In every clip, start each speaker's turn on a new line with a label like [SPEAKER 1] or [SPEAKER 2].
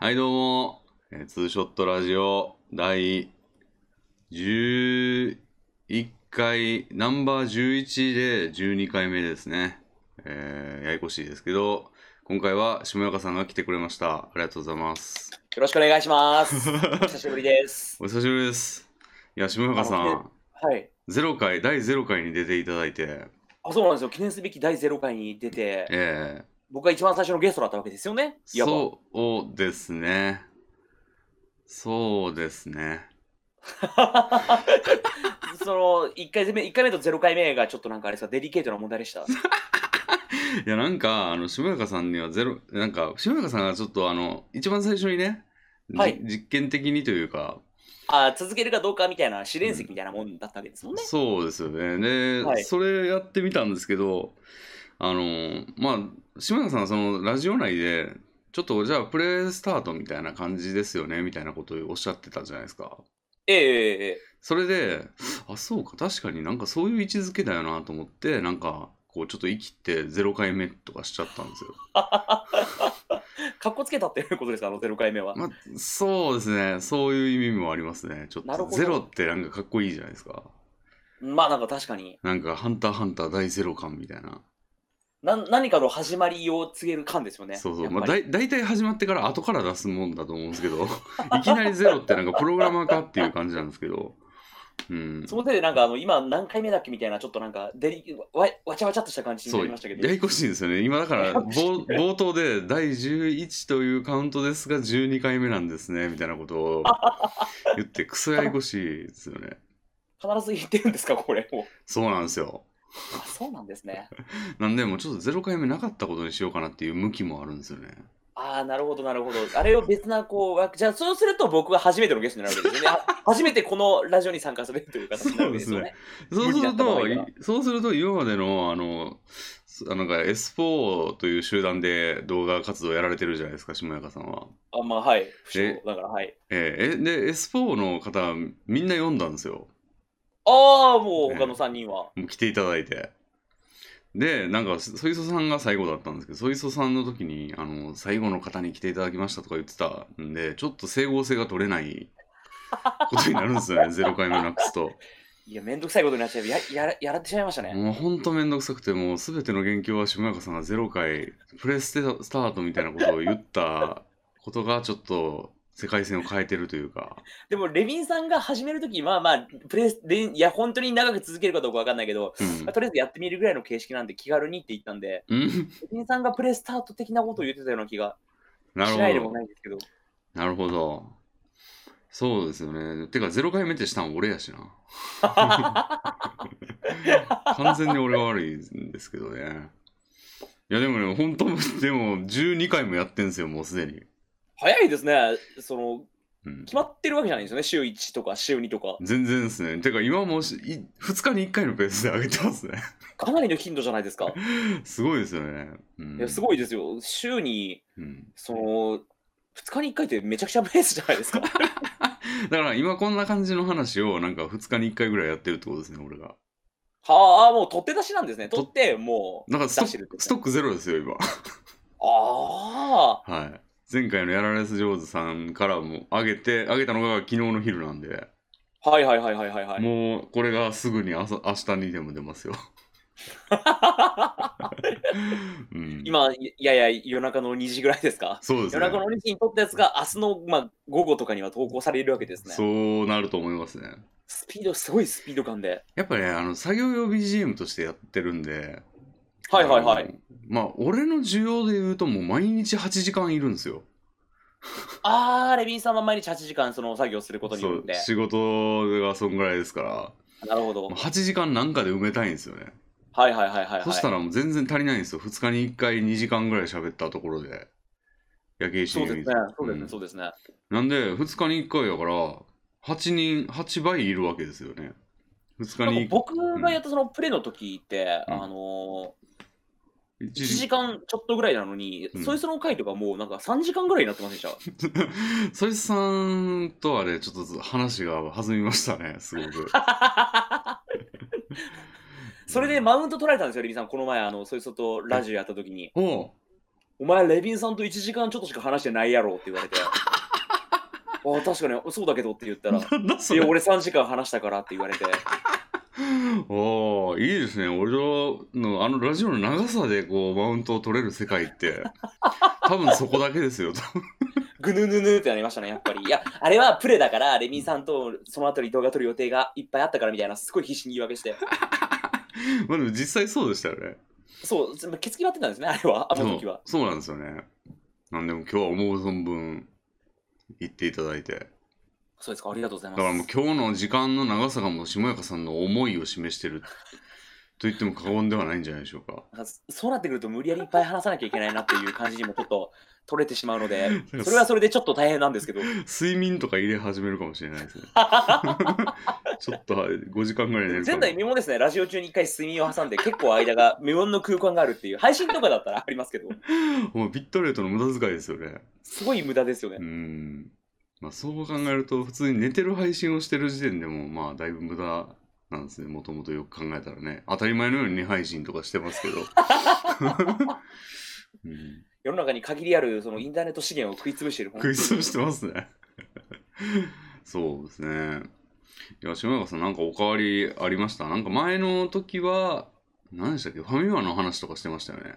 [SPEAKER 1] はい、どうも、えーツーショットラジオ第11回、ナンバー11で12回目ですね。えーややこしいですけど、今回は下中さんが来てくれました。ありがとうございます。
[SPEAKER 2] よろしくお願い します。お久しぶりです。
[SPEAKER 1] お久しぶりです。いや、下中さ
[SPEAKER 2] あ
[SPEAKER 1] ん、
[SPEAKER 2] のはい。
[SPEAKER 1] 0回、第0回に出ていただいて、
[SPEAKER 2] あ、そうなんですよ。記念すべき第0回に出て、
[SPEAKER 1] え
[SPEAKER 2] 僕が一番最初のゲストだったわけですよね。
[SPEAKER 1] ー、そうですね。そうですね。
[SPEAKER 2] う。 その1回目、一回目と0回目がちょっとなんかあれですか、デリケートな問題でし
[SPEAKER 1] い
[SPEAKER 2] た。
[SPEAKER 1] やなんかあの下中さんにはゼロなんか下中さんがちょっとあの一番最初にね、じ
[SPEAKER 2] はい
[SPEAKER 1] 実験的にというか
[SPEAKER 2] あ、続けるかどうかみたいな試練席みたいなもんだったわけですもんね。
[SPEAKER 1] そうですよねで、
[SPEAKER 2] はい
[SPEAKER 1] それやってみたんですけどあのまあ下中さんはそのラジオ内でちょっとじゃあプレイスタートみたいな感じですよねみたいなことをおっしゃってたじゃないですか
[SPEAKER 2] ええええええ
[SPEAKER 1] それであそうか確かになんかそういう位置づけだよなと思ってなんかこうちょっと生きて0回目とかしちゃったんですよ
[SPEAKER 2] かっこつけたっていうことですか、あの0回目は。
[SPEAKER 1] まあ、そうですね。そういう意味もありますね。ちょっ
[SPEAKER 2] なる
[SPEAKER 1] と
[SPEAKER 2] ほど
[SPEAKER 1] ゼロってなんかかっこいいじゃないですか。
[SPEAKER 2] まあなんか確かに、
[SPEAKER 1] なんかハンターハンター大ゼロ感みたいな。
[SPEAKER 2] なん何かの始まりを告げる感ですよね。
[SPEAKER 1] そうそう。
[SPEAKER 2] やっ
[SPEAKER 1] まあ
[SPEAKER 2] ぱり
[SPEAKER 1] だい大体始まってから後から出すもんだと思うんですけど、 いきなりゼロってなんかプログラマーかっていう感じなんですけど。うん。
[SPEAKER 2] そのせいでなんかあの今何回目だっけみたいなちょっとなんかデリわわちゃわちゃっとした感じに
[SPEAKER 1] そ
[SPEAKER 2] な
[SPEAKER 1] う
[SPEAKER 2] りましたけど
[SPEAKER 1] や。やこしいんですよね。今だから
[SPEAKER 2] ややこしい
[SPEAKER 1] 冒冒頭で第11というカウントですが12回目なんですねみたいなことを言ってクソややこしいですよね。
[SPEAKER 2] 必ず言ってるんですか、これもう。
[SPEAKER 1] そうなんですよ。
[SPEAKER 2] あそうなんです ね。
[SPEAKER 1] なんでもうちょっと0回目なかったことにしようかなっていう向きもあるんですよね。
[SPEAKER 2] ああ、なるほど、なるほど。あれを別な、こうわ、じゃあ、そうすると僕は初めてのゲストになるわけですよね。 あ初めてこのラジオに参加するという形になるわけですよね。
[SPEAKER 1] そうする
[SPEAKER 2] 無
[SPEAKER 1] と、
[SPEAKER 2] 理だった場合はい
[SPEAKER 1] そうすると今までのあの、すあのなんか S4 という集団で動画活動やられてるじゃないですか、下中さんは。
[SPEAKER 2] あまあ、はい。不詳だから、はい。
[SPEAKER 1] えーえ、で、S4 の方、みんな読んだんですよ。
[SPEAKER 2] ああ、もう他の3人は。
[SPEAKER 1] もう来ていただいて。で、なんか、ソイソさんが最後だったんですけど、ソイソさんの時に、あの、最後の方に来ていただきましたとか言ってたんで、ちょっと整合性が取れないことになるんですよね、0回 目なくすと。
[SPEAKER 2] いや、めんどくさいことになっちゃう。ややらやらってしまいましたね。
[SPEAKER 1] もうほんとめんどくさくて、もうすべての元凶は下中さんがゼロ回、プレステスタートみたいなことを言ったことが、ちょっと世界線を変えてるという か、
[SPEAKER 2] でも、レビンさんが始めるとき、まあまあ、プレスレンいや、本当に長く続けるかどうかわかんないけど、
[SPEAKER 1] うん
[SPEAKER 2] まあ、とりあえずやってみるぐらいの形式なんで気軽にって言ったんで、
[SPEAKER 1] うん、
[SPEAKER 2] レビンさんがプレスタート的なことを言ってたような気が
[SPEAKER 1] な
[SPEAKER 2] しない
[SPEAKER 1] る
[SPEAKER 2] で
[SPEAKER 1] ほ
[SPEAKER 2] も
[SPEAKER 1] ど。
[SPEAKER 2] ないですけど。
[SPEAKER 1] なるほど。そうですよね。てか、ゼロ回目ってしたん俺やし な。完全に俺が悪いんですけどね。いや、でもね、本当でも、12回もやってんすよ、もうすでに。
[SPEAKER 2] 早いですね。その
[SPEAKER 1] うん
[SPEAKER 2] 決まってるわけじゃないんですよね。週1とか週2とか。
[SPEAKER 1] 全然ですね。てか、今もし、い2日に1回のペースで上げてますね。
[SPEAKER 2] かなりの頻度じゃないですか。
[SPEAKER 1] すごいですよね。うん、
[SPEAKER 2] いやすごいですよ。週に、
[SPEAKER 1] うん
[SPEAKER 2] その、2日に1回ってめちゃくちゃペースじゃないですか。
[SPEAKER 1] だから、今こんな感じの話を、なんか2日に1回ぐらいやってるってことですね、俺が。
[SPEAKER 2] はあ、もう取って出しなんですね。取って、もう
[SPEAKER 1] だから
[SPEAKER 2] 出
[SPEAKER 1] スト
[SPEAKER 2] してる
[SPEAKER 1] ッ
[SPEAKER 2] って
[SPEAKER 1] ク、
[SPEAKER 2] こと
[SPEAKER 1] ストックゼロですよ、今。
[SPEAKER 2] ああ。
[SPEAKER 1] はい。前回のやられす上手さんからも上げて、上げたのが昨日の昼なんで、
[SPEAKER 2] はいはいはいはいはいはい。
[SPEAKER 1] もうこれがすぐに朝明日にでも出 ますよ。うん、
[SPEAKER 2] 今、いやいや、夜中の2時ぐらいですか。
[SPEAKER 1] そうです
[SPEAKER 2] 夜
[SPEAKER 1] ね
[SPEAKER 2] 中の2時に撮ったやつが明日の、まあ、午後とかには投稿されるわけですね。
[SPEAKER 1] そうなると思いますね。
[SPEAKER 2] スピード、すごいスピード感で。
[SPEAKER 1] やっぱね、あの作業用 BGM としてやってるんで、
[SPEAKER 2] はいはいはい
[SPEAKER 1] あ。の。まあ、俺の需要で言うと、もう毎日8時間いるんですよ。
[SPEAKER 2] あー、レビンさんは毎日8時間その作業することに
[SPEAKER 1] そ
[SPEAKER 2] よっ
[SPEAKER 1] う
[SPEAKER 2] て。
[SPEAKER 1] 仕事がそんぐらいですから、
[SPEAKER 2] なるほど。
[SPEAKER 1] まあ8時間なんかで埋めたいんですよね。
[SPEAKER 2] はいはいはいはい、はい。
[SPEAKER 1] そしたらもう全然足りないんですよ。2日に1回2時間ぐらい喋ったところで。焼け石
[SPEAKER 2] そう
[SPEAKER 1] に
[SPEAKER 2] です
[SPEAKER 1] 水
[SPEAKER 2] ね。そうです
[SPEAKER 1] う
[SPEAKER 2] ね。
[SPEAKER 1] ん
[SPEAKER 2] そうですね。
[SPEAKER 1] なんで、2日に1回だから、8人、8倍いるわけですよね。2
[SPEAKER 2] な
[SPEAKER 1] 日
[SPEAKER 2] んか
[SPEAKER 1] に
[SPEAKER 2] 僕がやったそのプレの時って、
[SPEAKER 1] うん
[SPEAKER 2] あの
[SPEAKER 1] 1
[SPEAKER 2] ー、1時。間ちょっとぐらいなのに、
[SPEAKER 1] うん
[SPEAKER 2] そいつの回とかもうなんか3時間ぐらいになってませんでした。
[SPEAKER 1] そいつさんとはね、ちょっとず話が弾みましたね、すご く。
[SPEAKER 2] それでマウント取られたんですよ、レビンさん。この前、あの、そいつとラジオやった時に。
[SPEAKER 1] おう
[SPEAKER 2] お前、レビンさんと1時間ちょっとしか話してないやろって言 われて、あ確かにそうだけどって言ったら、い
[SPEAKER 1] なんだそれ
[SPEAKER 2] や、俺3時間話したからって言われて、
[SPEAKER 1] おーいいですね俺のあのラジオの長さでこうマウントを取れる世界っ て多分そこだけですよ と
[SPEAKER 2] ぐぬぬぬってなりましたね、やっぱり。いや、あれはプレだから、レビンさんとその後に動画撮る予定がいっぱいあったからみたいな、すごい必死に言い訳して、
[SPEAKER 1] まあでも実際そうでしたよね
[SPEAKER 2] そう、決決決まってたんですね、あれは、あの時は。
[SPEAKER 1] そうそうなんですよねなんでも今日は思う存分言っていただいて
[SPEAKER 2] そうですか、ありがとうござい
[SPEAKER 1] だ
[SPEAKER 2] ます。
[SPEAKER 1] からもう今日の時間の長さがもう下中さんの思いを示してると言っても過言ではないんじゃないでしょうか
[SPEAKER 2] なんかそうなってくると無理やりいっぱい話さなきゃいけないなっていう感じにもちょっと取れてしまう ので、それはそれでちょっと大変なんですけど、
[SPEAKER 1] 睡眠とか入れ始めるかもしれない ですね ちょっと5時間ぐらい寝るか
[SPEAKER 2] 前
[SPEAKER 1] も
[SPEAKER 2] 代未聞ですね、ラジオ中に一回睡眠を挟んで、結構間が無音の空間があるっていう、配信とかだったらありますけど、
[SPEAKER 1] もうビットレートの無駄遣いですよね
[SPEAKER 2] すごい無駄ですよ
[SPEAKER 1] う
[SPEAKER 2] ね。
[SPEAKER 1] んまあそう考えると普通に寝てる配信をしてる時点でもまあだいぶ無駄なんですねもともとよく考えたらね当たり前のように寝配信とかしてます けど、うん、
[SPEAKER 2] 世の中に限りあるそのインターネット資源を食い潰している本当
[SPEAKER 1] 食い
[SPEAKER 2] に
[SPEAKER 1] 潰してますね そうですねいや島中さんなんかおかわりありましたなんか前の時は何でしたっけファミマの話とかしてましたよね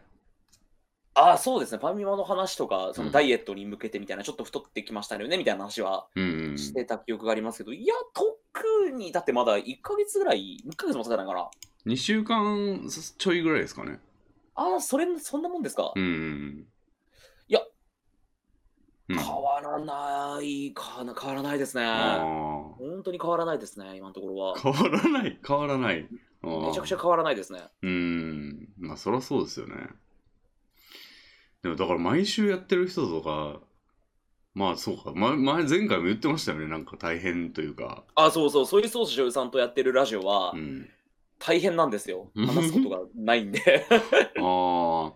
[SPEAKER 2] ああ、そうですね、ファミマの話とか、そうの
[SPEAKER 1] ん
[SPEAKER 2] ダイエットに向けてみたいな、ちょっと太ってきましたよねみたいな話は
[SPEAKER 1] うんうん
[SPEAKER 2] してた記憶がありますけど、いや、特に、だってまだ1ヶ月ぐらい、1ヶ月も経たないかな。
[SPEAKER 1] 2週間ちょいぐらいですかね
[SPEAKER 2] ああ、それ、そんなもんですか。
[SPEAKER 1] うんうんうん
[SPEAKER 2] いや
[SPEAKER 1] うん
[SPEAKER 2] 変わらないかな、変わらないですね。
[SPEAKER 1] ああ
[SPEAKER 2] 本当に変わらないですね、今のところは。
[SPEAKER 1] 変わらない変わらないあー
[SPEAKER 2] めちゃくちゃ変わらないですね。
[SPEAKER 1] うーんまあそりゃそうですよねでもだから毎週やってる人とかまあそうか、ま、前前回も言ってましたよねなんか大変というか
[SPEAKER 2] あ、そうそう、ソイソース女優さんとやってるラジオは
[SPEAKER 1] うん
[SPEAKER 2] 大変なんですよ。
[SPEAKER 1] うん
[SPEAKER 2] 話すことがないんで。
[SPEAKER 1] ああ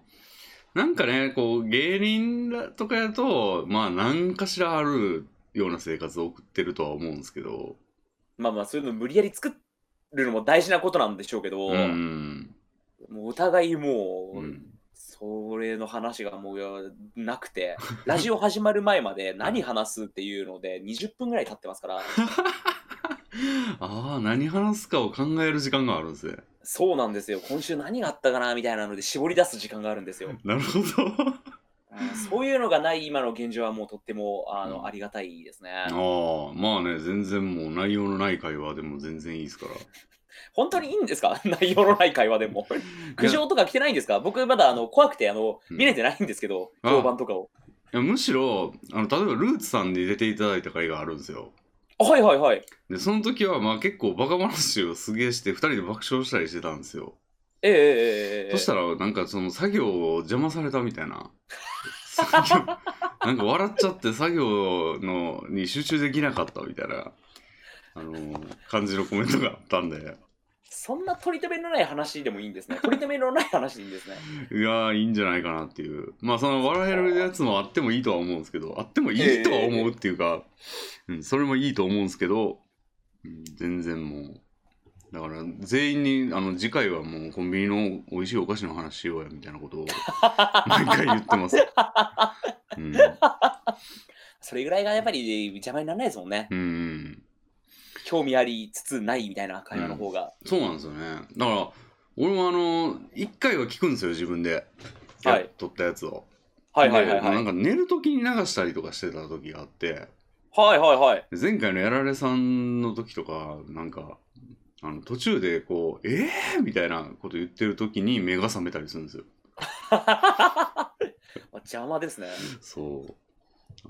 [SPEAKER 1] なんかねこう芸人らとかやとまあ何かしらあるような生活を送ってるとは思うんですけど
[SPEAKER 2] まあまあ、そういうの無理やり作るのも大事なことなんでしょうけど、
[SPEAKER 1] うん
[SPEAKER 2] もうお互いもう、
[SPEAKER 1] うん
[SPEAKER 2] それの話がもういやなくて、ラジオ始まる前まで何話すっていうので、20分ぐらい経ってますから、
[SPEAKER 1] ああ何話すかを考える時間があるんですね
[SPEAKER 2] そうなんですよ、今週何があったかなみたいなので、絞り出す時間があるんですよ。
[SPEAKER 1] なるほど
[SPEAKER 2] あーそういうのがない今の現状はもうとってもあの、
[SPEAKER 1] うん
[SPEAKER 2] ありがたいですね。
[SPEAKER 1] ああまあね全然もう内容のない会話でも全然いいですから
[SPEAKER 2] 本当にいいんですか内容のない会話でも。苦情とか来てないんですか僕まだあの怖くてあの
[SPEAKER 1] うん
[SPEAKER 2] 見れてないんですけど、
[SPEAKER 1] あ
[SPEAKER 2] 評判とかを。
[SPEAKER 1] いやむしろあの例えばルーツさんで出ていただいた回があるんですよ
[SPEAKER 2] あはいはいはい。
[SPEAKER 1] でその時はまあ結構バカ話をすげえして2人で爆笑したりしてたんですよ、
[SPEAKER 2] ええええええ。
[SPEAKER 1] そした
[SPEAKER 2] ら
[SPEAKER 1] らなんかその作業を邪魔されたみたいな作業 なんか笑っちゃって作業のに集中できなかったみたいなあの感じのコメントがあったんで
[SPEAKER 2] そんな取り留めのない話でもいいんですね。取り留めのない話でいいんですね。
[SPEAKER 1] いやーいいんじゃないかなっていうまあその笑えるやつもあってもいいとは思うんですけどあってもいいとは思うっていうか、うん、それもいいと思うんですけど、うん、全然もうだから全員にあの次回はもうコンビニの美味しいお菓子の話しようやみたいなこと を毎回言ってます、うん、
[SPEAKER 2] それぐらいがやっぱり邪魔にならないですもんね。
[SPEAKER 1] うんうん
[SPEAKER 2] 興味ありつつないみたいな会話の方が。
[SPEAKER 1] そうなんですよねだから俺もあの一回は聞くんですよ自分で、
[SPEAKER 2] はい
[SPEAKER 1] や撮ったやつを
[SPEAKER 2] はいはい
[SPEAKER 1] で
[SPEAKER 2] はいはい。
[SPEAKER 1] な
[SPEAKER 2] は
[SPEAKER 1] ん
[SPEAKER 2] い
[SPEAKER 1] か寝る時に流したりとかしてた時があって
[SPEAKER 2] はいはい。
[SPEAKER 1] で前回のやられさんの時とかなんかあの途中でこう「えー!」みたいなこと言ってる時に目が覚めたりするんですよ
[SPEAKER 2] 邪魔ですね。
[SPEAKER 1] そ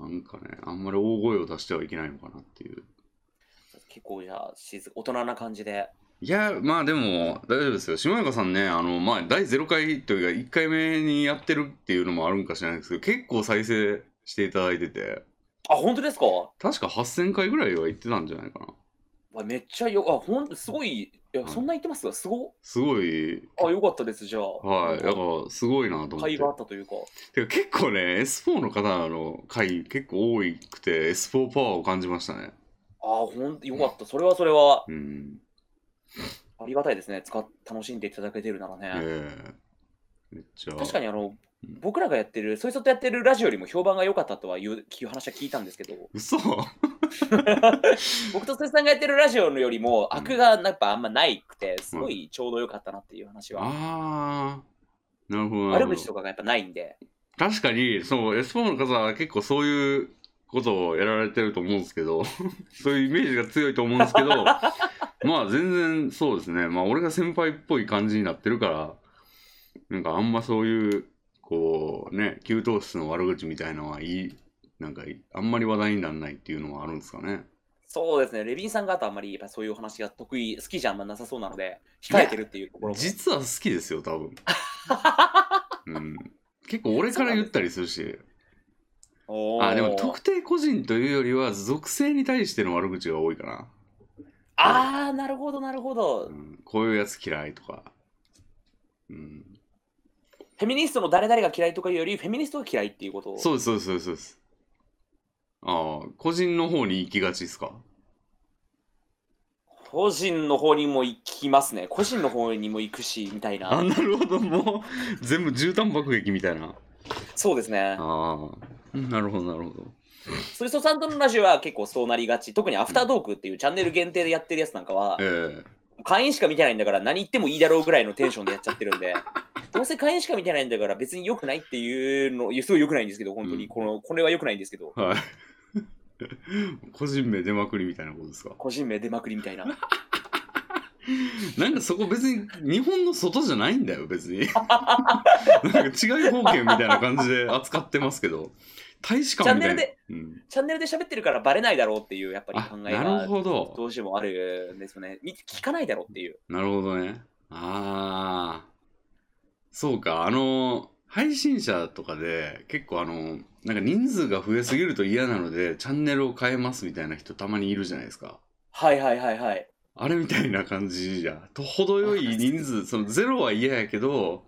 [SPEAKER 1] うなんかねあんまり大声を出してはいけないのかなっていう
[SPEAKER 2] 結構じゃあ静大人な感じで。
[SPEAKER 1] いやまあでも大丈夫ですよ下中さんねあのまあ第0回というか1回目にやってるっていうのもあるんか知らないですけど結構再生していただいてて
[SPEAKER 2] あ、本当ですか
[SPEAKER 1] 確か8000回ぐらいは行ってたんじゃないかな
[SPEAKER 2] わめっちゃよ、あ、ほんすごい、いや、そんな言ってますかすご
[SPEAKER 1] すごい
[SPEAKER 2] あ、よかったです、じゃあ。
[SPEAKER 1] はいだか
[SPEAKER 2] なんから
[SPEAKER 1] すごいなと思っ
[SPEAKER 2] 会
[SPEAKER 1] て
[SPEAKER 2] があったというか。
[SPEAKER 1] てか結構ね S4 の方の回結構多くて S4 パワーを感じましたね
[SPEAKER 2] あ、ほんよかった。それはそれは、
[SPEAKER 1] うん
[SPEAKER 2] ありがたいですね。使っ楽しんでいただけてるならね。
[SPEAKER 1] ええめっちゃ
[SPEAKER 2] 確かに、あの、僕らがやってる、そいつとやってるラジオよりも評判が良かったとはいういう話は聞いたんですけど、
[SPEAKER 1] 嘘
[SPEAKER 2] 僕とそいつさんがやってるラジオのよりも、悪がやっぱあんまないくて、すごいちょうど良かったなっていう話は、
[SPEAKER 1] ああ、なるほどなる
[SPEAKER 2] 悪
[SPEAKER 1] ほ
[SPEAKER 2] 口
[SPEAKER 1] ど。
[SPEAKER 2] とかがやっぱないんで、
[SPEAKER 1] 確かに、そう、S4 の方は結構そういうことをやられてると思うんですけど、 そういうイメージが強いと思うんですけど、まあ全然そうですね、まあ俺が先輩っぽい感じになってるから、なんかあんまそういう、こうね、給湯室の悪口みたいのはいい、なんかあんまり話題にならないっていうのはあるんですかね。
[SPEAKER 2] そうですね、レビンさんがあとあんまりやっぱそういうお話が得意、好きじゃあんまなさそうなので、控えてるっていうところも。
[SPEAKER 1] 実は好きですよ、多分。うん、結構俺から言ったりするし、
[SPEAKER 2] おー
[SPEAKER 1] あ、でも特定個人というよりは、属性に対しての悪口が多いかな。
[SPEAKER 2] あー、なるほど、なるほど
[SPEAKER 1] う。んこういうやつ嫌いとか、うん、
[SPEAKER 2] フェミニストの誰々が嫌いとかいうより、フェミニストが嫌いっていうことを。
[SPEAKER 1] そうですそうですそうですそうですああ個人の方に行きがちですか
[SPEAKER 2] 個人の方にも行きますね。個人の方にも行くし、みたい
[SPEAKER 1] あ
[SPEAKER 2] な。
[SPEAKER 1] なるほどもう全部絨毯爆撃みたいな
[SPEAKER 2] そうですね。
[SPEAKER 1] ああなるほどなるほど
[SPEAKER 2] ソリソさんとのラジオは結構そうなりがち。特にアフタートークっていうチャンネル限定でやってるやつなんかは、
[SPEAKER 1] え
[SPEAKER 2] 会員しか見てないんだから何言ってもいいだろうぐらいのテンションでやっちゃってるんで、 どうせ会員しか見てないんだから別に良くないっていうの、いやすごい良くないんですけど、本当
[SPEAKER 1] う
[SPEAKER 2] に
[SPEAKER 1] ん
[SPEAKER 2] この、これは良くないんですけど、
[SPEAKER 1] えはい 個人名出まくりみたいなことですか
[SPEAKER 2] 個人名出まくりみたいな。
[SPEAKER 1] なんかそこ別に日本の外じゃないんだよ別になんか違い方形みたいな感じで扱ってますけど大使館みたいな
[SPEAKER 2] チャ
[SPEAKER 1] うん、
[SPEAKER 2] チャンネルで喋ってるからバレないだろうっていうやっぱり
[SPEAKER 1] あ
[SPEAKER 2] 考え
[SPEAKER 1] なる
[SPEAKER 2] が
[SPEAKER 1] ほど
[SPEAKER 2] どうしてもあるんですよね。み聞かないだろうっていう。
[SPEAKER 1] なるほどね。ああ。そうか、あの、配信者とかで結構あの、なんか人数が増えすぎると嫌なので、チャンネルを変えますみたいな人たまにいるじゃないですか。
[SPEAKER 2] はいはいはいはい。
[SPEAKER 1] あれみたいな感じじゃん。と、程よい人数、そのゼロは嫌やけど、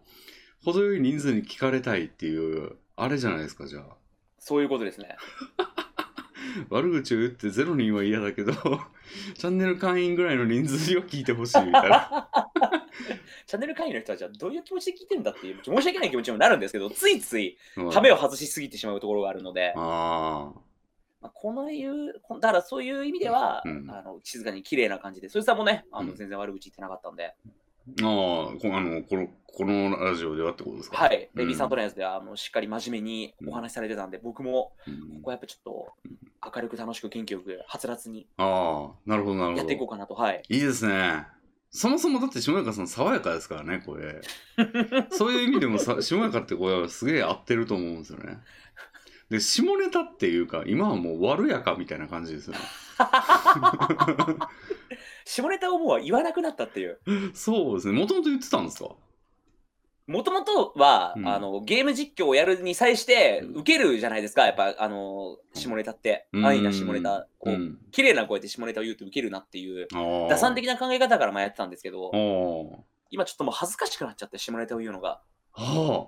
[SPEAKER 1] 程よい人数に聞かれたいっていう、あれじゃないですか、じゃあ。
[SPEAKER 2] そういうことですね。
[SPEAKER 1] 悪口を言ってゼロ人は嫌だけど、 チャンネル会員ぐらいの人数を聞いてほしいみたいな。
[SPEAKER 2] チャンネル会員の人はじゃあどういう気持ちで聞いてるんだっていう、申し訳ない気持ちにもなるんですけど、ついつい
[SPEAKER 1] 食
[SPEAKER 2] ためを外しすぎてしまうところがあるので、
[SPEAKER 1] ああ。
[SPEAKER 2] まあ、このいう、こだからそういう意味では、
[SPEAKER 1] うん
[SPEAKER 2] あの静かに綺麗な感じで、そいつさんもね、あ
[SPEAKER 1] う
[SPEAKER 2] の
[SPEAKER 1] ん
[SPEAKER 2] 全然悪口言ってなかったんで、
[SPEAKER 1] ああ、こあの、この、このラジオではってことですか
[SPEAKER 2] はい、
[SPEAKER 1] うん
[SPEAKER 2] レビーさんとのやつではあのしっかり真面目にお話しされてたんで、僕も
[SPEAKER 1] うん
[SPEAKER 2] ここはやっぱちょっと明るく楽しく元気よく、はつらつに
[SPEAKER 1] ああ、なるほど、なるほど。
[SPEAKER 2] やっていこうかなと、はい。
[SPEAKER 1] いいですね。そもそもだって、下中さん爽やかですからね、こ れ。そういう意味でもさ、下中ってこれはすげえ合ってると思うんですよね。で、下ネタっていうか、今はもう悪やかみたいな感じですよね。
[SPEAKER 2] 下ネタをもう言わなくなったっていう。
[SPEAKER 1] そうですね。もともと言ってたんですか
[SPEAKER 2] もともとは、
[SPEAKER 1] うん
[SPEAKER 2] あのゲーム実況をやるに際して
[SPEAKER 1] うん
[SPEAKER 2] 受けるじゃないですか、やっぱあの下ネタって、
[SPEAKER 1] うん
[SPEAKER 2] 安易な下ネタ、こう、
[SPEAKER 1] ん。
[SPEAKER 2] 綺麗な声で下ネタを言うと受けるなっていう、
[SPEAKER 1] ああ。
[SPEAKER 2] 打算的な考え方からまあやってたんですけど
[SPEAKER 1] あ、あ。
[SPEAKER 2] 今ちょっともう恥ずかしくなっちゃって、下ネタを言うのが。
[SPEAKER 1] ああ。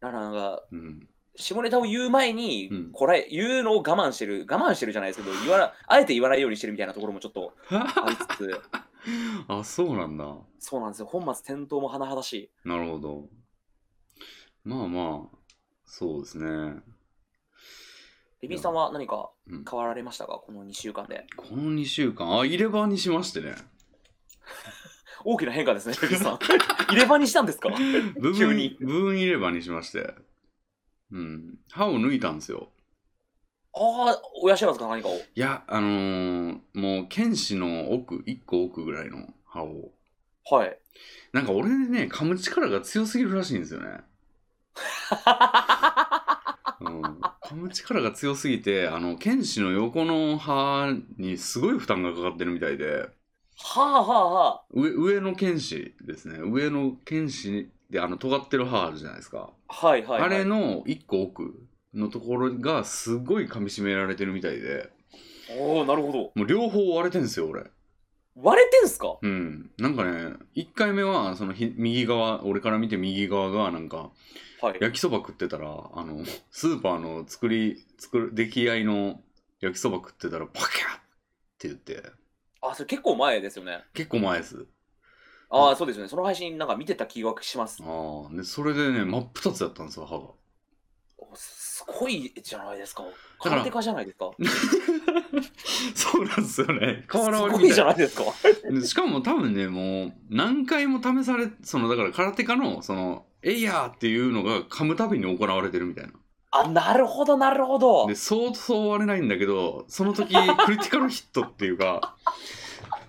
[SPEAKER 2] だからなんか、
[SPEAKER 1] うん。
[SPEAKER 2] 下ネタを言う前に、
[SPEAKER 1] うん
[SPEAKER 2] これ、言うのを我慢してる、我慢してるじゃないですけど、言わなあえて言わないようにしてるみたいなところもちょっとありつ つ、
[SPEAKER 1] あ、そうなんだ。
[SPEAKER 2] そうなんですよ、本末転倒も甚だしい。
[SPEAKER 1] なるほど。まあまあ、そうですね。
[SPEAKER 2] レビンさんは何か
[SPEAKER 1] うん
[SPEAKER 2] 変わられましたか、この2週間で。
[SPEAKER 1] この2週間、あ、入れ歯にしましてね。
[SPEAKER 2] 大きな変 化ですね、レビンさん。入れ歯にしたんですか
[SPEAKER 1] 部
[SPEAKER 2] 急
[SPEAKER 1] 分
[SPEAKER 2] に、
[SPEAKER 1] 部分入れ歯にしまして。うん。歯を抜いたんですよ。
[SPEAKER 2] ああ、おやしらずか何かを。
[SPEAKER 1] いや、あのーもう、剣士の奥、1個奥ぐらいの歯を。
[SPEAKER 2] はい。
[SPEAKER 1] なんか俺ね、噛む力が強すぎるらしいんです よね。うん、噛む力が強すぎて、あの、剣士の横の歯にすごい負担がかかってるみたいで。
[SPEAKER 2] はあはあはあ。
[SPEAKER 1] 上上の剣士ですね上の剣士であの尖ってる歯あるじゃないですか、
[SPEAKER 2] はいはい、はい。
[SPEAKER 1] あれの一個奥のところがすごい噛み締められてるみたいで
[SPEAKER 2] おおなるほど。
[SPEAKER 1] もう両方割れてんすよ俺
[SPEAKER 2] 割れてんすか
[SPEAKER 1] うんなんかね1回目はそのひ右側俺から見て右側がなんか
[SPEAKER 2] はい。
[SPEAKER 1] 焼きそば食ってたらあのスーパーの作り作る出来合いの焼きそば食ってたらパキャッって言って
[SPEAKER 2] あ、それ結構前ですよね。
[SPEAKER 1] 結構前です
[SPEAKER 2] ああ、そうですよね。その配信なんか見てた気がします。
[SPEAKER 1] ああ、で、それでね、真っ二つやったんですよ、歯が。
[SPEAKER 2] おすごいじゃないですか。
[SPEAKER 1] ら
[SPEAKER 2] カテカじゃないですか。
[SPEAKER 1] そうなんですよね。
[SPEAKER 2] す
[SPEAKER 1] 瓦割
[SPEAKER 2] ご
[SPEAKER 1] りみ
[SPEAKER 2] い
[SPEAKER 1] た
[SPEAKER 2] じ
[SPEAKER 1] い
[SPEAKER 2] ゃないですか。
[SPEAKER 1] でしかも多分ね、もう、何回も試され、その、だから空手家の、その、えいやーっていうのが噛むたびに行われてるみたいな。
[SPEAKER 2] あ、なるほど、なるほど
[SPEAKER 1] で、。そうそう割れないんだけど、その時、クリティカルヒットっていうか、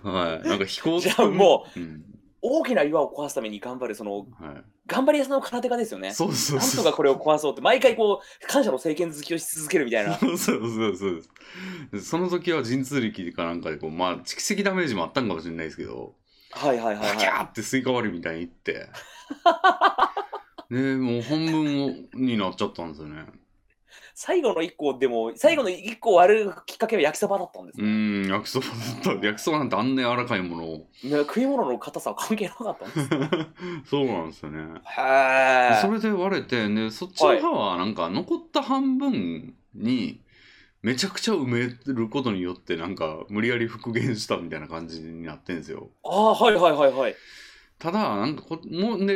[SPEAKER 1] はい、なんか飛行
[SPEAKER 2] じゃあも
[SPEAKER 1] う、うん、
[SPEAKER 2] 大きな岩を壊すために頑張る、その、
[SPEAKER 1] は
[SPEAKER 2] 頑張り屋さんの空手家ですよね
[SPEAKER 1] い。。そうそう
[SPEAKER 2] なん
[SPEAKER 1] そう。
[SPEAKER 2] とかこれを壊そうって、毎回こう、感謝の政権好きをし続けるみた いな。
[SPEAKER 1] そうそうそうそうですでその時は神通力かなんかでこうまあ蓄積ダメージもあったんかもしれないですけど、
[SPEAKER 2] はいはいはい
[SPEAKER 1] パキャ
[SPEAKER 2] は
[SPEAKER 1] ーってスイカ割りみたいにいって ねもう半分をになっちゃったんですよね
[SPEAKER 2] い。最後の一個でも、最後の一個を割るきっかけは焼きそばだったんです
[SPEAKER 1] う
[SPEAKER 2] ね。
[SPEAKER 1] ーん焼きそばだ った焼きそばなんてあんな柔らかいものを
[SPEAKER 2] ね食い物の硬さは関係なかった んです。
[SPEAKER 1] そうなんですよね
[SPEAKER 2] へ
[SPEAKER 1] それで割れてでそっちの歯はなんか残った半分にめちゃくちゃ埋めることによってなんか無理やり復元したみたいな感じになってんですよ
[SPEAKER 2] ああ、はいはいはいはい。
[SPEAKER 1] ただなんかこもう,、ね、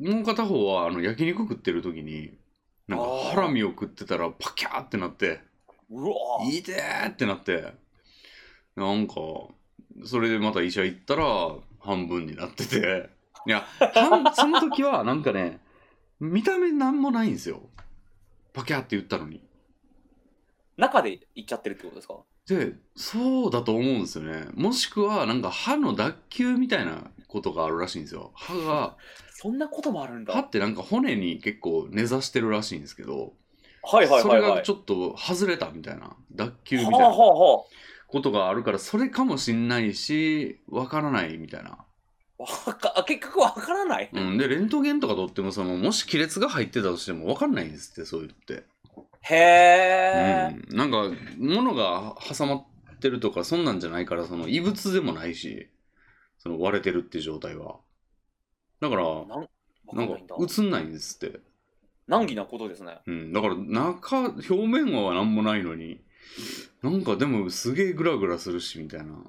[SPEAKER 1] もう片方はあの焼肉食ってる時になんか
[SPEAKER 2] あー
[SPEAKER 1] ハラミを食ってたらパキャーってなって
[SPEAKER 2] うわ
[SPEAKER 1] 「いてー!」ってなってなんかそれでまた医者行ったら半分になってていや半その時はなんかね見た目なんもないんですよパキャーって言ったのに
[SPEAKER 2] 中で行っちゃってるってことですか
[SPEAKER 1] でそうだと思うんですよねもしくはなんか歯の脱臼みたいなことがあるらしいんですよ歯が
[SPEAKER 2] そんなこともあるんだ。
[SPEAKER 1] 歯
[SPEAKER 2] は
[SPEAKER 1] ってなんか骨に結構根ざしてるらしいんですけど、
[SPEAKER 2] いはいはい
[SPEAKER 1] それ
[SPEAKER 2] は
[SPEAKER 1] が
[SPEAKER 2] い。
[SPEAKER 1] ちょっと外れたみたいな脱臼みたい
[SPEAKER 2] はあは
[SPEAKER 1] な
[SPEAKER 2] あは
[SPEAKER 1] ことがあるからそれかもしんないしわからないみたいな、
[SPEAKER 2] あわか。結局わからない。
[SPEAKER 1] うん、でレントゲンとか撮ってもそのもし亀裂が入ってたとしてもわかんないんですってそういうのって、
[SPEAKER 2] へえ。
[SPEAKER 1] うん、なんか物が挟まってるとかそんなんじゃないからその異物でもないしその割れてるっていう状態はだから
[SPEAKER 2] なんわか
[SPEAKER 1] なん
[SPEAKER 2] ん
[SPEAKER 1] か
[SPEAKER 2] ないんだ。
[SPEAKER 1] 映んないんですって
[SPEAKER 2] 難儀なことですね。
[SPEAKER 1] うん、だから中表面は何もないのになんかでもすげえグラグラするしみたいな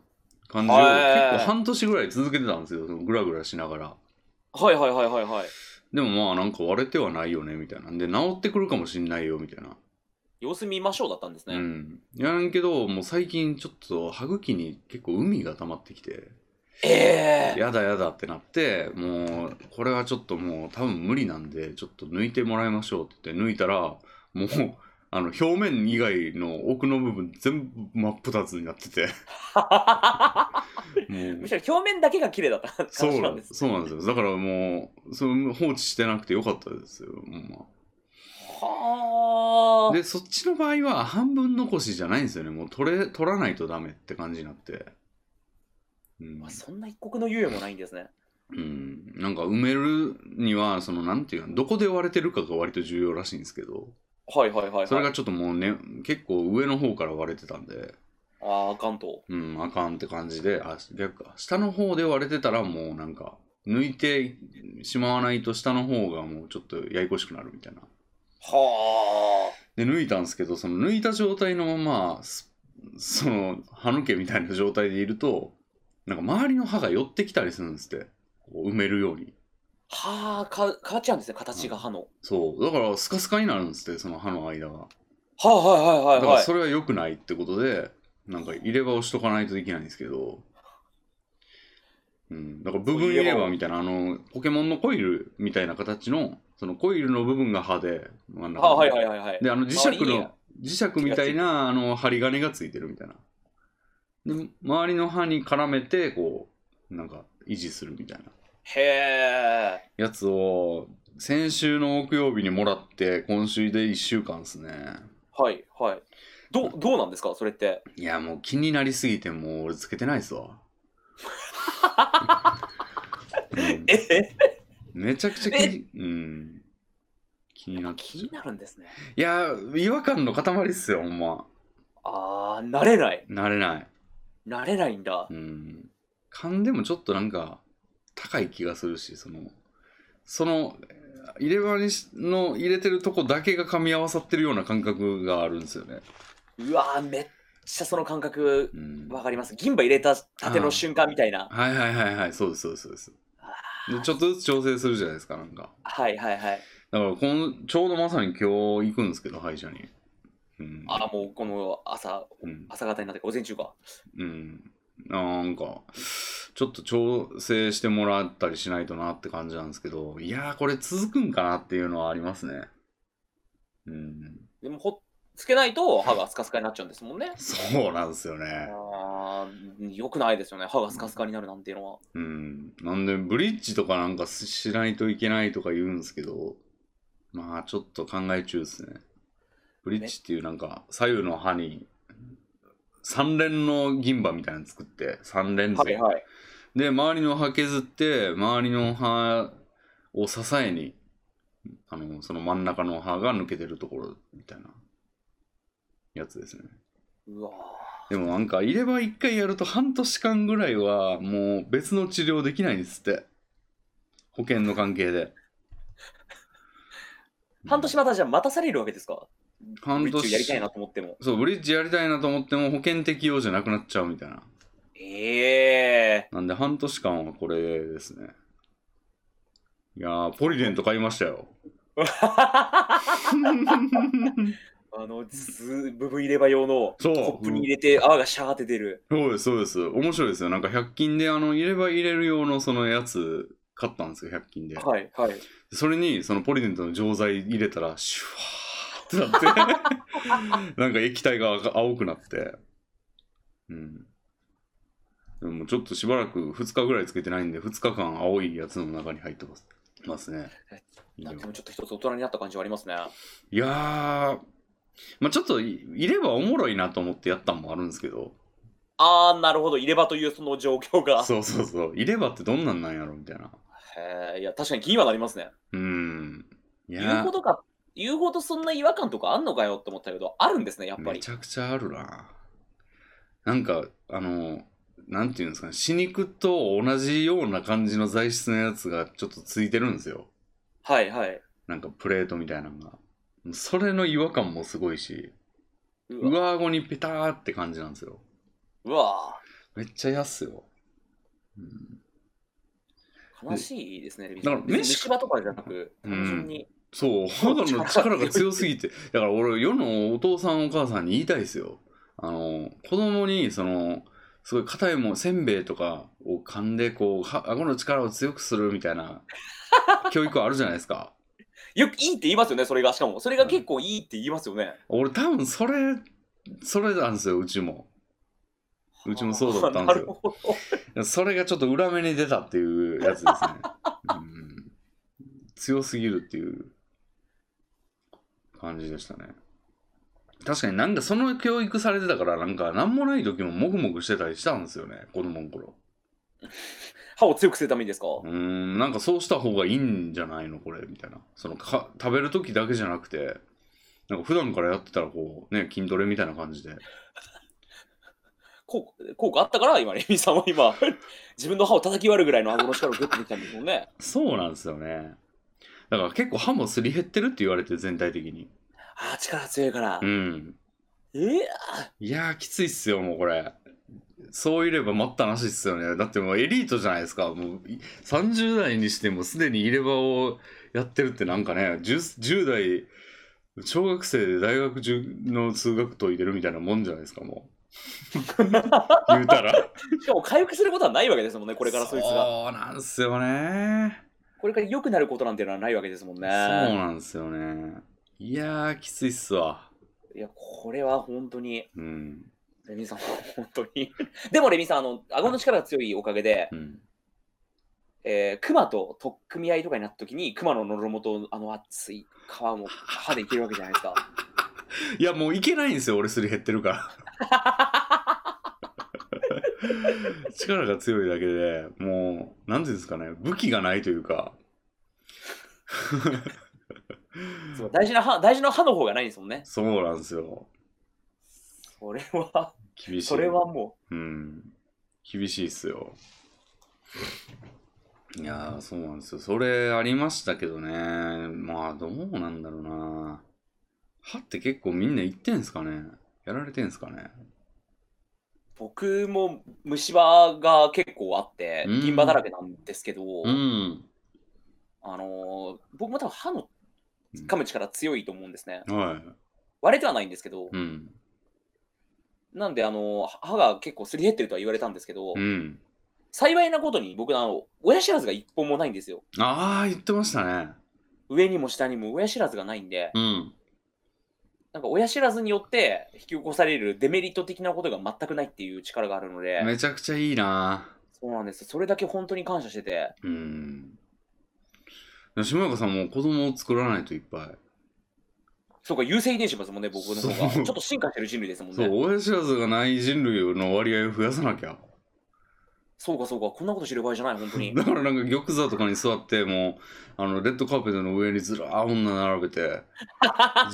[SPEAKER 1] 感じを
[SPEAKER 2] へ
[SPEAKER 1] 結
[SPEAKER 2] ー
[SPEAKER 1] 構半年ぐらい続けてたんですよそのグラグラしながら
[SPEAKER 2] はいはいはいはいはい。
[SPEAKER 1] でもまあなんか割れてはないよねみたいなんで治ってくるかもしんないよみたいな、
[SPEAKER 2] 様子見ましょうだったんですね。
[SPEAKER 1] うんやんけどもう最近ちょっと歯茎に結構海が溜まってきて
[SPEAKER 2] ええ
[SPEAKER 1] やだやだってなってもうこれはちょっともう多分無理なんでちょっと抜いてもらいましょうって言って抜いたらもうあの表面以外の奥の部分全部真っ二つになって てもう
[SPEAKER 2] むしろ表面だけが綺麗だった
[SPEAKER 1] そう
[SPEAKER 2] 話
[SPEAKER 1] な
[SPEAKER 2] なん
[SPEAKER 1] ん
[SPEAKER 2] で。
[SPEAKER 1] ですすそうなんですよだからもうその放置してなくてよかったですよ、ほんま
[SPEAKER 2] はあ。
[SPEAKER 1] でそっちの場合は半分残しじゃないんですよねもう取れ取らないとダメって感じになって、うん
[SPEAKER 2] まあ、そんな一刻の猶予もないんですね。
[SPEAKER 1] うん、なんか埋めるにはそのなんていうのどこで割れてるかが割と重要らしいんですけど
[SPEAKER 2] はいはいはい、はい。
[SPEAKER 1] それが
[SPEAKER 2] あ
[SPEAKER 1] ちょっともうね結構上の方から割れてたんで
[SPEAKER 2] あ、あかんと。
[SPEAKER 1] うんあかんって感じであ逆か下の方で割れてたらもうなんか抜いてしまわないと下の方がもうちょっとややこしくなるみたいな
[SPEAKER 2] は
[SPEAKER 1] で抜いたんですけどその抜いた状態のまますその歯抜けみたいな状態でいるとなんか周りの歯が寄ってきたりするんですってこう埋めるように
[SPEAKER 2] あ。はあ、か変わっちゃうんですね、形が歯の。
[SPEAKER 1] そうだからスカスカになるんですってその歯の間が
[SPEAKER 2] はいはいはい
[SPEAKER 1] だか
[SPEAKER 2] はい、は
[SPEAKER 1] ら
[SPEAKER 2] い。
[SPEAKER 1] それは良くないってことでなんか入れ歯をしとかないといけないんですけどうんだから部分入れ歯みたいなあのポケモンのコイルみたいな形のそのコイルの部分が歯で真ん中
[SPEAKER 2] はあ、
[SPEAKER 1] に
[SPEAKER 2] はいはいはいはい。
[SPEAKER 1] であの磁石
[SPEAKER 2] 周りに
[SPEAKER 1] の磁石みたいなあの針金がついてるみたいなで周りの歯に絡めてこうなんか維持するみたいな
[SPEAKER 2] へえ。
[SPEAKER 1] やつを先週の木曜日にもらって今週で1週間ですね
[SPEAKER 2] はいはい。どうどうなんですかそれって。
[SPEAKER 1] いやもう気になりすぎてもう俺つけてないっす わうん
[SPEAKER 2] え
[SPEAKER 1] めちゃくちゃ気に,、うん、気になっ
[SPEAKER 2] 気
[SPEAKER 1] ちゃ
[SPEAKER 2] に
[SPEAKER 1] う
[SPEAKER 2] なるんですね。
[SPEAKER 1] いや違和感の塊っすよほんま
[SPEAKER 2] ああ、慣れない。
[SPEAKER 1] 慣れない
[SPEAKER 2] 慣れないんだ
[SPEAKER 1] う。ん噛んでもちょっとなんか高い気がするしそのそのえー入れ歯にしの入れてるとこだけが噛み合わさってるような感覚があるんですよね。
[SPEAKER 2] うわーめっちゃその感覚
[SPEAKER 1] うん、
[SPEAKER 2] わ
[SPEAKER 1] は
[SPEAKER 2] かります。銀歯入れたての瞬間みたいな。
[SPEAKER 1] いはいはいはいそうですそうですそうです。でちょっとずつ調整するじゃないですか、なんか。
[SPEAKER 2] はいはいはい。
[SPEAKER 1] だからこの、ちょうどまさに今日行くんですけど、歯医者に。うん。
[SPEAKER 2] あもうこの朝、
[SPEAKER 1] うん。
[SPEAKER 2] 朝方になって午前中か。
[SPEAKER 1] うん、なんか、ちょっと調整してもらったりしないとなって感じなんですけど、いやー、これ続くんかなっていうのはありますね。うん。
[SPEAKER 2] でもほっつけないと歯がスカスカになっちゃうんですもんね。
[SPEAKER 1] そうなんですよね。
[SPEAKER 2] あーよくないですよね。歯がスカスカになるなんていうのは。
[SPEAKER 1] うん。なんで、ブリッジとかなんかしないといけないとか言うんですけど、まあ、ちょっと考え中ですね。ブリッジっていうなんか、左右の歯に、三連の銀歯みたいなの作って、三連
[SPEAKER 2] はい
[SPEAKER 1] 線
[SPEAKER 2] はい。
[SPEAKER 1] で周りの歯削って周りの歯を支えにあのその真ん中の歯が抜けてるところみたいなやつですね
[SPEAKER 2] うわ
[SPEAKER 1] でもなんか入れ歯1回やると半年間ぐらいはもう別の治療できないんですって保険の関係で
[SPEAKER 2] ー半年またじゃあ待たされるわけですか
[SPEAKER 1] 半
[SPEAKER 2] ブリッジをやりたい
[SPEAKER 1] 年
[SPEAKER 2] なと思っても。
[SPEAKER 1] そうブリッジやりたいなと思っても保険適用じゃなくなっちゃうみたいな
[SPEAKER 2] ええ
[SPEAKER 1] なんで半年間はこれですねいやーポリデント買いました よ
[SPEAKER 2] あの、す部分入れ歯用の
[SPEAKER 1] そう
[SPEAKER 2] コップに入れて泡がシャーって出る。
[SPEAKER 1] そうです、そうです。面白いですよ。なんか100均で、あの、入れ歯入れる用のそのやつ買ったんですよ、100均で。
[SPEAKER 2] はいはい。
[SPEAKER 1] それに、そのポリデントの錠剤入れたら、シュワーってなって、なんか液体が赤青くなって。うん。でもちょっとしばらく2日ぐらいつけてないんで、2日間青いやつの中に入ってますますね。
[SPEAKER 2] なんかでもちょっと一つ大人になった感じはありますね。
[SPEAKER 1] いやー、まあちょっとい、いればおもろいなと思ってやったんもあるんですけど、
[SPEAKER 2] あー、なるほど。入れ歯というその状況が。
[SPEAKER 1] そうそうそう、いればってどんなんなんやろみたいな。
[SPEAKER 2] へえ、いや、確かに気にはなりますね。
[SPEAKER 1] うん。い
[SPEAKER 2] 言う
[SPEAKER 1] や
[SPEAKER 2] ほ、どか、言うほどそんな違和感とかあんのかよって思ったけど、あるんですね、やっぱ
[SPEAKER 1] め
[SPEAKER 2] り。
[SPEAKER 1] ちゃくちゃあるな。なんか、あの、なんていうんですかね、死肉と同じような感じの材質のやつがちょっとついてるんですよ。
[SPEAKER 2] はいはい。
[SPEAKER 1] なんかプレートみたいなのが。それの違和感もすごいし、
[SPEAKER 2] う
[SPEAKER 1] 上
[SPEAKER 2] わ。
[SPEAKER 1] 顎にペターって感じなんですよ。
[SPEAKER 2] うわ
[SPEAKER 1] めっちゃ安いよ。うん、
[SPEAKER 2] 悲しいですね、レビ
[SPEAKER 1] だ
[SPEAKER 2] さ
[SPEAKER 1] から
[SPEAKER 2] ん別に
[SPEAKER 1] 飯
[SPEAKER 2] 虫歯とかじゃなく、
[SPEAKER 1] うん
[SPEAKER 2] 単純に。
[SPEAKER 1] そう、肌の力が強すぎて、だから俺、世のお父さんお母さんに言いたいですよ。あの、子供に、その、すごい硬いもん、せんべいとかを噛んで、こう、は顎の力を強くするみたい な、教育あるじゃないですか。
[SPEAKER 2] よくいいって言いますよね、それが。しかも、それが結構いいって言いますよね。
[SPEAKER 1] 俺、多分それ、それなんですよ、うちも。うちもそうだったん
[SPEAKER 2] な
[SPEAKER 1] です
[SPEAKER 2] る
[SPEAKER 1] よ。
[SPEAKER 2] ほど。
[SPEAKER 1] それがちょっと裏目に出たっていうやつですね。うん、強すぎるっていう感じでしたね。確かになんかその教育されてたからなんか何もない時ももぐもぐしてたりしたんですよね子供の頃
[SPEAKER 2] 歯を強くするためにですか、
[SPEAKER 1] うーんなんかそうした方がいいんじゃないのこれみたいなそのか食べる時だけじゃなくてなんか普段からやってたらこうね筋トレみたいな感じで
[SPEAKER 2] 効果効果あったから、今、レミさんは今、 自分の歯を叩き割るぐらいの顎の力をグッと見たんですもんね。
[SPEAKER 1] そうなんですよねだから結構歯もすり減ってるって言われて全体的に
[SPEAKER 2] ああ、力強いから。
[SPEAKER 1] うん
[SPEAKER 2] えー
[SPEAKER 1] いやーきついっすよもうこれそういれば待ったなしっすよねだってもうエリートじゃないですかもうい30代にしてもすでに入れ歯をやってるってなんかね 10, 10代小学生で大学中の数学解いてるみたいなもんじゃないですかもう 言うたら
[SPEAKER 2] しかも回復することはないわけですもん ね、こ
[SPEAKER 1] こ
[SPEAKER 2] れからそいつが。
[SPEAKER 1] そうなんすよね
[SPEAKER 2] これから良くなることなんていうのはないわけですもんね。
[SPEAKER 1] そうなんすよねいやーきついっすわ
[SPEAKER 2] いや、これは本当に、
[SPEAKER 1] うん
[SPEAKER 2] レミさんは本当に。でもレミさん、あの、顎の力が強いおかげで、
[SPEAKER 1] うん
[SPEAKER 2] えー、熊と取っ組み合いとかになった時に、熊の喉元のあの熱い皮も歯でいけるわけじゃないですか。
[SPEAKER 1] いやもういけないんですよ俺すり減ってるから 力が強いだけでもう何ていうんですかね武器がないというか
[SPEAKER 2] そう大事な歯、大事な歯の方がないんですもんね。
[SPEAKER 1] そうなんですよ
[SPEAKER 2] それは、
[SPEAKER 1] 厳しい
[SPEAKER 2] それはも
[SPEAKER 1] うん厳しいっすよいやーそうなんですよそれありましたけどねまあどうなんだろうな歯って結構みんな言ってんすかねやられてんすかね
[SPEAKER 2] 僕も虫歯が結構あって、
[SPEAKER 1] うん
[SPEAKER 2] 銀歯だらけなんですけど、
[SPEAKER 1] うん。
[SPEAKER 2] あのー僕も多分歯の噛む力強いと思うんですね。
[SPEAKER 1] は
[SPEAKER 2] 割れてはないんですけど
[SPEAKER 1] い。、うん。
[SPEAKER 2] なんで、あのー歯が結構すり減ってるとは言われたんですけど、
[SPEAKER 1] うん。
[SPEAKER 2] 幸いなことに僕あの親知らずが一本もないんですよ。
[SPEAKER 1] ああ、言ってましたね。
[SPEAKER 2] 上にも下にも親知らずがないんで、
[SPEAKER 1] うん。
[SPEAKER 2] なんか親知らずによって引き起こされるデメリット的なことが全くないっていう力があるので、
[SPEAKER 1] めちゃくちゃいいな。
[SPEAKER 2] そうなんです。それだけ本当に感謝してて、
[SPEAKER 1] うん。下中さんも子供を作らないといっぱい。
[SPEAKER 2] そうか、優性遺伝子ますもんね、僕の方が。
[SPEAKER 1] そう
[SPEAKER 2] ちょっと進化してる人類ですもん
[SPEAKER 1] そう
[SPEAKER 2] ね。、
[SPEAKER 1] 親知らずがない人類の割合を増やさなきゃ。
[SPEAKER 2] そうか、そうか、こんなこと知る場合じゃない、本当に。
[SPEAKER 1] だから なんか玉座とかに座ってもうあのレッドカーペットの上にずらー女並べ て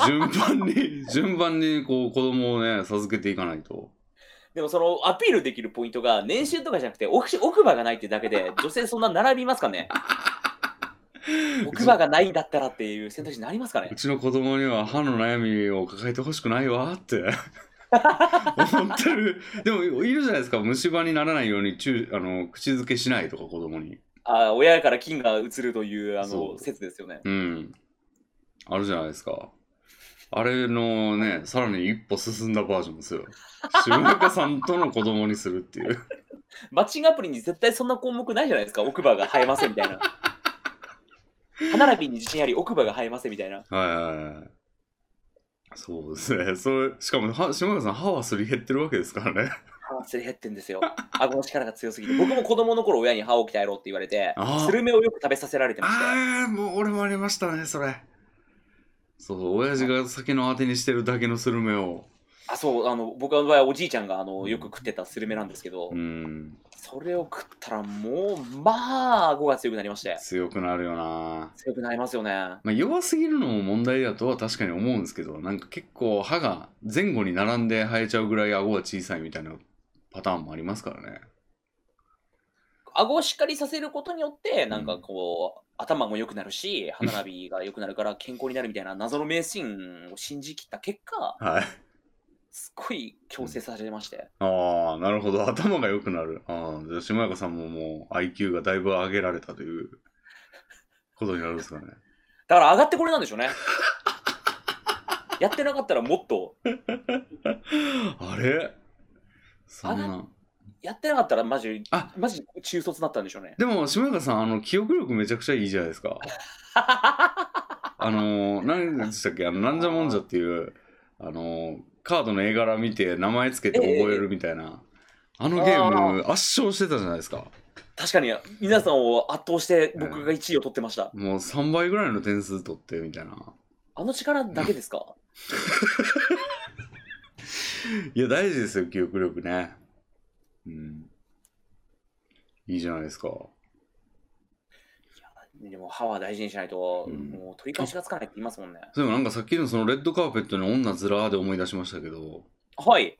[SPEAKER 1] 順番に順番にこう子供をね授けていかないと
[SPEAKER 2] でも、そのアピールできるポイントが、年収とかじゃなくて奥し、奥歯がないってだけで、女性そんな並びます かね奥歯がないんだったらっていう選択肢になりますかね
[SPEAKER 1] うちの子供には歯の悩みを抱えてほしくないわって思ってるでもいるじゃないですか虫歯にならないように注あの口づけしないとか子供に
[SPEAKER 2] あ親から菌が移るというあ
[SPEAKER 1] そう
[SPEAKER 2] の説ですよね。
[SPEAKER 1] うんあるじゃないですかあれのねさらに一歩進んだバージョンですよ下中さんとの子供にするっていう
[SPEAKER 2] マッチングアプリに絶対そんな項目ないじゃないですか、奥歯が生えませんみたいな。歯並びに自信あり、奥歯が生えませんみたい な。
[SPEAKER 1] はいはいはい。そうですね。それ、しかも、は島村さん、歯はすり減ってるわけですからね。
[SPEAKER 2] 歯すり減ってんですよ。顎の力が強すぎて。僕も子供の頃親に歯を鍛えろって言われて
[SPEAKER 1] あー、
[SPEAKER 2] スルメをよく食べさせられてまし て。
[SPEAKER 1] ああ、もう俺もありましたね、それ。そう、親父が酒のあてにしてるだけのスルメを。
[SPEAKER 2] あ、そう、あの、僕の場合はおじいちゃんがあのよく食ってたスルメなんですけど、
[SPEAKER 1] うん、
[SPEAKER 2] それを食ったらもう、まあ、顎が強くなりまして。
[SPEAKER 1] 強くなるよな。
[SPEAKER 2] 強くなりますよね。
[SPEAKER 1] まあ、弱すぎるのも問題だとは確かに思うんですけど、なんか結構歯が前後に並んで生えちゃうぐらい顎が小さいみたいなパターンもありますからね。
[SPEAKER 2] 顎をしっかりさせることによって、なんかこう、頭も良くなるし、歯並びが良くなるから健康になるみたいな謎の迷信を信じきった結果、
[SPEAKER 1] はい。
[SPEAKER 2] すっごい強制されまして、
[SPEAKER 1] ああ、なるほど。 頭が良くなる。ああ、じゃあ、下中さんももう IQ がだいぶ上げられたということになるんですかね。
[SPEAKER 2] だから上がってこれなんでしょうね。やってなかったらもっと、
[SPEAKER 1] あれそん
[SPEAKER 2] あ
[SPEAKER 1] な。
[SPEAKER 2] やってなかったらマジ
[SPEAKER 1] あ、
[SPEAKER 2] マジ中卒だったんでしょうね。
[SPEAKER 1] でも、下中さん、あの、記憶力めちゃくちゃいいじゃないですか。あのー、何でしたっけあの、なんじゃもんじゃっていう、あのー、カードの絵柄見て名前つけて覚えるみたいな。あのゲーム、圧勝してたじゃないですか。
[SPEAKER 2] 確かに皆さんを圧倒して僕が1位を取ってました。
[SPEAKER 1] もう3倍ぐらいの点数取って、みたいな。
[SPEAKER 2] あの力だけですか
[SPEAKER 1] いや、大事ですよ、記憶力ね。うん。いいじゃないですか。
[SPEAKER 2] でも歯は大事にしないと、
[SPEAKER 1] うん
[SPEAKER 2] もう取り返しがつかないって言いますもんね。
[SPEAKER 1] でもなんかさっきのそのレッドカーペットの女ずらーで思い出しましたけど、
[SPEAKER 2] はい、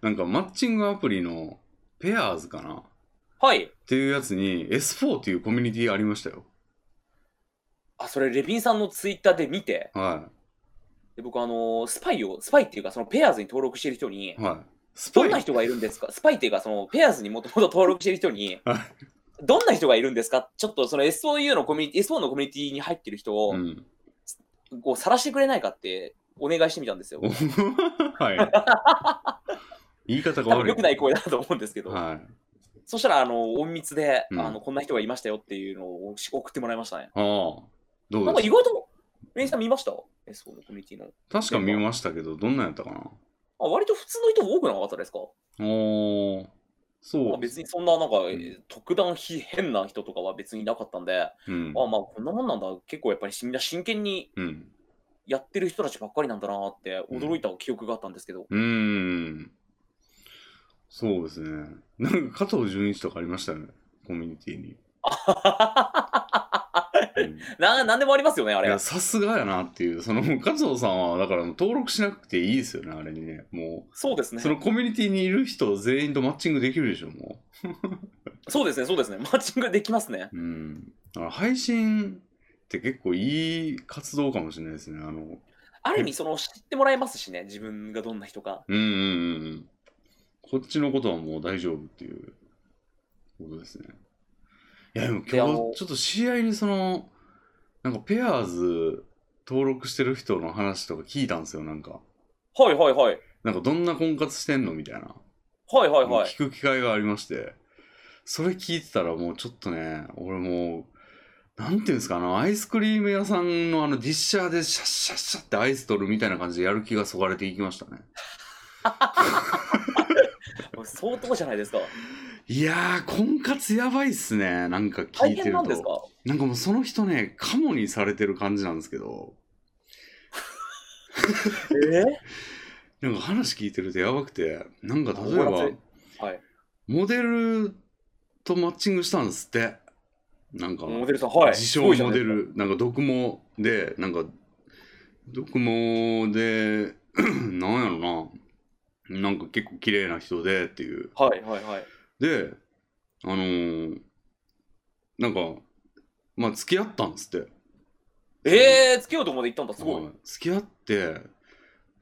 [SPEAKER 1] なんかマッチングアプリのペアーズかなっ
[SPEAKER 2] はい。
[SPEAKER 1] ていうやつに S4 っていうコミュニティありましたよ。
[SPEAKER 2] あ、それレビンさんのツイッターで見て、
[SPEAKER 1] は
[SPEAKER 2] で僕あのースパイを、スパイっていうかそのペアーズに登録してる人に
[SPEAKER 1] い。、はい。ス
[SPEAKER 2] ど
[SPEAKER 1] パ
[SPEAKER 2] んな
[SPEAKER 1] イ
[SPEAKER 2] 人がいるんですかスパイっていうかそのペアーズにもともと登録してる人に
[SPEAKER 1] はい、
[SPEAKER 2] どんな人がいるんですかちょっとその SOU のコミュニティ、SO のコミュニティに入ってる人
[SPEAKER 1] う
[SPEAKER 2] を
[SPEAKER 1] ん。
[SPEAKER 2] こう晒してくれないかってお願いしてみたんですよ
[SPEAKER 1] お。 はい。言い方が悪
[SPEAKER 2] 多分
[SPEAKER 1] い。
[SPEAKER 2] 良くない声だなと思うんですけど、
[SPEAKER 1] は
[SPEAKER 2] そしたらあの隠密で、
[SPEAKER 1] うん
[SPEAKER 2] あのこんな人がいましたよっていうのを送ってもらいましたね。
[SPEAKER 1] い。ああ。ど
[SPEAKER 2] な
[SPEAKER 1] うんで
[SPEAKER 2] か
[SPEAKER 1] す
[SPEAKER 2] 意
[SPEAKER 1] か
[SPEAKER 2] 外と、レイさん見ました ?SO のコミュニティの。
[SPEAKER 1] 確か見ましたけど、どんなんやったかな
[SPEAKER 2] あ割と普通の人多くなかったですか
[SPEAKER 1] おー。
[SPEAKER 2] ま
[SPEAKER 1] そ
[SPEAKER 2] あ別にそんななんか、えー特段ひ変な人とかは別になかったんで、あ
[SPEAKER 1] う。うん。
[SPEAKER 2] まあこんなもんなんだ結構やっぱりみんな真剣に
[SPEAKER 1] うん。
[SPEAKER 2] やってる人たちばっかりなんだなって
[SPEAKER 1] うん
[SPEAKER 2] 驚いた記憶があったんですけど、
[SPEAKER 1] うーん。そうですね。なんか加藤純一とかありましたよね。コミュニティに。うん
[SPEAKER 2] ななんでもありますよ ねあ
[SPEAKER 1] い
[SPEAKER 2] れ
[SPEAKER 1] や、さすがやなっていう。その、加藤さんは、だから登録しなくていいですよね、あれにね。も
[SPEAKER 2] そうです
[SPEAKER 1] う、
[SPEAKER 2] ね
[SPEAKER 1] そ
[SPEAKER 2] そ
[SPEAKER 1] のコミュニティにいる人全員とマッチングできるでしょ、も
[SPEAKER 2] うですねそうですねマッチングできますね
[SPEAKER 1] う。うん。だから配信って結構いい活動かもしれないですね。あの、
[SPEAKER 2] ある意味その知ってもらえますしね自分がどんな人か
[SPEAKER 1] うんうんうんうん。こっちのことはもう大丈夫っていうことですね。いや、でも
[SPEAKER 2] いや
[SPEAKER 1] 今
[SPEAKER 2] も
[SPEAKER 1] 日
[SPEAKER 2] う
[SPEAKER 1] ちょっと知り合いにその、なんかペアーズ登録してる人の話とか聞いたんですよ、なんか。
[SPEAKER 2] はいはいはい。
[SPEAKER 1] なんかどんな婚活してんのみたいな。
[SPEAKER 2] はいはいはい。
[SPEAKER 1] 聞く機会がありまして、それ聞いてたらもうちょっとね、俺もう、なんていうんですか、あの、アイスクリーム屋さんのあの、ディッシャーでシャッシャッシャッってアイス取るみたいな感じでやる気がそがれていきましたね。
[SPEAKER 2] 相当じゃないですか。
[SPEAKER 1] いやー、婚活やばいっすね。なんか聞
[SPEAKER 2] 大
[SPEAKER 1] いてる
[SPEAKER 2] 変
[SPEAKER 1] と。
[SPEAKER 2] なんですか
[SPEAKER 1] なんかもうその人ね、カモにされてる感じなんですけど、
[SPEAKER 2] え
[SPEAKER 1] なんか話聞いてるとやばくて、なんか例え
[SPEAKER 2] あ
[SPEAKER 1] ば
[SPEAKER 2] お、はい。
[SPEAKER 1] モデルとマッチングしたんですって。なんか、
[SPEAKER 2] モデルさん、はい。
[SPEAKER 1] 自
[SPEAKER 2] す
[SPEAKER 1] 称
[SPEAKER 2] ごいじゃ
[SPEAKER 1] モ
[SPEAKER 2] ない
[SPEAKER 1] デ
[SPEAKER 2] ですか。
[SPEAKER 1] ルなんか独毛でなんか独毛で なんやろななんか結構綺麗な人でっていう
[SPEAKER 2] はいはいはい。
[SPEAKER 1] であのーなんかまあ付き合ったんですって
[SPEAKER 2] えー、つけようと思って行ったんだ、すご。
[SPEAKER 1] はいい付き合って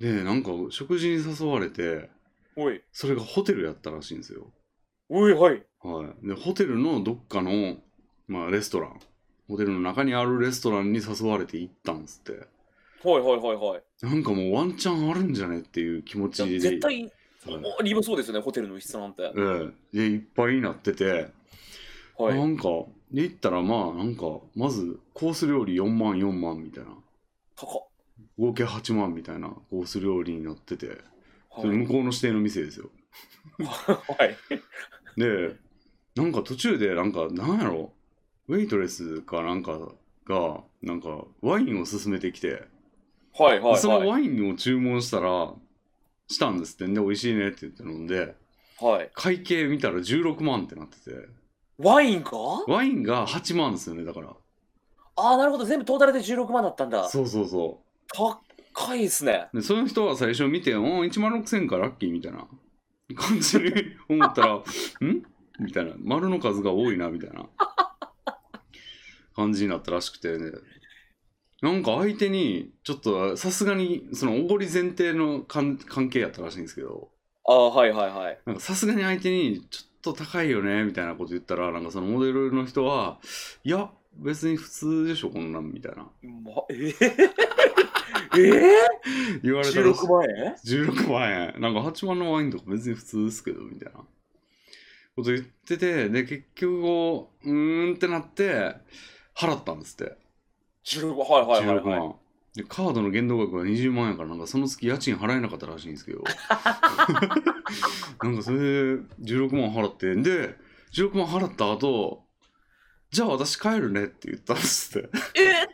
[SPEAKER 1] でなんか食事に誘われて
[SPEAKER 2] おい、
[SPEAKER 1] それがホテルやったらしいんですよ
[SPEAKER 2] おい、はい。
[SPEAKER 1] はい、でホテルのどっかの、まあ、レストランホテルの中にあるレストランに誘われて行ったんですって
[SPEAKER 2] はいはいはいはい。
[SPEAKER 1] なんかもうワンチャンあるんじゃねっていう気持
[SPEAKER 2] じ
[SPEAKER 1] ち
[SPEAKER 2] ゃあ
[SPEAKER 1] で
[SPEAKER 2] 絶対、
[SPEAKER 1] はい
[SPEAKER 2] おリブそうですよね、ホテルの一室なんて。
[SPEAKER 1] ええでいっぱいになってて、
[SPEAKER 2] はい。
[SPEAKER 1] な
[SPEAKER 2] は
[SPEAKER 1] んかで行ったらまあなんかまずコース料理4万4万みたいな
[SPEAKER 2] 高
[SPEAKER 1] 合計8万みたいなコース料理になってて、
[SPEAKER 2] っ。
[SPEAKER 1] それ向こうの指定の店ですよ
[SPEAKER 2] はい。
[SPEAKER 1] でなんか途中でなんかなんやろウェイトレスかなんかがなんかワインを勧めてきて
[SPEAKER 2] はいはい
[SPEAKER 1] その
[SPEAKER 2] は
[SPEAKER 1] ワインを注文したらしたんですってで美味しいねって言って飲んで
[SPEAKER 2] い。はい。
[SPEAKER 1] 会計見たら16万ってなってて
[SPEAKER 2] ワインか
[SPEAKER 1] ワインが8万ですよねだから
[SPEAKER 2] ああ、なるほど。全部トータルで16万だったんだ。
[SPEAKER 1] そうそうそ
[SPEAKER 2] 高いですね。
[SPEAKER 1] うでその人は最初見て「うん1万6000かラッキー」みたいな感じに思ったら「ん?」 みたいな丸の数が多いなみたいな感じになったらしくてねなんか相手にちょっとさすがにそのおごり前提の関関係やったらしいんですけど
[SPEAKER 2] ああ、はいはいはい。
[SPEAKER 1] なんかさすがに相手にちょっと高いよねみたいなこと言ったらなんかそのモデルの人はいや別に普通でしょこんなんみたいな
[SPEAKER 2] ま、えー、 え
[SPEAKER 1] 言われた
[SPEAKER 2] ー、
[SPEAKER 1] らしい
[SPEAKER 2] 16万円
[SPEAKER 1] 16万円なんか8万のワインとか別に普通ですけどみたいなこと言っててで結局こううーんってなって払ったんですって
[SPEAKER 2] ?16 万、はいはいはい、
[SPEAKER 1] 16
[SPEAKER 2] はい。
[SPEAKER 1] 万でカードの限度額が20万円やからなんかその月家賃払えなかったらしいんですけど なんかそれで16万払ってで16万払った後じゃあ私帰るねって言ったんですって
[SPEAKER 2] え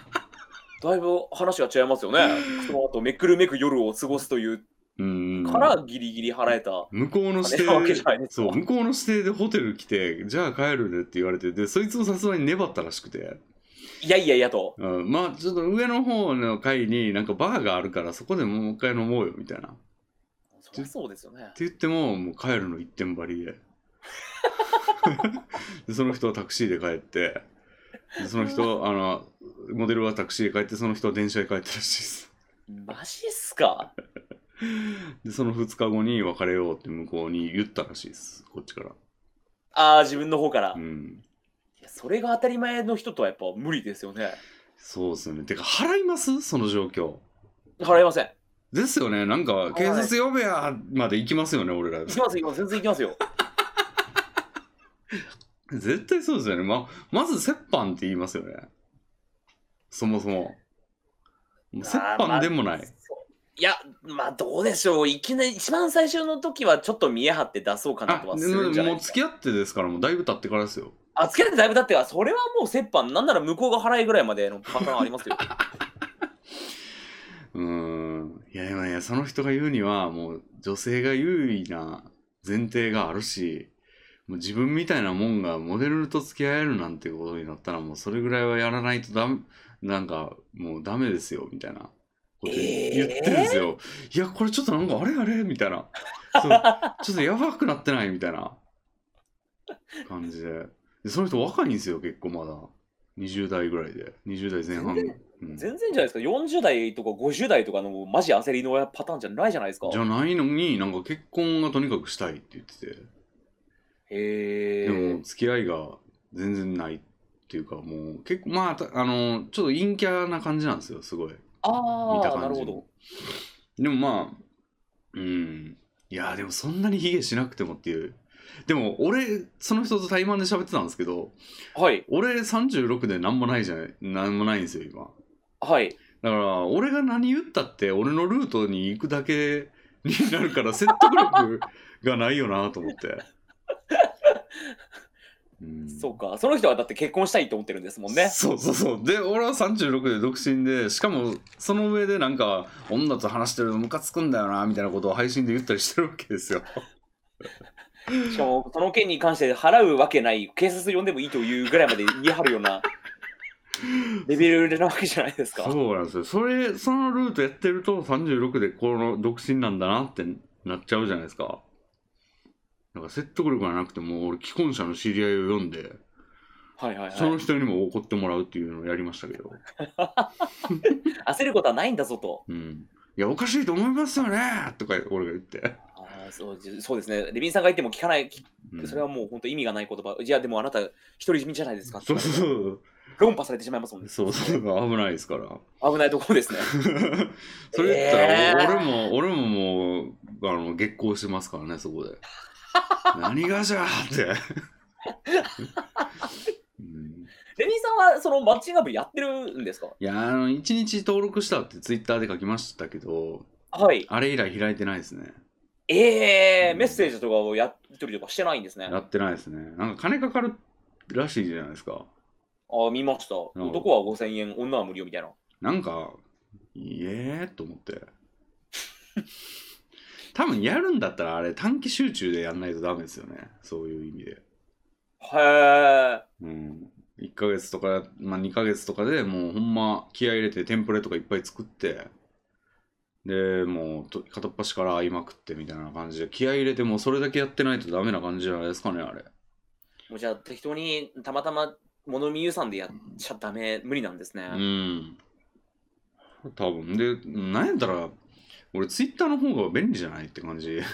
[SPEAKER 2] だいぶ話が違いますよね。その後めくるめく夜を過ごすという
[SPEAKER 1] うーん
[SPEAKER 2] からギリギリ払えた。
[SPEAKER 1] 向こうの指定
[SPEAKER 2] 金なわけじゃないですか
[SPEAKER 1] そう向こうの指定でホテル来てじゃあ帰るねって言われてでそいつもさすがに粘ったらしくて、
[SPEAKER 2] いやいやいやと。
[SPEAKER 1] うん、まあちょっと上の方の階になんかバーがあるからそこでもう一回飲もうよみたいなって
[SPEAKER 2] そりゃそうですよね。
[SPEAKER 1] 言ってももう帰るの一点張りででその人はタクシーで帰ってでその人あのモデルはタクシーで帰ってその人は電車で帰ったらしいです
[SPEAKER 2] マジっすか
[SPEAKER 1] でその2日後に別れようって向こうに言ったらしいですこっちから
[SPEAKER 2] ああ、自分の方から、
[SPEAKER 1] う
[SPEAKER 2] い
[SPEAKER 1] ん
[SPEAKER 2] やそれが当たり前の人とはやっぱ無理ですよね。
[SPEAKER 1] そうですよね。てか、払いますその状況。
[SPEAKER 2] 払いません。
[SPEAKER 1] ですよね。なんか、警察呼べやまで行きますよね、俺ら
[SPEAKER 2] 行。きます、行きます。全然行きま すよ。
[SPEAKER 1] 絶対そうですよね。ま、まず折半って言いますよね。そもそも。もう折半でもな
[SPEAKER 2] あーまあ
[SPEAKER 1] い。
[SPEAKER 2] そういや、まあどうでしょう。いきなり、一番最初の時はちょっと見え張って出そうかな
[SPEAKER 1] あ
[SPEAKER 2] とは、す
[SPEAKER 1] で
[SPEAKER 2] る
[SPEAKER 1] も
[SPEAKER 2] んじゃない
[SPEAKER 1] もう
[SPEAKER 2] ですか。
[SPEAKER 1] 付き合ってですから、もうだいぶ経ってからですよ。
[SPEAKER 2] あ、つけてだいぶだっては、それはもう折半、なんなら向こうが払いぐらいまでのパターンありますよ。
[SPEAKER 1] うーん。いやいやいや、その人が言うには、もう女性が優位な前提があるし、もう自分みたいなもんがモデルと付き合えるなんてことになったら、もうそれぐらいはやらないとダメ、なんかもうダメですよ、みたいなこと言ってるんですよ。いや、これちょっとなんかあれあれみたいな。そうちょっとやばくなってないみたいな感じで。でその人若いんですよ、結構まだ。20代ぐらいで。20代前半
[SPEAKER 2] 全然
[SPEAKER 1] うん
[SPEAKER 2] 全然じゃないですか。40代とか50代とかのマジ焦りのパターンじゃないじゃないですか。
[SPEAKER 1] じゃないのになんか結婚がとにかくしたいって言ってて、
[SPEAKER 2] へ
[SPEAKER 1] で
[SPEAKER 2] え
[SPEAKER 1] も。付き合いが全然ないっていうかもう結構まあたあのちょっと陰キャな感じなんですよすごい
[SPEAKER 2] あ
[SPEAKER 1] 見た
[SPEAKER 2] あ、な
[SPEAKER 1] 感
[SPEAKER 2] る
[SPEAKER 1] じ
[SPEAKER 2] ほど。
[SPEAKER 1] でもまあうんいやでもそんなにヒゲしなくてもっていうでも俺その人と対マンで喋ってたんですけど
[SPEAKER 2] はい。
[SPEAKER 1] 俺36で何もないじゃない何もないんですよ今
[SPEAKER 2] はい。
[SPEAKER 1] だから俺が何言ったって俺のルートに行くだけになるから説得力がないよなと思って、うん
[SPEAKER 2] そうか。その人はだって結婚したいと思ってるんですもんね。
[SPEAKER 1] そうそうそうで俺は36で独身でしかもその上でなんか女と話してるのムカつくんだよなみたいなことを配信で言ったりしてるわけですよ
[SPEAKER 2] しかも、その件に関して払うわけない、警察呼んでもいいというぐらいまで言い張るよ うなレベルなわけじゃないですか。
[SPEAKER 1] そうなんですよそれそのルートやってると36でこの独身なんだなってなっちゃうじゃないですかだから説得力がなくてもう俺既婚者の知り合いを呼んで
[SPEAKER 2] はいはいはい。
[SPEAKER 1] その人にも怒ってもらうっていうのをやりましたけど、
[SPEAKER 2] 焦ることはないんだぞと。
[SPEAKER 1] うん、いやおかしいと思いますよねとか俺が言って、
[SPEAKER 2] あーそうじそうですね。レビンさんが言っても聞かない、き
[SPEAKER 1] うん
[SPEAKER 2] それはもう本当意味がない言葉。いや、でもあなた、独り身じゃないですかって
[SPEAKER 1] そうそう
[SPEAKER 2] 論破されてしまいます もんね。
[SPEAKER 1] そうそうそう危ないですから
[SPEAKER 2] 危ないところですね。
[SPEAKER 1] それ言ったら、
[SPEAKER 2] えー
[SPEAKER 1] 俺も俺ももうあの激高してますからねそ こで何がじゃーって、 うん
[SPEAKER 2] レビンさんはそのマッチングアプリやってるんですか
[SPEAKER 1] いやあの1日登録したってツイッターで書きましたけど
[SPEAKER 2] はい。
[SPEAKER 1] あれ以来開いてないですね
[SPEAKER 2] ええ
[SPEAKER 1] うん
[SPEAKER 2] メッセージとかをやっとりとかしてないんですね。
[SPEAKER 1] やってないですねなんか金かかるらしいじゃないですか
[SPEAKER 2] ああ、見ました。
[SPEAKER 1] ん
[SPEAKER 2] 男は5000円、女は無料みたいな。
[SPEAKER 1] なんか、いえーと思って。 多分やるんだったらあれ短期集中でやんないとダメですよね。そういう意味で。
[SPEAKER 2] へえ。
[SPEAKER 1] うん。1ヶ月とか、まあ、2ヶ月とかでもうほんま気合い入れてテンプレとかいっぱい作って、で、もうと片っ端から会いまくってみたいな感じで気合い入れてもうそれだけやってないとダメな感じじゃないですかね、あれ。
[SPEAKER 2] もうじゃあ適当にたまたま物見ゆさんでやっちゃダメ、無理なんですね。
[SPEAKER 1] うん。多分。で、なんやったら、俺、ツイッターの方が便利じゃないって感じ。で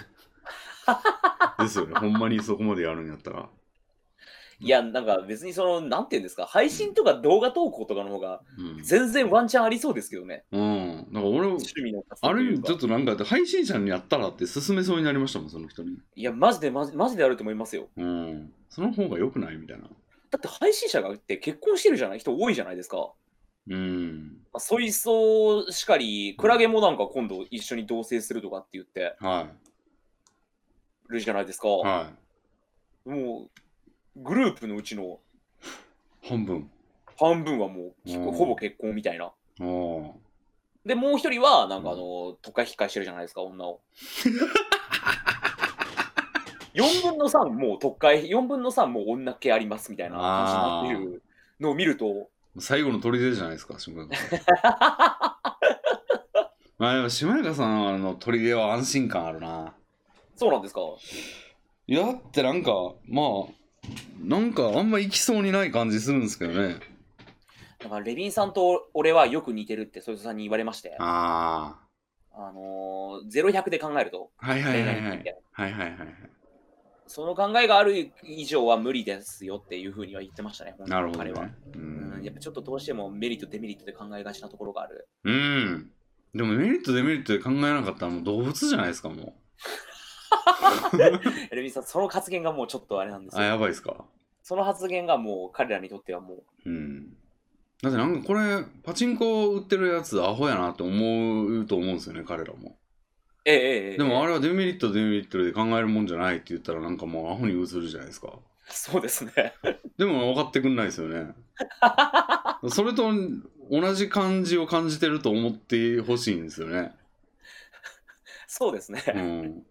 [SPEAKER 1] すよね。ほんまにそこまでやるんやったら。
[SPEAKER 2] いや、なんか別にその、なんていうんですか、配信とか動画投稿とかの方が
[SPEAKER 1] うん。
[SPEAKER 2] 全然ワンチャンありそうですけどね。
[SPEAKER 1] うん、だから俺、
[SPEAKER 2] 趣味の活動
[SPEAKER 1] あ
[SPEAKER 2] と
[SPEAKER 1] る
[SPEAKER 2] い
[SPEAKER 1] 意
[SPEAKER 2] う
[SPEAKER 1] 味、
[SPEAKER 2] か
[SPEAKER 1] ちょっとなんか、配信者にやったらって勧めそうになりましたもん、その人に。
[SPEAKER 2] いや、マジでマジマジであると思いますよ。
[SPEAKER 1] うん。その方が良くないみたいな。
[SPEAKER 2] だって配信者がって結婚してるじゃない人多いじゃないですか。
[SPEAKER 1] うん。
[SPEAKER 2] まあ、ソイソーしかり、クラゲもなんか今度一緒に同棲するとかって言って
[SPEAKER 1] は
[SPEAKER 2] るじゃないですか。
[SPEAKER 1] い。は
[SPEAKER 2] もう、グループのうちの
[SPEAKER 1] い。半分。
[SPEAKER 2] 半分はもう、結
[SPEAKER 1] う
[SPEAKER 2] 婚
[SPEAKER 1] ん
[SPEAKER 2] ほぼ結婚みたいな。
[SPEAKER 1] ああ。
[SPEAKER 2] で、もう一人は、なんかあの、とか引っかえしてるじゃないですか、女を。4分の3もう特会、4分の3もう女系ありますみたいな感じになってるのを見ると、
[SPEAKER 1] 最後の砦じゃないですか、下中さん。まあでも、下中さんの砦は安心感あるな。
[SPEAKER 2] そうなんですか。
[SPEAKER 1] いやだってなんかまあなんかあんま行きそうにない感じするんですけどね
[SPEAKER 2] だからレビンさんと俺はよく似てるって、ソイソーさんに言われまして、あ
[SPEAKER 1] あ
[SPEAKER 2] のー、0100で考えると、
[SPEAKER 1] あはいはいはいは
[SPEAKER 2] 恋愛みた
[SPEAKER 1] い
[SPEAKER 2] いな
[SPEAKER 1] はいはいはいはい
[SPEAKER 2] その考えがある以上は無理ですよっていうふうには言ってましたね、本当
[SPEAKER 1] な
[SPEAKER 2] に
[SPEAKER 1] るほど
[SPEAKER 2] 彼は。
[SPEAKER 1] ねう
[SPEAKER 2] うん、や
[SPEAKER 1] ん
[SPEAKER 2] っぱちょっとどうしてもメリット、デメリットで考えがちなところがある。
[SPEAKER 1] うんでもメリットデメリットで考えなかったらもう動物じゃないですかも
[SPEAKER 2] レビンさん、その発言がもうちょっとあれなんで
[SPEAKER 1] う
[SPEAKER 2] す
[SPEAKER 1] あ
[SPEAKER 2] よ。
[SPEAKER 1] やばいですか
[SPEAKER 2] その発言がもう彼らにとってはも
[SPEAKER 1] う
[SPEAKER 2] う、
[SPEAKER 1] んだってなんかこれパチンコ売ってるやつアホやなって思うと思うんですよね彼らも
[SPEAKER 2] ええええええ、
[SPEAKER 1] でもあれはデメリットデメリットで考えるもんじゃないって言ったらなんかもうアホに映るじゃないですか
[SPEAKER 2] そうですね。
[SPEAKER 1] でも分かってくんないですよ ね。それと同じ感じを感じてると思ってほしいんですよね。
[SPEAKER 2] そうですね。
[SPEAKER 1] うん。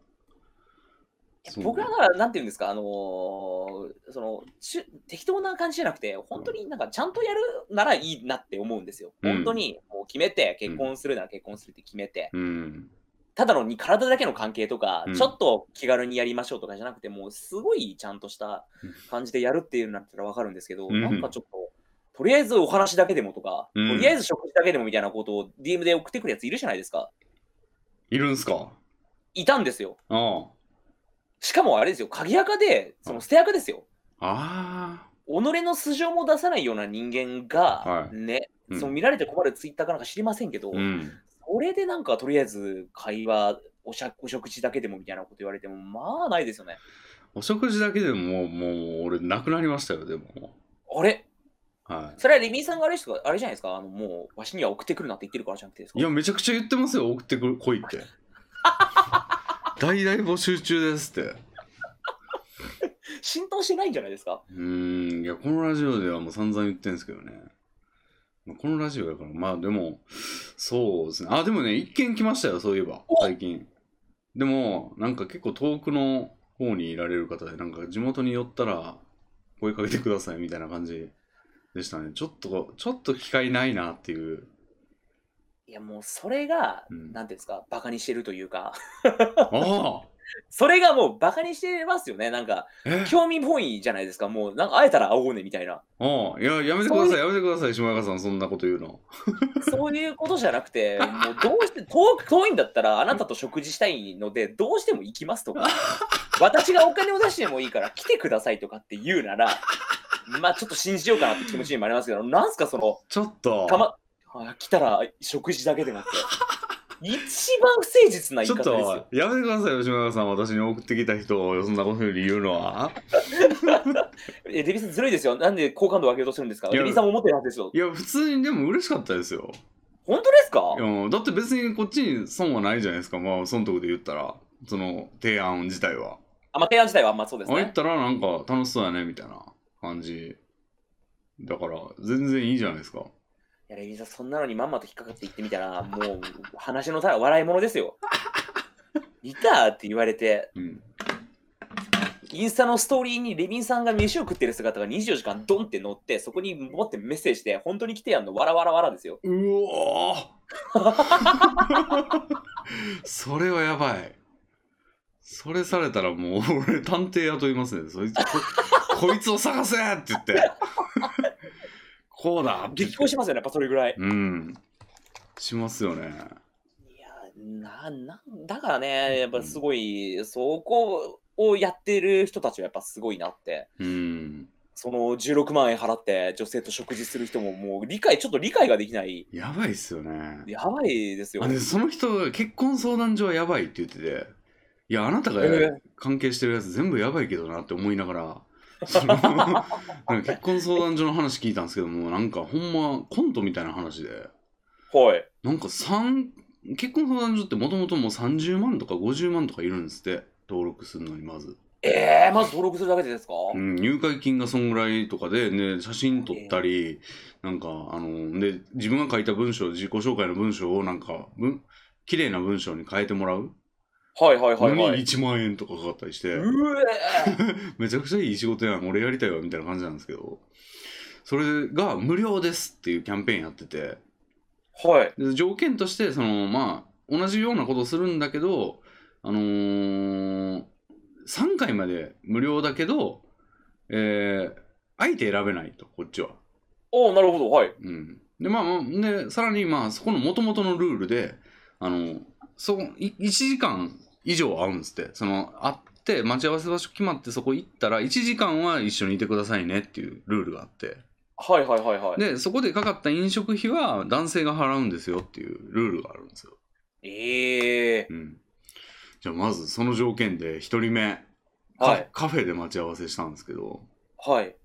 [SPEAKER 1] そう
[SPEAKER 2] 僕らなら、なんていうんですか、あのーそのちゅ適当な感じじゃなくて、本当になんかちゃんとやるならいいなって思うんですよ。
[SPEAKER 1] うん
[SPEAKER 2] 本当にもう決めて、結婚するなら結婚するって決めて、
[SPEAKER 1] うん。
[SPEAKER 2] ただのに体だけの関係とか、
[SPEAKER 1] うん
[SPEAKER 2] ちょっと気軽にやりましょうとかじゃなくて、もうすごいちゃんとした感じでやるっていうのだったらわかるんですけど、
[SPEAKER 1] うん
[SPEAKER 2] なんかちょっと。とりあえずお話だけでもとか、
[SPEAKER 1] うん
[SPEAKER 2] とりあえず食事だけでもみたいなことを DM で送ってくるやついるじゃないですか。
[SPEAKER 1] いるんすか
[SPEAKER 2] いたんですよ。
[SPEAKER 1] あ
[SPEAKER 2] しかもあれですよ、鍵垢で、その捨て垢ですよ。
[SPEAKER 1] あ。あ
[SPEAKER 2] 己の素性も出さないような人間
[SPEAKER 1] は、
[SPEAKER 2] が
[SPEAKER 1] い
[SPEAKER 2] ね、
[SPEAKER 1] あ。うん
[SPEAKER 2] その見られて困るツイッターかなんか知りませんけど、
[SPEAKER 1] うん。
[SPEAKER 2] それでなんかとりあえず会話おしゃ、お食事だけでもみたいなこと言われても、まあないですよね。
[SPEAKER 1] お食事だけでもう、もう、俺、なくなりましたよ、でも。
[SPEAKER 2] あれ
[SPEAKER 1] は
[SPEAKER 2] それはレミーさんがあれですかあれじゃないですかあのもうわしには送ってくるなって言ってるからじゃなくてです
[SPEAKER 1] い。
[SPEAKER 2] か
[SPEAKER 1] いや、めちゃくちゃ言ってますよ、送ってくる来い って。大々募集中ですって。
[SPEAKER 2] 浸透してないんじゃないですか
[SPEAKER 1] うーん、いや、このラジオではもう散々言ってんですけどね。まあこのラジオやから、まあでも、そうですね。あ、でもね、一件来ましたよ、そういえば、最近。でも、なんか結構遠くの方にいられる方で、なんか地元に寄ったら声かけてくださいみたいな感じでしたね。ちょっと、ちょっと機会ないなっていう。
[SPEAKER 2] いやもうそれが、
[SPEAKER 1] うん
[SPEAKER 2] なんていうんですかバカにしてるというか
[SPEAKER 1] ああ
[SPEAKER 2] それがもうバカにしてますよねなんか
[SPEAKER 1] え
[SPEAKER 2] 興味本位じゃないですかもうなんか会えたら会おうねみたいな
[SPEAKER 1] ああいや、やめてください、やめてください、下中さん、そんなこと言うの。
[SPEAKER 2] そういうことじゃなく てもうどうして遠く遠いんだったらあなたと食事したいのでどうしても行きますとか私がお金を出してもいいから来てくださいとかって言うならまあちょっと信じようかなって気持ちにもありますけどなんすかその
[SPEAKER 1] ちょっと、
[SPEAKER 2] たま、あ来たら食事だけでなくて。一番不誠実な
[SPEAKER 1] ち
[SPEAKER 2] 言
[SPEAKER 1] ょ
[SPEAKER 2] い
[SPEAKER 1] っ
[SPEAKER 2] 方ですよ
[SPEAKER 1] と。、やめてくださいよ、吉村さん、私に送ってきた人を、そんなことより言うのは。
[SPEAKER 2] え、デビさんずるいですよ。なんで好感度を上げようとするんですか
[SPEAKER 1] いや
[SPEAKER 2] デビさんも思ってるはずですよ
[SPEAKER 1] い。や、普通にでも嬉しかったですよ。
[SPEAKER 2] 本当ですか
[SPEAKER 1] いやだって別にこっちに損はないじゃないですか、まあ、損得で言ったら、その提案自体は。
[SPEAKER 2] あ、まあ、提案自体はあんまそうです
[SPEAKER 1] あ、言っ
[SPEAKER 2] ね。
[SPEAKER 1] たら、なんか楽しそうやね、みたいな感じ。だから、全然いいじゃないですか。
[SPEAKER 2] いや、デビさん、そんなのにまんまと引っかかって言ってみたら、もう、話のたら笑い物ですよ。いたって言われて、
[SPEAKER 1] うん。
[SPEAKER 2] インスタのストーリーにレビンさんが飯を食ってる姿が24時間ドンって載って、そこに持ってメッセージで、本当に来てやんの、わらわらわらですよ。
[SPEAKER 1] うおー それはやばい。それされたらもう俺探偵雇いますね。そいつここいつを探せって言って。こうだって言っ
[SPEAKER 2] 激
[SPEAKER 1] て
[SPEAKER 2] 高しますよね、やっぱそれぐらい。
[SPEAKER 1] うん。しますよね。
[SPEAKER 2] いやななんだからね、やっぱすごい、そこをやってる人たちはやっぱすごいなって、
[SPEAKER 1] うん。
[SPEAKER 2] その16万円払って女性と食事する人ももう理解、ちょっと理解ができない、
[SPEAKER 1] やばいっすよね。
[SPEAKER 2] やばいですよ
[SPEAKER 1] あ。でその人が結婚相談所はやばいって言ってて、いや、あなたが
[SPEAKER 2] え
[SPEAKER 1] 関係してるやつ全部やばいけどなって思いなが ら、そのなんか結婚相談所の話聞いたんですけども、なんかほんまコントみたいな話で、
[SPEAKER 2] はい。
[SPEAKER 1] なんか三結婚相談所ってもともともう30万とか50万とかいるんですって、登録するのにまず。
[SPEAKER 2] えー、まず登録するだけでですか、
[SPEAKER 1] うん、入会金がそんぐらいとかで、ね、写真撮ったり、なんか、あの、で、自分が書いた文章、自己紹介の文章をなんか、文綺麗な文章に変えてもらう
[SPEAKER 2] はいはいはい
[SPEAKER 1] の
[SPEAKER 2] は
[SPEAKER 1] に
[SPEAKER 2] い。
[SPEAKER 1] 1万円とかかかったりして、
[SPEAKER 2] うえ
[SPEAKER 1] めちゃくちゃいい仕事やん俺やりたいわみたいな感じなんですけどそれが無料ですっていうキャンペーンやってて
[SPEAKER 2] ー、はい。
[SPEAKER 1] で条件としてそのまあ同じようなことするんだけどあのー、3回まで無料だけどえー、相手選べないとこっちは
[SPEAKER 2] おおなるほど、はい。
[SPEAKER 1] うんでまあまあでさらにまあそこの元々のルールであのそい1時間以上会うんですってその会って待ち合わせ場所決まってそこ行ったら1時間は一緒にいてくださいねっていうルールがあって
[SPEAKER 2] はいはいはいはい。
[SPEAKER 1] でそこでかかった飲食費は男性が払うんですよっていうルールがあるんですよ、
[SPEAKER 2] ええ
[SPEAKER 1] うん、じゃあまずその条件で1人目
[SPEAKER 2] ー、
[SPEAKER 1] カ,、
[SPEAKER 2] はい。
[SPEAKER 1] カフェで待ち合わせしたんですけど
[SPEAKER 2] はい。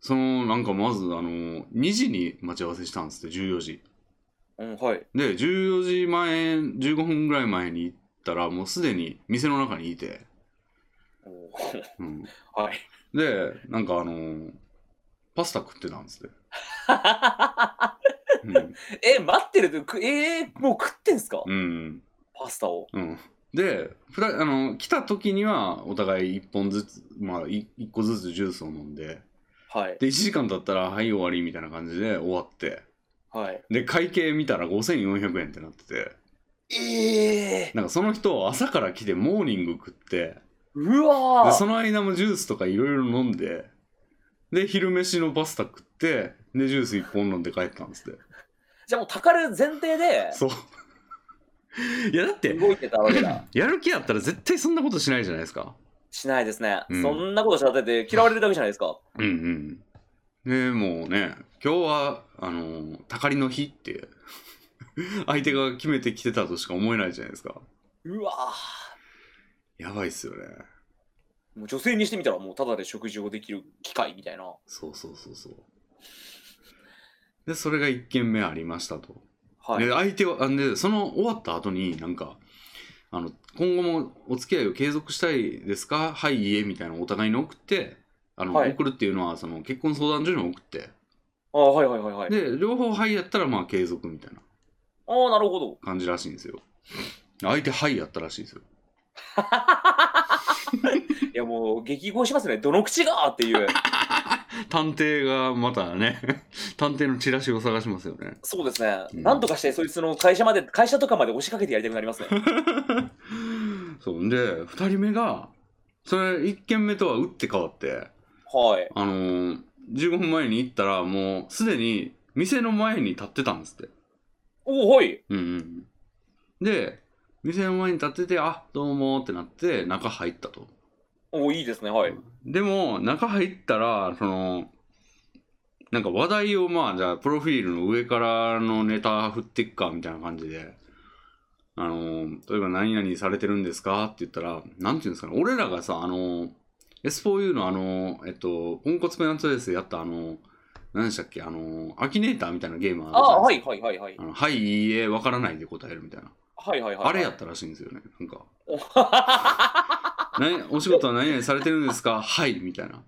[SPEAKER 1] そのなんかまずあの2時に待ち合わせしたんですって14時
[SPEAKER 2] うん、はい。
[SPEAKER 1] で14時前15分ぐらい前に行ったらもうすでに店の中にいて、
[SPEAKER 2] おー
[SPEAKER 1] うん、
[SPEAKER 2] はい。
[SPEAKER 1] でなんかあのーパスタ食ってたんですね、
[SPEAKER 2] え、待ってると、くえー、もう食ってんすか、
[SPEAKER 1] うんうん
[SPEAKER 2] パスタを。
[SPEAKER 1] うん、でふたあの来た時にはお互い1本ずつまあ1個ずつジュースを飲んで
[SPEAKER 2] はい。
[SPEAKER 1] で1時間経ったらはい終わりみたいな感じで終わって
[SPEAKER 2] はい。
[SPEAKER 1] で会計見たら5400円ってなってて
[SPEAKER 2] ええ
[SPEAKER 1] なんかその人朝から来てモーニング食って
[SPEAKER 2] うわ
[SPEAKER 1] で
[SPEAKER 2] ー
[SPEAKER 1] その間もジュースとかいろいろ飲んでで昼飯のパスタ食ってでジュース1本飲んで帰ったんですって
[SPEAKER 2] じゃあもうたかる前提で
[SPEAKER 1] そういやだって
[SPEAKER 2] 動いてたわけだ。
[SPEAKER 1] やる気やったら絶対そんなことしないじゃないですか
[SPEAKER 2] しないですね。
[SPEAKER 1] うん
[SPEAKER 2] そんなことしちゃってて嫌われるだけじゃないですか。
[SPEAKER 1] うんうん。ねもうね、今日は、あのー、たかりの日って、 相手が決めてきてたとしか思えないじゃないですか。
[SPEAKER 2] うわ
[SPEAKER 1] やばいっすよね。
[SPEAKER 2] ぁ。もう女性にしてみたらもうただで食事をできる機会みたいな。
[SPEAKER 1] そうそうそうそう。で、それが1件目ありましたと。
[SPEAKER 2] はい。
[SPEAKER 1] で、相手は、あんで、その終わった後になんか、あの、今後もお付き合いを継続したいですかはい、いいえ、みたいなのをお互いに送って、あの、
[SPEAKER 2] はい
[SPEAKER 1] 送るっていうのは、その、結婚相談所に送って、
[SPEAKER 2] あはいはいはいはい。
[SPEAKER 1] で、両方はいやったら、まあ、継続みたいな。
[SPEAKER 2] ああ、なるほど。
[SPEAKER 1] 感じらしいんですよ相手はいやったらしいですよ
[SPEAKER 2] いやもう激高しますね。どの口がっていう。
[SPEAKER 1] 探偵がまたね 探偵のチラシを探しますよね
[SPEAKER 2] そうですね。
[SPEAKER 1] うん
[SPEAKER 2] なんとかしてそいつの会社まで、会社とかまで押しかけてやりたくなりますね。
[SPEAKER 1] そうんで2人目がそれ1件目とは打って変わって
[SPEAKER 2] はい。
[SPEAKER 1] あのー、15分前に行ったらもうすでに店の前に立ってたんですって
[SPEAKER 2] おお、はい。
[SPEAKER 1] うんうんうんで店の前に立っててあどうもってなって中入ったと
[SPEAKER 2] おお、いいですね。はい。
[SPEAKER 1] でも中入ったらそのなんか話題をまあじゃあプロフィールの上からのネタ振っていくかみたいな感じであの例えば何々されてるんですかって言ったらなんていうんですかね俺らがさあの S4U のあのえっとポンコツペナントレースでやったあの何でしたっけあのアキネーターみたいなゲームある
[SPEAKER 2] ああ、
[SPEAKER 1] じゃな
[SPEAKER 2] はいいはいはいはい
[SPEAKER 1] ですか。あのはいいいえわからないで答えるみたいな
[SPEAKER 2] はいはいはい。
[SPEAKER 1] あれやったらしいんですよねなん か何お仕事は何々されてるんですかはいみたいな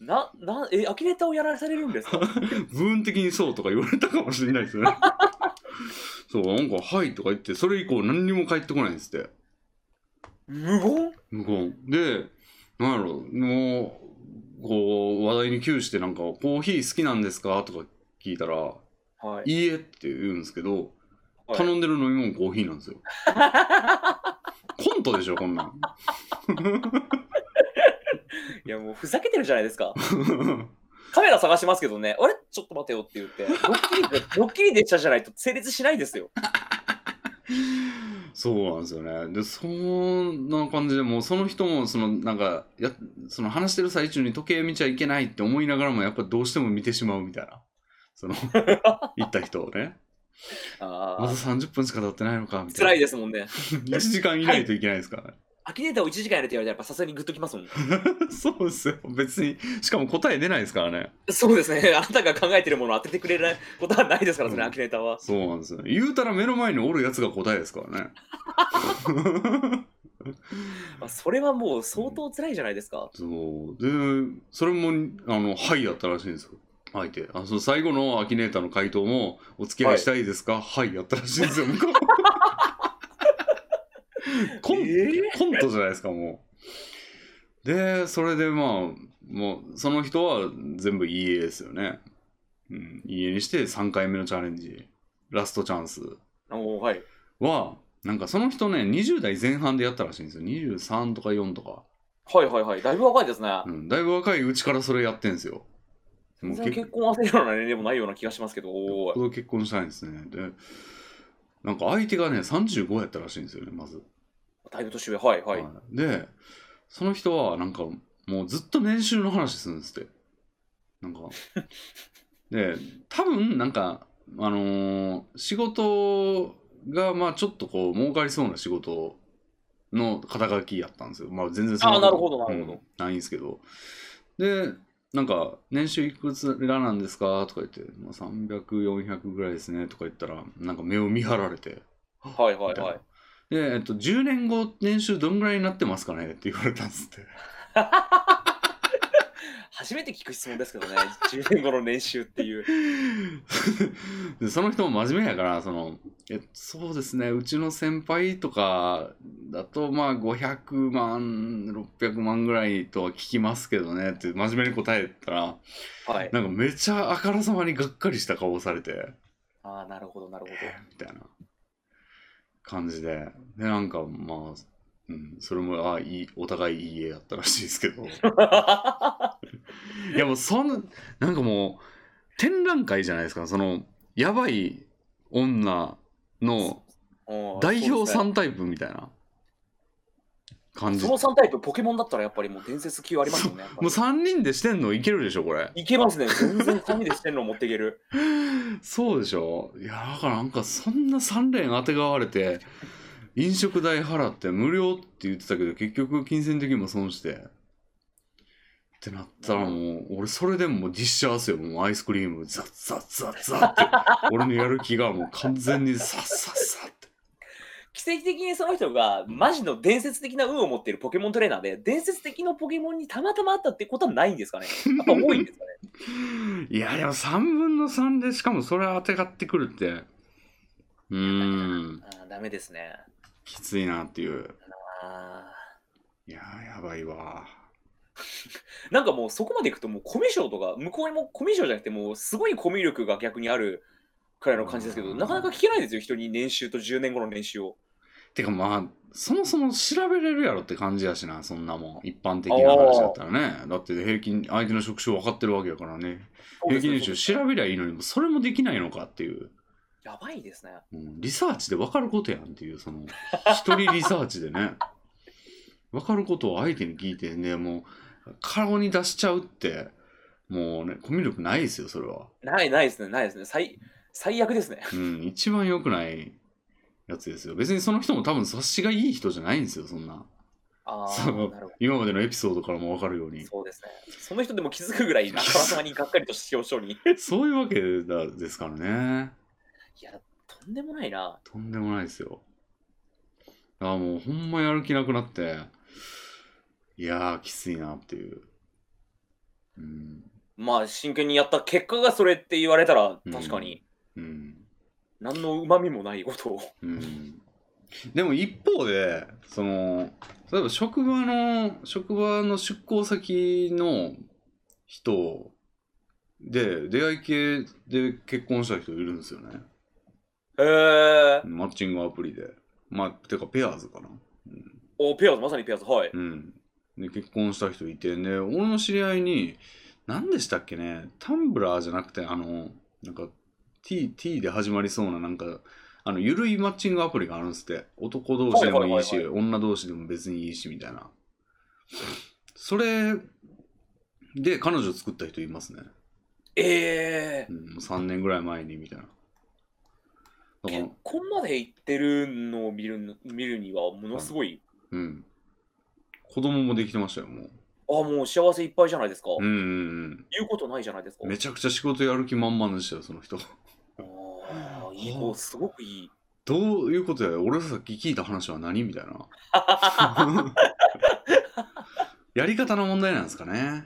[SPEAKER 2] な、な、え、アキネタをやらされるんですか
[SPEAKER 1] 部分的にそうとか言われたかもしれないです ね。そう、なんか、はいとか言って、それ以降何にも返ってこないんですって。
[SPEAKER 2] 無言
[SPEAKER 1] 向こう。で、なんやろ、もう、こう、話題に窮して、なんか、コーヒー好きなんですかとか聞いたら、
[SPEAKER 2] はい。
[SPEAKER 1] いいえって言うんですけど、
[SPEAKER 2] はい
[SPEAKER 1] 頼んでる飲み物コーヒーなん ですよ。コントでしょ、こんなん。
[SPEAKER 2] いやもうふざけてるじゃないですか。カメラ探してますけどね、あれちょっと待てよって言って、ドッキリで、ドッキリでしたじゃないと成立しないですよ。
[SPEAKER 1] そうなんですよね。で、そんな感じでもう、その人も、その、なんか、や、その話してる最中に時計見ちゃいけないって思いながらも、やっぱどうしても見てしまうみたいな。そ の、行った人をね。
[SPEAKER 2] あ
[SPEAKER 1] まだ
[SPEAKER 2] あ、
[SPEAKER 1] 30分しか経ってないのか、みたいな。
[SPEAKER 2] 辛いですもんね。
[SPEAKER 1] 1時間以内といけないですからね。
[SPEAKER 2] アキネーターを1時間やれって言われたらやっぱさすがにグッときますもん。
[SPEAKER 1] そうですよ。別に、しかも答え出ないですからね。
[SPEAKER 2] そうですね、あ なたが考えてるものを当ててくれないことはないですからね、
[SPEAKER 1] うん
[SPEAKER 2] アキネーターは。
[SPEAKER 1] そうなんですよ、ね。言うたら目の前におるやつが答えですから ね。
[SPEAKER 2] まあ、それはもう相当辛いじゃないですか。
[SPEAKER 1] そう。で、それも、あの、はいやったらしいんですよ。相手。あその最後のアキネーターの回答も、お付き合いしたいですかはい、やったらしいんですよ、 向こうコン、
[SPEAKER 2] えー
[SPEAKER 1] コントじゃないですか、もう。で、それでまあ、もう、その人は全部いいえですよね。うん、いいえにして3回目のチャレンジ。ラストチャンス
[SPEAKER 2] おーはい。
[SPEAKER 1] は、なんかその人ね、20代前半でやったらしいんですよ。23とか4とか。
[SPEAKER 2] はいはいはい。だいぶ若いですね。
[SPEAKER 1] うん、だいぶ若いうちからそれやってんすよ。も
[SPEAKER 2] 全
[SPEAKER 1] う
[SPEAKER 2] 然
[SPEAKER 1] 結
[SPEAKER 2] 結婚を焦るような年齢でもないような気がしますけど、おー
[SPEAKER 1] 構結婚したいんですね。で、なんか相手がね、35やったらしいんですよね、まず。
[SPEAKER 2] だいぶ年上、はいはい。
[SPEAKER 1] はいで、その人は、なんか、もうずっと年収の話するんですって。 なんか。で、多分、なんか、あのー仕事が、まあちょっとこう、儲かりそうな仕事の肩書きやったんですよ。まあ全然そん
[SPEAKER 2] あーなるほどなるほど
[SPEAKER 1] うんないんですけど。で、なんか、年収いくつらなんですかとか言って、まあ、300、400ぐらいですねとか言ったら、なんか目を見張られて、
[SPEAKER 2] はいはい
[SPEAKER 1] みたい
[SPEAKER 2] は。
[SPEAKER 1] ないで、えっと、10年後、年収どんぐらいになってますかねって言われたんですって。
[SPEAKER 2] 初めて聞く質問ですけどね、10年後の年収っていう。
[SPEAKER 1] で、その人も真面目やから、その、えそうですね、うちの先輩とかだと、まあ、500万、600万ぐらいとは聞きますけどねって、真面目に答えたら、
[SPEAKER 2] はい。
[SPEAKER 1] なんかめちゃあからさまにがっかりした顔をされて、
[SPEAKER 2] ああ、なるほどなるほど。
[SPEAKER 1] みたいな感じで、で、なんかまあ、ううん、それもあいいお互いいい絵だったらしいですけ どいやもうそんななんかもう展覧会じゃないですかそのやばい女の
[SPEAKER 2] うん
[SPEAKER 1] 代表
[SPEAKER 2] そうですね
[SPEAKER 1] 3タイプみたいな感じ
[SPEAKER 2] そ
[SPEAKER 1] も
[SPEAKER 2] の3タイプ、ポケモンだったらやっぱりもう伝説級ありますよね。やっぱり
[SPEAKER 1] う3人でしてんのいけるでしょこれ
[SPEAKER 2] いけますね。全然紙でしてんの持っていける。
[SPEAKER 1] そうでしょいやだからなんかそんな3連あてがわれて飲食代払って無料って言ってたけど結局金銭的にも損してってなったらもう俺それでももうディッシャーすよもうアイスクリームザッザッザッザッって俺のやる気がもう完全にサッサッサッって
[SPEAKER 2] 奇跡的にその人がマジの伝説的な運を持っているポケモントレーナーで、伝説的なポケモンにたまたまあったってことはないんですかね。やっぱ多いんですかね。
[SPEAKER 1] いやでも3分の3でしかもそれ当てがってくるってうーん
[SPEAKER 2] あーダメですね。
[SPEAKER 1] きついなっていう
[SPEAKER 2] あ
[SPEAKER 1] いやーやばいわ
[SPEAKER 2] ーなんかもうそこまでいくともうコミュ障とか、向こうにもコミュ障じゃなくてもうすごいコミュ力が逆にあるくらいの感じですけど、
[SPEAKER 1] うん
[SPEAKER 2] なかなか聞けないですよ、人に年収と10年後の年収を。
[SPEAKER 1] てかまあそもそも調べれるやろって感じやしなそんなもん一般的な話だったらねだって平均相手の職種分かってるわけやからね平均年収調べりゃいいのにもそれもできないのかっていう、
[SPEAKER 2] やばいですね。
[SPEAKER 1] うんリサーチで分かることやんっていうその一人リサーチでね 分かることを相手に聞いてねもう顔に出しちゃうってもうねコミュ力ないですよそれは、
[SPEAKER 2] ないないですね、ないですね。最最悪ですね。
[SPEAKER 1] うん、一番良くないやつですよ別にその人も多分察しがいい人じゃないんですよそんな
[SPEAKER 2] ああ、
[SPEAKER 1] そう
[SPEAKER 2] なるほど。
[SPEAKER 1] 今までのエピソードからも分かるように
[SPEAKER 2] そうですね。その人でも気づくぐらい、あからさまにがっかりとして表彰に。い
[SPEAKER 1] そういうわけだですからね。
[SPEAKER 2] や、とんでもないな。
[SPEAKER 1] とんでもないですよ。あもうほんまやる気なくなって、いやー、きついなっていう。うん。
[SPEAKER 2] まあ、真剣にやった結果がそれって言われたら
[SPEAKER 1] う、ん
[SPEAKER 2] 確かに、
[SPEAKER 1] うん。
[SPEAKER 2] 何のうまみもな いことを。
[SPEAKER 1] うん。でも一方で、その、例えば職場の、職場の出向先の人で、出会い系で結婚した人いるんですよね。
[SPEAKER 2] へえ。
[SPEAKER 1] マッチングアプリで。まあ、てか、ペアーズかな。うん
[SPEAKER 2] お、ペアーズ、まさにペアーズ、はい。
[SPEAKER 1] うん、で結婚した人いてね俺の知り合いに何でしたっけねタンブラーじゃなくてあのなんか T, T で始まりそうななんかあのゆるいマッチングアプリがあるんですって男同士でもいいし、
[SPEAKER 2] はい
[SPEAKER 1] 女同士でも別にいいしみたいなそれで彼女作った人いますね、
[SPEAKER 2] ええ
[SPEAKER 1] うん、もう3年ぐらい前にみたいなだから
[SPEAKER 2] 結婚まで行ってるのを見るの見るには、ものすごい、
[SPEAKER 1] うん子供もできてましたよもう
[SPEAKER 2] ああ、もう幸せいっぱいじゃないですか。
[SPEAKER 1] うんうん
[SPEAKER 2] 言うことないじゃないですか
[SPEAKER 1] うん。めちゃくちゃ仕事やる気満々でしたよその人
[SPEAKER 2] ああ、いい子、すごくいい。
[SPEAKER 1] どういうことや俺がさっき聞いた話は何みたいな。 やり方の問題なんですかね。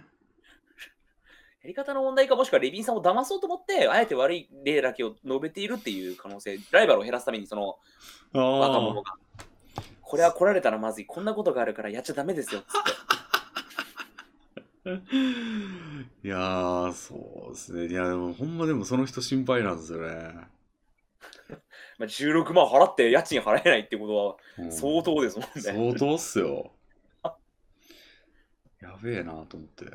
[SPEAKER 2] やり方の問題か、もしくはレビンさんを騙そうと思って、あえて悪い例だけを述べているっていう可能性、ライバルを減らすために、その
[SPEAKER 1] あ
[SPEAKER 2] 若
[SPEAKER 1] あ
[SPEAKER 2] 者が、これは来られたらまずい、こんなことがあるからやっちゃダメですよっつって。
[SPEAKER 1] いやー、そうですね。いや、でもほんまでもその人心配なんですよね。
[SPEAKER 2] まあ、16万払って家賃払えないってこと
[SPEAKER 1] うん
[SPEAKER 2] は相当ですもんね。
[SPEAKER 1] 相当っすよ。 やべえなと思って。い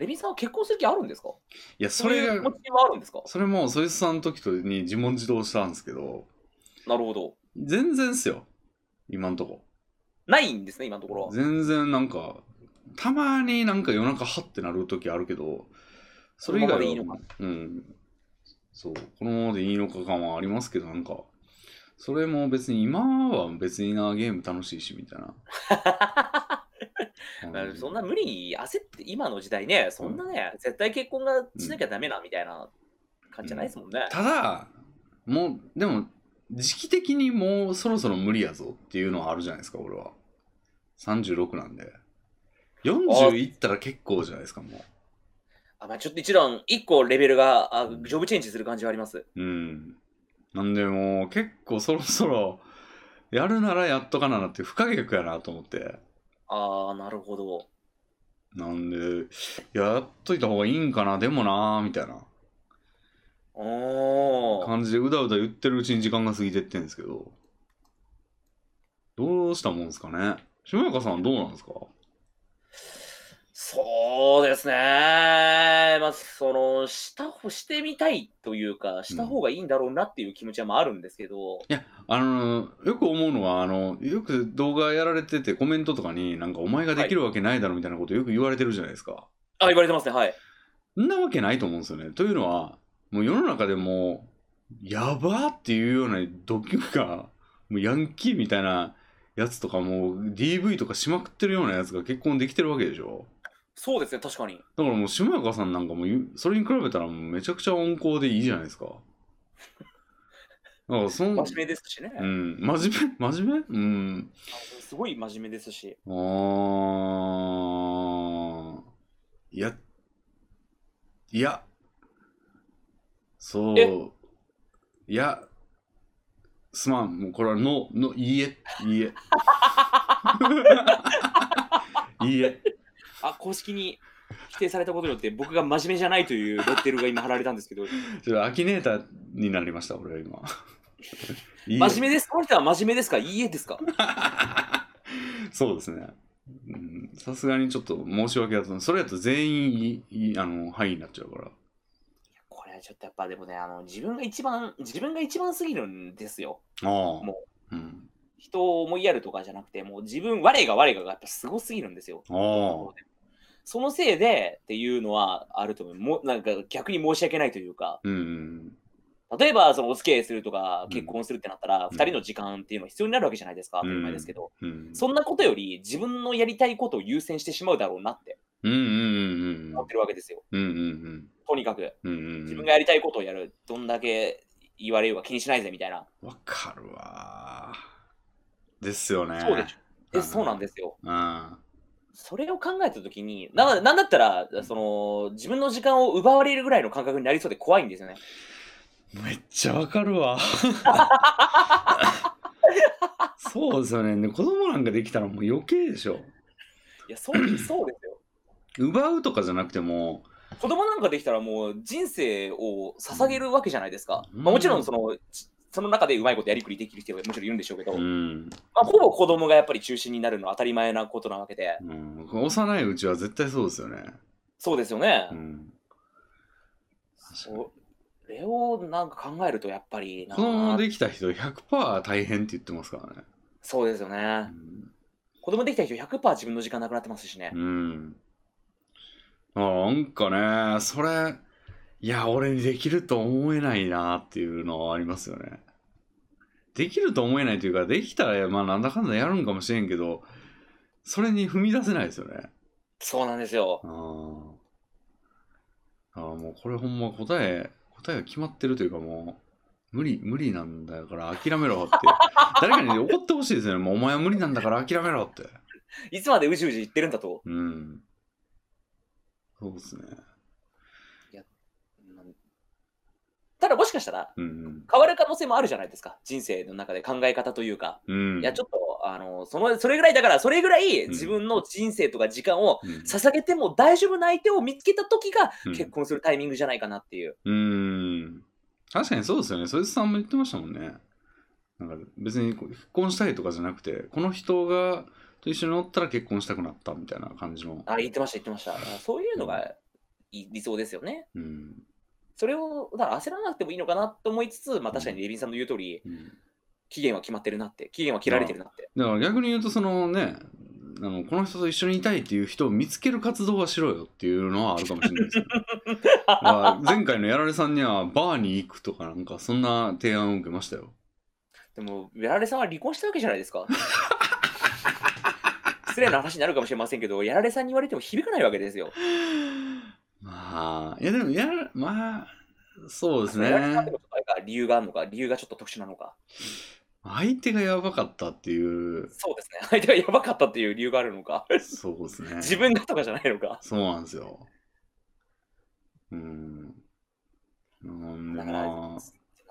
[SPEAKER 2] レビンさんは結婚する気あるんですか
[SPEAKER 1] や、それ
[SPEAKER 2] そういう
[SPEAKER 1] が
[SPEAKER 2] 気、持ちはあるんですか
[SPEAKER 1] それも、そいつさんの時とに自問自答したんですけど、
[SPEAKER 2] なるほど。
[SPEAKER 1] 全然っすよ。今んとこ。
[SPEAKER 2] ないんですね、今のところは。
[SPEAKER 1] 全然なんかたまになんか夜中はってなる時あるけどそれ以外は
[SPEAKER 2] このままでいいのか
[SPEAKER 1] うんそうこのままでいいのか感はありますけどなんかそれも別に今は別になゲーム楽しいしみたい な
[SPEAKER 2] まあそんな無理に焦って、今の時代ね、そんなね、絶対結婚がしなきゃダメなみたいな感じじゃないですもんね。
[SPEAKER 1] ただもうでも時期的にもうそろそろ無理やぞっていうのはあるじゃないですか俺は36なんで40いったら結構じゃないですかもう
[SPEAKER 2] あまあ、ちょっと一段、一個レベルが、あ
[SPEAKER 1] うん
[SPEAKER 2] ジョブチェンジする感じはあります。
[SPEAKER 1] うん。なんでもう結構そろそろやるならやっとかななって不可逆やなと思って。
[SPEAKER 2] ああ、なるほど。
[SPEAKER 1] なんで、やっといた方がいいんかな、でもなーみたいな
[SPEAKER 2] おー
[SPEAKER 1] 感じでうだうだ言ってるうちに時間が過ぎてってんですけど、どうしたもんすかね。しもやかさんどうなんですか
[SPEAKER 2] そうですね。まあ、その、したほ、してみたいというか、した方がいいんだろうなっていう気持ちはまああるんですけど、
[SPEAKER 1] いや、あの、よく思うのは、あの、よく動画やられてて、コメントとかに、なんか、お前ができるわけないだろみたいなことよく言われてるじゃないですか。
[SPEAKER 2] あ、言われてますね、はい。
[SPEAKER 1] そんなわけないと思うんですよね。というのは、もう世の中でも、やばーっていうようなドキュが、もうヤンキーみたいなやつとか、もう DV とかしまくってるようなやつが結婚できてるわけでしょ。
[SPEAKER 2] そうですね、確かに。
[SPEAKER 1] だからもう、下中さんなんかもう、それに比べたら、もうめちゃくちゃ温厚でいいじゃないですか。なんかそん
[SPEAKER 2] 真面目ですしね。
[SPEAKER 1] うん、真面目真面目うん。
[SPEAKER 2] すごい真面目ですし。
[SPEAKER 1] あーいや、いや、そう
[SPEAKER 2] え、
[SPEAKER 1] いや、すまん、もうこれはの、の、いいえ、いいえ。 いいえ、
[SPEAKER 2] あ、公式に否定されたことによって、僕が真面目じゃないというレッテルが今貼られたんですけど、
[SPEAKER 1] ちょっとアキネーターになりました、俺は今。 いいえ
[SPEAKER 2] 真面目です。この人は真面目ですかいいえですか
[SPEAKER 1] そうですね。うんさすがにちょっと申し訳だと、それだと全員いいいあの範囲になっちゃうから。
[SPEAKER 2] これはちょっとやっぱでもね、あの、自分が一番、自分が一番すぎるんですよ。
[SPEAKER 1] ああ。
[SPEAKER 2] も
[SPEAKER 1] うん。
[SPEAKER 2] 人を思いやるとかじゃなくて、もう自分、我が我ががやっぱすごすぎるんですよ。
[SPEAKER 1] ああ。
[SPEAKER 2] そのせいでっていうのはあると思う。もなんか逆に申し訳ないというか、
[SPEAKER 1] うん。
[SPEAKER 2] 例えばそのお付き合いするとか
[SPEAKER 1] うん
[SPEAKER 2] 結婚するってなったら、
[SPEAKER 1] ん
[SPEAKER 2] 二人の時間っていうのが必要になるわけじゃないですか、当たり前ですけど、
[SPEAKER 1] うん。
[SPEAKER 2] そんなことより自分のやりたいことを優先してしまうだろうなって
[SPEAKER 1] うんうんうん
[SPEAKER 2] 思ってるわけですよ。
[SPEAKER 1] うん。うんうん
[SPEAKER 2] とにかく
[SPEAKER 1] うん。うん
[SPEAKER 2] 自
[SPEAKER 1] う
[SPEAKER 2] 分
[SPEAKER 1] ん
[SPEAKER 2] が。やりたいことをやる、どんだけ言われようが気にしないぜみたいな。
[SPEAKER 1] わかるわ。ですよね。
[SPEAKER 2] そうでしょ
[SPEAKER 1] う
[SPEAKER 2] え
[SPEAKER 1] ん
[SPEAKER 2] そうなんですよ。
[SPEAKER 1] うん。
[SPEAKER 2] それを考えたときにな、なんだったら、その、自分の時間を奪われるぐらいの感覚になりそうで怖いんですよね。
[SPEAKER 1] めっちゃわかるわ。そうですよね。で子供なんかできたらもう余計でしょ。
[SPEAKER 2] いや、そう、そうですよ。
[SPEAKER 1] 奪うとかじゃなくても、
[SPEAKER 2] 子供なんかできたらもう人生を捧げるわけじゃないですか。
[SPEAKER 1] うん
[SPEAKER 2] まあ、もちろんその、ちその中でうまいことやりくりできる人はもちろんいるんでしょうけど、
[SPEAKER 1] う
[SPEAKER 2] ま
[SPEAKER 1] ん。
[SPEAKER 2] あ、ほぼ子供がやっぱり中心になるのは当たり前なことなわけで、
[SPEAKER 1] うん、幼いうちは絶対そうですよね。
[SPEAKER 2] そうですよね
[SPEAKER 1] う。ん、
[SPEAKER 2] それをなんか考えるとやっぱりな
[SPEAKER 1] 子供できた人100%大変って言ってますからね。
[SPEAKER 2] そうですよね。子供できた人100%自分の時間なくなってますしね
[SPEAKER 1] う。ん。あなんかね、それ、いや、俺にできると思えないなっていうのはありますよね。できると思えないというか、できたら、まあ、なんだかんだやるんかもしれんけど、それに踏み出せないですよね。
[SPEAKER 2] そうなんですよ。
[SPEAKER 1] ああもうこれほんま答え答えが決まってるというかもう無理無理なんだから諦めろって 誰かに怒ってほしいですよねもうお前は無理なんだから諦めろって
[SPEAKER 2] いつまでうじうじ言ってるんだと。
[SPEAKER 1] うんそうですね
[SPEAKER 2] うんただもしかしたら
[SPEAKER 1] うん
[SPEAKER 2] 変わる可能性もあるじゃないですか。人生の中で考え方というか。
[SPEAKER 1] うん
[SPEAKER 2] いや、ち
[SPEAKER 1] ょ
[SPEAKER 2] ょっと、あの、その、それぐらい、だから、それぐらい
[SPEAKER 1] うん
[SPEAKER 2] 自分の人生とか時間を
[SPEAKER 1] っと、うん
[SPEAKER 2] 捧げても大丈夫な相手を見つけた時が
[SPEAKER 1] うん
[SPEAKER 2] 結婚するタイミングじゃないかなっていう。
[SPEAKER 1] うん確かにそうですよねそいつさんも言ってましたもんねなんか別にこう結婚したいとかじゃなくてこの人がと一緒に乗ったら結婚したくなったみたいな感じの
[SPEAKER 2] あ、言ってました、言ってました。だからそういうのがい理想ですよね。
[SPEAKER 1] うん
[SPEAKER 2] それを、だから焦らなくてもいいのかなと思いつつ、まあ確かにレビンさんの言う通り、
[SPEAKER 1] うん
[SPEAKER 2] 期限は決まってるなって、期限は切られてるなって。
[SPEAKER 1] だから逆に言うとそのねあのこの人と一緒にいたいっていう人を見つける活動はしろよっていうのはあるかもしれないですよ、ね、だから前回のやられさんにはバーに行くとかなんかそんな提案を受けましたよ
[SPEAKER 2] でも、やられさんは離婚したわけじゃないで すか。失礼な話になるかもしれませんけど、やられさんに言われても響かないわけですよ。
[SPEAKER 1] まあいやでもやらまあそうです
[SPEAKER 2] やられさん
[SPEAKER 1] ね
[SPEAKER 2] でもちょっとあれか理由があるのか、理由がちょっと特殊なのか。
[SPEAKER 1] 相手がやばかったっていう
[SPEAKER 2] そうですね。 相手がやばかったっていう理由があるのか、
[SPEAKER 1] そうですね
[SPEAKER 2] 自分がとかじゃないのか。
[SPEAKER 1] そうなんですようんうんで
[SPEAKER 2] だから
[SPEAKER 1] まあ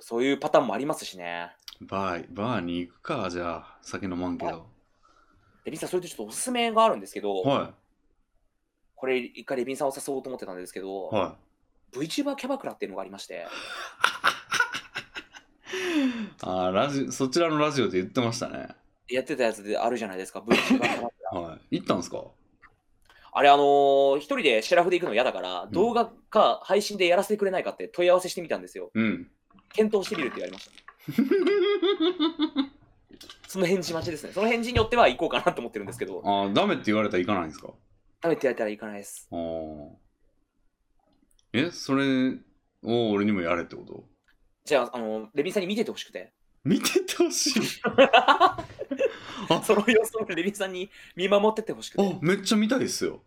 [SPEAKER 2] そういうパターンもありますしね。
[SPEAKER 1] バーバーに行くかじゃあ酒飲まんけど
[SPEAKER 2] レビンさん、それでちょっとおすすめがあるんですけど、
[SPEAKER 1] は
[SPEAKER 2] これ一回レビンさんを誘おうと思ってたんですけど、
[SPEAKER 1] いはい
[SPEAKER 2] VTuber キャバクラっていうのがありまして、
[SPEAKER 1] あーラジそちらのラジオで言ってましたね。
[SPEAKER 2] やってたやつであるじゃないですか、VTuber の話
[SPEAKER 1] はい。行ったんですか
[SPEAKER 2] あれ、あのー一人でシェラフで行くの嫌だから、動画か配信でやらせてくれないかって問い合わせしてみたんですよ。
[SPEAKER 1] うん。
[SPEAKER 2] 検討してみるって言われ ました。その返事待ちですね。その返事によっては行こうかなと思ってるんですけど、
[SPEAKER 1] ああ、ダメって言われたら行かないんですか
[SPEAKER 2] 食べてやれたら行かないです。
[SPEAKER 1] ああ。え、それを俺にもやれってこと
[SPEAKER 2] じゃあ、あのレビンさんに見ててほし くて。
[SPEAKER 1] 見ててほしい。あ
[SPEAKER 2] その様子をレビンさんに見守ってってほしくて。
[SPEAKER 1] あ、めっちゃ見たいっすよ。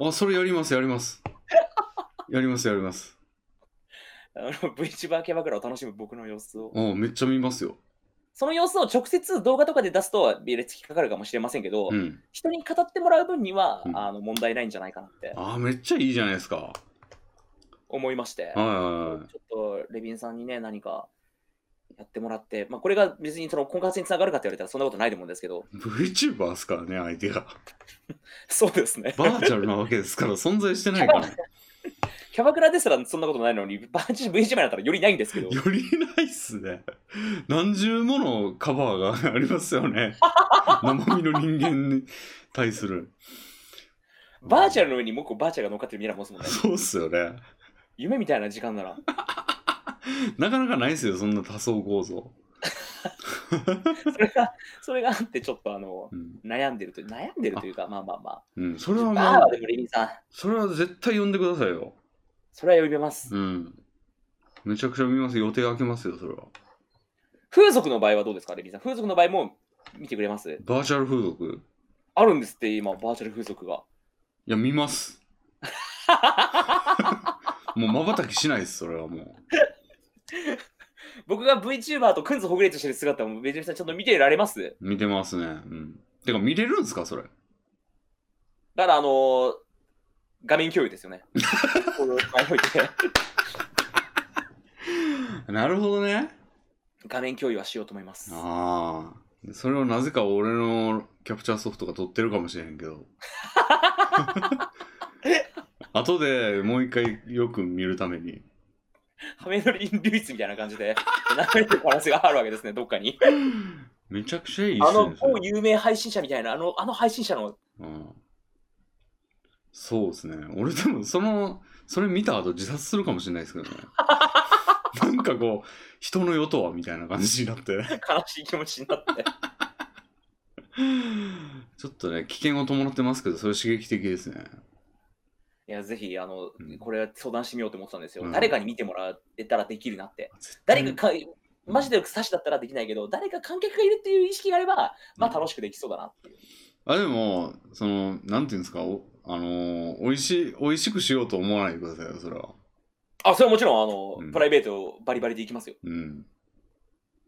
[SPEAKER 1] あ、それやります、やります。やります、やります。
[SPEAKER 2] あの VTuber キャバクラを楽しむ僕の様子を。
[SPEAKER 1] あ、めっちゃ見ますよ。そ
[SPEAKER 2] その様子を直接動画とかで出すと、ビレつきかかるかもしれませんけど、
[SPEAKER 1] うん。
[SPEAKER 2] 人に語ってもらう分には、
[SPEAKER 1] うん
[SPEAKER 2] あの問題ないんじゃないかなって
[SPEAKER 1] あー、めっちゃいいじゃないですか。は
[SPEAKER 2] 思いまして。
[SPEAKER 1] いはいはい。
[SPEAKER 2] ちょっとレビンさんにね、何かやってもらって、まあ、これが別にその婚活につながるかって言われたらそんなことないと思うんですけど、
[SPEAKER 1] VTuber ですからね、相手が。
[SPEAKER 2] そうですね。
[SPEAKER 1] バーチャルなわけですから、存在してないから。よ
[SPEAKER 2] キャバクラですらそんなことないのに、バーチャル VTuber だったらよりないんですけど、
[SPEAKER 1] りないっすね。何重ものカバーがありますよね。生身の人間に対する。
[SPEAKER 2] バーチャルの上にもう一個バーチャルが乗っかってる未来 もすもんね。
[SPEAKER 1] そうっすよね。
[SPEAKER 2] 夢みたいな時間なら。
[SPEAKER 1] なかなかないっすよ、そんな多層構造。
[SPEAKER 2] それが、それがあってちょっとあの、
[SPEAKER 1] うん。
[SPEAKER 2] 悩んでるという、悩んでるというか、まあまあまあ。
[SPEAKER 1] うん、それは
[SPEAKER 2] バー
[SPEAKER 1] まあ
[SPEAKER 2] は、でもレビンさん、
[SPEAKER 1] それは絶対呼んでくださいよ。
[SPEAKER 2] それは呼びます。
[SPEAKER 1] うん。めちゃくちゃ見ますよ。予定開けますよ、それは。
[SPEAKER 2] 風俗の場合はどうですか、レビンさん。風俗の場合も見てくれます
[SPEAKER 1] バーチャル風俗
[SPEAKER 2] あるんですって、今、バーチャル風俗が。
[SPEAKER 1] いや、見 ます。もう瞬きしないです、それはも
[SPEAKER 2] 僕が VTuber とくんずほぐれとしてる姿もめちゃめちゃちゃんと見てられます
[SPEAKER 1] う。見てますね。うん。てか、見れるんですか、それ。
[SPEAKER 2] だからあのー、画面共有です よね。これを前に置いて
[SPEAKER 1] なるほどね。
[SPEAKER 2] 画面共有はしようと思います。
[SPEAKER 1] ああ。それをなぜか俺のキャプチャーソフトが撮ってるかもしれへんけ ど。後でもう一回よく見るために。
[SPEAKER 2] ハメ撮り流出みたいな感じで流れてる可能性があるわけですね、どっかに。
[SPEAKER 1] めちゃくちゃいいっ
[SPEAKER 2] あ
[SPEAKER 1] す
[SPEAKER 2] の
[SPEAKER 1] ね。それ
[SPEAKER 2] 某有名配信者みたいな、あのあの配信者の
[SPEAKER 1] うんそうですね。俺でもそのそれ見た後自殺するかもしれないですけ どね。なんかこう人の世とはみたいな感じになって
[SPEAKER 2] 悲しい気持ちに なって。
[SPEAKER 1] ちょっとね危険を伴ってますけどそれ刺激的ですね。
[SPEAKER 2] いや、ぜひ、あの
[SPEAKER 1] う、ん
[SPEAKER 2] これは相談してみようと思ってたんですよ。
[SPEAKER 1] うん
[SPEAKER 2] 誰かに見てもらえたらできるなって。
[SPEAKER 1] 絶対
[SPEAKER 2] 誰かか、マジで差しだったらできないけど、誰か観客がいるっていう意識があれば、まあ楽しくできそうだなっていう。
[SPEAKER 1] あでもそのなんていうんですかおあのー美味しい美味しくしようと思わないでくださいよそれは。
[SPEAKER 2] あ、それはもちろん、あの、
[SPEAKER 1] うん
[SPEAKER 2] プライベートバリバリで行きますよ。
[SPEAKER 1] うん。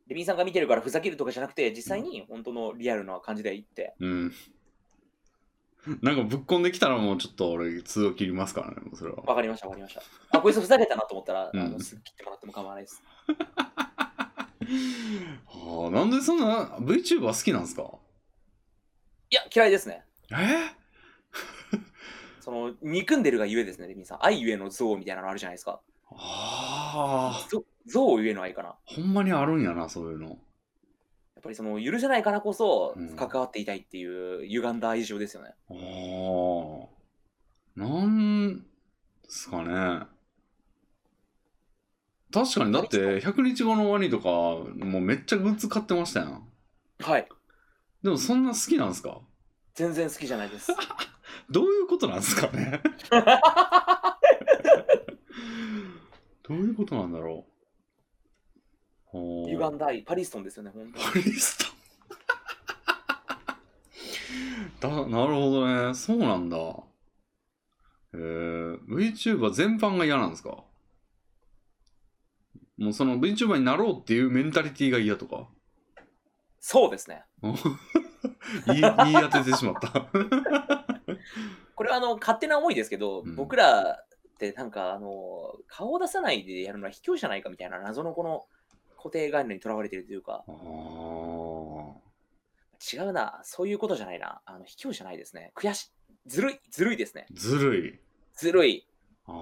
[SPEAKER 2] レビンさんが見てるからふざけるとかじゃなくて、実際に本当のリアルな感じで行って、
[SPEAKER 1] うん。なんかぶっこんできたらもうちょっと俺通を切りますからねもうそれは。
[SPEAKER 2] わかりました、わかりました。あ、こいつふざけたなと思ったら、
[SPEAKER 1] うん
[SPEAKER 2] あのすぐ切ってもらっても構わないです。
[SPEAKER 1] ああ、なんでそんな VTuber 好きなんですか
[SPEAKER 2] いや、嫌いですね。
[SPEAKER 1] え
[SPEAKER 2] その、憎んでるがゆえですね、レビンさん。愛ゆえの憎悪みたいなのあるじゃないですか。
[SPEAKER 1] ああ、
[SPEAKER 2] 憎憎悪ゆえの愛かな。や
[SPEAKER 1] ほんまにあるんやな、そういうの。
[SPEAKER 2] っぱりその、許せないからこそ
[SPEAKER 1] うん、
[SPEAKER 2] 関わっていたいっていう、歪んだ愛情ですよね。
[SPEAKER 1] ああ、なんすかね。確かに、だって、100日後のワニとか、もうめっちゃグッズ買ってましたやん。
[SPEAKER 2] はい。
[SPEAKER 1] でも、そんな好きなんですか
[SPEAKER 2] 全然好きじゃない です。
[SPEAKER 1] どういうことなんですかねどういうことなんだろうほう
[SPEAKER 2] 歪んだ愛、パリストンですよね、本当に。
[SPEAKER 1] パリスタだなるほどねそうなんだえー、VTuber 全般が嫌なんですかもうその VTuber になろうっていうメンタリティーが嫌とか
[SPEAKER 2] そうですね。
[SPEAKER 1] 言い言い当ててしまった
[SPEAKER 2] これはあの勝手な思いですけど、
[SPEAKER 1] うん
[SPEAKER 2] 僕らってなんかあの顔を出さないでやるのは卑怯じゃないかみたいな謎のこの固定概念にとらわれてるというか
[SPEAKER 1] あー
[SPEAKER 2] 違うなそういうことじゃないなあの卑怯じゃないですね悔しずるいずるいですね
[SPEAKER 1] ずるい
[SPEAKER 2] ずるい
[SPEAKER 1] あー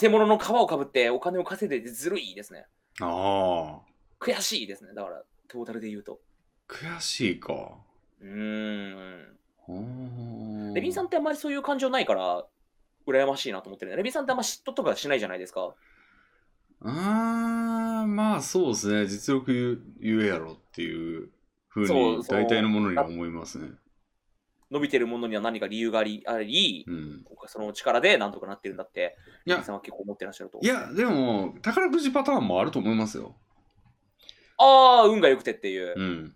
[SPEAKER 2] 偽物の皮をかぶってお金を稼いでてずるいですね
[SPEAKER 1] ああ
[SPEAKER 2] 悔しいですね。だから、トータルで言うと。
[SPEAKER 1] 悔しいか。
[SPEAKER 2] うーん。
[SPEAKER 1] レ
[SPEAKER 2] レビンさんってあんまりそういう感情ないから、羨ましいなと思ってるね。レビンさんってあんま嫉妬とかしないじゃないですか。
[SPEAKER 1] あーまあそうですね実力言うやろっていうふう
[SPEAKER 2] そう
[SPEAKER 1] に
[SPEAKER 2] そう
[SPEAKER 1] 大体のものには思いますね
[SPEAKER 2] 伸びてるものには何か理由があり、あり
[SPEAKER 1] うん
[SPEAKER 2] その力でなんとかなってるんだって、
[SPEAKER 1] い
[SPEAKER 2] レビン
[SPEAKER 1] や
[SPEAKER 2] さんは結構思ってらっしゃると。
[SPEAKER 1] いやでも宝くじパターンもあると思いますよ
[SPEAKER 2] ああ、運が良くてっていう。
[SPEAKER 1] うん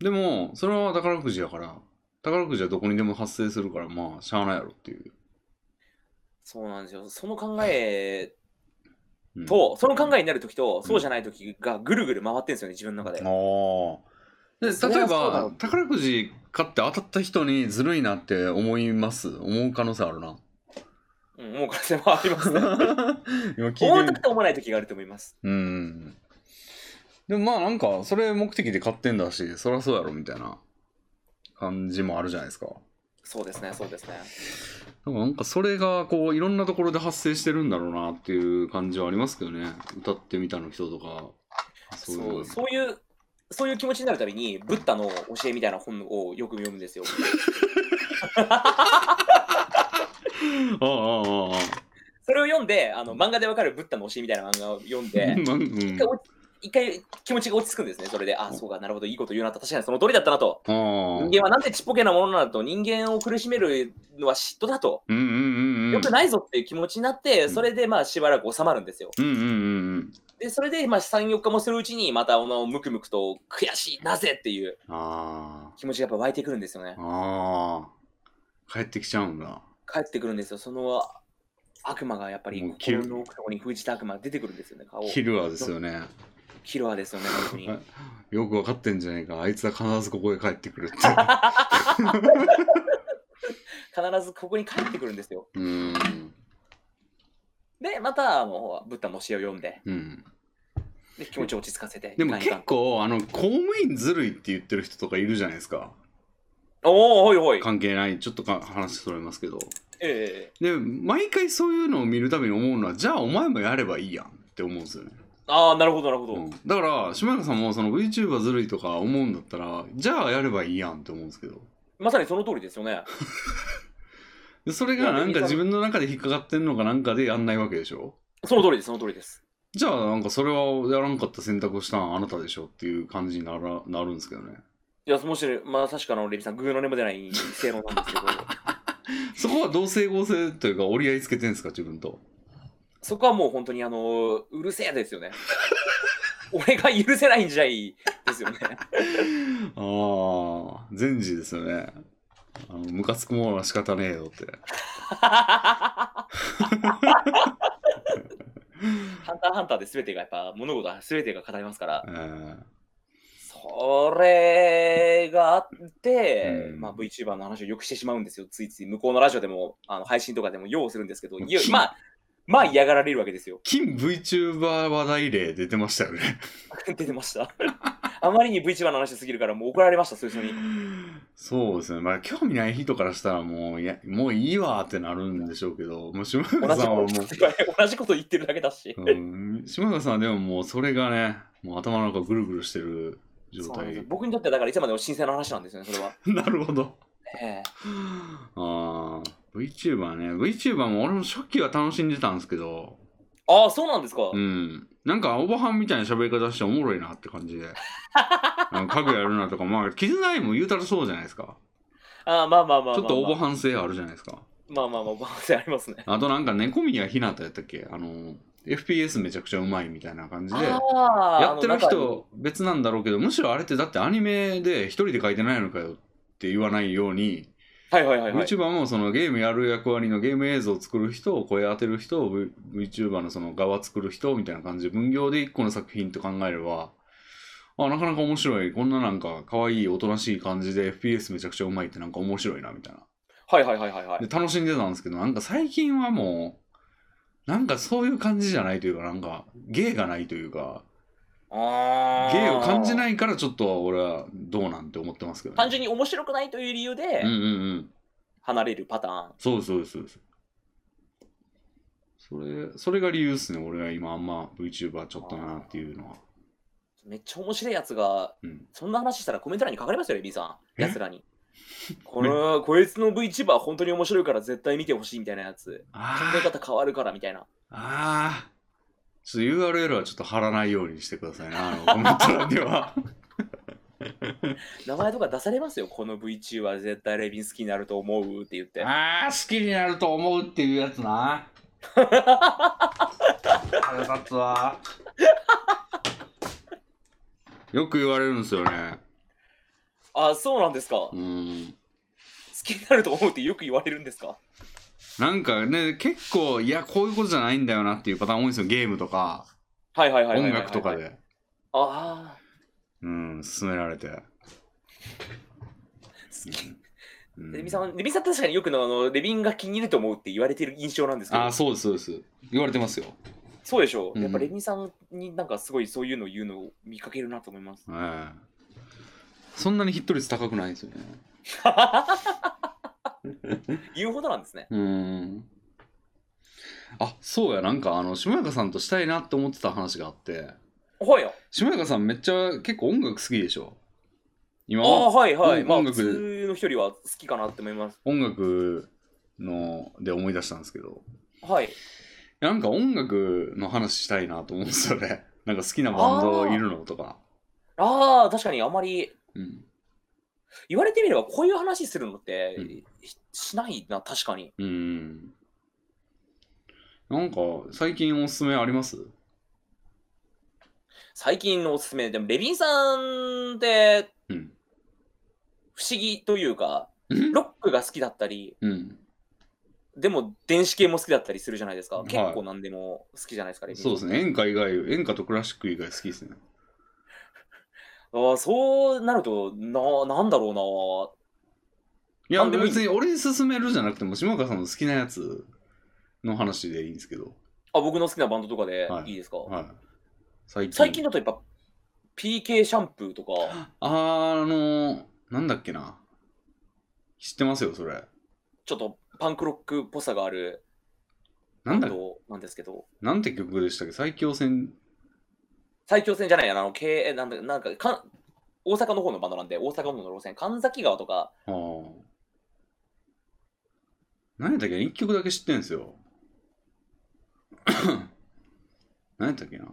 [SPEAKER 1] でもそれは宝くじやから宝くじはどこにでも発生するからまあしゃあないやろっていう、
[SPEAKER 2] そうなんですよ。その考え
[SPEAKER 1] うん
[SPEAKER 2] と、その考えになるときと、そうじゃないときがぐるぐる回ってるんですよね、自分の中で。
[SPEAKER 1] あ
[SPEAKER 2] そ
[SPEAKER 1] あ
[SPEAKER 2] れは
[SPEAKER 1] 例え
[SPEAKER 2] そうだろ
[SPEAKER 1] ば
[SPEAKER 2] う
[SPEAKER 1] 宝くじ買って当たった人にずるいなって思います思う可能性ある な
[SPEAKER 2] うん、もう可能性もありますね。
[SPEAKER 1] 今聞いて
[SPEAKER 2] 思う
[SPEAKER 1] み
[SPEAKER 2] ときと思わないときがあると思います。
[SPEAKER 1] うん。でもまあなんか、それ目的で買ってんだし、そりゃそうやろみたいな感じもあるじゃないですか。
[SPEAKER 2] そうですね、そうですね。
[SPEAKER 1] でもなんかそれがこういろんなところで発生してるんだろうなっていう感じはありますけどね。歌ってみたの人とか。そ
[SPEAKER 2] そう
[SPEAKER 1] いう
[SPEAKER 2] うそういうそういう気持ちになるたびにブッダの教えみたいな本をよく読むんですよ。
[SPEAKER 1] あああああ
[SPEAKER 2] それを読んであの漫画でわかるブッダの教えみたいな漫画を読ん
[SPEAKER 1] あ。
[SPEAKER 2] で
[SPEAKER 1] なん
[SPEAKER 2] 一回落ち一回気持ちが落ち着くんですね。それであそうかなるほどいいこと言うなと確かにその通りだったなと。
[SPEAKER 1] うん、ああ。
[SPEAKER 2] 人間はなんてちっぽけなものなのと人間を苦しめるのは嫉妬だと。
[SPEAKER 1] うんうんうんうん。
[SPEAKER 2] よくないぞっていう気持ちになって、それでまあしばらく収まるんですよ。
[SPEAKER 1] うんうんうんうん。
[SPEAKER 2] で、それでまあ3、4日もするうちにまたあのムクムクと悔しい、なぜっていう
[SPEAKER 1] あ
[SPEAKER 2] 気持ちがやっぱ湧いてくるんですよね
[SPEAKER 1] あ。。ああ。帰ってきちゃうんだ。
[SPEAKER 2] 帰ってくるんですよ。その悪魔がやっぱり
[SPEAKER 1] もうキル
[SPEAKER 2] 心の奥底に封じた悪魔が出てくるんですよね。顔
[SPEAKER 1] キルアですよね。
[SPEAKER 2] キルアですよね、本当に。
[SPEAKER 1] よく分かってんじゃないかあいつは必ずここへ帰ってくるって
[SPEAKER 2] 必ずここに帰ってくるんですよ。
[SPEAKER 1] うーん
[SPEAKER 2] で、またあのブッダの詩を読んで、
[SPEAKER 1] うん
[SPEAKER 2] で気持ちを落ち着かせて。
[SPEAKER 1] でも
[SPEAKER 2] いかんいか
[SPEAKER 1] 結
[SPEAKER 2] ん
[SPEAKER 1] 構あの公務員ずるいって言ってる人とかいるじゃないですか
[SPEAKER 2] おお、ほいほい。
[SPEAKER 1] 関係ないちょっとか話それますけど
[SPEAKER 2] ええ
[SPEAKER 1] で毎回そういうのを見るたびに思うのはじゃあお前もやればいいやんって思うんですよね、
[SPEAKER 2] ああ、なるほど、なるほど。
[SPEAKER 1] うん、だから島中さんもその VTuber ずるいとか思うんだったらじゃあやればいいやんって思うんですけど
[SPEAKER 2] まさにその通りですよね。
[SPEAKER 1] でそれがなんか自分の中で引っかかってんのかなんかでやんないわけでしょ
[SPEAKER 2] その通りです、その通りです。
[SPEAKER 1] じゃあなんかそれはやらんかった選択をしたんはあなたでしょっていう感じにならなるんですけどね
[SPEAKER 2] いや、もし、まあ、確かあのレビさん、グーの根も出ない正論なんですけ ど、
[SPEAKER 1] そこは同性合性というか折り合いつけてんですか自分 と
[SPEAKER 2] そこはもう本当にあの、うるせえですよね。俺が許せないんじゃいですよね。
[SPEAKER 1] ああ善治ですよねあのムカつくものは仕方ねえよって
[SPEAKER 2] ハンターハンターで全てがやっぱ物事は全てが語りますから
[SPEAKER 1] えー
[SPEAKER 2] それがあって、
[SPEAKER 1] うん
[SPEAKER 2] まあ、VTuber の話をよくしてしまうんですよついつい向こうのラジオでもあの配信とかでも用するんですけどいや
[SPEAKER 1] き
[SPEAKER 2] まあまあ嫌がられるわけですよ
[SPEAKER 1] 金 VTuber 話題例出てましたよね
[SPEAKER 2] 出てました あまりに VTuber の話すぎるからもう怒られましたそういう人に
[SPEAKER 1] そうですねまあ興味ない人からしたらもういやもういいわってなるんでしょうけどもう島
[SPEAKER 2] 同
[SPEAKER 1] 中
[SPEAKER 2] じ
[SPEAKER 1] さんは
[SPEAKER 2] こ
[SPEAKER 1] もう
[SPEAKER 2] と言って 同じこと言ってるだけだし、
[SPEAKER 1] うん、島中さんはでももうそれがねもう頭の中ぐるぐるしてる状
[SPEAKER 2] そうなんですよ
[SPEAKER 1] 態
[SPEAKER 2] 僕にとってはだからいつまでも新鮮な話なんですよねそれは、
[SPEAKER 1] なるほど
[SPEAKER 2] ええ
[SPEAKER 1] あー VTuber ね VTuber も俺も初期は楽しんでたんですけど
[SPEAKER 2] ああそうなんですか、
[SPEAKER 1] うんなんかおばはんみたいな喋り方しておもろいなって感 じであの家具やるなとかまあ絆愛も言うたらそうじゃないですか
[SPEAKER 2] ああまあまあまあまあまあ
[SPEAKER 1] ちょっとおばはん性あるじゃないですか
[SPEAKER 2] まあまあまあ、バランスありますね。
[SPEAKER 1] あとなんか猫宮ひなたやったっけあの FPS めちゃくちゃうまいみたいな感じで
[SPEAKER 2] あー
[SPEAKER 1] やってる。
[SPEAKER 2] あの
[SPEAKER 1] 人別なんだろうけどむしろあれってだってアニメで一人で書いてないのかよって言わないように
[SPEAKER 2] 中にはいはいはい、はい。
[SPEAKER 1] VTuber もそのゲームやる役割のゲーム映像を作る人声当てる人 v VTuber のその側作る人みたいな感じで分業で一個の作品と考えればあなかなか面白いこんななんか可愛いおとなしい感じで FPS めちゃくちゃうまいってなんか面白いなみたいな
[SPEAKER 2] はいはいはいはいはい。
[SPEAKER 1] で楽しんでたんですけどなんか最近はもうなんかそういう感じじゃないというかなんか芸がないというか
[SPEAKER 2] あ。
[SPEAKER 1] 芸を感じないいからちょっと俺はどうなんて思ってますけど、
[SPEAKER 2] 単純に面白くないという理由で
[SPEAKER 1] うんうんうん
[SPEAKER 2] 離れるパターン。
[SPEAKER 1] そうですそうですそうですそれそれが理由ですね俺は今あんま VTuber ちょっとなっていうのは
[SPEAKER 2] めっちゃ面白いやつが、
[SPEAKER 1] うん
[SPEAKER 2] そんな話したらコメント欄に書かれますよ、エビーさん。
[SPEAKER 1] え
[SPEAKER 2] やつらに。この、こいつの VTuber 本当に面白いから絶対見てほしいみたいなやつ。考
[SPEAKER 1] あ
[SPEAKER 2] え
[SPEAKER 1] ー
[SPEAKER 2] 方変わるからみたいな。
[SPEAKER 1] あーちょっと URL はちょっと貼らないようにしてくださいね、あのコメント欄では。
[SPEAKER 2] 名前とか出されますよ、この VTuber 絶対レビン好きになると思うって言っ て。
[SPEAKER 1] ああ、好きになると思うっていうやつな。腹立つわ。よく言われるんですよね。
[SPEAKER 2] あ、そうなんですか。好
[SPEAKER 1] うん。
[SPEAKER 2] きになると思うってよく言われるんですか
[SPEAKER 1] なんかね、結構、いや、こういうことじゃないんだよなっていうパターン多いんですよ。ゲームとか、
[SPEAKER 2] はいはいはいは
[SPEAKER 1] 音
[SPEAKER 2] いはいはい
[SPEAKER 1] 楽とか。で。
[SPEAKER 2] ああ、
[SPEAKER 1] うん、勧められて。
[SPEAKER 2] 好き。
[SPEAKER 1] うん
[SPEAKER 2] レビンさん、レビンさん確かによくのあのレビンが気に入ると思うって言われてる印象なんですけ
[SPEAKER 1] あ
[SPEAKER 2] ど
[SPEAKER 1] あ、、そうです、そうです。言われてますよ。
[SPEAKER 2] そうでし
[SPEAKER 1] う
[SPEAKER 2] ょう。
[SPEAKER 1] ん
[SPEAKER 2] やっぱレビンさんになんかすごいそういうのを言うのを見かけるなと思います。
[SPEAKER 1] ええそんなにヒット率高くないんですよね。
[SPEAKER 2] 言うほどなんですね。
[SPEAKER 1] うーん。あ、そうや、なんかあの、下中さんとしたいなって思ってた話があって、
[SPEAKER 2] ほいよ。
[SPEAKER 1] 下中さんめっちゃ結構音楽好きでしょ今
[SPEAKER 2] あ
[SPEAKER 1] は
[SPEAKER 2] あ、はいはい。
[SPEAKER 1] 音
[SPEAKER 2] まあ、
[SPEAKER 1] 音
[SPEAKER 2] 普
[SPEAKER 1] 楽で
[SPEAKER 2] 通の一人は好きかなって思います。
[SPEAKER 1] 音楽ので思い出したんですけど、
[SPEAKER 2] はい。
[SPEAKER 1] なんか音楽の話したいなと思うんですよね。なんか好きなバンドいるのとか。
[SPEAKER 2] ああ、確かにあまり
[SPEAKER 1] うん。
[SPEAKER 2] 言われてみればこういう話するのって、
[SPEAKER 1] うん
[SPEAKER 2] ししないな、確かに。
[SPEAKER 1] うーん。なんか最近おすすめあります
[SPEAKER 2] 最近のおすすめ、でもレビンさんって
[SPEAKER 1] うん。
[SPEAKER 2] 不思議というか、
[SPEAKER 1] うん
[SPEAKER 2] ロックが好きだったり、
[SPEAKER 1] うん。
[SPEAKER 2] でも電子系も好きだったりするじゃないですか。
[SPEAKER 1] はい
[SPEAKER 2] 結構何でも好きじゃないですか、レビンさ
[SPEAKER 1] そ
[SPEAKER 2] ん
[SPEAKER 1] うですね。演歌以外、演歌とクラシック以外好きですね。
[SPEAKER 2] ああ、そうなると、な、なんだろ
[SPEAKER 1] いや、
[SPEAKER 2] あでもいい
[SPEAKER 1] 別に俺に勧めるじゃなくても、下川さんの好きなやつの話でいいんですけど。
[SPEAKER 2] うな。あ、僕の好きなバンドとかで
[SPEAKER 1] はい
[SPEAKER 2] いいですか、
[SPEAKER 1] はい。最近。
[SPEAKER 2] 最近だとやっぱ PK シャンプーとか、
[SPEAKER 1] あー、あのー、なんだっけな。知ってますよ、それ。
[SPEAKER 2] ちょっとパンクロックっぽさがあるバ
[SPEAKER 1] なん
[SPEAKER 2] ン
[SPEAKER 1] だ
[SPEAKER 2] ドなんですけど、
[SPEAKER 1] なんて曲でしたっけ最強戦。
[SPEAKER 2] 最強戦じゃないやなあの、K、なんだなんかかん、大阪の方のバンドなんで、大阪の方の路線、神崎川とか、
[SPEAKER 1] あー。何やったっけ一曲だけ知ってんすよ。 何やったっけな。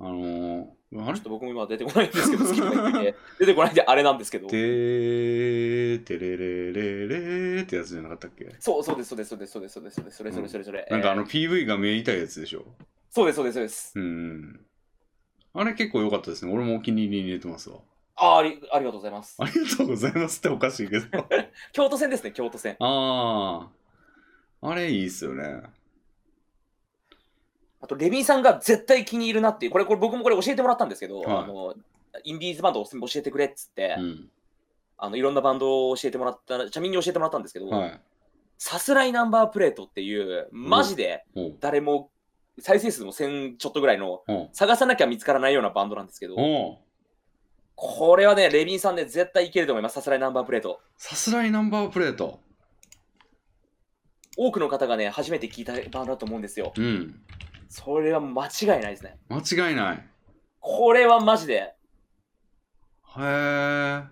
[SPEAKER 1] あのー、あれ
[SPEAKER 2] ちょっと僕も今出てこない んですけど、好きな人いて出てこないんであれなんですけど
[SPEAKER 1] て、ーてれれれれーってやつじゃなかったっけ
[SPEAKER 2] そうそうです、そうです、そうです、そうです、そうです、そうです、それそれそれそれ、
[SPEAKER 1] なんかあ
[SPEAKER 2] えー
[SPEAKER 1] の PV が見えたいやつでしょ
[SPEAKER 2] そうです、そうです、そうです。
[SPEAKER 1] うんあれ結構良かったですね俺もお気に入りに入れてますわ
[SPEAKER 2] あーあり、ありがとうございます。
[SPEAKER 1] ありがとうございますっておかし いけど
[SPEAKER 2] 京都戦ですね、京都戦。
[SPEAKER 1] あああれいいっすよね
[SPEAKER 2] あと、レビンさんが絶対気に入るなっていう、これ、これ僕もこれ教えてもらったんですけど、
[SPEAKER 1] はい
[SPEAKER 2] あのインディーズバンドを教えてくれっつって、
[SPEAKER 1] うん
[SPEAKER 2] あのいろんなバンドを教えてもらった、ちなみに教えてもらったんですけど、
[SPEAKER 1] はい
[SPEAKER 2] さすらいナンバープレートっていう、マジで
[SPEAKER 1] おう
[SPEAKER 2] 誰も再生数も1000ちょっとぐらいの、
[SPEAKER 1] おう
[SPEAKER 2] 探さなきゃ見つからないようなバンドなんですけど、
[SPEAKER 1] おう
[SPEAKER 2] これはね、レビンさんで絶対いけると思います、さすらいナンバープレート。
[SPEAKER 1] さすらいナンバープレート
[SPEAKER 2] 多くの方がね、初めて聞いたバンドだと思うんですよ。
[SPEAKER 1] うん
[SPEAKER 2] それは間違いないですね。
[SPEAKER 1] 間違いないへ
[SPEAKER 2] これはマジで、
[SPEAKER 1] え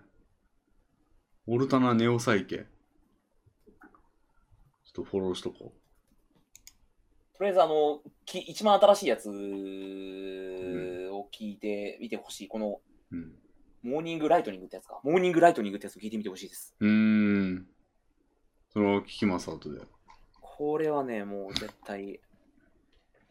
[SPEAKER 1] オルタナネオサイケちょっとフォローしとこ
[SPEAKER 2] とりあえずあの、き一番新しいやつを聞いてみてほしい。この、
[SPEAKER 1] ううん
[SPEAKER 2] モーニングライトニングってやつか。モーニングライトニングってやつを聞いてみてほしいです。
[SPEAKER 1] うーん。それは聞きます、後で。
[SPEAKER 2] これはね、もう絶対。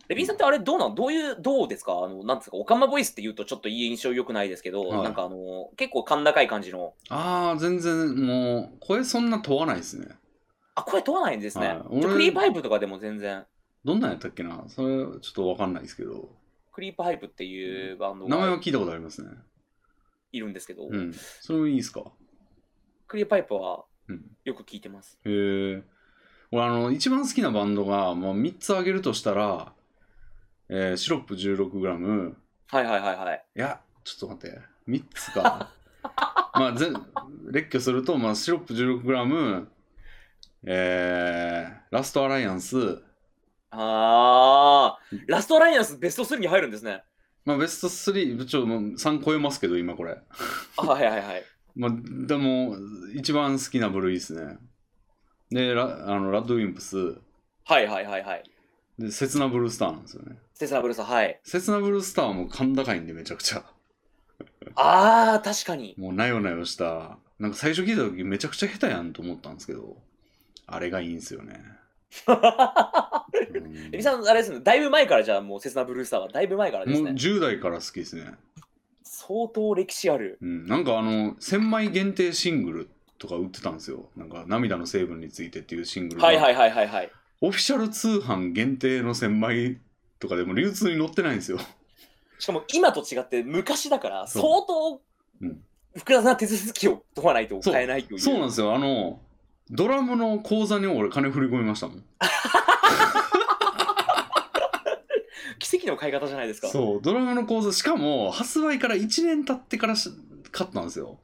[SPEAKER 2] レビンさんってあれどうなんどういう、どうですかあの、なんですか、オカマボイスって言うとちょっといい印象良くないですけど、
[SPEAKER 1] はい
[SPEAKER 2] なんかあの、結構甲高い感じの、
[SPEAKER 1] ああ、全然、もう、声そんな問わないですね。
[SPEAKER 2] あ、声問わないんです
[SPEAKER 1] は
[SPEAKER 2] ね
[SPEAKER 1] い。
[SPEAKER 2] じ
[SPEAKER 1] 俺
[SPEAKER 2] ゃあクリープハイプとかでも全然、
[SPEAKER 1] どんなんやったっけなそれ、ちょっとわかんないですけど。
[SPEAKER 2] クリープハイプっていうバンド
[SPEAKER 1] 名前は
[SPEAKER 2] が
[SPEAKER 1] 聞いたことありますね。
[SPEAKER 2] いるんですけど、
[SPEAKER 1] うん。それもいいですか
[SPEAKER 2] クリープハイプは
[SPEAKER 1] うん。
[SPEAKER 2] よく聞いてます。
[SPEAKER 1] へえ。俺、あの、一番好きなバンドが、まあ、3つ挙げるとしたら、えーシロップ 16g、
[SPEAKER 2] はいはいはいはい。
[SPEAKER 1] いや、ちょっと待って。3つか。まあ、ぜ列挙すると、まあ、シロップ 16g、えー、ラストアライアンス、
[SPEAKER 2] ああ、ラストアライアンスベスト3に入るんで すね。
[SPEAKER 1] まあ、ベスト3、ちょっともう3超えますけど、今これ。
[SPEAKER 2] あはいはいはい。
[SPEAKER 1] まあ、でも、一番好きな部類ですね。で、ラあのラッドウィンプス、
[SPEAKER 2] はいはいはいはい。
[SPEAKER 1] で、セツナブルースターなんですよね。
[SPEAKER 2] セサブルさん、はい。
[SPEAKER 1] セツナブルースターはもう甲高いんで、めちゃくちゃ。
[SPEAKER 2] ああ、確 かに。
[SPEAKER 1] もうなよなよした。なんか最初聞いた時めちゃくちゃ下手やんと思ったんですけど、あれがいいんですよね。うん
[SPEAKER 2] エビさん、あれですね、だいぶ前からじゃあ、もうセスナブルースターはだいぶ前からです
[SPEAKER 1] もう
[SPEAKER 2] ね。
[SPEAKER 1] 10代から好きですね。
[SPEAKER 2] 相当歴史ある。
[SPEAKER 1] うん、なんかあの、1000枚限定シングルとか売ってたんですよ。なんか、涙の成分についてっていうシングルが
[SPEAKER 2] はいはいはいはいはい。
[SPEAKER 1] オフィシャル通販限定の1000枚とかでも流通に載ってないんですよ。
[SPEAKER 2] しかも今と違って昔だから、
[SPEAKER 1] そう
[SPEAKER 2] 相当
[SPEAKER 1] うん
[SPEAKER 2] 複雑な手続きを問わないと
[SPEAKER 1] そう
[SPEAKER 2] 買えないという。
[SPEAKER 1] そうなんですよ。あの、ドラムの口座に俺金振り込みましたもん。
[SPEAKER 2] 奇跡の買い方じゃないですか。
[SPEAKER 1] そう、ドラムの口座、しかも発売から1年経ってからし買ったんですよ。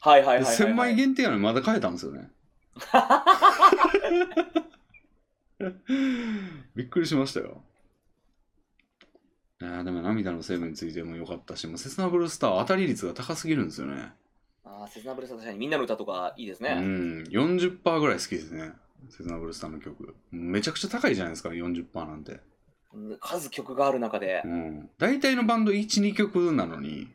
[SPEAKER 2] はいはい
[SPEAKER 1] で
[SPEAKER 2] はいはい、
[SPEAKER 1] 1000
[SPEAKER 2] はい
[SPEAKER 1] 枚。限定なのにまだ買えたんですよ ね。びっくりしましたよ。あーでも涙の成分についても良かったし、もうセスナブルースターは当たり率が高すぎるんですよね。
[SPEAKER 2] ああ、セスナブルースター確かにみんなの歌とかいいです
[SPEAKER 1] う
[SPEAKER 2] ね。
[SPEAKER 1] ん、40%ぐらい好きですね。セスナブルースターの曲。めちゃくちゃ高いじゃないですか、40%なんて。
[SPEAKER 2] うん数曲がある中で
[SPEAKER 1] う。ん。大体のバンド1、2曲なのに、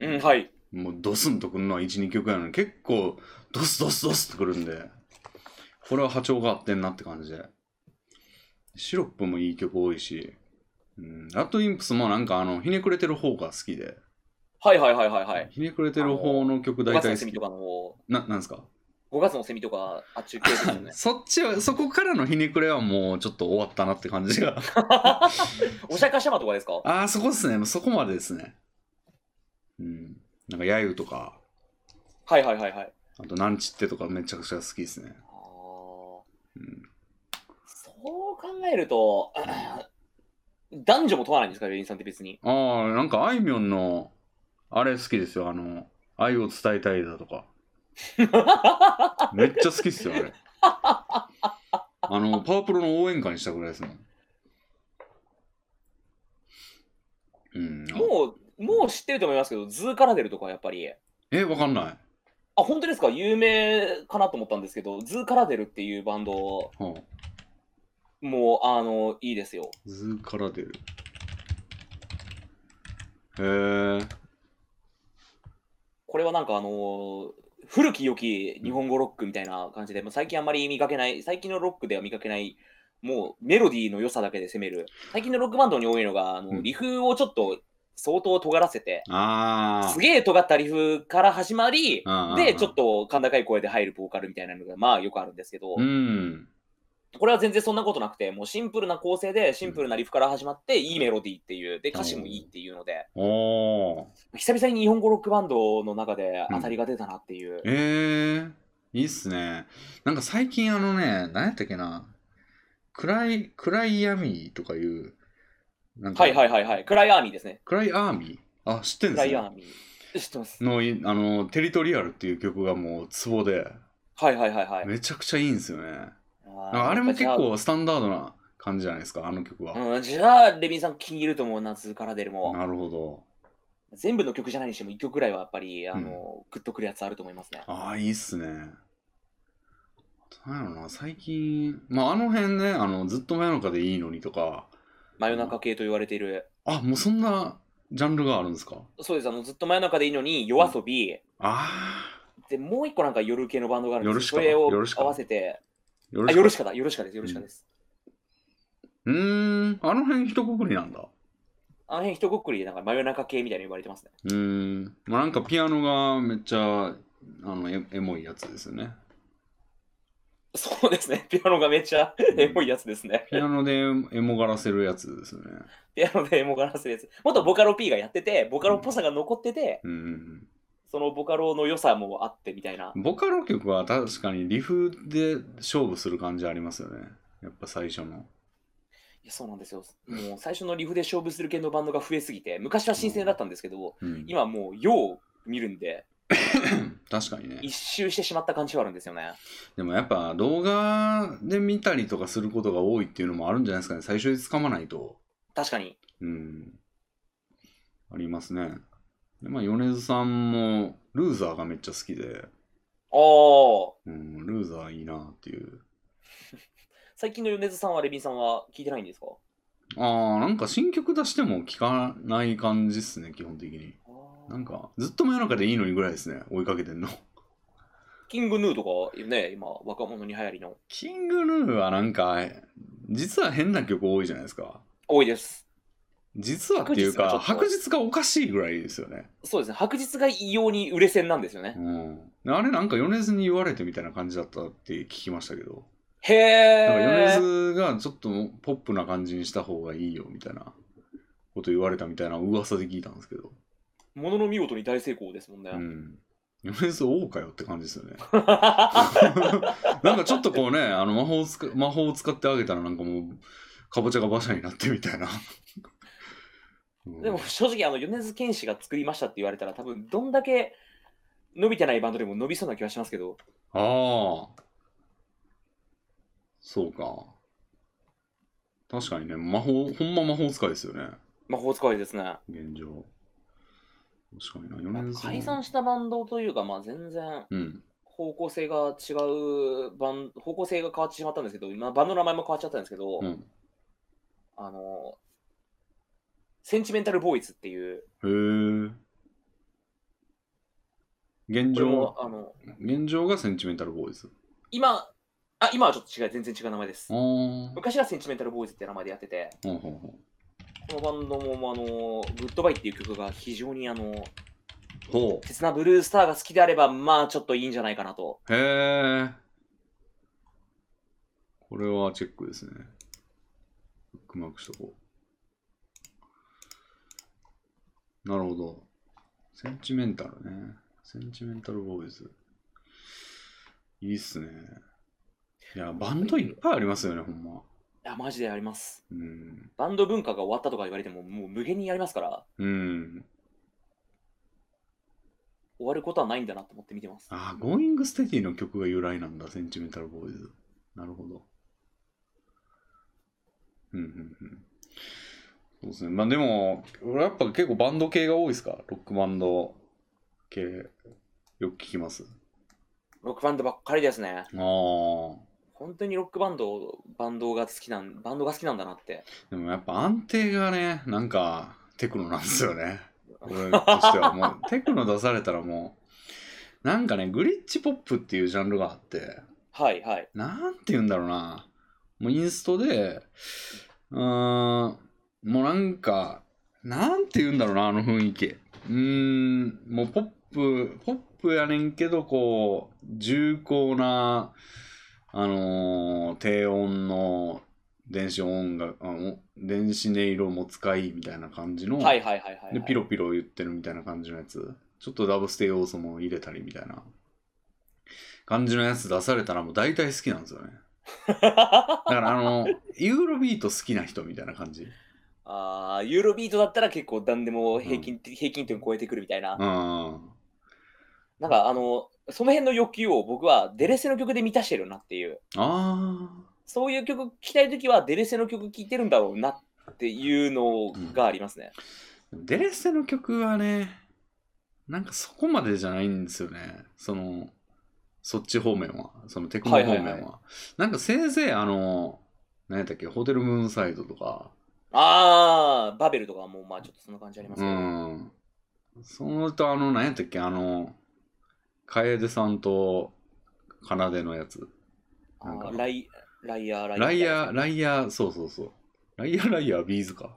[SPEAKER 2] うん、はい。
[SPEAKER 1] もうドスンとくるのは1、2曲やのに結構ドスドスドスってくるんで、これは波長が合ってんなって感じで。シロップもいい曲多いし、うん、ラッドインプスもなんかあの、ひねくれてる方が好きで、
[SPEAKER 2] はいはいはいはいはい。
[SPEAKER 1] ひねくれてる方の曲
[SPEAKER 2] 5
[SPEAKER 1] 大
[SPEAKER 2] 月の
[SPEAKER 1] 体
[SPEAKER 2] セ
[SPEAKER 1] 好
[SPEAKER 2] ミ
[SPEAKER 1] き
[SPEAKER 2] と。かの、
[SPEAKER 1] な、なんですか
[SPEAKER 2] 5月のセミとか、あっちゅう系ですよ ね。
[SPEAKER 1] そっちは、そこからのひねくれはもうちょっと終わったなって感じが。
[SPEAKER 2] お釈迦様とかですか
[SPEAKER 1] ああ、そこですね。もうそこまでですね。うん。なんか、やゆとか、
[SPEAKER 2] はいはいはいはい。
[SPEAKER 1] あと、なんちってとかめちゃくちゃ好きですね。
[SPEAKER 2] あ
[SPEAKER 1] う
[SPEAKER 2] ー
[SPEAKER 1] ん、
[SPEAKER 2] そう考えると、 男女も問わないんですか、レインさんって別に。
[SPEAKER 1] ああ、なんか、あいみょんの、あれ好きですよ。あの、愛を伝えたいだと か。めっちゃ好きっすよ、あれ。あの、パワプロの応援歌にしたぐらいですもん。うん。
[SPEAKER 2] もう、もう知ってると思いますけど、ズーカラデルとかやっぱり、あ、
[SPEAKER 1] え、わかんない。
[SPEAKER 2] 本当ですか、有名かなと思ったんですけど、ズーカラデルっていうバンド、
[SPEAKER 1] はあ、
[SPEAKER 2] もう、あの、いいですよ。
[SPEAKER 1] 図から出る。へえ。
[SPEAKER 2] これはなんか、あの、古き良き日本語ロックみたいな感じで、もう最近あんまり見かけない、最近のロックでは見かけない、もうメロディーの良さだけで攻める。最近のロックバンドに多いのが、あ
[SPEAKER 1] う
[SPEAKER 2] の
[SPEAKER 1] ん
[SPEAKER 2] リフをちょっと相当尖らせて、
[SPEAKER 1] あ
[SPEAKER 2] すげえ尖ったリフから始まり、
[SPEAKER 1] あ。
[SPEAKER 2] で、ちょっ。と甲高い声で入るボーカルみたいなのが、まあよくあるんですけど、
[SPEAKER 1] うん。
[SPEAKER 2] これは全然そんなことなくて、もうシンプルな構成で、シンプルなリフから始まって、いいメロディーっていう、で、歌詞もいいっていうので、
[SPEAKER 1] おお。
[SPEAKER 2] 久々に日本語ロックバンドの中で
[SPEAKER 1] うん
[SPEAKER 2] 当たりが出たなっていう。
[SPEAKER 1] ええいいっすね。なんか最近あのね、何やったっけな。暗い、暗い闇とかいう、なんか、
[SPEAKER 2] はいはいはいはい。クライアーミーですね。
[SPEAKER 1] 暗いアーミーあ、知ってん
[SPEAKER 2] ク
[SPEAKER 1] で
[SPEAKER 2] ラ
[SPEAKER 1] す
[SPEAKER 2] イ
[SPEAKER 1] よ、
[SPEAKER 2] アーミー。知ってます。
[SPEAKER 1] のい、あの、テリトリアルっていう曲がもうツボで、
[SPEAKER 2] はいはいはいはい。
[SPEAKER 1] めちゃくちゃいいんですよね。なん
[SPEAKER 2] あ
[SPEAKER 1] かあれも結
[SPEAKER 2] やっぱ
[SPEAKER 1] 構スタンダードな感じじゃないですか、あの曲は。
[SPEAKER 2] じゃあ。うん、じゃあ、レビンさん気に入ると思うな、ズーカラデルも。
[SPEAKER 1] なるほど。
[SPEAKER 2] 全部の曲じゃないにしても、1曲ぐらいはやっぱり、あの、グッとくるやつあると思いますね。
[SPEAKER 1] ああ、いいっすね。あとなんやろな、最近、まあ、あの辺ね、あの、ずっと真夜中でいいのにとか、
[SPEAKER 2] 真夜中系と言われている。
[SPEAKER 1] あ、もうそんなジャンルがあるんですか
[SPEAKER 2] そうです、あのずっと真夜中でいいのに、夜遊び、
[SPEAKER 1] ああ、
[SPEAKER 2] で、もう一個なんか夜系のバンドがあるんですよそ
[SPEAKER 1] 夜
[SPEAKER 2] れ
[SPEAKER 1] しか
[SPEAKER 2] を
[SPEAKER 1] 夜しか
[SPEAKER 2] 合わせて、
[SPEAKER 1] よろ
[SPEAKER 2] あ、
[SPEAKER 1] しく。
[SPEAKER 2] 夜しかだ、夜しかです、夜しかです。
[SPEAKER 1] うーん、あの辺一括りなんだ。
[SPEAKER 2] あの辺一括りでなんか真夜中系みたいに言われてますね。
[SPEAKER 1] うーん、まあ、なんかピアノがめっちゃ、あの、エエモいやつですよね。
[SPEAKER 2] そうですね、ピアノがめっちゃ
[SPEAKER 1] ん
[SPEAKER 2] エモいやつですね。
[SPEAKER 1] ピアノでエモがらせるやつですよね。
[SPEAKER 2] ピアノでエモがらせるやつ。元ボカロ P がやってて、ボカロっぽさが残ってて、
[SPEAKER 1] うんうん
[SPEAKER 2] そのボカロの良さもあってみたいな
[SPEAKER 1] う。ん。ボカロ曲は確かにリフで勝負する感じありますよね。やっぱ最初の。
[SPEAKER 2] いやそうなんですよ。もう最初のリフで勝負する系のバンドが増えすぎて、昔は新鮮だったんですけど、
[SPEAKER 1] うん、
[SPEAKER 2] 今もうよう見るんで、
[SPEAKER 1] 確かにね
[SPEAKER 2] 一周してしまった感じはあるんですよね。
[SPEAKER 1] でもやっぱ動画で見たりとかすることが多いっていうのもあるんじゃないですかね最初につかまないと
[SPEAKER 2] 確かに。
[SPEAKER 1] うんありますねでまあ米津さんもルーザーがめっちゃ好きで、
[SPEAKER 2] ああ。
[SPEAKER 1] うん、ルーザーいいなっていう
[SPEAKER 2] 最近の米津さんはレビンさんは聞いてないんですか
[SPEAKER 1] あーなんか新曲出しても聴かない感じっすね基本的になんかずっと真夜中でいいのにぐらいですね追いかけてんの
[SPEAKER 2] キングヌーとかね、今、若者に流行りの。
[SPEAKER 1] キングヌーはなんか実は変な曲多いじゃないですか
[SPEAKER 2] 多いです。
[SPEAKER 1] 実はっていうか白
[SPEAKER 2] 白
[SPEAKER 1] 日がおかしいぐらいですよね、
[SPEAKER 2] そうですね。白日が異様に売れ線なんですよね
[SPEAKER 1] う。ん、あれなんか米津に言われてみたいな感じだったって聞きましたけど
[SPEAKER 2] へ
[SPEAKER 1] なんか
[SPEAKER 2] え。
[SPEAKER 1] 米津がちょっとポップな感じにした方がいいよみたいなこと言われたみたいな噂で聞いたんですけど、
[SPEAKER 2] ものの見事に大成功ですもんね。
[SPEAKER 1] うん、米津王かよって感じ ですよねなんかちょっとこうねあの魔法をつか魔法を使ってあげたらなんかもうかぼちゃが馬車になってみたいな、うん
[SPEAKER 2] でも正直、あの、米津玄師が作りましたって言われたら、多分どんだけ伸びてないバンドでも伸びそうな気がしますけど、
[SPEAKER 1] ああそうか確かにね魔法ほんま魔法使いですよね
[SPEAKER 2] 魔法使いですね。
[SPEAKER 1] 現状確かにな
[SPEAKER 2] まあ
[SPEAKER 1] 米津さん
[SPEAKER 2] 解散したバンドというか、まあ全然
[SPEAKER 1] うん
[SPEAKER 2] 方向性が違うバン、方向性が変わってしまったんですけど、今バンドの名前も変わっちゃったんですけど、
[SPEAKER 1] うん
[SPEAKER 2] あの、センチメンタルボーイズっていう、
[SPEAKER 1] へえ。現
[SPEAKER 2] これ
[SPEAKER 1] 状
[SPEAKER 2] も、あの、
[SPEAKER 1] 現状がセンチメンタルボーイズ。
[SPEAKER 2] 今、あ、今はちょっと違う、全然違う名前です
[SPEAKER 1] ああ。。
[SPEAKER 2] 昔はセンチメンタルボーイズって名前でやってて、
[SPEAKER 1] ほうほうほ
[SPEAKER 2] このバンドも、あの、グッドバイっていう曲が非常にあの、
[SPEAKER 1] う。ほ
[SPEAKER 2] 鉄なブルースターが好きであれば、まあちょっといいんじゃないかなと。
[SPEAKER 1] う。へえ。これはチェックですね。ブックマークしとこう。なるほど。センチメンタルね。センチメンタルボーイズ。いいっすね。いや、バンドいっぱいありますよね、ほんま。
[SPEAKER 2] いや、マジであります。
[SPEAKER 1] うん。
[SPEAKER 2] バンド文化が終わったとか言われても、もう無限にやりますから、
[SPEAKER 1] うん。
[SPEAKER 2] 終わることはないんだなと思って見てます。
[SPEAKER 1] ああ、Going Steady の曲が由来なんだ、センチメンタルボーイズ。なるほど。うんうんうん。そうですね。まあでも、俺やっぱ結構バンド系が多いですかロックバンド系。よく聞きます。
[SPEAKER 2] ロックバンドばっかりですね。
[SPEAKER 1] ああ。
[SPEAKER 2] 本当にロックバンド、バンドが好きなん、バンドが好きなんだなって。
[SPEAKER 1] でもやっぱ安定がね、なんかテクノなんですよね。俺としてはもう、テクノ出されたらもう、なんかね、グリッチポップっていうジャンルがあって、
[SPEAKER 2] はいはい。
[SPEAKER 1] なんて言うんだろうな。もうインストで、うーん、もうなんか、なんて言うんだろうな、あの雰囲気。うーん、もうポップ、ポップやねんけど、こう、重厚な、あのー低音の電子音楽、あお電子音色も使いみたいな感じの、
[SPEAKER 2] はいはいはいはい、はい。
[SPEAKER 1] でピロピロ言ってるみたいな感じのやつちょっとダブステ要素も入れたりみたいな感じのやつ出されたらもう大体好きなんですよねだからあ のユーロビート好きな人みたいな感じ
[SPEAKER 2] ああ、ユーロビートだったら結構何でも平均,、平均点超えてくるみたいな。
[SPEAKER 1] うん
[SPEAKER 2] なんかあの、その辺の欲求を僕はデレセの曲で満たしてるなっていう。
[SPEAKER 1] あ
[SPEAKER 2] そういう曲聴きたいときはデレセの曲聴いてるんだろうなっていうのがありますね。
[SPEAKER 1] ーデレステの曲はねなんかそこまでじゃないんですよねそのそっち方面はそのテクノ方面は,、
[SPEAKER 2] はいはい
[SPEAKER 1] なんかせいぜいあの何やったっけホテルムーンサイドとか
[SPEAKER 2] ああ、バベルとかはもうまあちょっとそんな感じあります
[SPEAKER 1] う
[SPEAKER 2] けど。
[SPEAKER 1] ん。そのとあの、何やったっけ、あの、楓さんと奏でのやつ。
[SPEAKER 2] あ
[SPEAKER 1] なんか
[SPEAKER 2] ーライライヤー、ラ
[SPEAKER 1] ライヤ
[SPEAKER 2] ー
[SPEAKER 1] ー、ライヤー、そうそうそう。ライヤー、ライヤー、ビーズ か。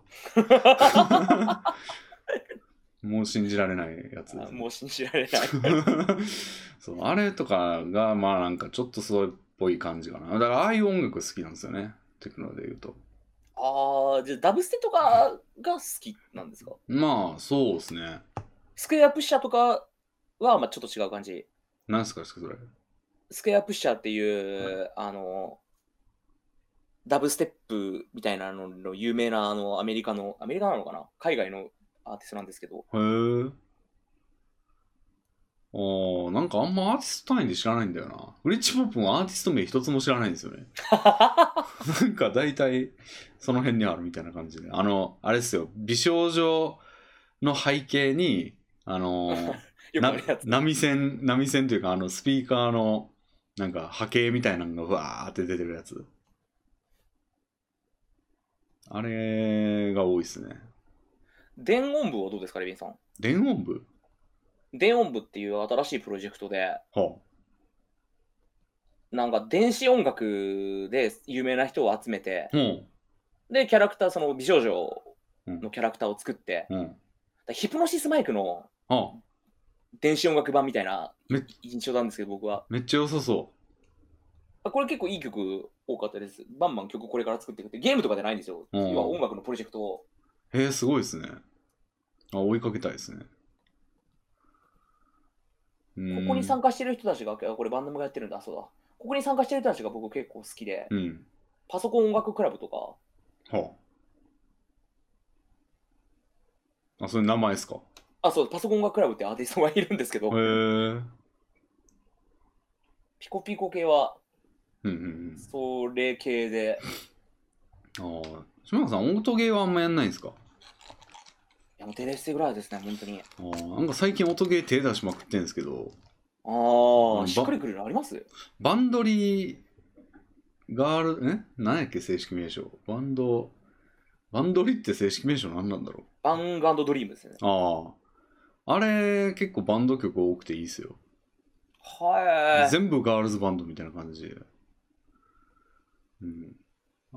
[SPEAKER 1] もう信じられないやつ。
[SPEAKER 2] あーもう信じられない。
[SPEAKER 1] そうあれとかがまあなんかちょっとそれっぽい感じかなだからああいう音楽好きなんですよねテクノで言うと
[SPEAKER 2] ああ、じゃあダブステとかが好きなんですか
[SPEAKER 1] まあそうですね
[SPEAKER 2] スクエアプッシャーとかはまあちょっと違う感じ。
[SPEAKER 1] 何すかそれ
[SPEAKER 2] スクエアプッシャーっていう、あの、ダブステップみたいなのの有名なあのアメリカの、アメリカなのかな海外のアーティストなんですけど、
[SPEAKER 1] へえあーなんかあんまアーティスト単位で知らないんだよな。フリッチ・ポップもアーティスト名一つも知らないんですよ ね。なんか大体その辺にあるみたいな感じで。あの、あれですよ、美少女の背景に、あのー、
[SPEAKER 2] よくあるやつ。
[SPEAKER 1] な波線、波線というか、あの、スピーカーの、なんか波形みたいなのがわーって出てるやつ。あれが多いですね。
[SPEAKER 2] 電音部はどうですか、レビンさん。
[SPEAKER 1] 電音部
[SPEAKER 2] 電音部っていう新しいプロジェクトで、
[SPEAKER 1] は
[SPEAKER 2] なんか電子音楽で有名な人を集めて、
[SPEAKER 1] あ。うん。
[SPEAKER 2] で、キャラクター、その美少女のキャラクターを作って、
[SPEAKER 1] うん。
[SPEAKER 2] だヒプノシスマイクの
[SPEAKER 1] はあ。
[SPEAKER 2] 電子音楽版みたいな
[SPEAKER 1] め
[SPEAKER 2] 印象なんですけど、僕は。
[SPEAKER 1] めっちゃ良さそ
[SPEAKER 2] あこれ結構いい曲多かったです。バンバン曲これから作っていくって、ゲームとかじゃないんですよ。
[SPEAKER 1] うん
[SPEAKER 2] 要は音楽のプロジェクトを。
[SPEAKER 1] う。へえ、すごいですね。あ、追いかけたいですね。
[SPEAKER 2] こ
[SPEAKER 1] こ
[SPEAKER 2] こに参加してる人たちが、あこれバンドムがやってるんだ、そうだ。ここに参加してる人たちが僕結構好きで、
[SPEAKER 1] うん。
[SPEAKER 2] パソコン音楽クラブとか、
[SPEAKER 1] はあ。あ、それ名前ですか
[SPEAKER 2] あ、そう、パソコン音楽クラブってアーティストがいるんですけど
[SPEAKER 1] へえ。、うん
[SPEAKER 2] ピコピコ系は
[SPEAKER 1] うんうん。
[SPEAKER 2] それ系で、
[SPEAKER 1] ああ、島野さん、オートゲーはあんまやんないんですか
[SPEAKER 2] いやもうテレステぐらいですね、本当に。
[SPEAKER 1] あーなんか最近オートゲー手出しまくってんですけど、
[SPEAKER 2] あ
[SPEAKER 1] うん
[SPEAKER 2] あ、しっくりくるのあります
[SPEAKER 1] バンドリー、ガール、え何やっけ正式名称。バンド、バンドリって正式名称何なんだろ
[SPEAKER 2] バンガンドドリームですね。
[SPEAKER 1] うああ。あれ、結構バンド曲多くていいっすよ。
[SPEAKER 2] はい。
[SPEAKER 1] 全部ガールズバンドみたいな感じで。うん。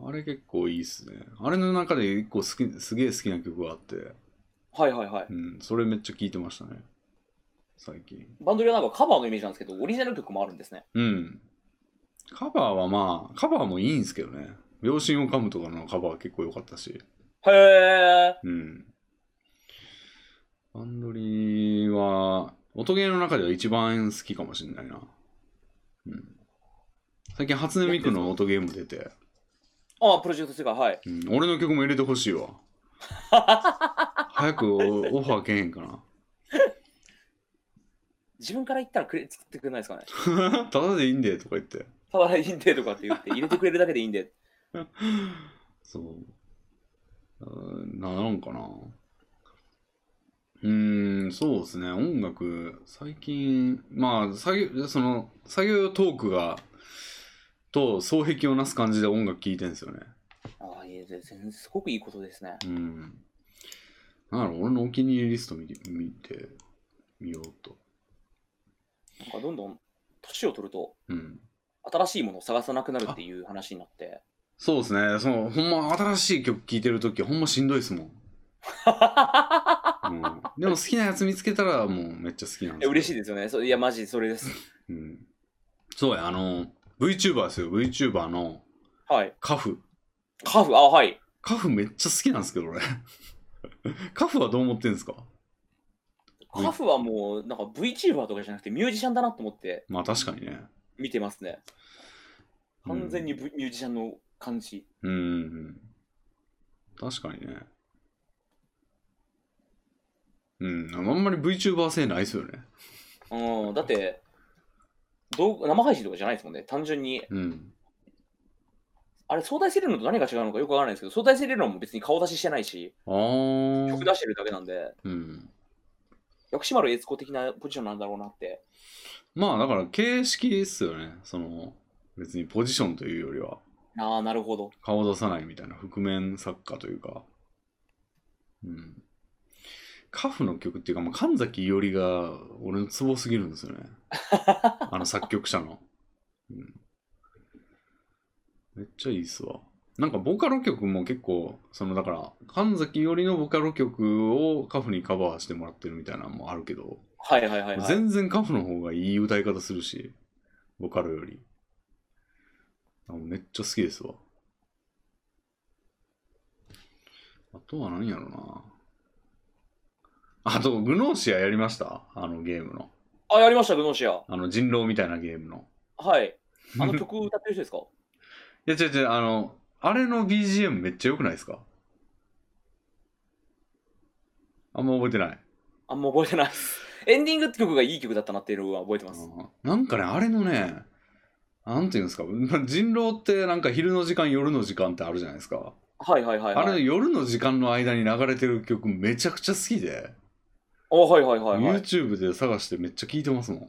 [SPEAKER 1] あれ結構いいっすね。あれの中で一個好き、すげえ好きな曲があって、
[SPEAKER 2] はいはいはい。
[SPEAKER 1] うん、それめっちゃ聴いてましたね。最近。
[SPEAKER 2] バンドリはなんかカバーのイメージなんですけど、オリジナル曲もあるんですね。
[SPEAKER 1] うん。カバーはまあ、カバーもいいんですけどね。秒針を噛むとかのカバーは結構良かったし。
[SPEAKER 2] へえ。
[SPEAKER 1] うん。バンドリーは、音ゲーの中では一番好きかもしれないな。うん。最近、初音ミクの音ゲーム出て、
[SPEAKER 2] ああ、プロジェクト世界、はい。
[SPEAKER 1] うん、俺の曲も入れてほしいわ。早くオオファーけへんかな。
[SPEAKER 2] 自分から言ったらくれ作ってくれないですかね。
[SPEAKER 1] ただでいいんでとか言って。
[SPEAKER 2] ただいいんでとかって言って、入れてくれるだけでいいんで。
[SPEAKER 1] そう。うんな、なんかな。うーん、そうですね。音楽、最近、まあ、作業、その、作業トークが、と、双璧をなす感じで音楽聴いてんですよね。
[SPEAKER 2] ああ、いえ、全然すごくいいことですね。
[SPEAKER 1] うん。なんだろう、俺のお気に入りリスト見て見てみようと。
[SPEAKER 2] なんかどんどん年を取ると、
[SPEAKER 1] うん。
[SPEAKER 2] 新しいものを探さなくなるっていう話になって。
[SPEAKER 1] そうですね。その、ほんま、新しい曲聴いてるとき、ほんましんどいです もん。うん、でも好きなやつ見つけたらもうめっちゃ好きなん
[SPEAKER 2] いや嬉しい
[SPEAKER 1] い、
[SPEAKER 2] ですよね。そういや、マジそれです。
[SPEAKER 1] うん、そうやあの VTuber ですよ VTuber の
[SPEAKER 2] はい。
[SPEAKER 1] カフ
[SPEAKER 2] カフ、あ、はい。
[SPEAKER 1] カフめっちゃ好きなんですけど俺 カフはどう思ってんですか
[SPEAKER 2] カフはもう、なんか VTuber とかじゃなくてミュージシャンだなと思って
[SPEAKER 1] まあ確かにね
[SPEAKER 2] 見てますね。
[SPEAKER 1] うん
[SPEAKER 2] 完全に、ブミュージシャンの感じ。
[SPEAKER 1] うんうん確かにねうんあんまり VTuber 性ないですよね
[SPEAKER 2] うん、だって、動画生配信とかじゃないですもんね。単純に、
[SPEAKER 1] うん
[SPEAKER 2] あれ、相対性理論と何が違うのかよくわからないですけど、相対性理論も別に顔出ししてないし、
[SPEAKER 1] あ
[SPEAKER 2] 曲
[SPEAKER 1] ー
[SPEAKER 2] 出してるだけなんで、
[SPEAKER 1] うん
[SPEAKER 2] 薬師丸悦子的なポジションなんだろうなって。
[SPEAKER 1] まあだから形式っすよねその別にポジションというよりは
[SPEAKER 2] ああ、なるほど。
[SPEAKER 1] 顔出さないみたいな覆面作家というか、うん。カフの曲っていうか、まあ、神崎伊織が俺のツボすぎるんですよね。あの作曲者の、うん。めっちゃいいっすわ。なんかボカロ曲も結構、そのだから、神崎伊織のボカロ曲をカフにカバーしてもらってるみたいなのもあるけど、
[SPEAKER 2] はいはいはい、はい。
[SPEAKER 1] 全然カフの方がいい歌い方するし、ボカロより。あめっちゃ好きですわ。あとは何やろな。あと、グノーシアやりましたあのゲームの。
[SPEAKER 2] あ、やりました、グノーシア。
[SPEAKER 1] あの人狼みたいなゲームの。
[SPEAKER 2] はい。あの曲歌ってる人ですか
[SPEAKER 1] いや、違う違う、あの、あれの BGM めっちゃ良くないですかあんま覚えてない。
[SPEAKER 2] あんま覚えてない。エンディング曲がいい曲だったなっていうのは覚えてます。
[SPEAKER 1] うんなんかねあれのねなんていうんですか人狼ってなんか昼の時間夜の時間ってあるじゃないですか、
[SPEAKER 2] はいはいはい、はい。
[SPEAKER 1] あれ夜の時間の間に流れてる曲めちゃくちゃ好きで、
[SPEAKER 2] あはいはいはいはい。
[SPEAKER 1] YouTube で探してめっちゃ聴いてますもん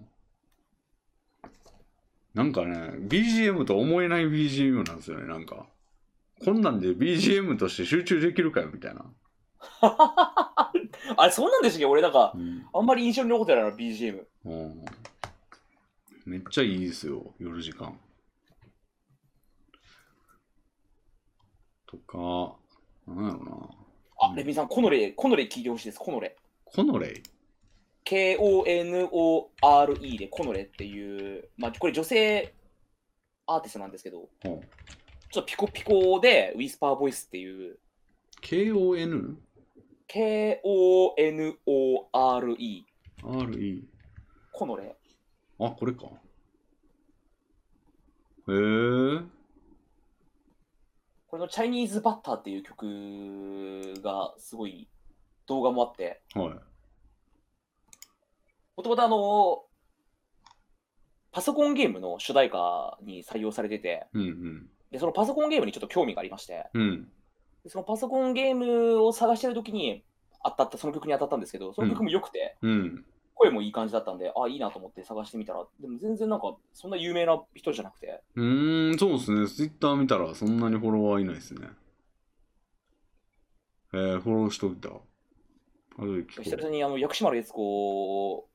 [SPEAKER 1] なんかね BGM と思えない BGM なんですよねなんかこんなんで BGM として集中できるかよみたいな、
[SPEAKER 2] あれ、そうなんでしたっけ俺なんか、
[SPEAKER 1] うん
[SPEAKER 2] あんまり印象に残ってないな、BGM。
[SPEAKER 1] うんめっちゃいいですよ、夜時間。とか、なんやろな。
[SPEAKER 2] あ、レミさん、コノレ、コノレ聞いてほしいです、コノレ。
[SPEAKER 1] コノレイ
[SPEAKER 2] K-O-N-O-R-E で、コノレっていう、まあ、これ女性アーティストなんですけど、
[SPEAKER 1] ほう
[SPEAKER 2] ちょっとピコピコで、ウィスパーボイスっていう、
[SPEAKER 1] ?K-O-N?
[SPEAKER 2] K-O-N-O-R-E、
[SPEAKER 1] R-E。
[SPEAKER 2] コノレ。
[SPEAKER 1] あ、これか。へえ。
[SPEAKER 2] これのチャイニーズバッターっていう曲が、すごい動画もあって、
[SPEAKER 1] はい。
[SPEAKER 2] もともとあの、パソコンゲームの主題歌に採用されてて、
[SPEAKER 1] うんうん。
[SPEAKER 2] で、そのパソコンゲームにちょっと興味がありまして、
[SPEAKER 1] うん。
[SPEAKER 2] でそのパソコンゲームを探してる時に、当たった、その曲に当たったんですけど、その曲も良くて、
[SPEAKER 1] うん。
[SPEAKER 2] 声もいい感じだったんで、あ、いいなと思って探してみたら、でも全然なんか、そんな有名な人じゃなくて、
[SPEAKER 1] うーん、そうですね。Twitter 見たらそんなにフォロワーいないですね。えー、フォローしといた。あとで聞
[SPEAKER 2] 久
[SPEAKER 1] こ
[SPEAKER 2] 々にあの薬師丸悦子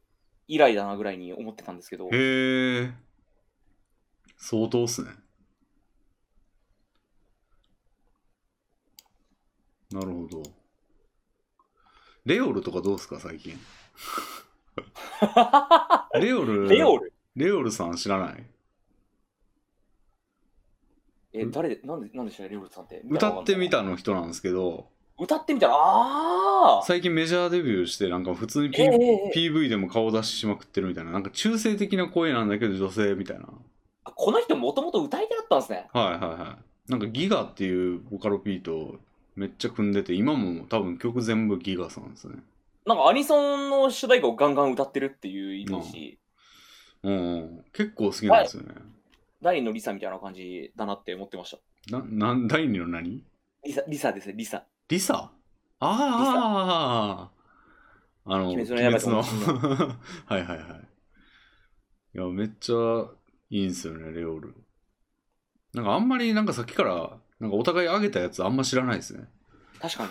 [SPEAKER 2] 以来だなぐらいに思ってたんですけど
[SPEAKER 1] う。、へえ。相当っすね。なるほど。レオルとかどうっすか、最 近。レオル、
[SPEAKER 2] レオル
[SPEAKER 1] レオルさん知らない
[SPEAKER 2] え、誰で、なんで、なんでしょうね、レオルさんって。
[SPEAKER 1] 歌ってみ
[SPEAKER 2] た。
[SPEAKER 1] たの人なんですけど、
[SPEAKER 2] 歌ってみたら、あー
[SPEAKER 1] 最近メジャーデビューしてなんか普通に P、
[SPEAKER 2] ええええ
[SPEAKER 1] PV でも顔出ししまくってるみたいななんか中性的な声なんだけど女性みたいな
[SPEAKER 2] あこの人もともと歌い手だったんですね。
[SPEAKER 1] はいはいはいなんかギガっていうボカロ P とめっちゃ組んでて今も多分曲全部ギガさんですね
[SPEAKER 2] なんかアニソンの主題歌をガンガン歌ってるっていうイメージ、
[SPEAKER 1] うん、うん、結構好きなんですよね、
[SPEAKER 2] 第二のリサみたいな感じだなって思ってました。
[SPEAKER 1] ななん第二の何
[SPEAKER 2] リサリサですね、リサ。
[SPEAKER 1] リサあああの
[SPEAKER 2] 鬼
[SPEAKER 1] 鬼
[SPEAKER 2] 滅
[SPEAKER 1] 滅
[SPEAKER 2] の
[SPEAKER 1] の
[SPEAKER 2] 刃と
[SPEAKER 1] はいはいはいいやめっちゃいいんすよねレオルなんかあんまりなんかさっきからなんかお互い上げたやつあんま知らないですね
[SPEAKER 2] 確か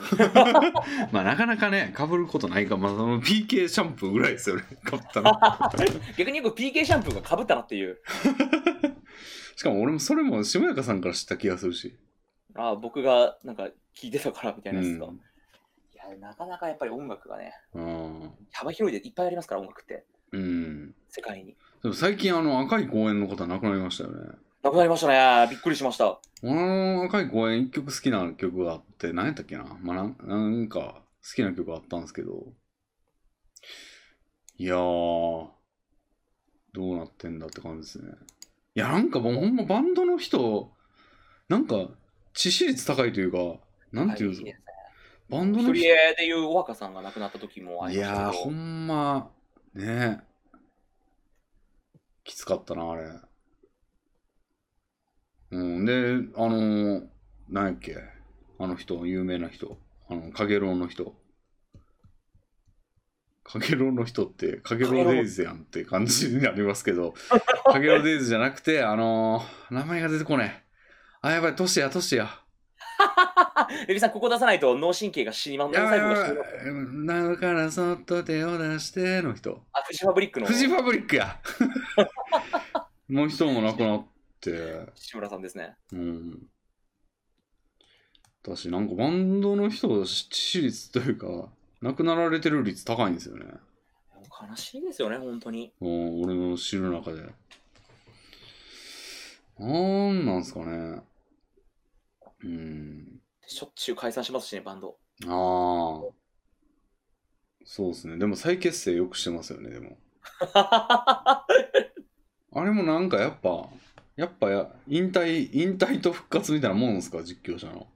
[SPEAKER 2] に。
[SPEAKER 1] まあなかなかねかぶることないかまあその PK シャンプーぐらいですよねかぶったの
[SPEAKER 2] 逆によく PK シャンプーがかぶったなっていう。
[SPEAKER 1] しかも俺もそれも下中さんから知った気がするし
[SPEAKER 2] ああ、僕がなんか聞いてたからみたいなやつが。
[SPEAKER 1] うん
[SPEAKER 2] いや、なかなかやっぱり音楽がね、
[SPEAKER 1] うん
[SPEAKER 2] 幅広いでいっぱいありますから、音楽って。
[SPEAKER 1] うん
[SPEAKER 2] 世界に。
[SPEAKER 1] でも最近あの赤い公園のことはなくなりましたよね
[SPEAKER 2] なくなりましたね。びっくりしました。
[SPEAKER 1] あの赤い公園一曲好きな曲があって何やったっけな,、まあ、なんなんか好きな曲があったんですけどいやーどうなってんだって感じですねいやなんかもうほんまバンドの人なんか致死率高いというかなんていうんですか、
[SPEAKER 2] はい
[SPEAKER 1] バンドの
[SPEAKER 2] 一人
[SPEAKER 1] 人
[SPEAKER 2] 絵でいうお若さんが亡くなった時もあ
[SPEAKER 1] い
[SPEAKER 2] りましたけ
[SPEAKER 1] やー
[SPEAKER 2] ど。
[SPEAKER 1] ほんまねきつかったなあれうんであのー、なんやっけあの人有名な人あのかげろうの人かげろうの人ってかげろうデイズやんって感じになりますけ どかげろうデイズじゃなくてあのー、名前が出てこないあやばいトシやトシや
[SPEAKER 2] レビさん、ここ出さないと脳神経が死にまん。
[SPEAKER 1] や
[SPEAKER 2] 脳
[SPEAKER 1] ばい
[SPEAKER 2] 細
[SPEAKER 1] や
[SPEAKER 2] 胞
[SPEAKER 1] ば
[SPEAKER 2] が
[SPEAKER 1] い
[SPEAKER 2] 死にまん
[SPEAKER 1] だからそっと手を出しての人
[SPEAKER 2] あ、フジファブリックの
[SPEAKER 1] フジ
[SPEAKER 2] 志
[SPEAKER 1] ファブリックやもう人も亡くなって
[SPEAKER 2] 村さんですね。
[SPEAKER 1] うんだしなんかバンドの人致死率というか亡くなられてる率高いんですよね
[SPEAKER 2] 悲しいですよね、本当に。
[SPEAKER 1] うん俺の知る中でなんなんすかねうん
[SPEAKER 2] しょっちゅう解散しますしね、バンド。
[SPEAKER 1] ああそうですねでも再結成よくしてますよねで もあれもなんかやっぱ、やっぱや引退、引退と復活みたいなもんですか、実況者の。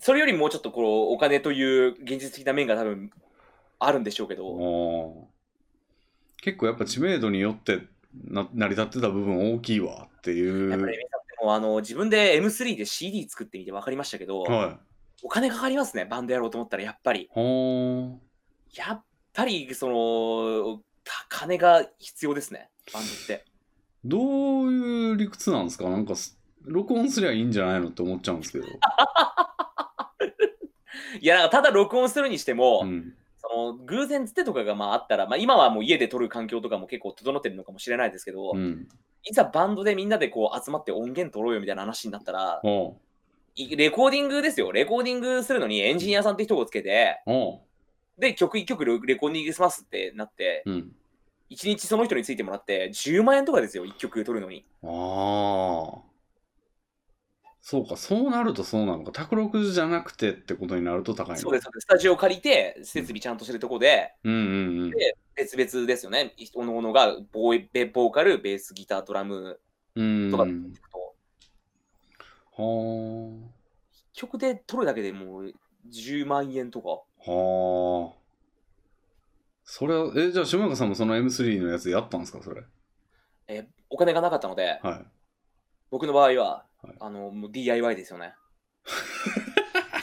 [SPEAKER 2] それよりもうちょっとこうお金という現実的な面が多分あるんでしょうけど、
[SPEAKER 1] おー結構やっぱ知名度によってな成り立ってた部分大きいわっていう
[SPEAKER 2] やっぱり皆さんでもあの自分で M3 で CD 作ってみて分かりましたけど、
[SPEAKER 1] はい
[SPEAKER 2] お金かかりますね、バンドやろうと思ったらやっぱり。
[SPEAKER 1] ほ
[SPEAKER 2] やっぱり、その、た金が必要ですね、バンドって。
[SPEAKER 1] ーどういう理屈なんですかなんかす録音すりゃいいんじゃないのって思っちゃうんですけ ど、
[SPEAKER 2] いや、なんかただ録音するにしても、
[SPEAKER 1] うん、
[SPEAKER 2] その偶然つてとかがまああったら、まあ、今はもう家で撮る環境とかも結構整ってるのかもしれないですけど、
[SPEAKER 1] うん、
[SPEAKER 2] いざバンドでみんなでこう集まって音源撮ろうよみたいな話になったら、
[SPEAKER 1] おう
[SPEAKER 2] いレコーディングですよ、レコーディングするのにエンジニアさんって人をつけて、
[SPEAKER 1] おう
[SPEAKER 2] で、曲一曲レレコーディングしますってなって、
[SPEAKER 1] うん
[SPEAKER 2] 一日その人についてもらって、10万円とかですよ、一曲撮るのに。
[SPEAKER 1] ああそうかそうなるとそうなのか卓録じゃなくてってことになると高いの
[SPEAKER 2] そうです、そうですスタジオ借りて、設備ちゃんとしてるとこで、
[SPEAKER 1] うんうんうん
[SPEAKER 2] 別々ですよね、おのおのがボーイベボーカル、ベース、ギター、ドラム
[SPEAKER 1] うん
[SPEAKER 2] とかっていくと、
[SPEAKER 1] はあ
[SPEAKER 2] 曲で撮るだけでもう10万円とか。
[SPEAKER 1] はあ。それは、え、じゃあ、下中さんもその M3 のやつやったんですか、それ。
[SPEAKER 2] えーお金がなかったので、
[SPEAKER 1] はい。
[SPEAKER 2] 僕の場合は、
[SPEAKER 1] はい
[SPEAKER 2] あのもう DIY ですよね。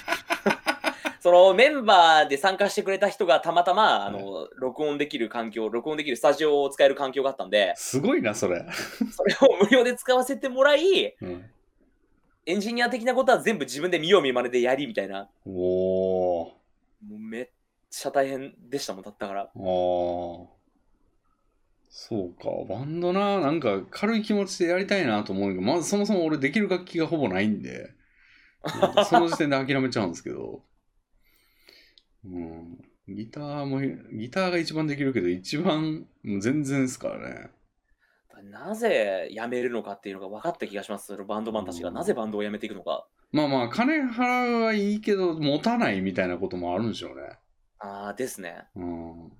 [SPEAKER 2] そのメンバーで参加してくれた人がたまたまあの、録音できる環境、録音できるスタジオを使える環境があったんで、
[SPEAKER 1] すごいな、それ。
[SPEAKER 2] それを無料で使わせてもらい、
[SPEAKER 1] うん、
[SPEAKER 2] エンジニア的なことは全部自分で見よう見まねでやりみたいな、
[SPEAKER 1] お
[SPEAKER 2] もうめっちゃ大変でしたもん、だったから。
[SPEAKER 1] お。ああ。そうか、バンドな、なんか軽い気持ちでやりたいなと思うけど、まずそもそも俺できる楽器がほぼないんで、なんかその時点で諦めちゃうんですけど。 うん。ギターも、ギターが一番できるけど、一番、もう全然ですからね。
[SPEAKER 2] なぜ辞めるのかっていうのが分かった気がします、そのバンドマンたちが。
[SPEAKER 1] うん
[SPEAKER 2] なぜバンドを辞めていくのか。
[SPEAKER 1] まあまあ、金払うはいいけど、持たないみたいなこともあるんでしょうね。
[SPEAKER 2] ああ、ですね。
[SPEAKER 1] うん。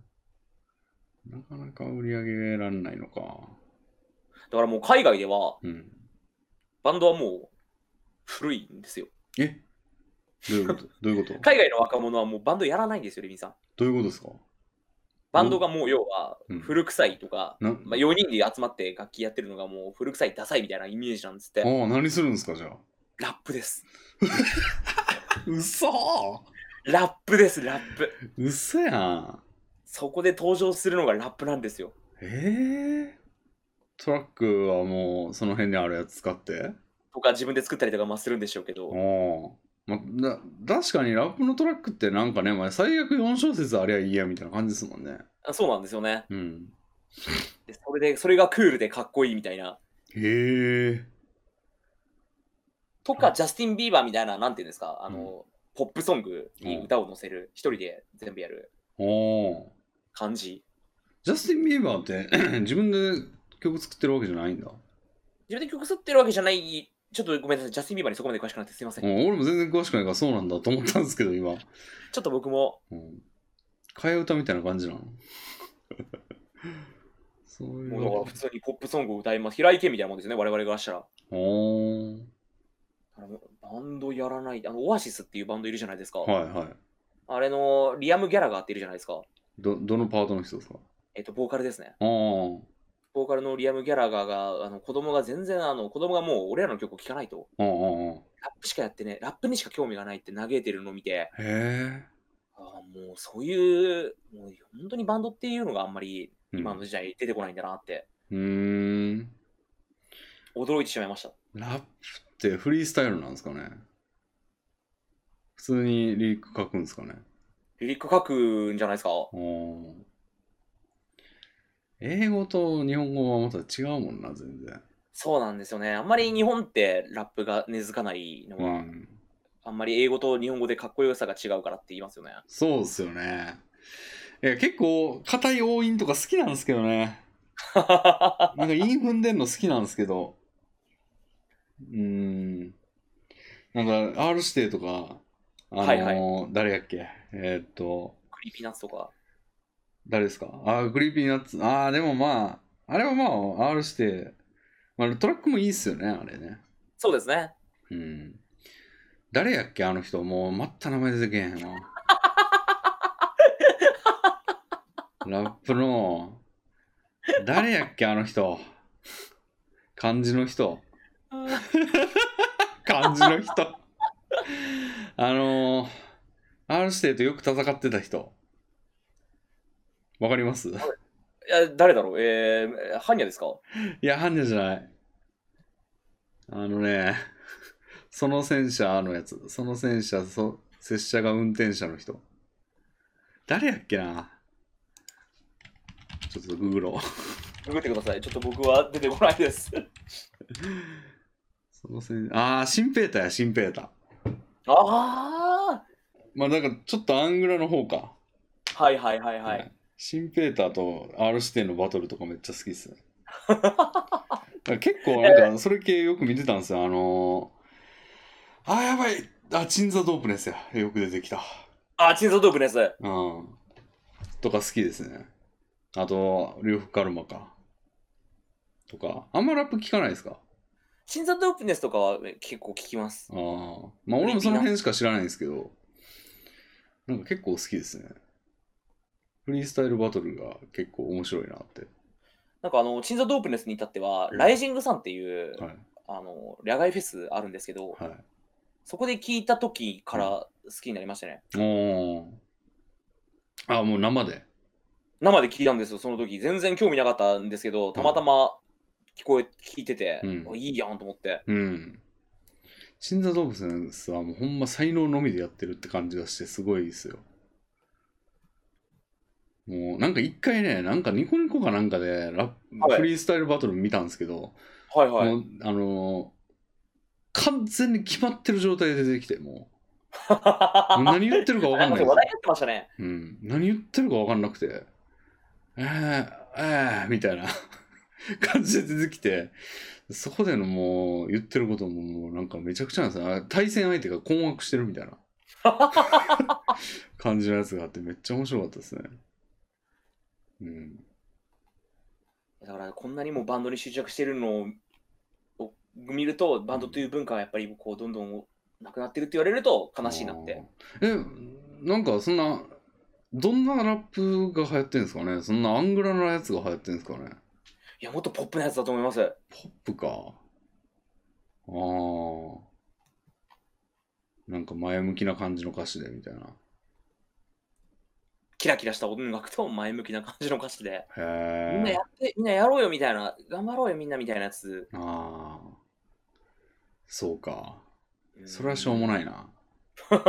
[SPEAKER 1] なかなか売り上げられないのか。
[SPEAKER 2] だからもう海外では、
[SPEAKER 1] うん。
[SPEAKER 2] バンドはもう古いんですよ。
[SPEAKER 1] えどういうことどういうこと
[SPEAKER 2] 海外の若者はもうバンドやらないんですよ、レミさん。
[SPEAKER 1] どういうことですか
[SPEAKER 2] バンドがもう要は
[SPEAKER 1] うん
[SPEAKER 2] 古臭いとか、
[SPEAKER 1] な、
[SPEAKER 2] まあ、4人で集まって楽器やってるのがもう古臭い、ダサいみたいなイメージなんですって、
[SPEAKER 1] ああ、何するんですか、じゃあ。
[SPEAKER 2] ラップです。
[SPEAKER 1] うそ
[SPEAKER 2] ラップです、ラップ。
[SPEAKER 1] うそやん。
[SPEAKER 2] そこで登場するのがラップなんですよ。
[SPEAKER 1] ええトラックはもう、その辺にあるやつ使って
[SPEAKER 2] とか自分で作ったりとかまあするんでしょうけど、
[SPEAKER 1] ああ。ま、だ確かにラップのトラックってなんかね、まあ、最悪4小節ありゃいいやみたいな感じですもんね。
[SPEAKER 2] あそうなんですよね。
[SPEAKER 1] うん。
[SPEAKER 2] でそれで、それがクールでかっこいいみたいな。
[SPEAKER 1] へえ。
[SPEAKER 2] とか、ジャスティン・ビーバーみたいな、なんていうんですか、あの、ポップソングに歌を載せる、一人で全部やる
[SPEAKER 1] おお。
[SPEAKER 2] 感じ。
[SPEAKER 1] ジャスティン・ビーバーって 自分で曲作ってるわけじゃないんだ。
[SPEAKER 2] 自分で曲作ってるわけじゃない、ちょっとごめんなさい、ジャスティン・ビーバーにそこまで詳しくなってすいません。
[SPEAKER 1] うん、俺も全然詳しくないからそうなんだと思ったんですけど、今。
[SPEAKER 2] ちょっと僕も、
[SPEAKER 1] うん。替え歌みたいな感じなの そうい
[SPEAKER 2] もうだから
[SPEAKER 1] う
[SPEAKER 2] 普。通にポップソングを歌います。平井堅みたいなもんですね、我々がしたら。
[SPEAKER 1] おー
[SPEAKER 2] あのバンドやらない、あの、オアシスっていうバンドいるじゃないですか。
[SPEAKER 1] はいはい。
[SPEAKER 2] あれの、リアム・ギャラガーっているじゃないですか。
[SPEAKER 1] ど、どのパートの人ですか
[SPEAKER 2] えっと、ボーカルですね。
[SPEAKER 1] あー
[SPEAKER 2] ボーカルのリアム・ギャラガーが、あの子供が全然、あの子供がもう俺らの曲を聴かないと、
[SPEAKER 1] あー、あーあ
[SPEAKER 2] ラップしかやってね、ラップにしか興味がないって嘆いてるのを見て、
[SPEAKER 1] ー、へえ。
[SPEAKER 2] ああもうそういう、もう本当にバンドっていうのがあんまり
[SPEAKER 1] うん
[SPEAKER 2] 今の時代出てこないんだなって、
[SPEAKER 1] うーん。
[SPEAKER 2] 驚いてしまいました。
[SPEAKER 1] ラップってフリースタイルなんですかね普通にリリック書くんですかね
[SPEAKER 2] リリック書くんじゃないですか。
[SPEAKER 1] おー英語と日本語はまた違うもんな全然、
[SPEAKER 2] そうなんですよね。あんまり日本ってラップが根付かないのは、
[SPEAKER 1] ん、
[SPEAKER 2] あんまり英語と日本語でかっこよさが違うからって言いますよね。
[SPEAKER 1] そうっすよねいや結構硬い押韻とか好きなんですけど ねなんか韻踏んでんの好きなんですけどうーんなんか R 指定とかあのー
[SPEAKER 2] はいは
[SPEAKER 1] 誰やっけえーっと
[SPEAKER 2] クリーピーナッツとか。
[SPEAKER 1] 誰ですかあー、クリーピーナッツ。ああ、でもまあ、あれはまあ、R して、まあ、トラックもいいっすよね、あれね。
[SPEAKER 2] そうですね。
[SPEAKER 1] うん。誰やっけ、あの人。もう、まった名前出てけえへんな。ラップの、誰やっけ、あの人。漢字の人。漢字の人。あのー、R 指定とよく戦ってた人。わかります
[SPEAKER 2] いや誰だろうえー、ハニャですか
[SPEAKER 1] いや、ハンニャじゃない。あのね、その戦車のやつ、その戦車、そ拙者が運転者の人。誰やっけなちょっとググろう。
[SPEAKER 2] ググってください。ちょっと僕は出てこないです。
[SPEAKER 1] その戦ああ、新平太や、新平太。
[SPEAKER 2] あ
[SPEAKER 1] まあ、なんかちょっとアングラの方か。
[SPEAKER 2] あはいはいはいはい。
[SPEAKER 1] 新平太と R 視点のバトルとかめっちゃ好きっすね。なんか結構
[SPEAKER 2] ええ
[SPEAKER 1] なんかそれ系よく見てたんですよ。あのー、あー、やばい。あ、チンザドープネスや。よく出てきた。
[SPEAKER 2] あ、チンソドープです。
[SPEAKER 1] うん。とか好きですね。あと、リュウフカルマか。とか。あんまラップ聞かないですか
[SPEAKER 2] チンザドープネスとかはえ結構聞きます。
[SPEAKER 1] ああ。まあ俺もその辺しか知らないんですけど、なんか結構好きですね。フリースタイルバトルが結構面白いなって。
[SPEAKER 2] なんかあの、チンザドープネスに至っては、
[SPEAKER 1] うん
[SPEAKER 2] ライジングさんっていう、
[SPEAKER 1] はい。
[SPEAKER 2] あの、野外フェスあるんですけど、
[SPEAKER 1] はい。
[SPEAKER 2] そこで聞いた時から好きになりましたね。
[SPEAKER 1] おーあ、もう生で。
[SPEAKER 2] 生で聞いたんですよ、その時。全然興味なかったんですけど、たまたま聞こえ、聞いてて、
[SPEAKER 1] うん
[SPEAKER 2] あいいやんと思って。
[SPEAKER 1] うん。チンザ動物スはもうほんま才能のみでやってるって感じがしてすごいですよ。もうなんか一回ね、なんかニコニコかなんかでラップ
[SPEAKER 2] はい
[SPEAKER 1] フリースタイルバトル見たんですけど、
[SPEAKER 2] はいはい。
[SPEAKER 1] もうあのー完全に決まってる状態で出てきて、もうもう何言ってるか分かんな
[SPEAKER 2] あ
[SPEAKER 1] い
[SPEAKER 2] 話題に なってましたね。
[SPEAKER 1] うん、何言ってるか分かんなくて、えー、えー、みたいな 感じで出てきて、そこでのもう言ってることももうなんかめちゃくちゃなんですよ。あ対戦相手が困惑してるみたいな 感じのやつがあってめっちゃ面白かったですね。うん。
[SPEAKER 2] だからこんなにもバンドに執着してるのを見るとバンドという文化はやっぱりこうどんどんなくなってるって言われると悲しいなって。
[SPEAKER 1] あー。え、なんかそんな、どんなラップが流行ってんですかねそんなアングラのやつが流行ってんですかね
[SPEAKER 2] いやもっとポップなやつだと思います。
[SPEAKER 1] ポップか。ああ。なんか前向きな感じの歌詞でみたいな。
[SPEAKER 2] キラキラした音楽と前向きな感じの歌詞で。みんな
[SPEAKER 1] へえ
[SPEAKER 2] や。ってみんなやろうよみたいな頑張ろうよみんなみたいなやつ。
[SPEAKER 1] ああ。そうか。
[SPEAKER 2] うん
[SPEAKER 1] それはしょうもないな。うん。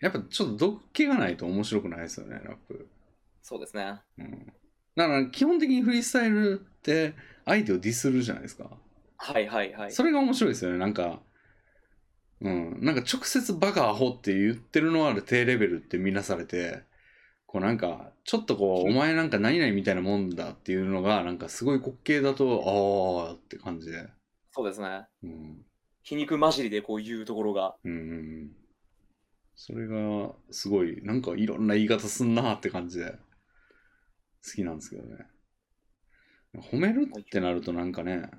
[SPEAKER 1] やっぱちょっと毒気がないと面白くないですよね、ラップ。
[SPEAKER 2] そうですね。
[SPEAKER 1] うん。だから基本的にフリースタイルって相手をディスるじゃないですか。
[SPEAKER 2] はいはいはい。
[SPEAKER 1] それが面白いですよね。なんか、うん、なんか直接バカアホって言ってるのは低レベルって見なされて、こうなんか、ちょっとこう、お前なんか何々みたいなもんだっていうのが、なんかすごい滑稽だと、ああって感じで。
[SPEAKER 2] そうですね。
[SPEAKER 1] うん。
[SPEAKER 2] 皮肉交じりでこういうところが。
[SPEAKER 1] うんうんうん。それが、すごい、なんかいろんな言い方すんなって感じで、好きなんですけどね。褒めるってなるとなんかね、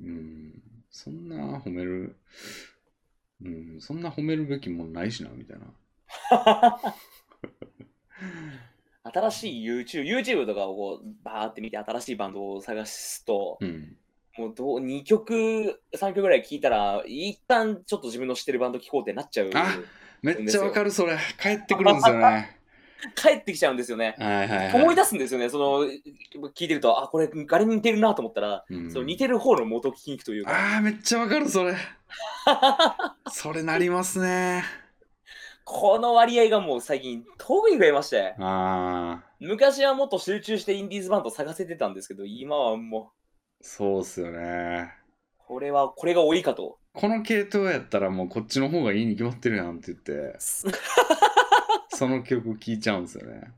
[SPEAKER 1] うん、そんな褒める、うん、そんな褒めるべきもんないしな、みたいな。
[SPEAKER 2] 新しい YouTube、YouTube とかをこうバーって見て新しいバンドを探すと、
[SPEAKER 1] うん。
[SPEAKER 2] もうどう2曲、3曲ぐらい聴いたら、一旦ちょっと自分の知ってるバンド聴こうってなっちゃう。
[SPEAKER 1] あめっちゃわかる、それ。帰ってくるんですよ ね。
[SPEAKER 2] 帰ってきちゃうんですよね。
[SPEAKER 1] はいはい、はい。
[SPEAKER 2] 思い出すんですよね。その、聞いてると、あ、これ、誰に似てるなと思ったら、
[SPEAKER 1] うん
[SPEAKER 2] その似てる方の元を聞きに行くというか、
[SPEAKER 1] ああ、めっちゃわかる、そ れ。それなりますね。
[SPEAKER 2] この割合がもう最近、特に増えまして、
[SPEAKER 1] ああ。
[SPEAKER 2] 昔はもっと集中してインディーズバンド探せてたんですけど、今はも
[SPEAKER 1] そうっすよね。
[SPEAKER 2] う、これは、これが多いかと。
[SPEAKER 1] この系統やったらもうこっちの方がいいに決まってるやんって言って、その曲聴いちゃうんですよね。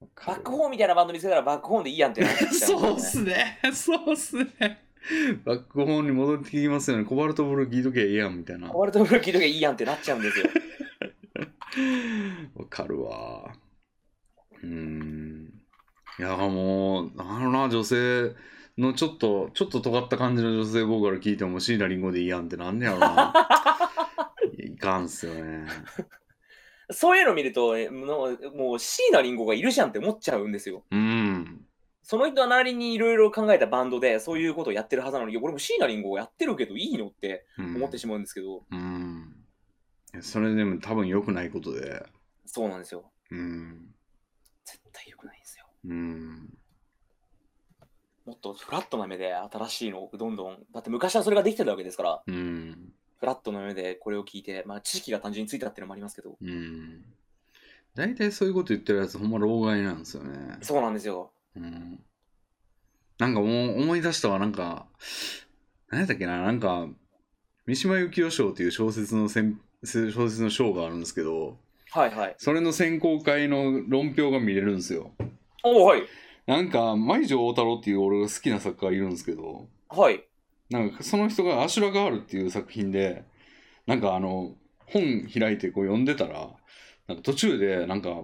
[SPEAKER 2] バックホーンみたいなバンド見せたらバックホーンでいいやんってなっちゃうんですよね
[SPEAKER 1] そうっすね。そうっすね。バックホーンに戻ってきますよね。コバルトブルー聴いとけばいいやんみたいな。
[SPEAKER 2] ワールドブルー聞いときゃいいやんってなっちゃうんですよ。
[SPEAKER 1] わかるわ。うーん。いや、もう、あのな、女性のちょっと、ちょっと尖った感じの女性ボーカル聞いても、椎 名林檎でいいやんってなんねやろな。いやいかんっすよね。
[SPEAKER 2] そういうの見ると、えもうもう椎名林檎がいるじゃんって思っちゃうんですよ。
[SPEAKER 1] うん。
[SPEAKER 2] その人なりにいろいろ考えたバンドで、そういうことをやってるはずなのに、いや俺も椎名林檎やってるけどいいのって
[SPEAKER 1] うん
[SPEAKER 2] 思ってしまうんですけど、
[SPEAKER 1] うん。それでも多分良くないことで。
[SPEAKER 2] そうなんですよ。
[SPEAKER 1] うん。
[SPEAKER 2] 絶対良くないんですよ。
[SPEAKER 1] うん。
[SPEAKER 2] もっとフラットな目で新しいのをどんどん、だって昔はそれができてたわけですから、
[SPEAKER 1] うん。
[SPEAKER 2] フラットな目でこれを聞いて、まあ知識が単純についたっていうのもありますけど、
[SPEAKER 1] うん。大体そういうこと言ってるやつ、ほんま老害なんですよね。
[SPEAKER 2] そうなんですよ。
[SPEAKER 1] うん。なんかもう思い出したわ、なんか、何やったっけな、なんか、三島由紀夫賞っていう小説のせん小説の賞があるんですけど、
[SPEAKER 2] はいはい。
[SPEAKER 1] それの選考会の論評が見れるんですよ。
[SPEAKER 2] おはい。
[SPEAKER 1] なんか、舞城大太郎っていう俺が好きな作家がいるんですけど、
[SPEAKER 2] はい。
[SPEAKER 1] なんかその人が「アシュラガール」っていう作品でなんかあの本開いてこう読んでたらなんか途中でなんか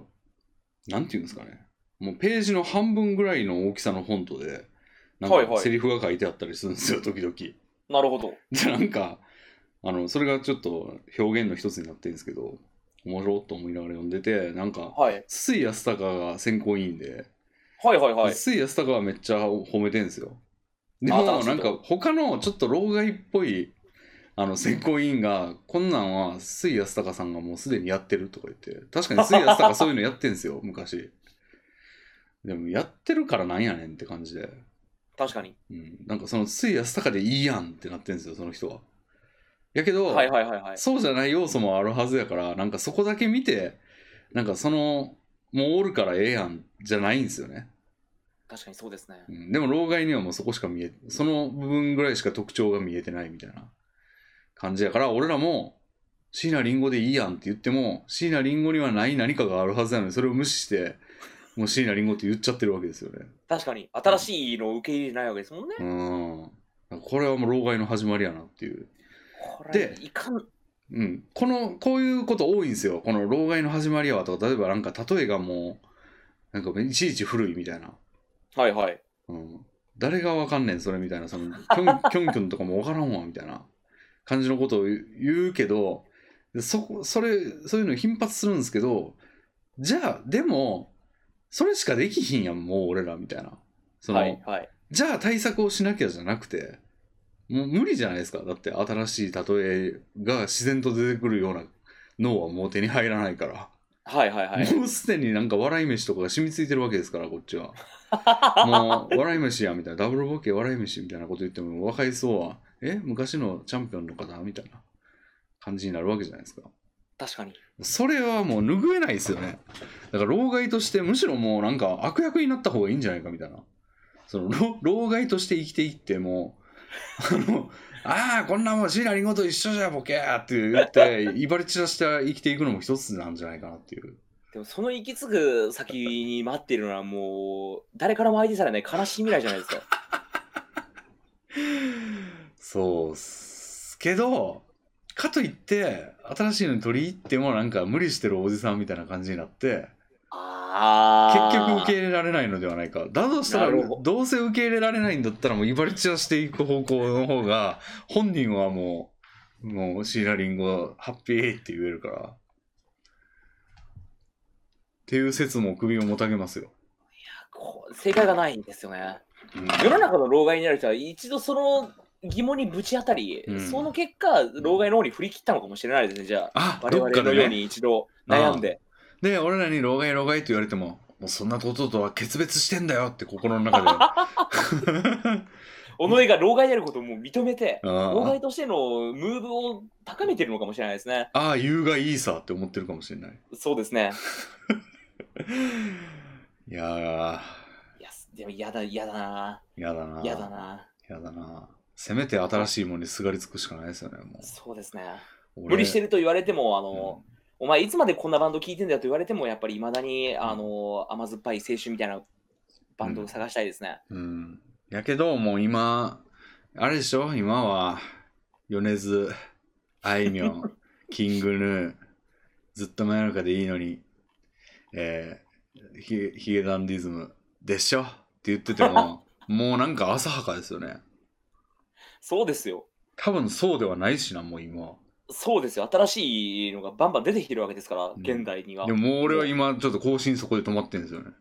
[SPEAKER 1] なんていうんですかねもうページの半分ぐらいの大きさのフォントでなん
[SPEAKER 2] はい
[SPEAKER 1] か
[SPEAKER 2] はい
[SPEAKER 1] セリフが書いてあったりするんですよ時々。で
[SPEAKER 2] なるほど。
[SPEAKER 1] なんかあのそれがちょっと表現の一つになってるんですけど面白いと思いながら読んでてなんか
[SPEAKER 2] はい。
[SPEAKER 1] 筒井康隆が選考委員で。
[SPEAKER 2] はいはいはい。
[SPEAKER 1] 筒井康隆はめっちゃ褒めてんすよで
[SPEAKER 2] あ
[SPEAKER 1] も
[SPEAKER 2] 新しい
[SPEAKER 1] な
[SPEAKER 2] と
[SPEAKER 1] んか他のちょっと老害っぽいあの選考委員がこんなんは筒井康隆さんがもうすでにやってるとか言って確かに筒井康隆そういうのやってんすよ 昔でもやってるからなんやねんって感じで、
[SPEAKER 2] 確かに。
[SPEAKER 1] うん、なんかその筒井康隆でいいやんってなってんすよその人はやけど、
[SPEAKER 2] はいはいはいはい。
[SPEAKER 1] そうじゃない要素もあるはずやからなんかそこだけ見てなんかそのもうおるからええやんじゃないんですよね
[SPEAKER 2] 確かにそうですね。
[SPEAKER 1] うんでも老害にはもうそこしか見えその部分ぐらいしか特徴が見えてないみたいな感じやから俺らも椎名林檎でいいやんって言っても椎名林檎にはない何かがあるはずなのにそれを無視してもう椎名林檎って言っちゃってるわけですよね
[SPEAKER 2] 確かに。新しいのを受け入れないわけですもんね。
[SPEAKER 1] うんこれはもう老害の始まりやなっていう、
[SPEAKER 2] これ
[SPEAKER 1] で
[SPEAKER 2] いかん。
[SPEAKER 1] うん、このこういうこと多いんですよこの老害の始まりやわとか例えばなんか例えがもうなんかいちいち古いみたいな
[SPEAKER 2] はいはい。
[SPEAKER 1] うん、誰がわかんねんそれみたいなそのキョンキ ョンキョンとかもわからんわみたいな感じのことを言う言うけどそこそれそういうの頻発するんですけどじゃあでもそれしかできひんやんもう俺らみたいなその、
[SPEAKER 2] はいはい。
[SPEAKER 1] じゃあ対策をしなきゃじゃなくてもう無理じゃないですかだって新しい例えが自然と出てくるような脳はもう手に入らないから。
[SPEAKER 2] はいはいはい。
[SPEAKER 1] もうすでになんか笑い飯とかが染みついてるわけですからこっちはもう笑い飯やみたいなダブルボケ笑い飯みたいなこと言っても若い層はえ昔のチャンピオンの方みたいな感じになるわけじゃないですか
[SPEAKER 2] 確かに。
[SPEAKER 1] それはもう拭えないですよねだから老害としてむしろもうなんか悪役になった方がいいんじゃないかみたいなその老老害として生きていってもうあのあーこんなもん椎名林檎と一緒じゃボケーって言って威張り散らして生きていくのも一つなんじゃないかなっていう
[SPEAKER 2] でもその行き継ぐ先に待っているのはもう誰からも相手されない悲しい未来じゃないです か。
[SPEAKER 1] そうっすけどかといって新しいのに取り入ってもなんか無理してるおじさんみたいな感じになって結
[SPEAKER 2] ああ。
[SPEAKER 1] 局受け入れられないのではないかだとしたら
[SPEAKER 2] なるほど
[SPEAKER 1] どうせ受け入れられないんだったらもう威張り散らしていく方向の方が本人はもうもうシーラリンゴハッピーって言えるからっていう説も首をもたげますよ、
[SPEAKER 2] こう正解がないんですよね。
[SPEAKER 1] うん
[SPEAKER 2] 世の中の老害になる人は一度その疑問にぶち当たり、
[SPEAKER 1] うん
[SPEAKER 2] その結果、老害の方に振り切ったのかもしれないですね、じゃ
[SPEAKER 1] あ
[SPEAKER 2] あ。我
[SPEAKER 1] どっ
[SPEAKER 2] 々
[SPEAKER 1] か
[SPEAKER 2] の
[SPEAKER 1] で、
[SPEAKER 2] よう
[SPEAKER 1] ね、
[SPEAKER 2] に一度悩んで。
[SPEAKER 1] で俺らに「老害老害」って言われてももうそんなこととは決別してんだよって心の 中で
[SPEAKER 2] 己が老害であることをもう認めて、
[SPEAKER 1] あ
[SPEAKER 2] 老害
[SPEAKER 1] ー
[SPEAKER 2] としてのムーブを高めてるのかもしれないですね。
[SPEAKER 1] あー言うがいいさって思ってるかもしれない
[SPEAKER 2] そうですね。
[SPEAKER 1] いや
[SPEAKER 2] いや、でも嫌だ、嫌だな。
[SPEAKER 1] ーやだな
[SPEAKER 2] 嫌だな。
[SPEAKER 1] やだなせめて新しいものにすがりつくしかないですよねも
[SPEAKER 2] そうですね。
[SPEAKER 1] う
[SPEAKER 2] 無理して
[SPEAKER 1] る
[SPEAKER 2] ると言われても、あの、お前いつまでこんなバンド聴いてんだよと言われても、やっぱり未だに、あの、甘酸っぱい青春みたいなバンドを探したいですね。
[SPEAKER 1] うんやけどもう今あれでしょ今は米津あいみょ んキングヌーずっと真夜中でいいのにえー、ヒヒゲダンディズムでしょって言ってても もうなんか浅はかですよね
[SPEAKER 2] そうですよ。
[SPEAKER 1] 多分そうではないしなもう今
[SPEAKER 2] そうですよ。新しいのがバンバン出てきてるわけですから、
[SPEAKER 1] ん
[SPEAKER 2] 現代には。
[SPEAKER 1] でももう俺は今ちょっと更新そこで止まってんですよね、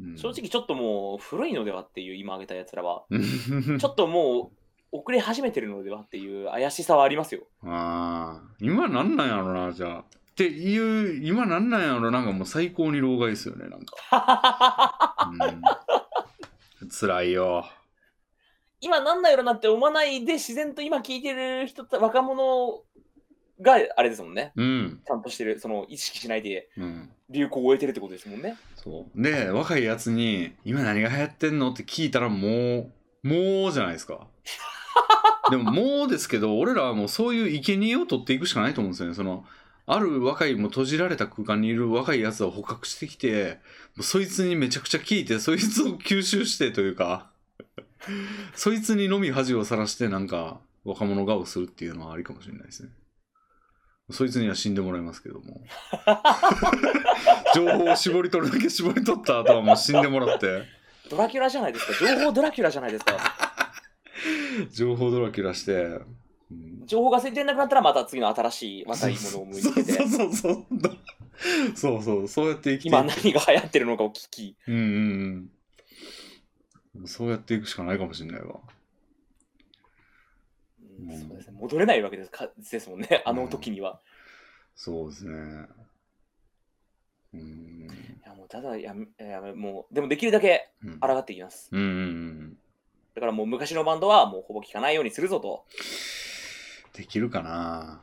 [SPEAKER 1] うん
[SPEAKER 2] 正直ちょっともう古いのではっていう、今挙げたやつらは。ち
[SPEAKER 1] ち
[SPEAKER 2] ょっともう遅れ始めてるのではっていう怪しさはありますよ。
[SPEAKER 1] ああ、今なんなんやろな、じゃあ。っていう、今なんなんやろなんかもう最高に老害ですよね、なんか。うん、辛いよ。
[SPEAKER 2] 今なんだよなって思わないで自然と今聞いてる人た若者があれですもんね。
[SPEAKER 1] うん。
[SPEAKER 2] ちゃんとしてる、その意識しないで
[SPEAKER 1] うん。
[SPEAKER 2] 流行を終えてるってことですもんね。
[SPEAKER 1] そう。で、若いやつに、今何が流行ってんのって聞いたらもう、もうじゃないですか。で ももうですけど、俺らはもうそういう生贄を取っていくしかないと思うんですよね。その、ある若い、もう閉じられた空間にいる若いやつを捕獲してきて、もうそいつにめちゃくちゃ聞いて、そいつを吸収してというか、 そいつにのみ恥をさらしてなんか若者顔するっていうのはありかもしれないですね。そいつには死んでもらいますけども。情報を絞り取るだけ絞り取った後はもう死んでもらって、
[SPEAKER 2] ドラキュラじゃないですか。情報ドラキュラじゃないですか。
[SPEAKER 1] 情報ドラキュラして、うん
[SPEAKER 2] 情報が全然なくなったらまた次の新しい若いものを向いてて
[SPEAKER 1] そ。うそうそうそうそうそうそうやって生きていく
[SPEAKER 2] 今何が流行ってるのかを聞き、
[SPEAKER 1] うんうんうんそうやっていくしかないかもしれないわ
[SPEAKER 2] うんそうですね、戻れないわけですかですもんね、あの時には。
[SPEAKER 1] そうですねうん
[SPEAKER 2] いやもうただやめやめもう、でもできるだけ
[SPEAKER 1] うん
[SPEAKER 2] 抗っていきます。
[SPEAKER 1] うんうんうん
[SPEAKER 2] だからもう昔のバンドはもうほぼ聴かないようにするぞと。
[SPEAKER 1] できるかな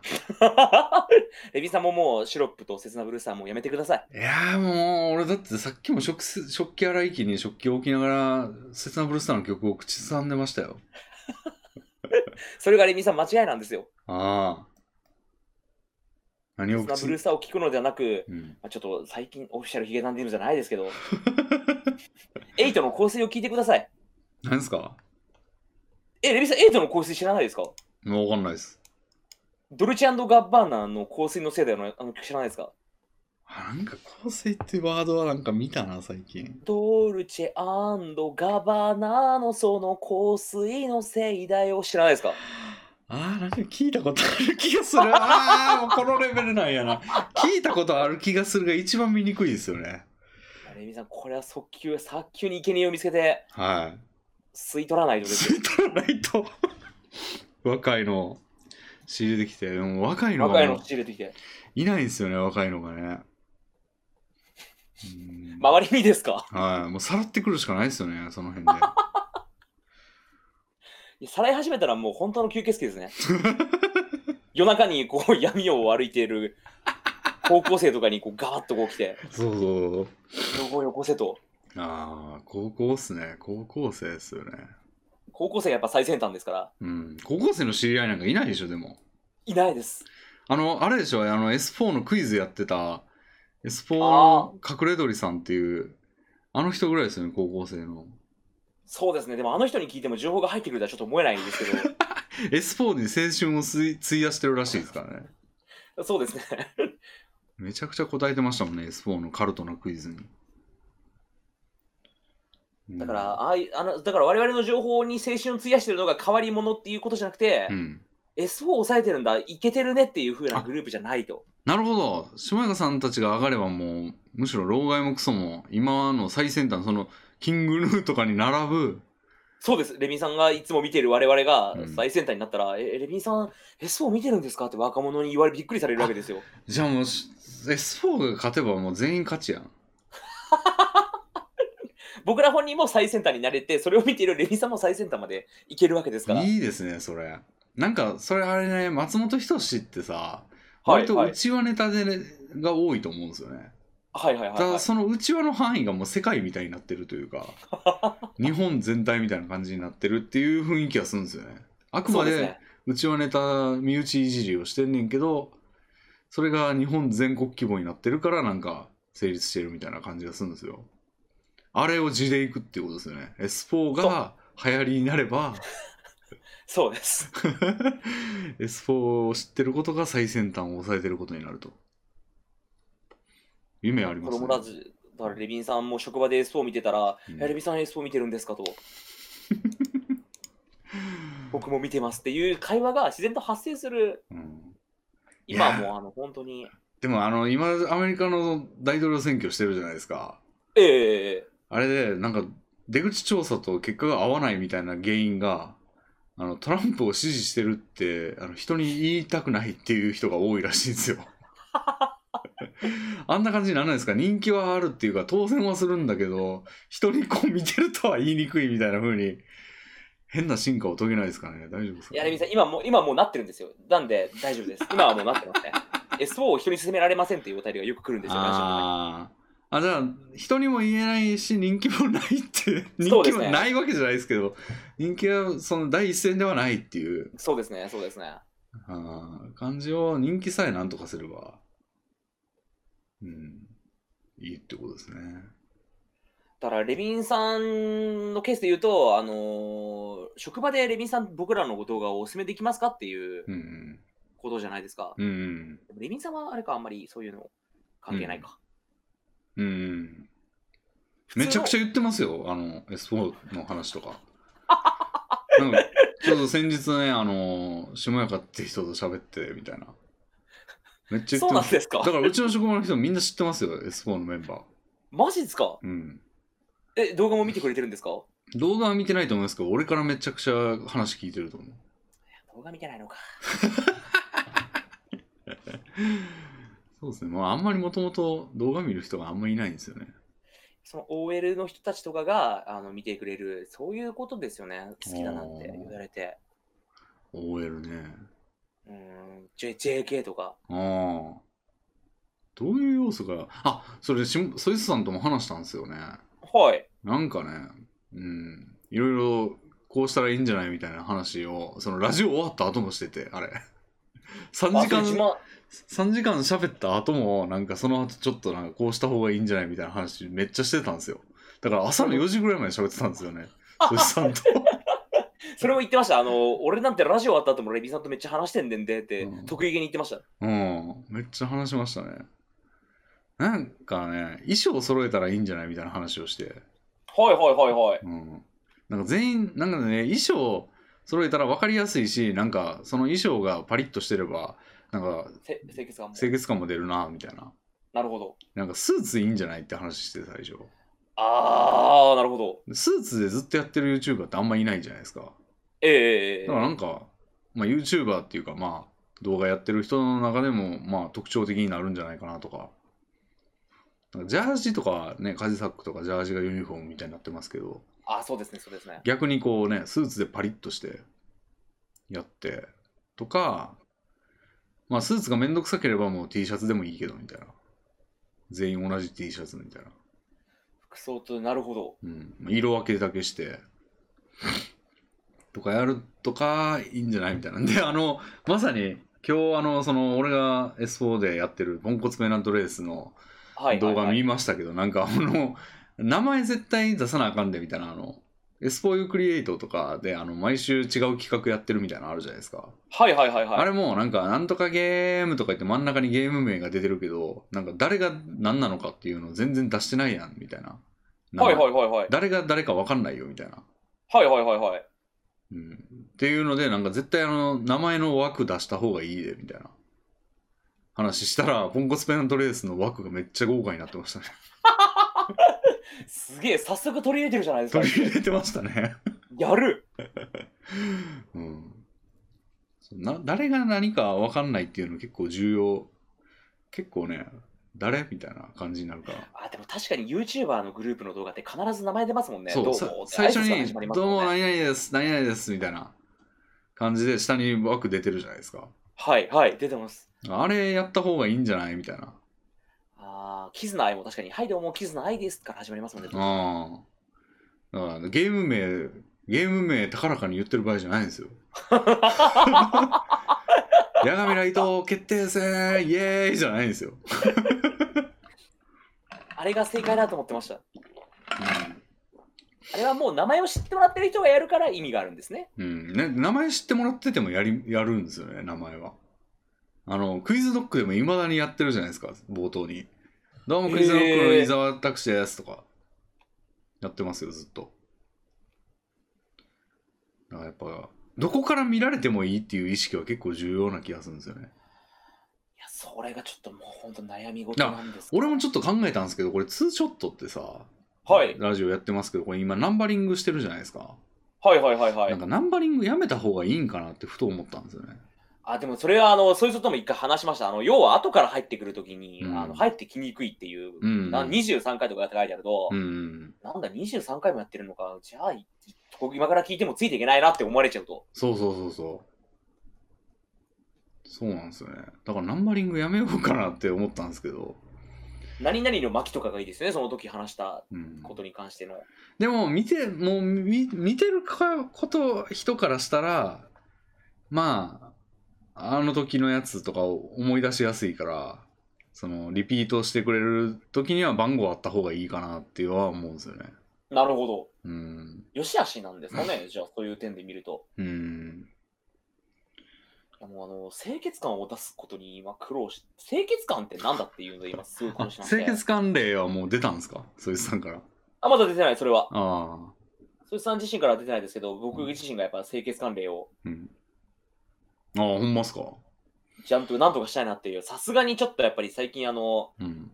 [SPEAKER 2] レビンさんももうシロップとセスナブルースさんもうやめてくださ
[SPEAKER 1] い
[SPEAKER 2] い。
[SPEAKER 1] やーもう俺だってさっきも食す食器洗い機に食器を置きながらセツナブルースターの曲を口ずさんでましたよ
[SPEAKER 2] それがレビンさん間違いなんですよ。
[SPEAKER 1] ああ何
[SPEAKER 2] セ
[SPEAKER 1] を
[SPEAKER 2] スナ
[SPEAKER 1] 口
[SPEAKER 2] ブルー
[SPEAKER 1] ず
[SPEAKER 2] スさんを聴くのではなく、
[SPEAKER 1] うん
[SPEAKER 2] まあ、ちょっと最近オフィシャルヒゲダンディズムじゃないですけど、エイトの香水を聞いてください。
[SPEAKER 1] 何ですか
[SPEAKER 2] え、レビンさん、エイトの香水知らないですか
[SPEAKER 1] もうわかんないです
[SPEAKER 2] ドルチェガッバーナの香水のせいだよな、あの曲知らないですか
[SPEAKER 1] あなんか香水ってワードはなんか見たな最近
[SPEAKER 2] ドルチェガバーナのその香水のせいだよ。知らないですか
[SPEAKER 1] あーなんか聞いたことある気がするああもうこのレベルなんやな聞いたことある気がするが一番見にくいですよね
[SPEAKER 2] レミさん、これは速球、早急に生贄を見つけて
[SPEAKER 1] はい
[SPEAKER 2] 吸い取らないとです
[SPEAKER 1] 吸
[SPEAKER 2] よ。
[SPEAKER 1] い取らないと 若いの仕入れてきてでも若いの
[SPEAKER 2] 若
[SPEAKER 1] が
[SPEAKER 2] いの仕入れてきて。
[SPEAKER 1] いないんですよね若いのがねうん
[SPEAKER 2] 周りにですか
[SPEAKER 1] はいもうさらってくるしかないですよねその辺で
[SPEAKER 2] いやさらい始めたらもう本当の吸血鬼です ね。夜中にこう闇を歩いている高校生とかにこうガーッとこう来て、
[SPEAKER 1] そうそうそう
[SPEAKER 2] よこよこせと。
[SPEAKER 1] ああ高校っすね高校生ですよね
[SPEAKER 2] 高校生がやっぱ最先端ですから、
[SPEAKER 1] うん高校生の知り合いなんかいないでしょでも
[SPEAKER 2] いないです。
[SPEAKER 1] あの、あれでしょ、あの S4 のクイズやってた、S4
[SPEAKER 2] あ
[SPEAKER 1] の隠れ鳥さんっていう、あの人ぐらいですよね、高校生の。
[SPEAKER 2] そうですね。でもあの人に聞いても情報が入ってくるとはちょっと思えないんですけ
[SPEAKER 1] S4 に青春をすい費やしてるらしいですからね。
[SPEAKER 2] ど、 そうですね。
[SPEAKER 1] めちゃくちゃ答えてましたもんね、S4 のカルトのクイズに。うん
[SPEAKER 2] だから、、ああいあのだから我々の情報に青春を費やしてるのが変わり者っていうことじゃなくて、
[SPEAKER 1] うん。
[SPEAKER 2] S4 を抑えてるんだ、いけてるねっていう風なグループじゃないと。
[SPEAKER 1] なるほど、下山さんたちが上がればもう、むしろ老害もクソも、今の最先端、その、キングヌーとかに並ぶ、
[SPEAKER 2] そうです、レビンさんがいつも見てる我々が
[SPEAKER 1] うん
[SPEAKER 2] 最先端になったら、え、レビンさん、S4 見てるんですかって若者に言われびっくりされるわ けですよ。
[SPEAKER 1] じゃあもう、S4 が勝てばもう全員勝ちやん。
[SPEAKER 2] 僕ら本人も最先端になれて、それを見ているレビンさんも最先端までいけるわけですから。
[SPEAKER 1] いいですねそれなんかそれあれね松本人志ってさ、
[SPEAKER 2] はい
[SPEAKER 1] 割と
[SPEAKER 2] はい
[SPEAKER 1] 内輪ネタで、ね、が多いと思うんですよね
[SPEAKER 2] はいはいはい
[SPEAKER 1] ただ
[SPEAKER 2] はい。
[SPEAKER 1] その内輪の範囲がもう世界みたいになってるというか 日本全体みたいな感じになってるっていう雰囲気がするんですよねあく
[SPEAKER 2] そ
[SPEAKER 1] ま
[SPEAKER 2] うです
[SPEAKER 1] で
[SPEAKER 2] ね。
[SPEAKER 1] 内輪ネタ身内いじりをしてんねんけどそれが日本全国規模になってるからなんか成立してるみたいな感じがするんですよあれを地でいくっていうことですよね S4 が流行りになれば
[SPEAKER 2] そうです。
[SPEAKER 1] S4 を知ってることが最先端を抑えてることになると。夢あり
[SPEAKER 2] 子
[SPEAKER 1] ます
[SPEAKER 2] 供た
[SPEAKER 1] ね。
[SPEAKER 2] ち、だからレビンさんも職場で S4 見てたら、
[SPEAKER 1] うん
[SPEAKER 2] えレビンさん S4 見てるんですかと。僕も見てますっていう会話が自然と発生する、
[SPEAKER 1] うん
[SPEAKER 2] 今はい
[SPEAKER 1] や
[SPEAKER 2] もうあの本当に、
[SPEAKER 1] でもあの今アメリカの大統領選挙してるじゃないですか
[SPEAKER 2] ええ
[SPEAKER 1] あれでなんか出口調査と結果が合わないみたいな原因があのトランプを支持してるってあの人に言いたくないっていう人が多いらしいんですよあんな感じにならないですか人気はあるっていうか当選はするんだけど人にこう見てるとは言いにくいみたいな風に変な進化を遂げないですかね大丈夫ですか、
[SPEAKER 2] やれみさん、今もう、今もうなってるんですよ。なんで大丈夫 です。今はもうなってますね。S4 を人に勧められませんっていうお便りがよく来るんですよ、ラジオの中に
[SPEAKER 1] あーあじゃあ人にも言えないし人気もないって
[SPEAKER 2] そ
[SPEAKER 1] 人
[SPEAKER 2] うで
[SPEAKER 1] 気
[SPEAKER 2] す
[SPEAKER 1] も
[SPEAKER 2] ね
[SPEAKER 1] ないわけじゃないですけど人気はその第一線ではないっていう
[SPEAKER 2] そうですね、そうですね。
[SPEAKER 1] あー感じを人気さえなんとかすればうんいいってことですね
[SPEAKER 2] だから、レビンさんのケースで言うと、あのー職場でレビンさん、僕らの動画をお勧めできますかっていう
[SPEAKER 1] うん
[SPEAKER 2] ことじゃないですか。
[SPEAKER 1] うんうん
[SPEAKER 2] でもレビンさんはあれか、あんまりそういうの関係ないか。
[SPEAKER 1] うんうんめちゃくち
[SPEAKER 2] ゃ。
[SPEAKER 1] ゃ言ってますよあの S4 の話と かなんかちょっと先日ねあの下やかって人と喋ってみたいなめっちゃ言
[SPEAKER 2] そ
[SPEAKER 1] っ
[SPEAKER 2] う
[SPEAKER 1] て
[SPEAKER 2] な
[SPEAKER 1] ま
[SPEAKER 2] ん
[SPEAKER 1] す
[SPEAKER 2] ですか
[SPEAKER 1] だからうちの職場の人みんな知ってますよ S4 のメンバー
[SPEAKER 2] マジですか
[SPEAKER 1] うん
[SPEAKER 2] え、動画も見てくれてるんですか動
[SPEAKER 1] 動画は見てないと思いますけど俺からめちゃくちゃ話聞いてると思う
[SPEAKER 2] 画見てないのか。
[SPEAKER 1] そうですねまああんまりもともと動画見る人があんまりいないんですよね
[SPEAKER 2] その OL の人たちとかがあの見てくれる、そういうことですよね。好きだなって言われて。
[SPEAKER 1] OL ね
[SPEAKER 2] うーん、J- JK とか。
[SPEAKER 1] ああどういう要素があそれしソイスさんとも話したんですよね
[SPEAKER 2] はい。
[SPEAKER 1] なんかねうんいろいろこうしたらいいんじゃないみたいな話をそのラジオ終わった後もしててあれ 3時
[SPEAKER 2] あ
[SPEAKER 1] 間
[SPEAKER 2] そう島
[SPEAKER 1] 3時間喋った後もなんかその後ちょっとなんかこうした方がいいんじゃないみたいな話めっちゃしてたんですよだから朝の4時ぐらいまで喋ってたんですよねそしさんと
[SPEAKER 2] それも言ってました。あの、俺なんてラジオ終わった後もレビンさんとめっちゃ話してんねんでって、
[SPEAKER 1] うん
[SPEAKER 2] 得意げに言ってました。
[SPEAKER 1] うんめっちゃ話しましたねなんかね衣装揃えたらいいんじゃないみたいな話をして
[SPEAKER 2] はいはいはいはい。
[SPEAKER 1] うんなんか全員なんかね衣装揃えたら分かりやすいしなんかその衣装がパリッとしてればなんか
[SPEAKER 2] せ清潔感も。
[SPEAKER 1] 清潔感も出るなみたいな
[SPEAKER 2] なるほど。
[SPEAKER 1] なんかスーツいいんじゃないって話して最初
[SPEAKER 2] あー、なるほど。
[SPEAKER 1] スーツでずっとやってる YouTuber ってあんまいないじゃないですか
[SPEAKER 2] ええええええ
[SPEAKER 1] だからなんか、まあ、YouTuber っていうかまあ動画やってる人の中でもまあ特徴的になるんじゃないかなとかなんかジャージとかねカジサックとかジャージがユニフォームみたいになってますけど
[SPEAKER 2] あ、そうですね、そうですね。
[SPEAKER 1] 逆にこうねスーツでパリッとしてやってとかまあスーツがめんどくさければもう T シャツでもいいけどみたいな全員同じ T シャツみたいな、
[SPEAKER 2] 服装と、なるほど。
[SPEAKER 1] うん、まあ色分けだけしてとかやるとかいいんじゃないみたいなんであのまさに今日あのその俺が S4 でやってるポンコツペナントレースの
[SPEAKER 2] はいはい、
[SPEAKER 1] 動
[SPEAKER 2] はい。
[SPEAKER 1] 画見ましたけど、なんかあの名前絶対出さなあかんでみたいなあの S4U クリエイトとかであの毎週違う企画やってるみたいなのあるじゃないですか、
[SPEAKER 2] はいはいはいはい。
[SPEAKER 1] あれもなんかなんとかゲームとか言って真ん中にゲーム名が出てるけどなんか誰が何なのかっていうのを全然出してないやんみたいな、
[SPEAKER 2] はいはいはいはい。
[SPEAKER 1] 誰が誰か分かんないよみたいな、
[SPEAKER 2] はいはいはいはい。
[SPEAKER 1] うん、っていうのでなんか絶対あの名前の枠出した方がいいでみたいな話したらポンコツペナントレースの枠がめっちゃ豪華になってま したね
[SPEAKER 2] すげえ、早速取り入れてるじゃないですか
[SPEAKER 1] 取。り入れてましたね
[SPEAKER 2] やる
[SPEAKER 1] うんそうな誰が何か分かんないっていうの結構重要結構ね誰みたいな感じになるから、
[SPEAKER 2] あ、でも確かに YouTuber のグループの動画って必ず名前出ますもんね。
[SPEAKER 1] そう
[SPEAKER 2] どうも
[SPEAKER 1] さ
[SPEAKER 2] って
[SPEAKER 1] 最初
[SPEAKER 2] 挨拶から
[SPEAKER 1] に
[SPEAKER 2] 始ま
[SPEAKER 1] 「
[SPEAKER 2] ります
[SPEAKER 1] どうも
[SPEAKER 2] ん
[SPEAKER 1] 何
[SPEAKER 2] ね
[SPEAKER 1] 々です何々です」みたいな感じで下に枠出てるじゃないですか
[SPEAKER 2] はいはい、出てます。
[SPEAKER 1] あれやった方がいいんじゃないみたいな
[SPEAKER 2] あーキズナアイも確かに、はいどうも、キズナアイですから始まりますもんね。
[SPEAKER 1] ああ。だからゲーム名、ゲーム名高らかに言ってる場合じゃないんですよ。ヤガミライト決定戦イエーイじゃないんですよ。
[SPEAKER 2] あれが正解だと思ってました。あれはもう名前を知ってもらってる人がやるから意味があるんですね。
[SPEAKER 1] うん。うんね、名前知ってもらっててもやりやるんですよね、名前は。あの、クイズドッグでもいまだにやってるじゃないですか、冒頭に。どうもクイズドッグの伊沢拓司ですとか、やってますよ、ずっと。だからやっぱ、どこから見られてもいいっていう意識は結構重要な気がするんですよね。
[SPEAKER 2] いや、それがちょっともう本当悩み事なんですけど
[SPEAKER 1] 俺もちょっと考えたんですけど、これツーショットってさ、
[SPEAKER 2] はい、
[SPEAKER 1] ラジオやってますけど、これ今ナンバリングしてるじゃないですか。
[SPEAKER 2] はいはいはいは
[SPEAKER 1] なん
[SPEAKER 2] い。
[SPEAKER 1] かナンバリングやめた方がいいんかなってふと思ったんですよね。
[SPEAKER 2] あ、でもそれは、あの、そういう人とも一回話しました。あの、要は後から入ってくるときに、
[SPEAKER 1] うん
[SPEAKER 2] あの、入ってきにくいっていう、
[SPEAKER 1] うん。
[SPEAKER 2] な23回とかやって書いてあると、
[SPEAKER 1] うん。
[SPEAKER 2] なんだ、23回もやってるのか、じゃあ、いここ今から聞いてもついていけないなって思われちゃうと。
[SPEAKER 1] そうそうそうそう。そうなんですよね。だからナンバリングやめようかなって思ったんですけど。
[SPEAKER 2] 何々の巻とかがいいですね、その時話した
[SPEAKER 1] うん、
[SPEAKER 2] ことに関しての。
[SPEAKER 1] でも見てもう見見てるかこと人からしたらまああの時のやつとかを思い出しやすいからそのリピートしてくれる時には番号あった方がいいかなっていうのは思うんですよね
[SPEAKER 2] なるほど。
[SPEAKER 1] うん
[SPEAKER 2] よし悪しなんですかね、じゃあ、そういう点で見ると。
[SPEAKER 1] うん
[SPEAKER 2] いやもうあの清潔感を出すことに今苦労し清潔感ってなんだっていうので今すごい苦
[SPEAKER 1] あ
[SPEAKER 2] 労します
[SPEAKER 1] 清潔感例はもう出たんですかそいつさんから
[SPEAKER 2] あまだ出てないそれは
[SPEAKER 1] ああ
[SPEAKER 2] それさん自身からは出てないですけど僕自身がやっぱ清潔感例を
[SPEAKER 1] うんああほんまっすか
[SPEAKER 2] ちゃんとなんとかしたいなっていうさすがにちょっとやっぱり最近あの
[SPEAKER 1] うん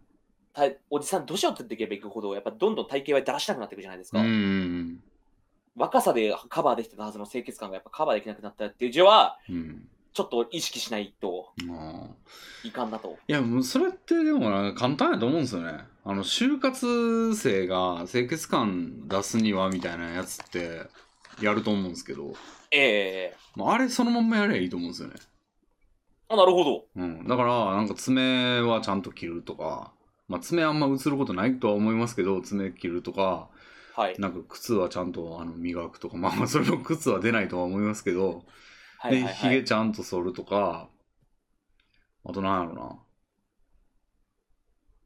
[SPEAKER 2] たおじさん年を取っていけばいくほどやっぱどんどん体型はだらしなくなっていくじゃないです
[SPEAKER 1] う
[SPEAKER 2] か、
[SPEAKER 1] んうん
[SPEAKER 2] 若さでカバーできてたはずの清潔感がやっぱカバーできなくなったっていう字は
[SPEAKER 1] うん
[SPEAKER 2] ちょっと意識しないと
[SPEAKER 1] うんああ
[SPEAKER 2] いかんなと
[SPEAKER 1] いや、もうそれってでもなんか簡単やと思うんですよね。あの、就活生が清潔感出すにはみたいなやつってやると思うんですけど、
[SPEAKER 2] ええ
[SPEAKER 1] まああれそのまんまやればいいと思うんですよね。
[SPEAKER 2] あなるほど
[SPEAKER 1] うん。だから、なんか爪はちゃんと切るとか、まあ爪あんま映ることないとは思いますけど、爪切るとか、
[SPEAKER 2] はい、
[SPEAKER 1] なんか靴はちゃんとあの磨くとか、まあまあそれも靴は出ないとは思いますけど、
[SPEAKER 2] はい
[SPEAKER 1] で、
[SPEAKER 2] はい
[SPEAKER 1] ひ
[SPEAKER 2] は
[SPEAKER 1] げ
[SPEAKER 2] い
[SPEAKER 1] ちゃんと剃るとか、あとなんやろな。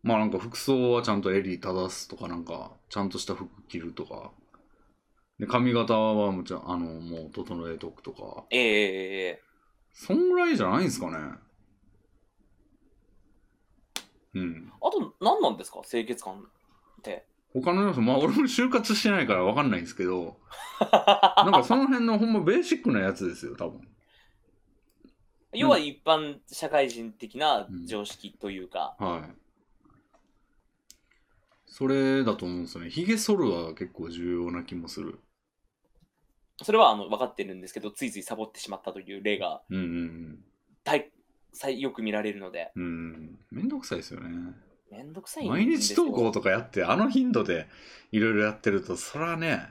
[SPEAKER 1] まあなんか服装はちゃんと襟正すとか、なんかちゃんとした服着るとか。で、髪型はもちろん、あの、もう整えとくとか。
[SPEAKER 2] ええ
[SPEAKER 1] そんぐらいじゃないんすかね。うん。
[SPEAKER 2] あと何なんですか清潔感って
[SPEAKER 1] 他の要素、まあ俺も就活してないからわかんないんですけ ど、なんかその辺のほんまベーシックなやつですよ、多分。
[SPEAKER 2] 要は一般社会人的な常識というか、
[SPEAKER 1] はい。それだと思うんですよね。ヒゲ剃るは結構重要な気もする。
[SPEAKER 2] それはあの分かってるんですけど、ついついサボってしまったという例が
[SPEAKER 1] うんうん
[SPEAKER 2] 大最よく見られるので、
[SPEAKER 1] うん。うん。めんどくさいですよね。
[SPEAKER 2] めんどくさいん
[SPEAKER 1] 毎
[SPEAKER 2] です
[SPEAKER 1] 日
[SPEAKER 2] よ
[SPEAKER 1] 投稿とかやって、あの頻度でいろいろやってると、そらね、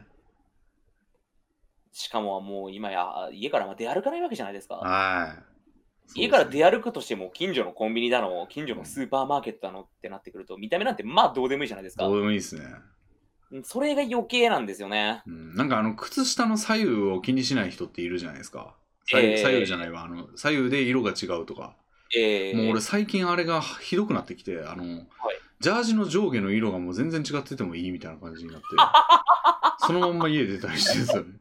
[SPEAKER 2] しかももう今や家からまあ出歩かないわけじゃないですか。
[SPEAKER 1] はい。
[SPEAKER 2] 家から
[SPEAKER 1] そうですね
[SPEAKER 2] 出歩くとしても、近所のコンビニだの、近所のスーパーマーケットだのってなってくると、見た目なんてまあどうでもいいじゃないですか
[SPEAKER 1] ど。うでもいいですね。
[SPEAKER 2] それが余計なんですよね。
[SPEAKER 1] うん、なんかあの、靴下の左右を気にしない人っているじゃないですか。左右,、
[SPEAKER 2] えー
[SPEAKER 1] 左右じゃないわ、あの、左右で色が違うとか。
[SPEAKER 2] えー
[SPEAKER 1] もう俺最近あれがひどくなってきてあの、ジャージの上下の色がもう全然違っててもいいみたいな感じに なってそのまんま家出たりしてるんですよね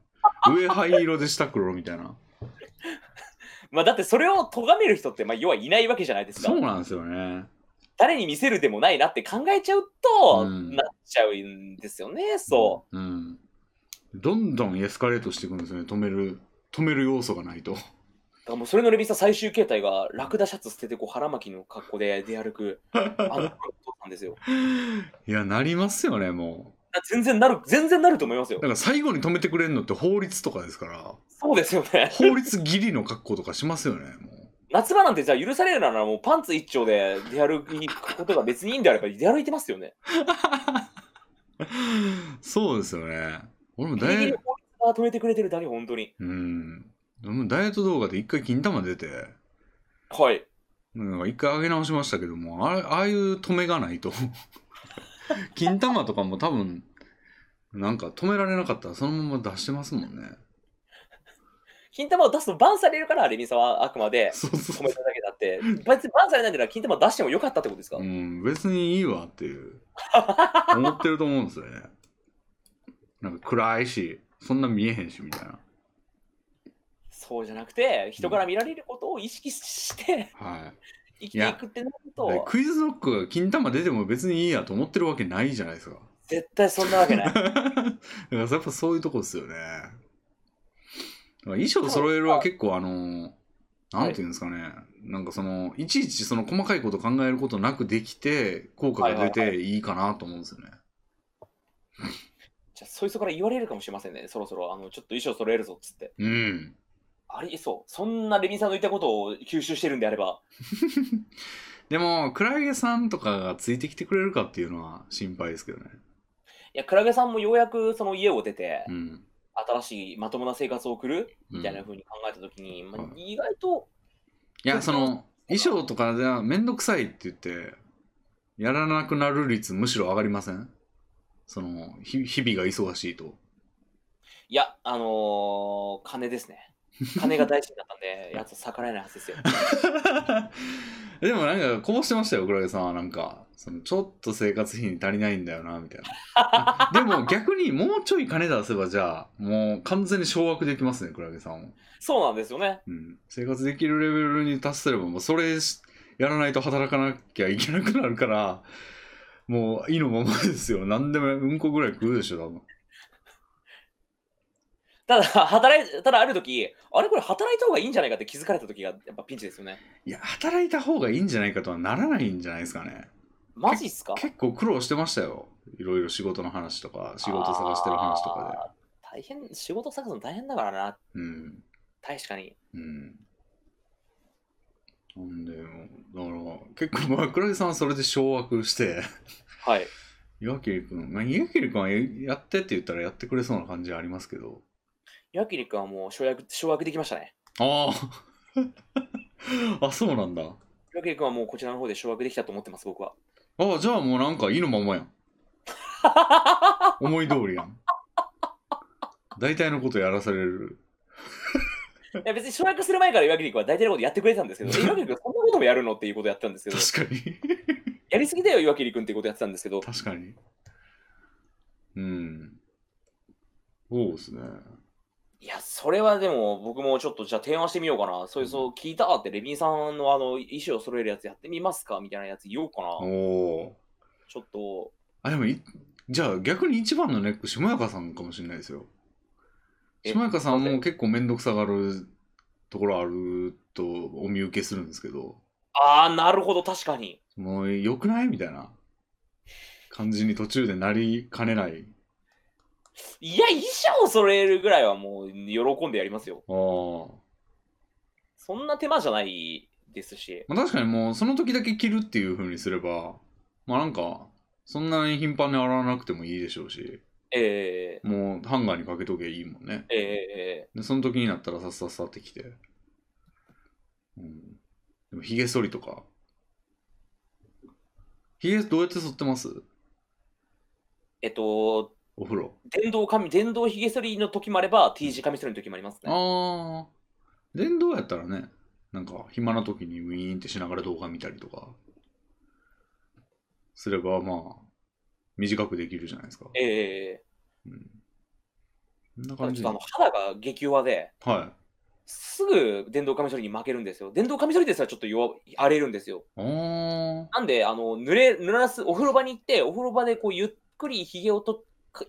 [SPEAKER 1] 上灰色で下黒みたいな
[SPEAKER 2] まあ、だってそれを咎める人って、まあ、要はいないわけじゃないですか
[SPEAKER 1] そ。うなんですよね
[SPEAKER 2] 誰に見せるでもないなって考えちゃうと、
[SPEAKER 1] うん、
[SPEAKER 2] なっちゃうんですよね、そう
[SPEAKER 1] うん、どんどんエスカレートしていくんですよね止める止める要素がない と
[SPEAKER 2] う。だからもうそれのレビューさ最終形態が、ラクダシャツ捨ててこう腹巻きの格好で出歩 く、あの頃なんですよ。
[SPEAKER 1] いやなりますよねも
[SPEAKER 2] 全然なる、全然なると思います
[SPEAKER 1] う
[SPEAKER 2] よ
[SPEAKER 1] だ。から最後に止めてくれるのって法律とかですから
[SPEAKER 2] そうですよね。
[SPEAKER 1] 法律ギリの格好とかしますよね もう
[SPEAKER 2] 夏場なんてじゃあ許されるならもうパンツ一丁で出歩くことが別にいいんであれば出歩いてますよね。
[SPEAKER 1] そうですよね俺も
[SPEAKER 2] ギ
[SPEAKER 1] ダ
[SPEAKER 2] リギ
[SPEAKER 1] イエ
[SPEAKER 2] リ法律が止めてくれてるだけ、本当に。
[SPEAKER 1] うん。でもダイエット動画で一回金玉出て、
[SPEAKER 2] はい。
[SPEAKER 1] なんか一回上げ直しましたけども、あれああいう止めがないと。 金玉とかも多分、なんか止められなかったらそのまま出してますもんね。
[SPEAKER 2] 金玉を出すとバンされるから、レミさんはあくまで
[SPEAKER 1] そうそう
[SPEAKER 2] 止
[SPEAKER 1] そ
[SPEAKER 2] めただけ だって。別にバンされないんだから金玉出してもよかったってことですか、
[SPEAKER 1] う。うん、別にいいわっていう、思ってると思うんですよね。なんか暗いし、そんな見えへんしみたいな。
[SPEAKER 2] そうじゃなくて、人から見られることを意識して
[SPEAKER 1] はい。
[SPEAKER 2] 生きていくってなる
[SPEAKER 1] で
[SPEAKER 2] と、
[SPEAKER 1] クイズノックが金玉出ても別にいいやと思ってるわけないじゃないですか。
[SPEAKER 2] 絶対そんなわけない。
[SPEAKER 1] だからやっぱそういうとこですよね。だから衣装揃えるは結構あのーなんていうんですかね、なんかそのいちいちその細かいこと考えることなくできて効果が出
[SPEAKER 2] はいは
[SPEAKER 1] ていいかなと思うんですよね。
[SPEAKER 2] じゃあ、そいつから言われるかもしれませんね、そろそろ、あの、ちょっと衣装揃えるぞっつって。
[SPEAKER 1] うん。
[SPEAKER 2] ありそう。そんなレミさんの言ったことを吸収してるんであれば、
[SPEAKER 1] でもクラゲさんとかがついてきてくれるかっていうのは心配ですけどね。
[SPEAKER 2] いや、クラゲさんもようやくその家を出て、
[SPEAKER 1] うん。
[SPEAKER 2] 新しいまともな生活を送る
[SPEAKER 1] うん
[SPEAKER 2] みたいな風に考えたときに、まあ
[SPEAKER 1] うん
[SPEAKER 2] 意外と、
[SPEAKER 1] いやその衣装とかじゃめんどくさいって言ってやらなくなる率むしろ上がりませんそのひ日々が忙しいと。
[SPEAKER 2] いや、あのー金ですね。金が大事になったん で、やつは逆らえないはずですよ。
[SPEAKER 1] でもなんかこぼしてましたよ、クラゲさんは。なんか、そのちょっと生活費に足りないんだよな、みたいな。あでも逆にもうちょい金出せば、じゃあ、もう完全に掌握できますね、クラゲさんを。
[SPEAKER 2] そうなんですよね。
[SPEAKER 1] うん。生活できるレベルに達すれば、もうそれしやらないと働かなきゃいけなくなるから、もういいのままですよ。何でもうんこぐらい食うでしょ、多分。
[SPEAKER 2] ただ、働いただある時あれこれ働いた方がいいんじゃないかって気づかれた時がやっぱピンチですよね。
[SPEAKER 1] いや、働いた方がいいんじゃないかとはならないんじゃないですかね。
[SPEAKER 2] マジっすか
[SPEAKER 1] 結構苦労してましたよ。いろいろ仕事の話とか、仕事探してる話とかで。
[SPEAKER 2] あー大変、仕事探すの大変だからな、
[SPEAKER 1] うん。
[SPEAKER 2] 確かに。
[SPEAKER 1] うん。なんで、もうだから、結構、まあ、倉木さんはそれで掌握して、
[SPEAKER 2] はい。
[SPEAKER 1] 岩切君、まあ、岩切君はやってって言ったらやってくれそうな感じはありますけど、
[SPEAKER 2] 岩切君はもう掌握掌握できましたね。
[SPEAKER 1] あ ああ、そうなんだ。あ
[SPEAKER 2] 岩切君はもうこちらの方で掌握できたと思ってます、僕は。
[SPEAKER 1] あ、じゃあもうなんか、いいのままやん。思い通りやん。大体のことやらされる。
[SPEAKER 2] いや別に掌握する前から岩切君は大体のことやってくれてたんですけど、え岩切君そんなこともやるのっていうことやってたんですけど、
[SPEAKER 1] 確かに。
[SPEAKER 2] やりすぎだよ岩切君っていうことやってたんですけど、
[SPEAKER 1] 確かに。うん。そうですね。
[SPEAKER 2] いや、それはでも僕もちょっとじゃあ提案してみようかな。そういう、そう聞いたって、レビンさんのあの衣装を揃えるやつやってみますかみたいなやつ言おうかな。
[SPEAKER 1] おおー。
[SPEAKER 2] ちょっと、
[SPEAKER 1] あ、でもい、じゃあ逆に一番のネック、しもやかさんかもしれないですよ。
[SPEAKER 2] え
[SPEAKER 1] しもやかさんも結構めんどくさがるところあるとお見受けするんですけど、
[SPEAKER 2] ああ、なるほど、確かに。
[SPEAKER 1] もう良くないみたいな感じに途中でなりかねない。
[SPEAKER 2] いや、衣装を揃えるぐらいはもう喜んでやりますよ。
[SPEAKER 1] ああ。
[SPEAKER 2] そんな手間じゃないですし。
[SPEAKER 1] まあ、確かにもうその時だけ着るっていう風にすれば、まあなんか、そんなに頻繁に洗わなくてもいいでしょうし、
[SPEAKER 2] え
[SPEAKER 1] もうハンガーにかけとけばいいもんね。
[SPEAKER 2] えええ
[SPEAKER 1] で、その時になったらさっさっさってきて。うん。でも、ひげ剃りとか。ひげどうやって剃ってます
[SPEAKER 2] えっと、
[SPEAKER 1] お風呂。
[SPEAKER 2] 電動髪、電動ひげ剃りの時もあれば、T 字髪剃りの時もありますね。
[SPEAKER 1] ああ。電動やったらね、なんか暇な時にウィーンってしながら動画見たりとか、すればまあ、短くできるじゃないですか。
[SPEAKER 2] ええ
[SPEAKER 1] うん。こんな
[SPEAKER 2] ただ
[SPEAKER 1] 感じで。
[SPEAKER 2] ちょっと
[SPEAKER 1] は
[SPEAKER 2] あの肌が激弱で、
[SPEAKER 1] い。
[SPEAKER 2] すぐ電動カミソリに負けるんですよ。電動カミソリですらちょっと弱荒れるんですよ。
[SPEAKER 1] あー
[SPEAKER 2] なんで、あの濡れ濡らすお風呂場に行って、お風呂場でこうゆっくりひげをとく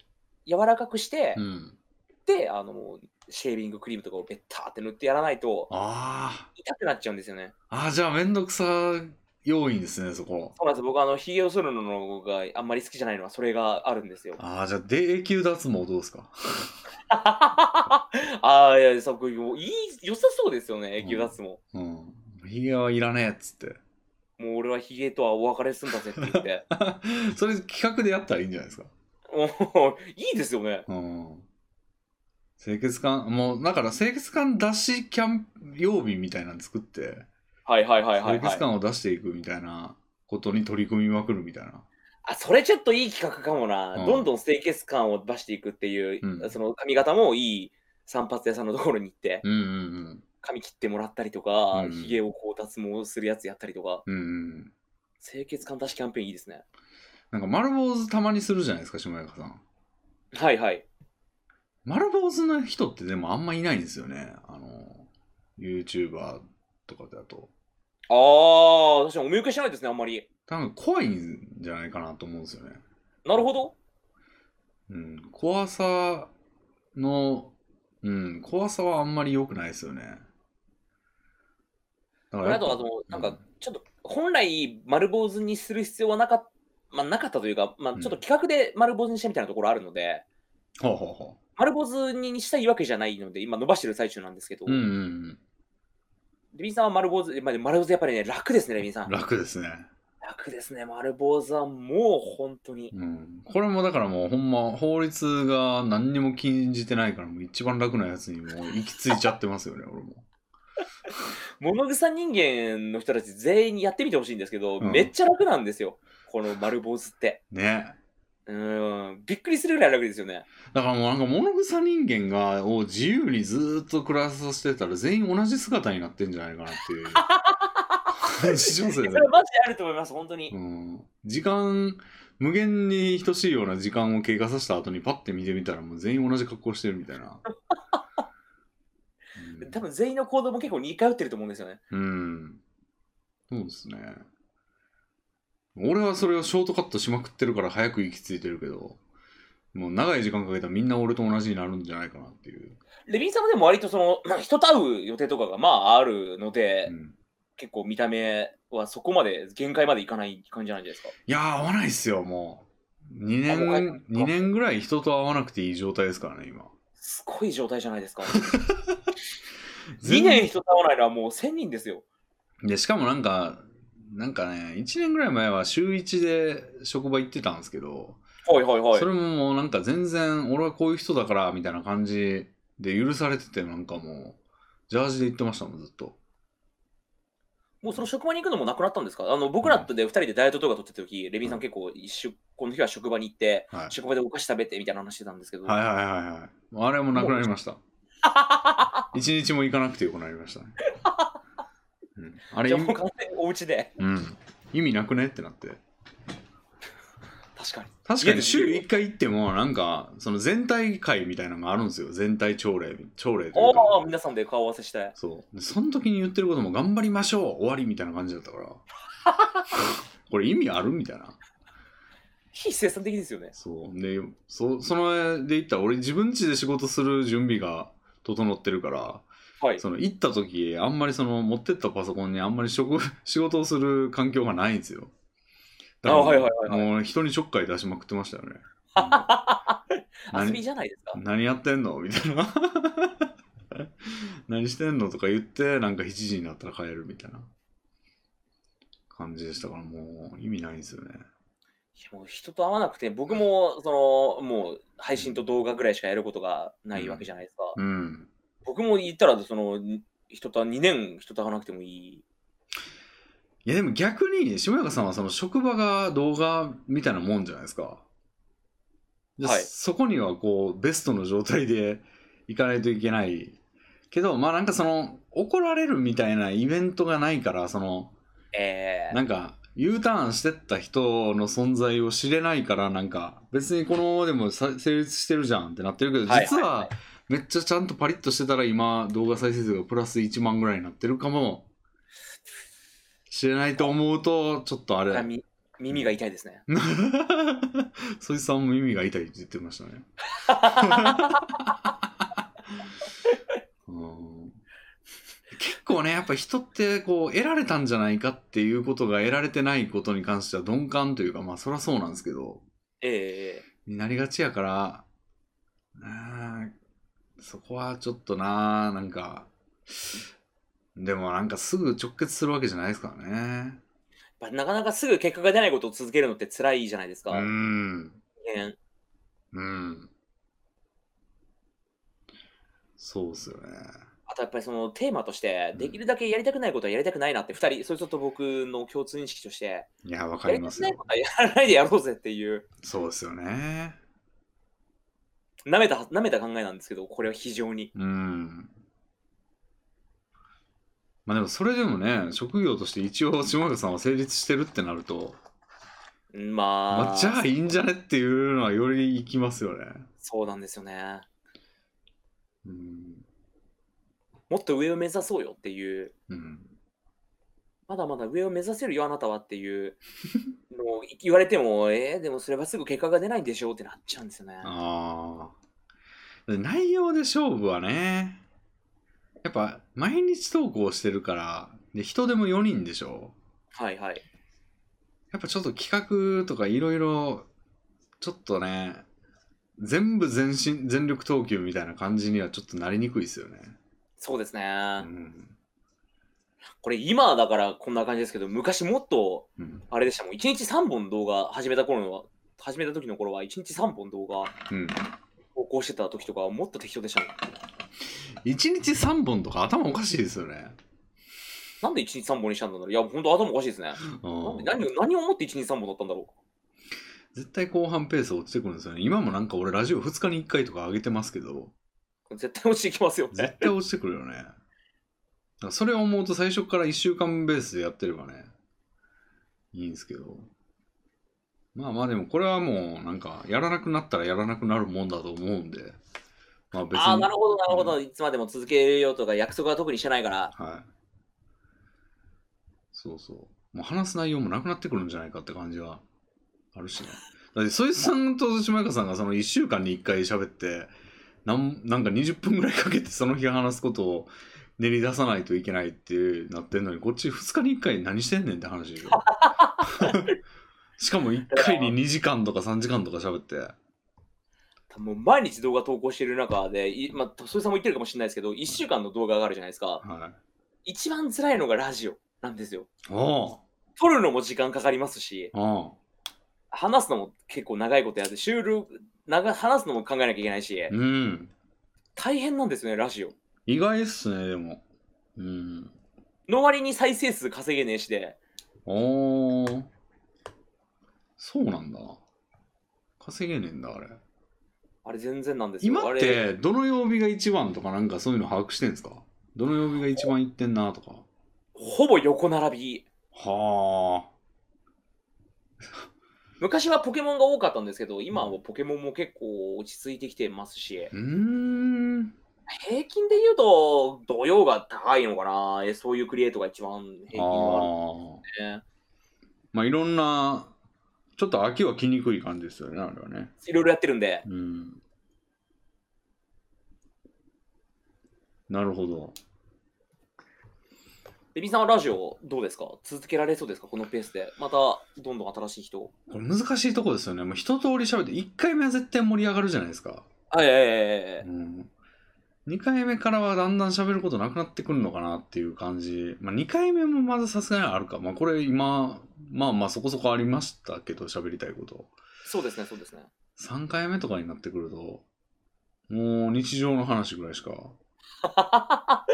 [SPEAKER 2] 柔らかくして、
[SPEAKER 1] うん。
[SPEAKER 2] であの、シェービングクリームとかをベッターって塗ってやらないと、
[SPEAKER 1] あ
[SPEAKER 2] 痛くなっちゃうんですよね。
[SPEAKER 1] あ。ああ、じゃあめんどくさ要因ですね、そこ。
[SPEAKER 2] そうなんです僕あの、ひげを剃るのがあんまり好きじゃないのは、それがあるんですよ。
[SPEAKER 1] ああ、じゃあ、永久脱毛どうですか
[SPEAKER 2] ああ、いや、そこ、いい、良さそうですよね、永久脱毛。
[SPEAKER 1] うん。ひげはいらねえっつって。
[SPEAKER 2] もう俺はヒゲとはお別れすんだぜって言って。
[SPEAKER 1] それ企画でやったらいいんじゃないですか。
[SPEAKER 2] おーいいですよね。
[SPEAKER 1] うん。清潔感、もう、だから清潔感出しキャンプ曜日みたいなの作って、
[SPEAKER 2] はいはいはいはい、
[SPEAKER 1] 清
[SPEAKER 2] は
[SPEAKER 1] 潔
[SPEAKER 2] い。
[SPEAKER 1] 感を出していくみたいなことに取り組みまくるみたいな。
[SPEAKER 2] あ、それちょっといい企画かもな。
[SPEAKER 1] うん
[SPEAKER 2] どんどん清潔感を出していくっていう、
[SPEAKER 1] うん
[SPEAKER 2] その髪型もいい散髪屋さんのところに行って、
[SPEAKER 1] うんうん
[SPEAKER 2] 髪切ってもらったりとか、
[SPEAKER 1] うん
[SPEAKER 2] ヒゲをこう脱毛するやつやったりとか、
[SPEAKER 1] うん。うんうん。
[SPEAKER 2] 清潔感出しキャンペーンいいですね。
[SPEAKER 1] なんか丸坊主たまにするじゃないですか、下山さん。
[SPEAKER 2] はいはい。
[SPEAKER 1] 丸坊主の人ってでもあんまいないんですよね。あの、YouTuber とかだと。
[SPEAKER 2] ああ、確かにお見受けしないですね、あんまり。
[SPEAKER 1] 多分怖いんじゃないかなと思うんですよね。
[SPEAKER 2] なるほど。
[SPEAKER 1] うん、怖さの、ううん、怖さはあんまり良くないですよね。だからや
[SPEAKER 2] あ
[SPEAKER 1] っぱ
[SPEAKER 2] と、あの、なん
[SPEAKER 1] うん、
[SPEAKER 2] かちょっと、本来、丸坊主にする必要はなかった。まあ、なかったというか、まあ、
[SPEAKER 1] うん
[SPEAKER 2] ちょっと企画で丸坊主にしたみたいなところあるので、
[SPEAKER 1] ほうほうほ
[SPEAKER 2] 丸坊主にしたいわけじゃないので、今伸ばしてる最中なんですけど、
[SPEAKER 1] う。うんうん
[SPEAKER 2] レミさんは丸坊主、まあ、丸坊主やっぱりね、楽ですね、レミさ。
[SPEAKER 1] うんん。楽ですね。
[SPEAKER 2] 楽ですね、丸坊主はもう本当に。
[SPEAKER 1] うん。これもだからもうほんま法律が何にも禁じてないからもう一番楽なやつにもう行き着いちゃってますよね、俺も。
[SPEAKER 2] 物草人間の人たち全員にやってみてほしいんですけど、
[SPEAKER 1] うん
[SPEAKER 2] めっちゃ楽なんですよ、この丸坊主って。
[SPEAKER 1] ね。
[SPEAKER 2] うーん、びっくりするぐらい楽ですよね。
[SPEAKER 1] だからもうなんか物草人間がを自由にずーっと暮らさせてたら全員同じ姿になってんじゃないかなっていう感じします
[SPEAKER 2] そ
[SPEAKER 1] よ
[SPEAKER 2] れ
[SPEAKER 1] ね。
[SPEAKER 2] マジであると思います、本当に。
[SPEAKER 1] うん、時間無限に等しいような時間を経過させた後にパッて見てみたらもう全員同じ格好してるみたい な。うん
[SPEAKER 2] 多分全員の行動も結構似通ってると思うんですよね。
[SPEAKER 1] うん。そうですね。俺はそれをショートカットしまくってるから早く行き着いてるけど、もう長い時間かけたらみんな俺と同じになるんじゃないかなっていう。
[SPEAKER 2] レビンさんもでも割とその、まあ人と会う予定とかがまああるので、
[SPEAKER 1] うん、
[SPEAKER 2] 結構見た目はそこまで限界までいかない感じじゃないですか。
[SPEAKER 1] いやー、合わないっすよ、もう。2
[SPEAKER 2] あもう帰った
[SPEAKER 1] 年、二年ぐらい人と会わなくていい状態ですからね、今。
[SPEAKER 2] すごい状態じゃな いですか。2年人と会わないのはもう1000人ですよ。
[SPEAKER 1] で、しかもなんか、なんかね、1年ぐらい前は週1で職場行ってたんですけど、
[SPEAKER 2] はいはいはい
[SPEAKER 1] そ。れももうなんか全然、俺はこういう人だから、みたいな感じで許されてて、なんかもう、ジャージで行ってましたもん、ずっと。
[SPEAKER 2] もうその職場に行くのもなくなったんですかあの僕らとで2人でダイエット動画撮ってた時、レビンさん結構一週、この日は職場に行って、
[SPEAKER 1] はい。
[SPEAKER 2] 職場でお菓子食べてみたいな話してたんですけど、
[SPEAKER 1] はいはいはいはい。あれもなくなりました。1日も行かなくてよくなりましたね。うん、あれ
[SPEAKER 2] じ
[SPEAKER 1] 意
[SPEAKER 2] ゃあもう
[SPEAKER 1] 味、
[SPEAKER 2] 完全にお家で、
[SPEAKER 1] うん、意味なくねってなって。
[SPEAKER 2] 確かに。
[SPEAKER 1] 確かに週1回行ってもなんかその全体会みたいなのがあるんですよ全体朝礼朝礼という
[SPEAKER 2] おお、
[SPEAKER 1] か
[SPEAKER 2] 皆さんで顔合わせして。
[SPEAKER 1] そうでその時に言ってることも頑張りましょう終わりみたいな感じだった からこれ意味あるみたいな
[SPEAKER 2] 非生産的ですよね。
[SPEAKER 1] そうでそそので行ったら俺自分家で仕事する準備が整ってるから
[SPEAKER 2] はい。
[SPEAKER 1] その行った時あんまりその持ってったパソコンにあんまり職 仕事をする環境がないんですよだから
[SPEAKER 2] あはいはいはいはい
[SPEAKER 1] もう人にちょっかい出しまくってま したよね
[SPEAKER 2] 遊び
[SPEAKER 1] 何
[SPEAKER 2] じゃないですか。
[SPEAKER 1] 何やってんのみたいな 何してんのとか言ってなんか7時になったら帰るみたいな感じでしたからもう意味ないんですよね
[SPEAKER 2] いやもう人と会わなくて、僕もそのもう配信と動画ぐらいしかやることがないわけじゃないですか。
[SPEAKER 1] うん
[SPEAKER 2] 僕も言ったら、その人と2年人と会わなくてもいい。
[SPEAKER 1] いやでも逆に下中さんはその職場が動画みたいなもんじゃないですかで
[SPEAKER 2] はい
[SPEAKER 1] そこにはこうベストの状態で行かないといけないけどまあなんかその怒られるみたいなイベントがないからその
[SPEAKER 2] えー
[SPEAKER 1] なんか U ターンしてった人の存在を知れないからなんか別にこのままでもさ成立してるじゃんってなってるけど
[SPEAKER 2] はい
[SPEAKER 1] 実
[SPEAKER 2] はい
[SPEAKER 1] はめっちゃちゃんとパリッとしてたら今動画再生数がプラス1万ぐらいになってるかもしれないと思うとちょっとあれ
[SPEAKER 2] み耳が痛いですね。
[SPEAKER 1] そいつさんも耳が痛いって言ってましたね。うん結構ねやっぱ人ってこう得られたんじゃないかっていうことが得られてないことに関しては鈍感というかまあそりゃそうなんですけど
[SPEAKER 2] え
[SPEAKER 1] になりがちやからなあそこはちょっとなあなんかでもなんかすぐ直結するわけじゃないですからね。
[SPEAKER 2] ーやっぱなかなかすぐ結果が出ないことを続けるのって辛いじゃないですか。
[SPEAKER 1] うん
[SPEAKER 2] ね
[SPEAKER 1] うん。そうっすよね。
[SPEAKER 2] あとやっぱりそのテーマとして、できるだけやりたくないことはやりたくないなって、2人、それちょっと僕の共通認識として、
[SPEAKER 1] いや、わか
[SPEAKER 2] や
[SPEAKER 1] り
[SPEAKER 2] り
[SPEAKER 1] ま
[SPEAKER 2] たく
[SPEAKER 1] す
[SPEAKER 2] ない
[SPEAKER 1] よ
[SPEAKER 2] こ。とはやらないでやろうぜっていう、
[SPEAKER 1] そうですよね。
[SPEAKER 2] なめた、舐めた考えなんですけど、これは非常に。
[SPEAKER 1] うん。まあでも、それでもね、職業として一応、下中さんは成立してるってなると、
[SPEAKER 2] ま
[SPEAKER 1] ま
[SPEAKER 2] あ、
[SPEAKER 1] あ、じゃあいいんじゃねっていうのはよりいきますよね。
[SPEAKER 2] そうなんですよね。
[SPEAKER 1] うん。
[SPEAKER 2] もっと上を目指そうよっていう、
[SPEAKER 1] うん。
[SPEAKER 2] まだまだ上を目指せるよ、あなたはっていう のを言われても、えー、でもそれはすぐ結果が出ないんでしょうってなっちゃうんですよね。
[SPEAKER 1] ああ。で内容で勝負はね、やっぱ毎日投稿してるから、で人でも4人でしょ。
[SPEAKER 2] はいはい。
[SPEAKER 1] やっぱちょっと企画とかいろいろ、ちょっとね、全部全身、全力投球みたいな感じにはちょっとなりにくいですよね。
[SPEAKER 2] そうですね。
[SPEAKER 1] うん。
[SPEAKER 2] これ今だからこんな感じですけど、昔もっと
[SPEAKER 1] うん。
[SPEAKER 2] あれでしたもん。1日3本動画始めた頃の、始めた時の頃は1日3本動画
[SPEAKER 1] うん。
[SPEAKER 2] 投稿してた時とかはもっと適当でしたもん。
[SPEAKER 1] 1日3本とか頭おかしいですよね。
[SPEAKER 2] なんで1日3本にしたんだろういや、本当頭おかしいですね。なん
[SPEAKER 1] うん
[SPEAKER 2] で何を何を思って1日3本だったんだろ
[SPEAKER 1] 絶対後半ペース落ちてくるんですよね。今もなんか俺ラジオ2日に1回とか上げてますけど、
[SPEAKER 2] う絶対落ちてきますよ。
[SPEAKER 1] 絶対落ちてくるよね。だからそれを思うと最初から1週間ベースでやってればね、いいんですけど。まあまあでもこれはもうなんかやらなくなったらやらなくなるもんだと思うんで、まあ別に。
[SPEAKER 2] ああ、なるほど、なるほ
[SPEAKER 1] う
[SPEAKER 2] ど。いつまでも続けるよとか約束は特にしてないから。
[SPEAKER 1] はい。そうそう。もう話す内容もなくなってくるんじゃないかって感じはあるしね。だって、そいつさんと島かさんがその1週間に1回喋って、なんなんか20分ぐらいかけてその日話すことを練り出さないといけないっていうなってんのに、こっち2日に1回何してんねんって話でしょ。しかも1回に2時間とか3時間とか喋って。
[SPEAKER 2] もう毎日動画投稿してる中で、いまあ、それさんも言ってるかもしれないですけど、1週間の動画があるじゃないですか。
[SPEAKER 1] はい。
[SPEAKER 2] 一番辛いのがラジオなんですよ。
[SPEAKER 1] おう
[SPEAKER 2] 撮るのも時間かかりますし、
[SPEAKER 1] おう
[SPEAKER 2] 話すのも結構長いことやって、収録、長話すのも考えなきゃいけないし、
[SPEAKER 1] うん。
[SPEAKER 2] 大変なんですよね、ラジオ。
[SPEAKER 1] 意外っすね、でも。うん。
[SPEAKER 2] の割に再生数稼げねえしで、
[SPEAKER 1] おーそうなんだ稼げねえんだあれ
[SPEAKER 2] あれ全然なんですよ。
[SPEAKER 1] 今
[SPEAKER 2] あ
[SPEAKER 1] っ
[SPEAKER 2] れ
[SPEAKER 1] てどの曜日が一番とかなんかそういうの把握してんですかどの曜日が一番行ってんなとか
[SPEAKER 2] ほぼ横並び。
[SPEAKER 1] は
[SPEAKER 2] 昔はポケモンが多かったんですけど、今はポケモンも結構落ち着いてきてますし、
[SPEAKER 1] あうーん
[SPEAKER 2] 平均で言うと、土曜が高いのかな、えそういうクリエイトが一番平均
[SPEAKER 1] ああ
[SPEAKER 2] はあるんでね。
[SPEAKER 1] まあいろんなちょっと秋は来にくい感じですよねあれはね
[SPEAKER 2] いろいろやってるんで、
[SPEAKER 1] うんなるほど
[SPEAKER 2] デビさんはラジオどうですか続けられそうですかこのペースで。また、どんどん新しい人。
[SPEAKER 1] これ難しいとこですよねもう一通り喋って1回目は絶対盛り上がるじゃないですか
[SPEAKER 2] あ、いやいやいやいや
[SPEAKER 1] うん、2回目からはだんだん喋ることなくなってくるのかなっていう感じ、まあ、2回目もまださすがにあるか、まあ、これ今まあまあそこそこありましたけど喋りたいこと
[SPEAKER 2] そうですね、そうですね。
[SPEAKER 1] 3回目とかになってくるともう日常の話ぐらいしか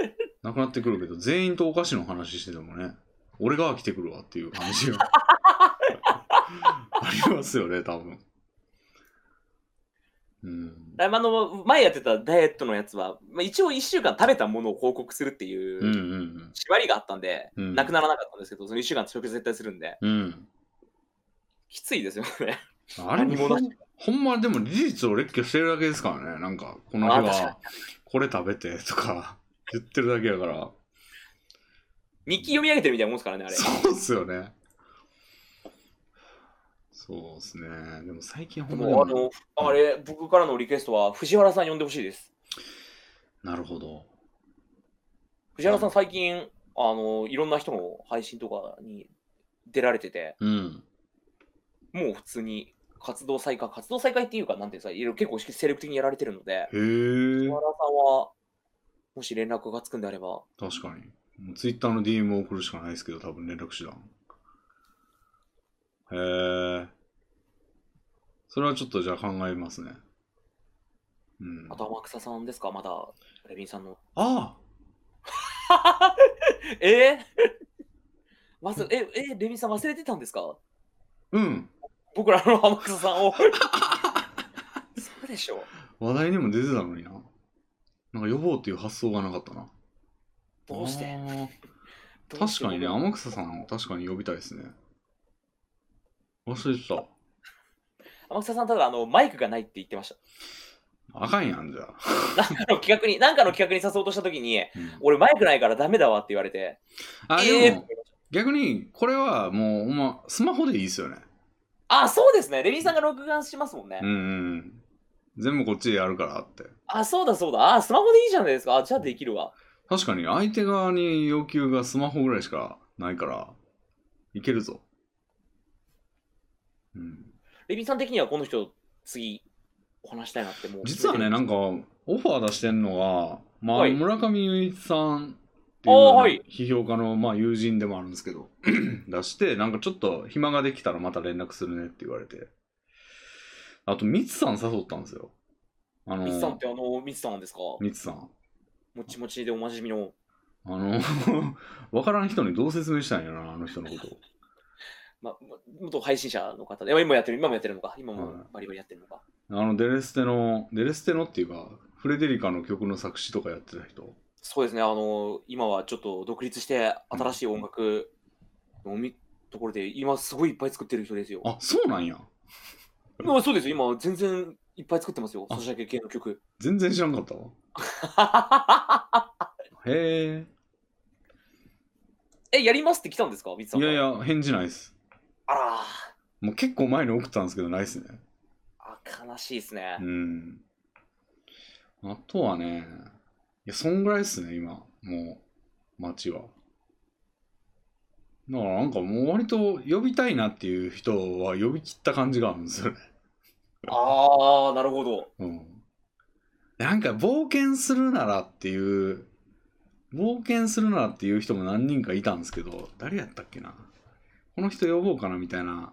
[SPEAKER 1] なくなってくるけど全員とお菓子の話しててもね俺が飽きてくるわっていう感じが ありますよね多分うん
[SPEAKER 2] あまああの前やってたダイエットのやつは、まあ、一応1週間食べたものを報告するってい
[SPEAKER 1] うんう
[SPEAKER 2] うん縛りがあったんで、
[SPEAKER 1] うん
[SPEAKER 2] なくならなかったんですけど、その1週間食絶対するんで、
[SPEAKER 1] うん
[SPEAKER 2] きついですよね。
[SPEAKER 1] あれ
[SPEAKER 2] 何
[SPEAKER 1] も
[SPEAKER 2] も
[SPEAKER 1] ほ
[SPEAKER 2] なん
[SPEAKER 1] ほんまでも事実を列挙してるだけですからねなんかこの日
[SPEAKER 2] あ確か
[SPEAKER 1] はこれ食べてとか 言ってるだけやから
[SPEAKER 2] 日記読み上げてるみたいなもんですからね、あれ。
[SPEAKER 1] そうっすよねそうっすねでも最近ほんま
[SPEAKER 2] もうあ
[SPEAKER 1] でも
[SPEAKER 2] の、あれ、僕からのリクエストは、藤原さん呼んでほしいです。
[SPEAKER 1] なるほど
[SPEAKER 2] 藤原さん、最近、あの、いろんな人の配信とかに出られてて、
[SPEAKER 1] うん
[SPEAKER 2] もう普通に活動再開、活動再開っていうか、なんていうんですか、いろいろ結構精力的にやられてるので、
[SPEAKER 1] へえ
[SPEAKER 2] 藤原さんは、もし連絡がつくんであれば、
[SPEAKER 1] 確かにもう Twitter の DM を送るしかないですけど多分連絡手段へえそれはちょっとじゃあ考えますねうん
[SPEAKER 2] あと天草さんですか、まだ、レビンさんの。
[SPEAKER 1] ああ
[SPEAKER 2] え ー、忘れえ、え、レビンさん忘れてたんですか
[SPEAKER 1] うん
[SPEAKER 2] 僕らの天草さんを。そうでしょ。
[SPEAKER 1] 話題にも出てたのにな。なんか呼ぼうっていう発想がなかったな。
[SPEAKER 2] どうして
[SPEAKER 1] あー
[SPEAKER 2] どう
[SPEAKER 1] 確
[SPEAKER 2] して
[SPEAKER 1] かにね、天草さんを確かに呼びたいですね。忘れてた。
[SPEAKER 2] 天草さん、ただあのマイクがないって言ってまし
[SPEAKER 1] あかんやんじゃあ。
[SPEAKER 2] た。なんかの企画に、なんかの企画に誘おうとしたときに、
[SPEAKER 1] うん
[SPEAKER 2] 俺マイクないからダメだわって言われて、
[SPEAKER 1] あ、
[SPEAKER 2] え
[SPEAKER 1] で
[SPEAKER 2] ー
[SPEAKER 1] も、逆に、これはもう、ほんま、スマホでいいですよね。
[SPEAKER 2] あ、そうですね。レビンさんが録画しますもんね。
[SPEAKER 1] うんうんうん。全部こっちでやるからって。
[SPEAKER 2] あ、そうだそうだ。あ、スマホでいいじゃないですか。あ、じゃあできるわ。
[SPEAKER 1] 確かに相手側に要求がスマホぐらいしかないから、いけるぞ。うん、
[SPEAKER 2] レビンさん的にはこの人、次、お話したいなってもう。
[SPEAKER 1] 実はね、なんか、オファー出してんのが、まあ、
[SPEAKER 2] はい
[SPEAKER 1] 村上雄一さんってい
[SPEAKER 2] あー
[SPEAKER 1] う、
[SPEAKER 2] はい
[SPEAKER 1] 批評家の、まあ、友人でもあるんですけど、 出して、なんかちょっと暇ができたらまた連絡するねって言われて。あと、ミツさん誘ったんですよ。あの、
[SPEAKER 2] ミツさんってあの、ミツさんですか
[SPEAKER 1] ミツさん。
[SPEAKER 2] もちもちでおなじみの。
[SPEAKER 1] あの、 わからん人にどう説明したんやろな、あの人のこと。
[SPEAKER 2] ま、ま元配信者の方で、え今もやってる、今もやってるのか、今
[SPEAKER 1] はい
[SPEAKER 2] もバリバリやってるのか。
[SPEAKER 1] あのデレステのデレステのっていうかフレデリカの曲の作詞とかやってた人
[SPEAKER 2] そうですね、あの、今はちょっと独立して、新しい音楽のみところで、今すごいいっぱい作ってる人ですよ。
[SPEAKER 1] あそうなんや
[SPEAKER 2] まあそうですよ、今全然いっぱい作ってますよ、
[SPEAKER 1] あ
[SPEAKER 2] ソシャゲ系の曲。
[SPEAKER 1] 全然知らんかったわへ
[SPEAKER 2] え、やりますって来たんですか、ミツ
[SPEAKER 1] え
[SPEAKER 2] さん
[SPEAKER 1] い
[SPEAKER 2] か
[SPEAKER 1] や
[SPEAKER 2] ら
[SPEAKER 1] い。や返事ないっす
[SPEAKER 2] あら
[SPEAKER 1] もう結構前に送ったんですけどないっすね
[SPEAKER 2] ーあ、悲しいですね
[SPEAKER 1] う。んあとはねいやそんぐらいっすね今もう街はだからなんかもう割と呼びたいなっていう人は呼びきった感じがあるんですよね
[SPEAKER 2] ああ、なるほど。
[SPEAKER 1] うんなんか冒険するならっていう冒険するならっていう人も何人かいたんですけど誰やったっけなこの人呼ぼうかなみたいな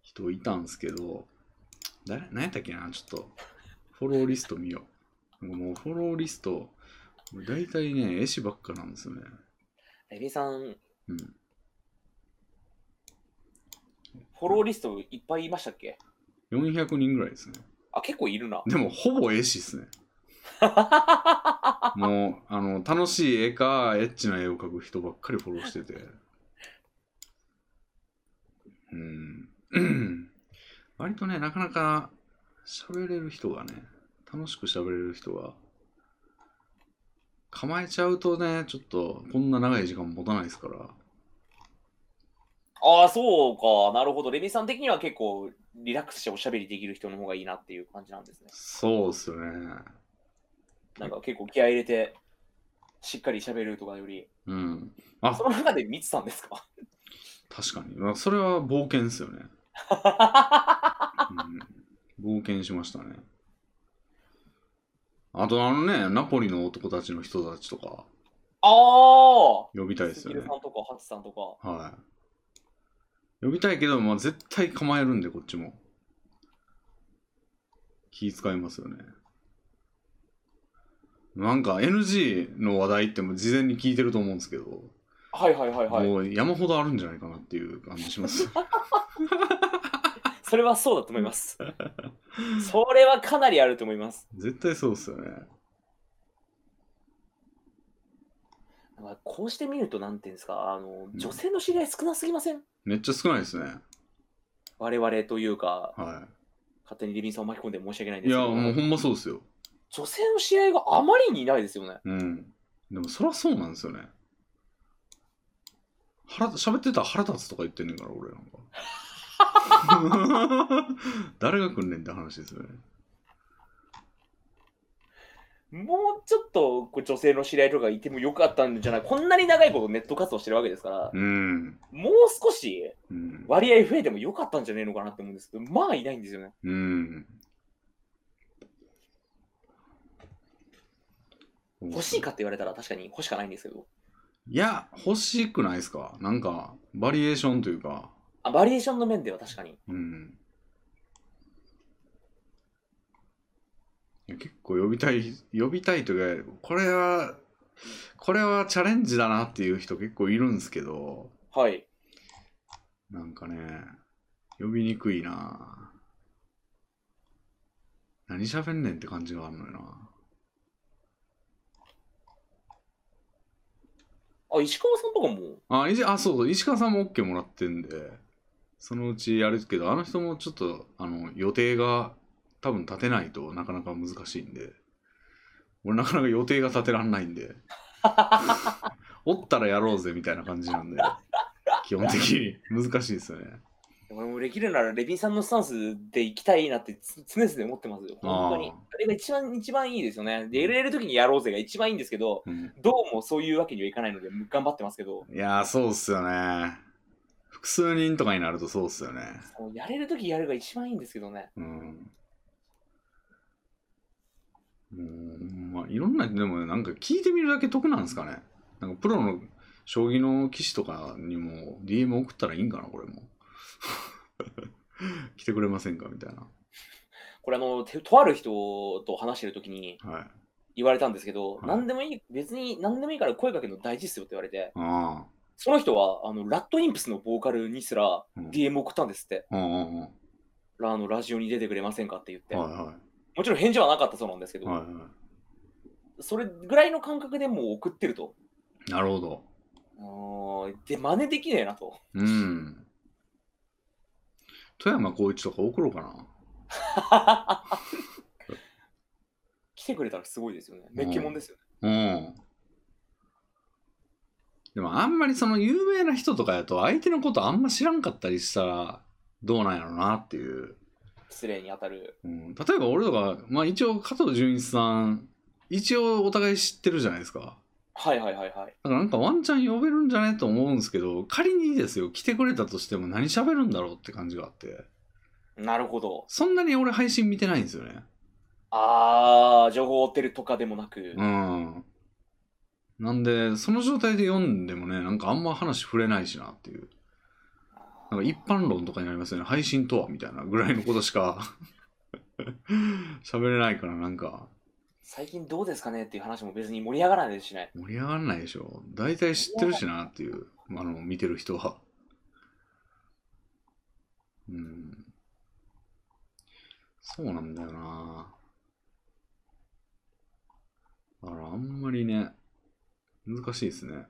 [SPEAKER 1] 人いたんですけど誰何やったっけなちょっとフォローリスト見ようなんかもうフォローリスト俺大体ね絵師ばっかなんですよね
[SPEAKER 2] レビンさん、
[SPEAKER 1] うん
[SPEAKER 2] フォローリストいっぱいいましたっけ
[SPEAKER 1] 400人ぐらいですね
[SPEAKER 2] あ、結構いるな。
[SPEAKER 1] でもほぼ絵師っすねもうあの楽しい絵かエッチな絵を描く人ばっかりフォローしててうん 割とねなかなか喋れる人がね楽しく喋れる人が構えちゃうとねちょっとこんな長い時間持たないですから
[SPEAKER 2] ああ、そうか。なるほど。レミさん的には結構リラックスしておしゃべりできる人の方がいいなっていう感じなんですね。
[SPEAKER 1] そうっすよね
[SPEAKER 2] なんか結構気合い入れて、しっかりしゃべるとかより、
[SPEAKER 1] うんあ
[SPEAKER 2] その中で見てたんで すか
[SPEAKER 1] 確かに、まあ、それは冒険っすよねうん冒険しましたね。あとあのね、ナポリの男たちの人たちとか
[SPEAKER 2] ああ
[SPEAKER 1] 呼びたいです
[SPEAKER 2] ス
[SPEAKER 1] よ
[SPEAKER 2] キ
[SPEAKER 1] ね
[SPEAKER 2] ル。さんとかハチさんとか。
[SPEAKER 1] はい。呼びたいけど、まあ、絶対構えるんで、こっちも。気使いますよね。なんか NG の話題ってもう事前に聞いてると思うんですけど、
[SPEAKER 2] はいはいはいはい。
[SPEAKER 1] もう山ほどあるんじゃないかなっていう感じし ます。
[SPEAKER 2] それはそうだと思 います。それはかなりあると思います。
[SPEAKER 1] 絶対そうっすよね。
[SPEAKER 2] なんかこうして見ると、なんていうんですか、あの
[SPEAKER 1] ん
[SPEAKER 2] 女性の知り合い少なすぎません、
[SPEAKER 1] めっちゃ少ないですね。
[SPEAKER 2] 我々というか、
[SPEAKER 1] は
[SPEAKER 2] 勝手にレビンさんを巻き込んで申し訳ないん
[SPEAKER 1] い。い
[SPEAKER 2] です
[SPEAKER 1] や、
[SPEAKER 2] けど、
[SPEAKER 1] もうほんまそうっすよ。
[SPEAKER 2] 女性の知り合いがあまりにいないですよね。
[SPEAKER 1] うん。でもそりゃそうなんですよね。腹立喋ってたら腹立つとか言ってんねんから、 俺なんか。誰が来んねんって話ですよね。
[SPEAKER 2] もうちょっとこう女性の知り合いとかいてもよかったんじゃないこんなに長いことネット活動してるわけですから、
[SPEAKER 1] うん。
[SPEAKER 2] もう少し
[SPEAKER 1] うん。
[SPEAKER 2] 割合増えてもよかったんじゃねえのかなって思うんですけど、まあいないんですよね。
[SPEAKER 1] うん。
[SPEAKER 2] 欲しいかって言われたら確かに欲しかないんですけど。
[SPEAKER 1] いや、欲しくないですかなんか、バリエーションというか。
[SPEAKER 2] あバリエーションの面では確かに。
[SPEAKER 1] うん。いや結構呼びたい、呼びたいというか、これは、これはチャレンジだなっていう人結構いるんですけど、
[SPEAKER 2] はい。
[SPEAKER 1] なんかね、呼びにくいな何喋んねんって感じがあるのよな。
[SPEAKER 2] あ、石川さんとかも、
[SPEAKER 1] あ、いじあそうそう、石川さんも OK もらってんで、そのうちやるけど、あの人もちょっとあの予定が多分立てないとなかなか難しいんで、俺なかなか予定が立てらんないんで、おったらやろうぜみたいな感じなんで、基本的に難しいですよね。
[SPEAKER 2] 俺もできるならレビンさんのスタンスで行きたいなってつ常々思ってますよ。本当に
[SPEAKER 1] あー。
[SPEAKER 2] あれが一番一番いいですよね。で、やれる時にやろうぜが一番いいんですけど、
[SPEAKER 1] うん
[SPEAKER 2] どうもそういうわけにはいかないので、頑張ってますけど、
[SPEAKER 1] いやー、そうっすよね。複数人とかになるとそうっすよね。
[SPEAKER 2] もうやれる時やるが一番いいんですけどね。
[SPEAKER 1] うん。うん、まあ、いろんな、でもなんか聞いてみるだけ得なんですかね。なんかプロの将棋の棋士とかにも DM 送ったらいいんかな、これも。 来てくれませんかみたいな。
[SPEAKER 2] これあの、てとある人と話してる時に
[SPEAKER 1] はい。
[SPEAKER 2] 言われたんですけど、
[SPEAKER 1] い
[SPEAKER 2] 何でもいい、別に何でもいいから声かけるの大事っすよって言われて、
[SPEAKER 1] あ
[SPEAKER 2] その人はあのラッドインプスのボーカルにすら
[SPEAKER 1] うん
[SPEAKER 2] DM 送ったんですって。
[SPEAKER 1] あ。うんうんうん。は
[SPEAKER 2] あのラジオに出てくれませんかって言っ
[SPEAKER 1] い
[SPEAKER 2] て。
[SPEAKER 1] は
[SPEAKER 2] もちろん返事はなかったそうなんですけ
[SPEAKER 1] い。
[SPEAKER 2] ど、
[SPEAKER 1] はいは
[SPEAKER 2] それぐらいの感覚でもう送ってると。
[SPEAKER 1] い。なるほど。
[SPEAKER 2] あーで、真似できねえなと。
[SPEAKER 1] うん。富山光一とか送ろうかな。
[SPEAKER 2] 来てくれたらすごいですよね。めっけもんですよね。
[SPEAKER 1] うん。でもあんまりその有名な人とかやと相手のことあんま知らんかったりしたらどうなんやろなっていう。
[SPEAKER 2] 失礼に当たる。
[SPEAKER 1] うん、例えば俺とか、まあ一応加藤純一さん、一応お互い知ってるじゃないですか。
[SPEAKER 2] はいはいはいは
[SPEAKER 1] だ
[SPEAKER 2] い。
[SPEAKER 1] からなんかワンチャン呼べるんじゃないと思うんですけど、仮にですよ、来てくれたとしても何喋るんだろうって感じがあって。
[SPEAKER 2] なるほど。
[SPEAKER 1] そんなに俺配信見てないんですよね。
[SPEAKER 2] あー、情報を追ってるとかでもなく。
[SPEAKER 1] うん。なんで、その状態で読んでもね、なんかあんま話触れないしなっていう。なんか一般論とかになりますよね。配信とはみたいなぐらいのことしか 喋れないからなんか
[SPEAKER 2] 最近どうですかねっていう話も別に盛り上がらないですしね。
[SPEAKER 1] 盛り上がんないでしょ。大体知ってるしなっていう、あの、見てる人は。うん。そうなんだよな。だからあんまりね、難しいですね。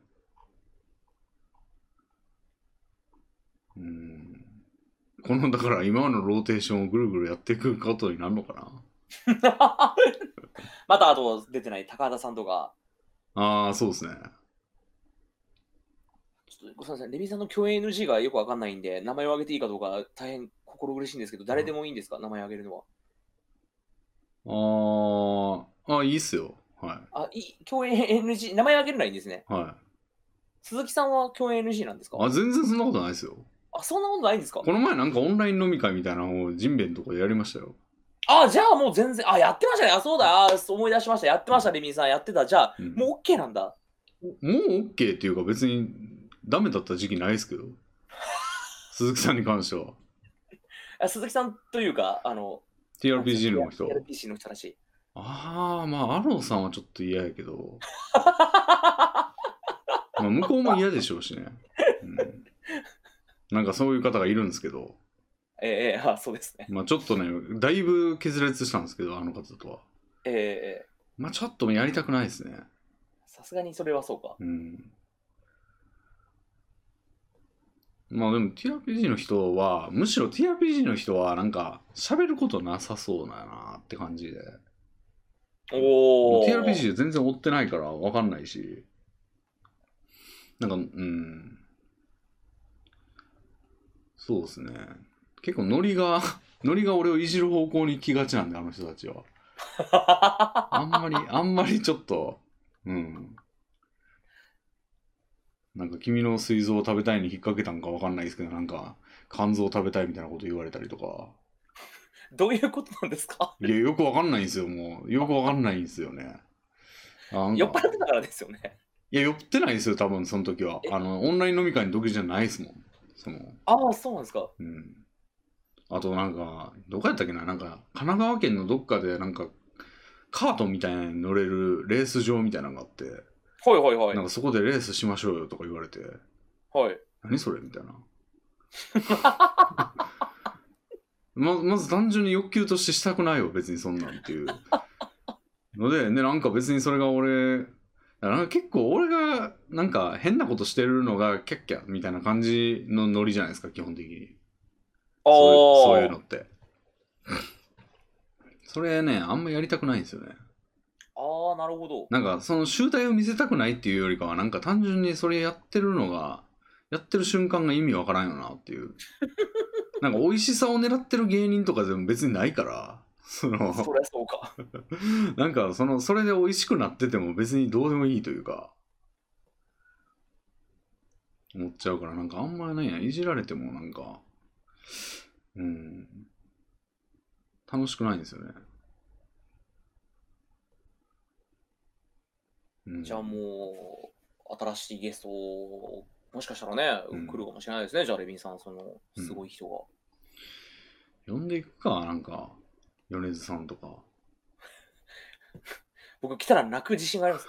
[SPEAKER 1] うん。この、だから今のローテーションをぐるぐるやっていくことになるのかな。
[SPEAKER 2] またあと出てない高畑さんとか、
[SPEAKER 1] ああ、そうですね。
[SPEAKER 2] ちょっとごめんなさい、レビンさんの共演 NG がよくわかんないんで、名前を挙げていいかどうか大変心苦しいんですけど、誰でもいいんですか、名前を挙げるのは。
[SPEAKER 1] ああ、あいいっすよ。は
[SPEAKER 2] あ、いい、共演 NG、名前を挙げるならいいんですね。
[SPEAKER 1] い。はい。
[SPEAKER 2] 鈴木さんは共演 NG なんですか
[SPEAKER 1] あ、全然そんなことないですよ。
[SPEAKER 2] あ、そんなことないんですか
[SPEAKER 1] この前なんかオンライン飲み会みたいなのをジンベエのとこでやりましたよ。
[SPEAKER 2] あ、じゃあもう全然、あ、やってましたね。あ、そうだ、あ思い出しました。やってました、レミンさん。やってた。じゃあ、
[SPEAKER 1] うん
[SPEAKER 2] もう OK なんだ。
[SPEAKER 1] もう OK っていうか別にダメだった時期ないですけど。鈴木さんに関しては。
[SPEAKER 2] あ鈴木さんというか、あの、
[SPEAKER 1] TRPG の人。
[SPEAKER 2] LPG の人 たち。
[SPEAKER 1] ああ、まあ、アローさんはちょっと嫌やけど。まあ、向こうも嫌でしょうしね。うんなんかそういう方がいるんですけど、
[SPEAKER 2] ええええあ、そうですね。
[SPEAKER 1] まあちょっとね、だいぶ決裂したんですけど、あの方とは。
[SPEAKER 2] ええええ
[SPEAKER 1] まあちょっとやりたくないですね。
[SPEAKER 2] さすがにそれはそうか。
[SPEAKER 1] うん。まあでも TRPG の人は、むしろ TRPG の人はなんか喋ることなさそうだなって感じで。
[SPEAKER 2] おお。
[SPEAKER 1] TRPG 全然追ってないからわかんないし。なんか、うん。そうですね。結構ノリが、 ノリが俺をいじる方向に来がちなんで、あの人たちは。あんまり、あんまりちょっと、うん。なんか君の膵臓を食べたいに引っ掛けたんかわかんないですけど、なんか肝臓を食べたいみたいなこと言われたりとか。
[SPEAKER 2] どういうことなんですか
[SPEAKER 1] いや、よくわかんないんですよ、もう。よくわかんないんですよね。あなんか
[SPEAKER 2] 酔っ払ってたからですよね。
[SPEAKER 1] いや、酔ってないですよ、多分その時は。あの、オンライン飲み会の時じゃないですもん。その、
[SPEAKER 2] ああ、そうなんですか。
[SPEAKER 1] うん。あとなんか、どこやったっけな、なんか、神奈川県のどっかで、なんか、カートみたいなのに乗れるレース場みたいなのがあって、
[SPEAKER 2] はいはいはい。
[SPEAKER 1] なんかそこでレースしましょうよとか言われて、
[SPEAKER 2] はい。
[SPEAKER 1] 何それみたいな。ままず単純に欲求としてしたくないわ別にそんなんっていうのでねなんか別にそれが俺なんか結構俺がなんか変なことしてるのがキャッキャみたいな感じのノリじゃないですか基本的に
[SPEAKER 2] ああ。
[SPEAKER 1] そういうそういうのってそれねあんまやりたくないんですよね
[SPEAKER 2] ああ、なるほど。
[SPEAKER 1] なんかその集大を見せたくないっていうよりかはなんか単純にそれやってるのがやってる瞬間が意味わからんよなっていうなんか美味しさを狙ってる芸人とかでも別にないから、その、
[SPEAKER 2] そりゃそうか。
[SPEAKER 1] なんかその、それで美味しくなってても別にどうでもいいというか、思っちゃうから、なんかあんまりないな、いじられてもなんか、うん、楽しくないんですよね。うん
[SPEAKER 2] じゃあもう、新しいゲストを、もしかしたらね、
[SPEAKER 1] うん
[SPEAKER 2] 来るかもしれないですね、じゃあ、レビンさん、その、すごい人が。
[SPEAKER 1] 呼んでいくか、なんか、米津さんとか。
[SPEAKER 2] 僕、来たら泣く自信があります。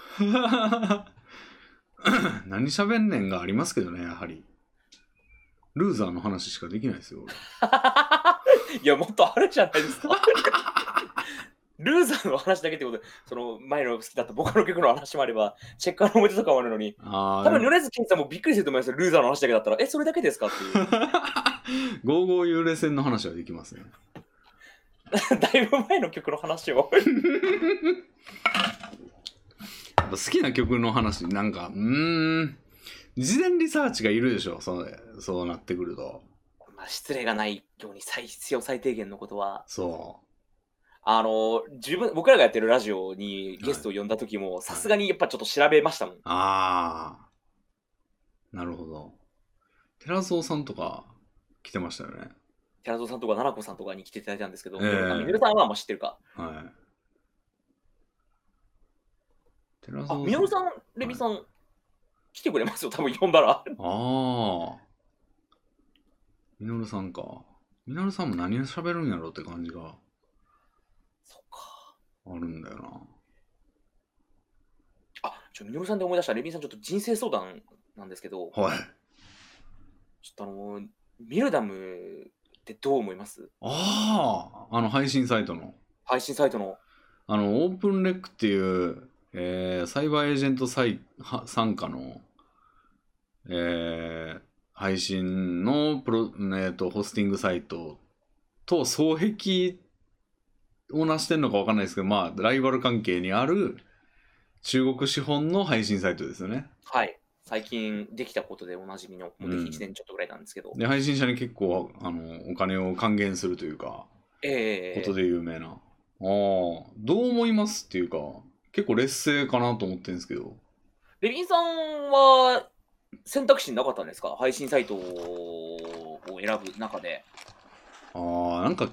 [SPEAKER 1] 何喋んねんがありますけどね、やはり。ルーザーの話しかできないですよ、俺
[SPEAKER 2] いや、もっとあるじゃないですか。ルーザーの話だけってことで、その前の好きだったボカロ曲の話もあれば、チェッカーの思い出とかもあるのに、
[SPEAKER 1] あ
[SPEAKER 2] 多分
[SPEAKER 1] ー、
[SPEAKER 2] 米津玄師さんもびっくりすると思いますよ、ルーザーの話だけだったら、え、それだけですかっていう。
[SPEAKER 1] ゴーゴー幽霊船の話はできますね。
[SPEAKER 2] だいぶ前の曲の話を。
[SPEAKER 1] やっぱ好きな曲の話、なんか、うーん、事前リサーチがいるでしょ、そうそうなってくると。
[SPEAKER 2] まあ、失礼がないように最必要最低限のことは、
[SPEAKER 1] そ
[SPEAKER 2] あの、自分、僕らがやってるラジオにゲストを呼んだ時も、さすがにやっぱちょっと調べましたもん。
[SPEAKER 1] う。あー、なるほど。寺蔵さんとか来てましたよね。
[SPEAKER 2] 寺蔵さんとか奈々子さんとかに来ていただいたんですけど、
[SPEAKER 1] ええ
[SPEAKER 2] あみのるさんはまあ知ってるか。
[SPEAKER 1] はい。寺
[SPEAKER 2] あ、
[SPEAKER 1] 蔵
[SPEAKER 2] みのるさん、レビさん、来てくれますよ、多分呼んだら。
[SPEAKER 1] ああ。みのるさんか。みのるさんも何を喋るんやろって感じが
[SPEAKER 2] そっか。
[SPEAKER 1] あるんだよな。
[SPEAKER 2] あ、ちょ、みのるさんで思い出した、レビンさんちょっと人生相談なんですけど、ちょっ
[SPEAKER 1] はい。
[SPEAKER 2] とあの、ミルダムってどう思います
[SPEAKER 1] ああ、あの配信サイトの。
[SPEAKER 2] 配信サイトの。
[SPEAKER 1] あの、オープンレックっていう、えー、サイバーエージェントサイは参加の、えー、配信のプロ、えー、とホスティングサイトと双璧をなしてるのかわかんないですけど、まあ、ライバル関係にある中国資本の配信サイトですよね。
[SPEAKER 2] はい。最近できたことでおなじみの、もうで
[SPEAKER 1] うん
[SPEAKER 2] き1年ちょっとぐらいなんですけど、
[SPEAKER 1] で、配信者に結構、あの、お金を還元するというか、
[SPEAKER 2] ええ
[SPEAKER 1] ことで有名な。ああ、どう思いますっていうか、結構劣勢かなと思ってるんですけど。
[SPEAKER 2] レビンさんは選択肢なかったんですか配信サイトを選ぶ中で。
[SPEAKER 1] ああ、なんか、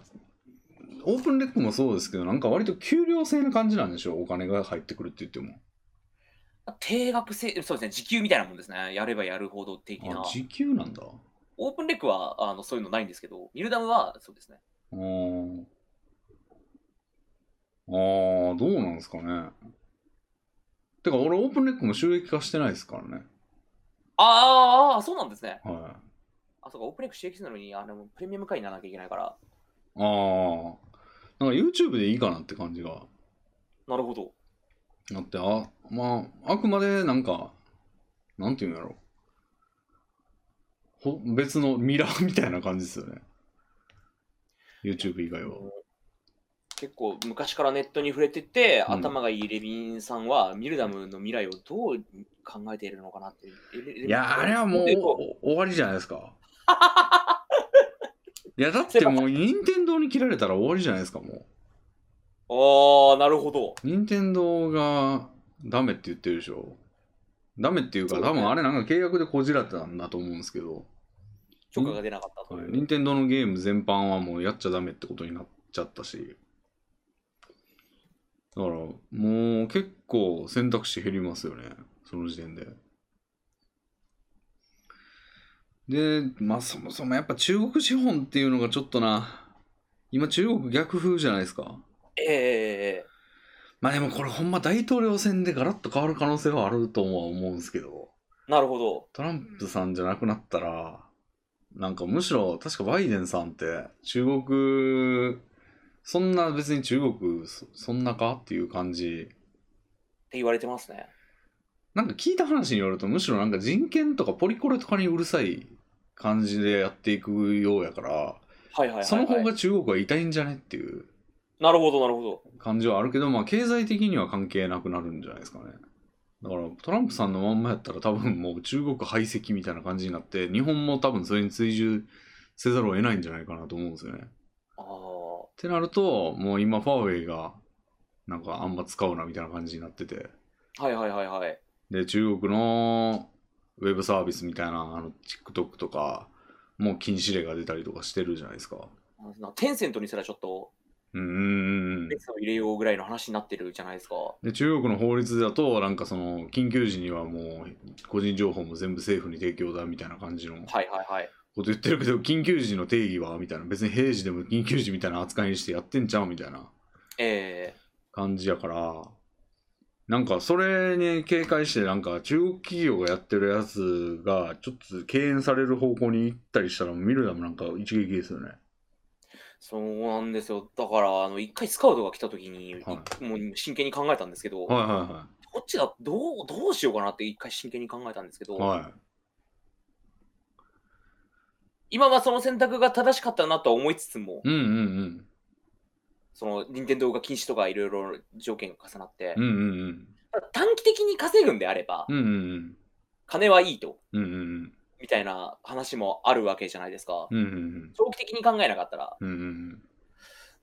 [SPEAKER 1] オープンレックもそうですけど、なんか割と給料制な感じなんでしょう、お金が入ってくるって言っても。
[SPEAKER 2] 定額制、そうですね、時給みたいなもんですね。やればやるほど的な
[SPEAKER 1] あ、。時給なんだ。
[SPEAKER 2] オープンレックはあのそういうのないんですけど、ミルダムはそうですね。
[SPEAKER 1] あーあー、どうなんですかね。てか、俺、オープンレックも収益化してないですからね。
[SPEAKER 2] あーあー、そうなんですね。
[SPEAKER 1] はい。
[SPEAKER 2] あ、そうか、オープンレック刺激するのに、あの、プレミアム会員にならなきゃいけないから。
[SPEAKER 1] ああ、なんか YouTube でいいかなって感じが
[SPEAKER 2] なるほど。
[SPEAKER 1] あって、あ、まあ、あくまでなんか、なんていうんだろう。ほ別のミラー みたいな感じですよね。YouTube 以外は。
[SPEAKER 2] 結構昔からネットに触れてて、
[SPEAKER 1] うん
[SPEAKER 2] 頭がいいレビンさんはミルダムの未来をどう考えているのかなって。い
[SPEAKER 1] いや、あれはもうお終わりじゃないですか。いや、だってもう、任天堂に切られたら終わりじゃないですか、も
[SPEAKER 2] ああ、なるほど。
[SPEAKER 1] う。任天堂がダメって言ってるでしょ。ダメっていうか、
[SPEAKER 2] そうね
[SPEAKER 1] 多分あれなんか契約でこじられたんだと思うんですけど。
[SPEAKER 2] 許可が出なかったと
[SPEAKER 1] はいい、
[SPEAKER 2] う。
[SPEAKER 1] 任天堂のゲーム全般はもうやっちゃダメってことになっちゃったしだからもう結構選択肢減りますよねその時点ででまあそもそもやっぱ中国資本っていうのがちょっとな今中国逆風じゃないですか
[SPEAKER 2] ええ
[SPEAKER 1] まあでもこれほんま大統領選でガラッと変わる可能性はあるとは思うんですけど
[SPEAKER 2] なるほど。
[SPEAKER 1] トランプさんじゃなくなったら、なんかむしろ、確かバイデンさんって、中国、そんな別に中国、そそんなかっていう感じ。
[SPEAKER 2] って言われてますね。
[SPEAKER 1] なんか聞いた話によると、むしろなんか人権とかポリコレとかにうるさい感じでやっていくようやから、
[SPEAKER 2] はいはいはい、はい。
[SPEAKER 1] その方が中国は痛いんじゃねっていう
[SPEAKER 2] なるほど、なるほど。
[SPEAKER 1] 感じはあるけど、まあ経済的には関係なくなるんじゃないですかね。だからトランプさんのまんまやったら多分もう中国排斥みたいな感じになって、日本も多分それに追従せざるを得ないんじゃないかなと思うんですよね。っ
[SPEAKER 2] ああ、
[SPEAKER 1] てなると、もう今、ファーウェイが、なんかあんま使うなみたいな感じになってて、
[SPEAKER 2] はいはいはいはい。
[SPEAKER 1] で、中国のウェブサービスみたいな、あの、TikTok とか、もう禁止令が出たりとかしてるじゃないですか。
[SPEAKER 2] なテンセントにすらちょっと
[SPEAKER 1] うんうんうん。
[SPEAKER 2] メスを入れようぐらいの話になってるじゃないですか。
[SPEAKER 1] で中国の法律だとなんかその緊急時にはもう個人情報も全部政府に提供だみたいな感じのこ
[SPEAKER 2] はいはいはい。
[SPEAKER 1] と言ってるけど緊急時の定義はみたいな別に平時でも緊急時みたいな扱いにしてやってんちゃうみたいな
[SPEAKER 2] え
[SPEAKER 1] 感じやからなんかそれに警戒してなんか中国企業がやってるやつがちょっと敬遠される方向に行ったりしたら見るだもなんか一撃ですよね
[SPEAKER 2] えそうなんですよ。だから、あの、一回スカウトが来た時に、
[SPEAKER 1] はい
[SPEAKER 2] もう真剣に考えたんですけど、
[SPEAKER 1] はいは
[SPEAKER 2] こっちだ、どう、どうしようかなって一回真剣に考えたんですけど、
[SPEAKER 1] いはいはい
[SPEAKER 2] 今はその選択が正しかったなとは思いつつも、
[SPEAKER 1] うんうん
[SPEAKER 2] その、任天堂が禁止とかいろいろ条件が重なって、
[SPEAKER 1] うんうんうん
[SPEAKER 2] ただ短期的に稼ぐんであれば、
[SPEAKER 1] うんうんうん
[SPEAKER 2] 金はいいと、
[SPEAKER 1] うんうんうん
[SPEAKER 2] みたいな話もあるわけじゃないですか。
[SPEAKER 1] うんうん
[SPEAKER 2] 長期的に考えなかったら、
[SPEAKER 1] うんうん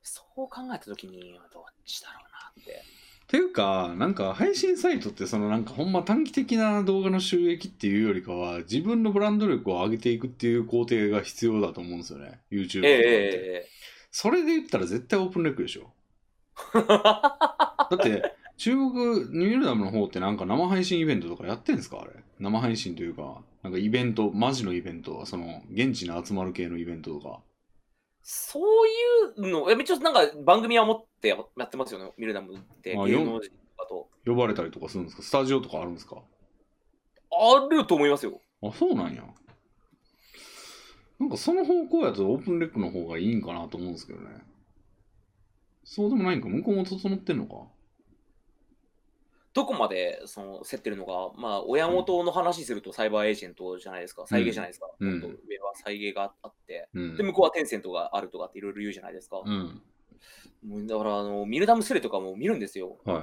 [SPEAKER 2] そう考えた時に、どっちだろうなって。
[SPEAKER 1] ていうかなんか配信サイトってそのなんかほんま短期的な動画の収益っていうよりかは自分のブランド力を上げていくっていう工程が必要だと思うんですよね YouTube とかって、
[SPEAKER 2] えええええ
[SPEAKER 1] それで言ったら絶対オープンレックでし ょだって中国ニュールダムの方ってなんか生配信イベントとかやってんですかあれ生配信というかなんかイベントマジのイベントその現地に集まる系のイベントとか
[SPEAKER 2] そういうの、え、めっちゃなんか番組は持ってやってますよね、ミルダムって。
[SPEAKER 1] あ
[SPEAKER 2] 芸能人とかと。
[SPEAKER 1] 呼ばれたりとかするんですかスタジオとかあるんですか
[SPEAKER 2] あると思いますよ。
[SPEAKER 1] あ、そうなんや。なんかその方向やとオープンレックの方がいいんかなと思うんですけどね。そうでもないんか、向こうも整ってんのか。
[SPEAKER 2] どこまでその競ってるのか、まあ、親元の話するとサイバーエージェントじゃないですか、再現じゃないですか、
[SPEAKER 1] うん
[SPEAKER 2] もっと上は再現があって、
[SPEAKER 1] うん
[SPEAKER 2] で、。向こうはテンセントがあるとかっていろいろ言うじゃないですか。
[SPEAKER 1] うん。
[SPEAKER 2] もうだからあの、ミルダムスレとかも見るんですよ。
[SPEAKER 1] はい。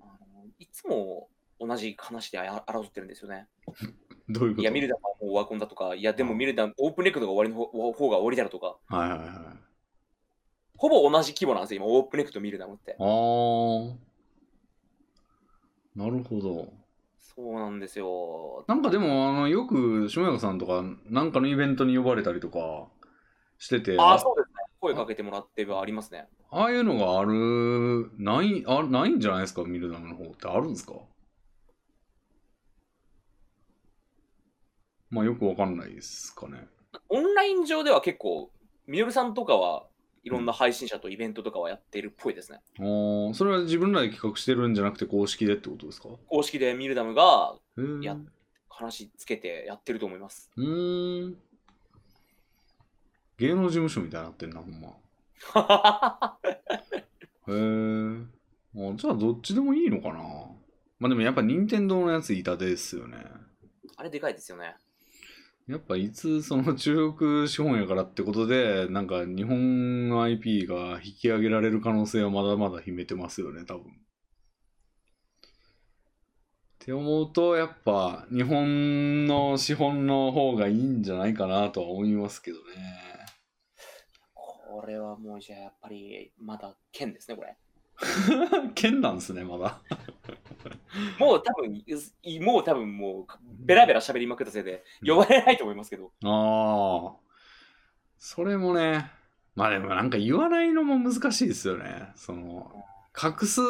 [SPEAKER 2] あのいつも同じ話であ争ってるんですよね。
[SPEAKER 1] どういうこと
[SPEAKER 2] いや、ミルダムはもうオワコンだとか、いや、でもミルダム、オープンレックのが終わりの方方が終わりだろうとか、
[SPEAKER 1] はいはいはい。
[SPEAKER 2] ほぼ同じ規模なんですよ、今、オープンレックとミルダムって。
[SPEAKER 1] あー。なるほど。
[SPEAKER 2] そうなんですよ。
[SPEAKER 1] なんかでも、あの、よく、下山さんとか、なんかのイベントに呼ばれたりとかしてて、
[SPEAKER 2] ああ、そうですね。声かけてもらってはありますね。
[SPEAKER 1] ああいうのがある、ない、あないんじゃないですか、ミルダムの方ってあるんですかまあよくわかんないですかね。
[SPEAKER 2] オンライン上では結構、ミノルさんとかはいろんな配信者とイベントとかはやってるっぽいですね。
[SPEAKER 1] あーそれは自分らで企画してるんじゃなくて公式でってことですかへ
[SPEAKER 2] 公式でミルダムが
[SPEAKER 1] ー
[SPEAKER 2] いや話つけてやってると思います。
[SPEAKER 1] うーん。芸能事務所みたいになってんな、ほんま。へーあじゃあどっちでもいいのかなまあでもやっぱ任天堂のやつ痛手ですよね。
[SPEAKER 2] あれでかいですよね。
[SPEAKER 1] やっぱいつその中国資本やからってことでなんか日本の IP が引き上げられる可能性はまだまだ秘めてますよね多分。って思うとやっぱ日本の資本の方がいいんじゃないかなとは思いますけどね。
[SPEAKER 2] これはもうじゃあやっぱりまだ剣ですね、これ。
[SPEAKER 1] 剣なんですねまだ。
[SPEAKER 2] もう多分、いもう多分もうベラベラ喋りまくったせいで呼ばれないと思いますけど。
[SPEAKER 1] ああ。それもね、まあでもなんか言わないのも難しいですよね。その、隠す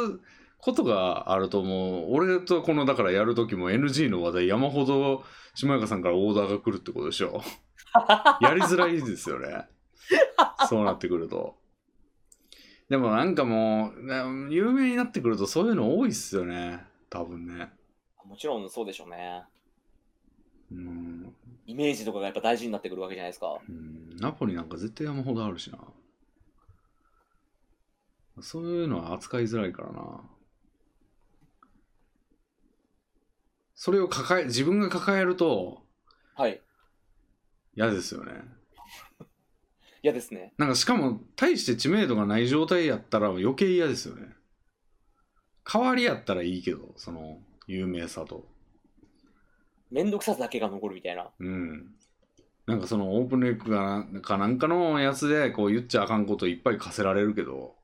[SPEAKER 1] ことがあるともう、俺とこの、だからやるときも NG の話題山ほど、島岡さんからオーダーが来るってことでしょ。やりづらいですよね。そうなってくると。でもなんかもう、な有名になってくるとそういうの多いっすよね。多分ね。
[SPEAKER 2] もちろんそうでしょうね。
[SPEAKER 1] うん。
[SPEAKER 2] イメージとかがやっぱ大事になってくるわけじゃないですか。
[SPEAKER 1] うんナポリなんか絶対山ほどあるしな。そういうのは扱いづらいからな。それを抱え、自分が抱えると
[SPEAKER 2] はい。
[SPEAKER 1] 嫌ですよね。
[SPEAKER 2] 嫌ですね。
[SPEAKER 1] なんかしかも、大して知名度がない状態やったら余計嫌ですよね。代わりやったらいいけど、その、有名さと。
[SPEAKER 2] めんどくささだけが残るみたいな。
[SPEAKER 1] うん。なんかそのオープンレックがなかなんかのやつでこう言っちゃあかんこといっぱい課せられるけど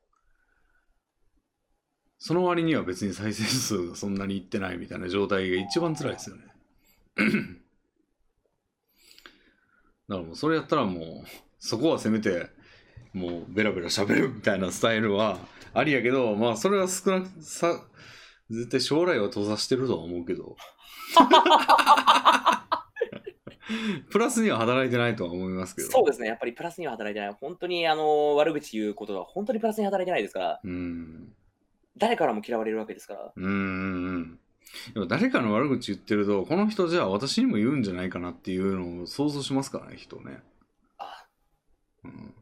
[SPEAKER 1] その割には別に再生数がそんなにいってないみたいな状態が一番辛いですよね だからもうそれやったらもうそこはせめてもうベラベラ喋るみたいなスタイルはありやけどまあそれは少なくさ絶対将来は閉ざしてるとは思うけど プラスには働いてないとは思いますけど
[SPEAKER 2] そうですね、やっぱりプラスには働いてない。本当にあの悪口言うことは本当にプラスに働いてないですから、
[SPEAKER 1] うん
[SPEAKER 2] 誰からも嫌われるわけですから。
[SPEAKER 1] うんうんうんでも誰かの悪口言ってるとこの人じゃあ私にも言うんじゃないかなっていうのを想像しますからね人ね、
[SPEAKER 2] あ
[SPEAKER 1] うん、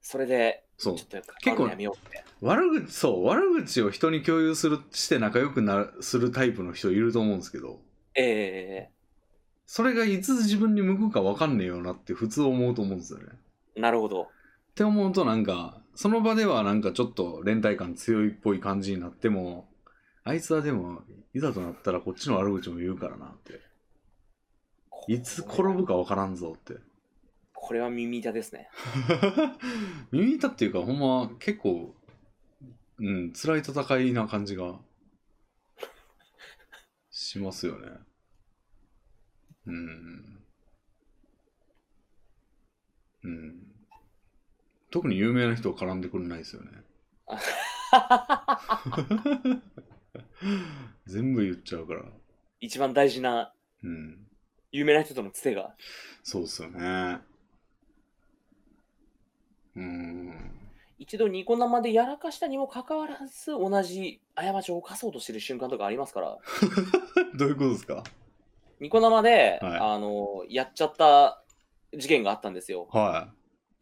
[SPEAKER 2] それで、
[SPEAKER 1] そう
[SPEAKER 2] ちょっと
[SPEAKER 1] 結構
[SPEAKER 2] 関わるのやめようって。
[SPEAKER 1] 悪口そう悪口を人に共有するして仲良くなるするタイプの人いると思うんですけど
[SPEAKER 2] え
[SPEAKER 1] それがいつ自分に向くか分かんねえよなって普通思うと思うんですよね。
[SPEAKER 2] えなるほど。
[SPEAKER 1] って思うとなんかその場ではなんかちょっと連帯感強いっぽい感じになってもあいつはでもいざとなったらこっちの悪口も言うからなっていつ転ぶか分からんぞって
[SPEAKER 2] これは耳痛ですね。
[SPEAKER 1] 耳痛っていうかほんま結構うん辛い戦いな感じがしますよねうんうん特に有名な人は絡んでくれないですよね全部言っちゃうから
[SPEAKER 2] 一番大事な
[SPEAKER 1] うん
[SPEAKER 2] 有名な人とのつてが。
[SPEAKER 1] そうっすよねうん
[SPEAKER 2] 一度ニコ生でやらかしたにもかかわらず、同じ過ちを犯そうとしてる瞬間とかありますから、
[SPEAKER 1] どういうことですか
[SPEAKER 2] ニコ生で、
[SPEAKER 1] はい
[SPEAKER 2] あのやっちゃった事件があったんですよ。
[SPEAKER 1] は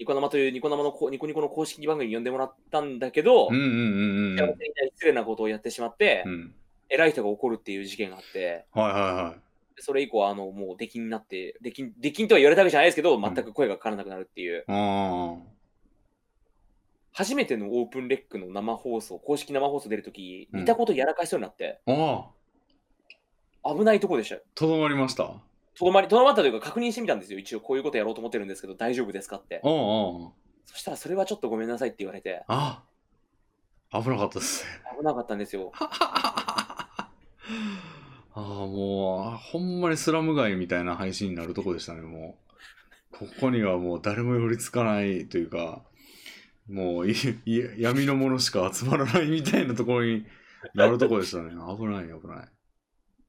[SPEAKER 2] ニコ生というニコ生のこニコニコの公式番組に呼んでもらったんだけ
[SPEAKER 1] い
[SPEAKER 2] ど、
[SPEAKER 1] うんうんうんうん
[SPEAKER 2] 幸せになり失礼なことをやってしまって、
[SPEAKER 1] うん
[SPEAKER 2] 偉い人が怒るっていう事件があって、
[SPEAKER 1] はいはいはい
[SPEAKER 2] それ以降、あのもう出禁になって、出禁出禁とは言われたわけじゃないですけど、全く声がかからなくなるっていう、
[SPEAKER 1] あ
[SPEAKER 2] 初めてのオープンレックの生放送、公式生放送出るとき、
[SPEAKER 1] うん
[SPEAKER 2] 似たことやらかしそうになって、
[SPEAKER 1] あああ
[SPEAKER 2] 危ないとこでしたよ。
[SPEAKER 1] とどまりましたあ
[SPEAKER 2] とどまり、とどまったというか確認してみたんですよ。一応こういうことやろうと思ってるんですけど、大丈夫ですかって。
[SPEAKER 1] ああ
[SPEAKER 2] そしたら、それはちょっとごめんなさいって言われて、
[SPEAKER 1] ああ危なかったっすね
[SPEAKER 2] 危なかったんですよ。
[SPEAKER 1] ああもうほんまにスラム街みたいな配信になるとこでしたねもうここにはもう誰も寄りつかないというかもういい闇のものしか集まらないみたいなところになるとこでしたね危ない危ない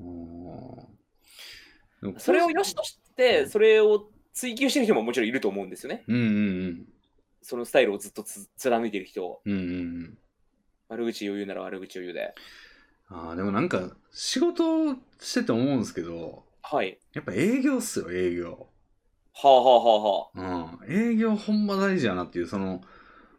[SPEAKER 1] うーんでも
[SPEAKER 2] それを良しとして、それを追求してる人ももちろんいると思うんですよね。
[SPEAKER 1] うんうん
[SPEAKER 2] そのスタイルをずっとつ貫いてる人、
[SPEAKER 1] うんうんうんうん
[SPEAKER 2] 悪口を言うなら悪口を言うで。
[SPEAKER 1] ああ、でもなんか、仕事してて思うんですけど、
[SPEAKER 2] はい。
[SPEAKER 1] やっぱ営業っすよ、営業。
[SPEAKER 2] はあはあはあは
[SPEAKER 1] うん。営業ほんま大事やなっていう、その、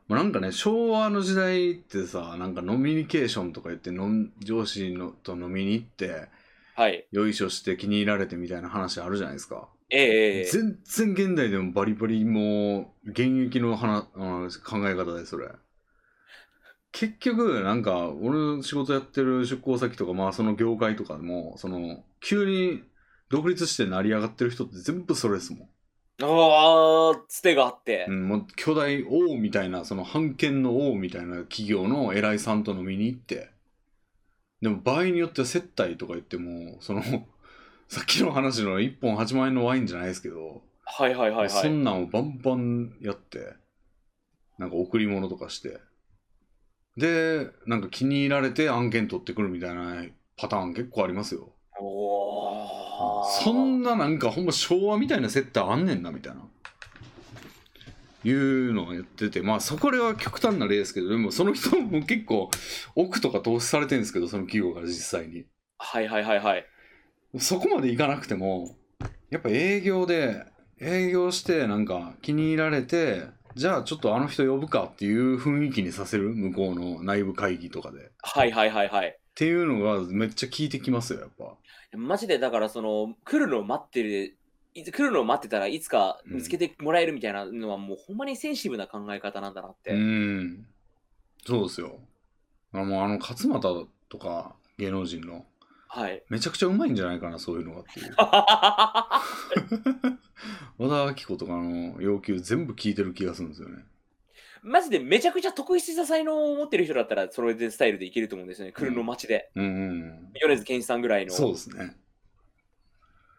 [SPEAKER 1] まあ、なんかね、昭和の時代ってさ、なんかノミニケーションとか言って、のん上司のと飲みに行って、
[SPEAKER 2] あ。はい。
[SPEAKER 1] よいしょして気に入られてみたいな話あるじゃないですか。
[SPEAKER 2] ええええ
[SPEAKER 1] 全然現代でもバリバリもう現役の話、うん考え方でそれ結局なんか俺の仕事やってる出向先とかまあその業界とかでもその急に独立して成り上がってる人って全部それですもん、
[SPEAKER 2] ああ、つてがあって
[SPEAKER 1] う。ん、もう巨大王みたいなその判権の王みたいな企業の偉いさんと飲みに行ってでも場合によっては接待とか言ってもその さっきの話の1本8万円のワインじゃないですけど
[SPEAKER 2] はいはいはいは
[SPEAKER 1] そ
[SPEAKER 2] い。
[SPEAKER 1] んなんをバンバンやってなんか贈り物とかしてでなんか気に入られて案件取ってくるみたいなパターン結構ありますよ
[SPEAKER 2] おお。
[SPEAKER 1] そんななんかほんま昭和みたいな接待あんねんなみたいないうのをやっててまあそこらは極端な例ですけどでもその人も結構億とか投資されてるんですけどその企業から実際に
[SPEAKER 2] はいはいはいはい。
[SPEAKER 1] そこまでいかなくてもやっぱ営業で営業してなんか気に入られてじゃあちょっとあの人呼ぶかっていう雰囲気にさせる向こうの内部会議とかでっ
[SPEAKER 2] はいはいはいはい。
[SPEAKER 1] ていうのがめっちゃ効いてきますよやっぱ
[SPEAKER 2] マジでだからその、来るのを待ってる。いつ来るのを待ってたらいつか見つけてもらえるみたいなのはもうほんまにセンシティブな考え方なんだなって。
[SPEAKER 1] うんそうですよあのもうあの勝俣とか芸能人の
[SPEAKER 2] はい。
[SPEAKER 1] めちゃくちゃうまいんじゃないかな、そういうのがっていう。和田アキ子とかの要求全部聞いてる気がするんですよね。
[SPEAKER 2] マジでめちゃくちゃ特筆した才能を持ってる人だったら、それでスタイルでいけると思うんですよね。クルの街で。
[SPEAKER 1] うんうんうん。
[SPEAKER 2] 米津玄師さんぐらいの、
[SPEAKER 1] そうですね。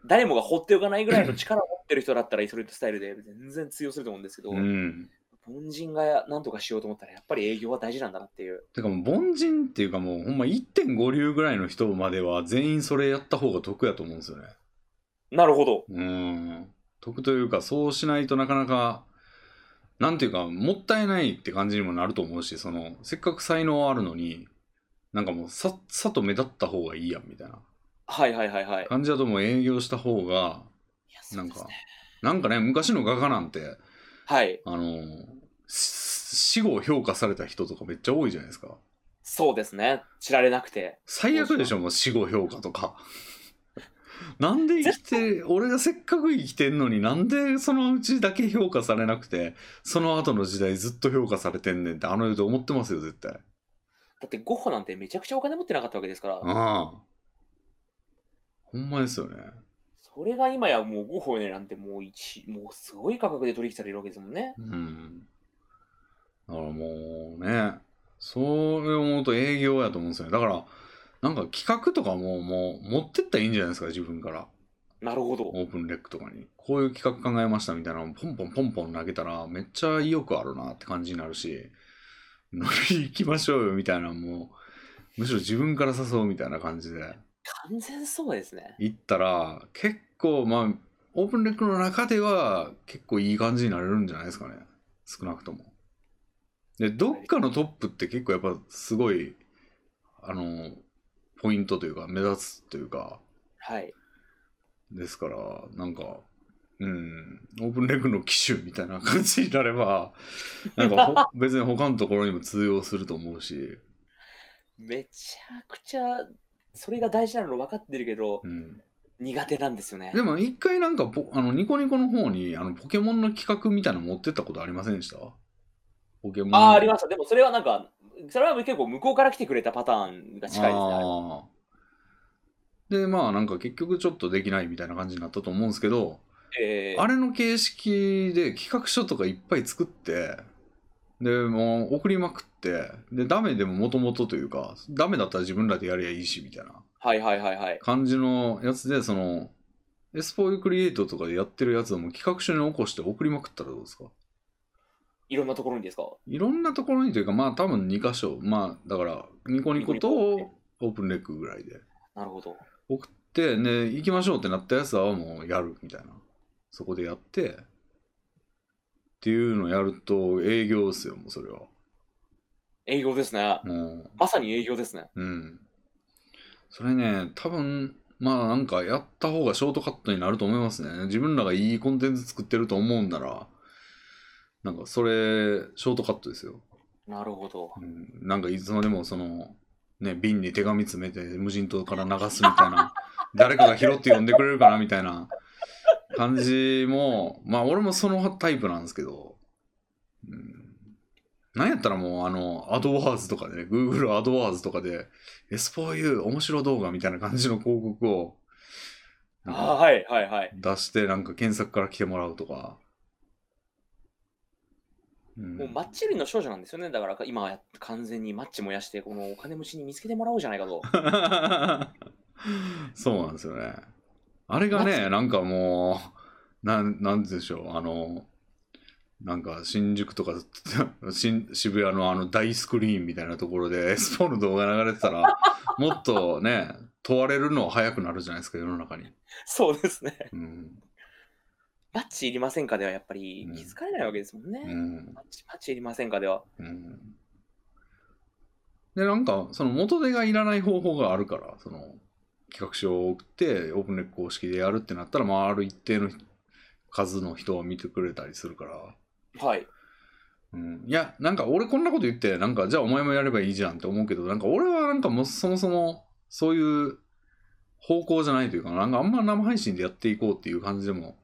[SPEAKER 2] 誰もが放っておかないぐらいの力を持ってる人だったら、それとスタイ ルで全然通用すると思うんですけど、
[SPEAKER 1] うん。
[SPEAKER 2] 凡人が何とかしようと思ったら、やっぱり営業は大事なんだなっていう。
[SPEAKER 1] てかもう凡人っていうかもうほんま1.5流ぐらいの人までは全員それやった方が得やと思うんですよね。
[SPEAKER 2] なるほど。
[SPEAKER 1] うん。得というかそうしないとなかなか、なんていうかもったいないって感じにもなると思うし、そのせっかく才能あるのに、なんかもうさっさと目立った方がいいやんみたいな
[SPEAKER 2] はいはいはいはい。
[SPEAKER 1] 感じだともう営業した方が、
[SPEAKER 2] いやそう
[SPEAKER 1] なん
[SPEAKER 2] です
[SPEAKER 1] か
[SPEAKER 2] ね、
[SPEAKER 1] なんかね、昔の画家なんて、
[SPEAKER 2] はい。
[SPEAKER 1] あの、し死後評価された人とかめっちゃ多いじゃないですか。
[SPEAKER 2] そうですね。知られなくて。
[SPEAKER 1] 最悪でしょもう死後評価とかなんで生きて俺がせっかく生きてんのになんでそのうちだけ評価されなくてその後の時代ずっと評価されてんねんってあの世で思ってますよ絶対
[SPEAKER 2] だってゴッホなんてめちゃくちゃお金持ってなかったわけですから、
[SPEAKER 1] ああほんまですよね
[SPEAKER 2] それが今やもうゴッホねなんてもう一、もうすごい価格で取引されるわけですもんね。
[SPEAKER 1] うんだからもうねそう思うと営業やと思うんですよねだからなんか企画とかももう持ってったらいいんじゃないですか自分から
[SPEAKER 2] なるほど。
[SPEAKER 1] オープンレックとかにこういう企画考えましたみたいなのをポンポンポンポン投げたらめっちゃ意欲あるなって感じになるし乗り行きましょうよみたいなのもむしろ自分から誘うみたいな感じで
[SPEAKER 2] 完全そうですね。
[SPEAKER 1] 行ったら結構まあオープンレックの中では結構いい感じになれるんじゃないですかね少なくともでどっかのトップって結構やっぱすごいあのポイントというか目立つというか
[SPEAKER 2] はい。
[SPEAKER 1] ですから、なんか、うん、オープンレッグの機種みたいな感じになれば、なんか ほ別に他のところにも通用すると思うし、
[SPEAKER 2] めちゃくちゃ、それが大事なの分かってるけど、
[SPEAKER 1] うん、
[SPEAKER 2] 苦手なんですよね
[SPEAKER 1] で。も一回なんかポあのニコニコの方にあのポケモンの企画みたいなの持ってったことありませんでしたポケモン
[SPEAKER 2] ああ、ありました。でもそれはなんか、それは結構向こうから来てくれたパターンが近いですね。あれは
[SPEAKER 1] あーでまあなんか結局ちょっとできないみたいな感じになったと思うんですけど、
[SPEAKER 2] えー
[SPEAKER 1] あれの形式で企画書とかいっぱい作って、で、もう送りまくって、で、ダメでももともとというか、ダメだったら自分らでやりゃいいし、みたいな
[SPEAKER 2] はいはいはいはい。
[SPEAKER 1] 感じのやつで、その、エスポイクリエイトとかでやってるやつをもう企画書に起こして送りまくったらどうですか
[SPEAKER 2] いろんなところにですか
[SPEAKER 1] いろんなところにというか、まあ多分2箇所、まあだから、ニコニコとオープンレックぐらいで
[SPEAKER 2] なるほど。
[SPEAKER 1] 送って、ね、行きましょうってなったやつはもうやるみたいな。そこでやって、っていうのをやると営業ですよ、もうそれは。
[SPEAKER 2] 営業ですね。
[SPEAKER 1] も
[SPEAKER 2] まさに営業ですね。
[SPEAKER 1] う、うん。それね、多分、まあなんかやった方がショートカットになると思いますね。自分らがいいコンテンツ作ってると思うんなら、なんかそれ、ショートカットですよ。
[SPEAKER 2] なるほど。
[SPEAKER 1] うん、なんかいつまでもその、ね、瓶に手紙詰めて無人島から流すみたいな、 誰かが拾って呼んでくれるかなみたいな感じも、まあ俺もそのタイプなんですけど、うん、なんやったらもうあの、アドワーズとかで、ね、Google アドワーズとかで、S4U 面白動画みたいな感じの広告を、なんか
[SPEAKER 2] あーはいはいはい。
[SPEAKER 1] 出してなんか検索から来てもらうとか、うん
[SPEAKER 2] もうマッチ売りの少女なんですよね。だから今は完全にマッチ燃やして、このお金持ちに見つけてもらおうじゃないかと。
[SPEAKER 1] そうなんですよね。あれがね、なんかもう、なん、なんて言うんでしょう、あの、なんか新宿とか 新渋谷のあの大スクリーンみたいなところで S 4の動画流れてたら、もっとね、問われるのは早くなるじゃないですか、世の中に。
[SPEAKER 2] そうですね。
[SPEAKER 1] うん。
[SPEAKER 2] マッチいりませんかではやっぱり
[SPEAKER 1] うん
[SPEAKER 2] 気づかれないわけですもんね。
[SPEAKER 1] うん。
[SPEAKER 2] マッチマッチいりませんかでは。
[SPEAKER 1] うん。で、なんか、その元手がいらない方法があるから、その、企画書を送って、オープンレック公式でやるってなったら、まあ、ある一定の数の人は見てくれたりするから、
[SPEAKER 2] はい。
[SPEAKER 1] うん、いや、なんか俺こんなこと言って、なんか、じゃあお前もやればいいじゃんって思うけど、なんか俺はなんかもうそもそも、そういう方向じゃないというか、なんかあんま生配信でやっていこうっていう感じでも、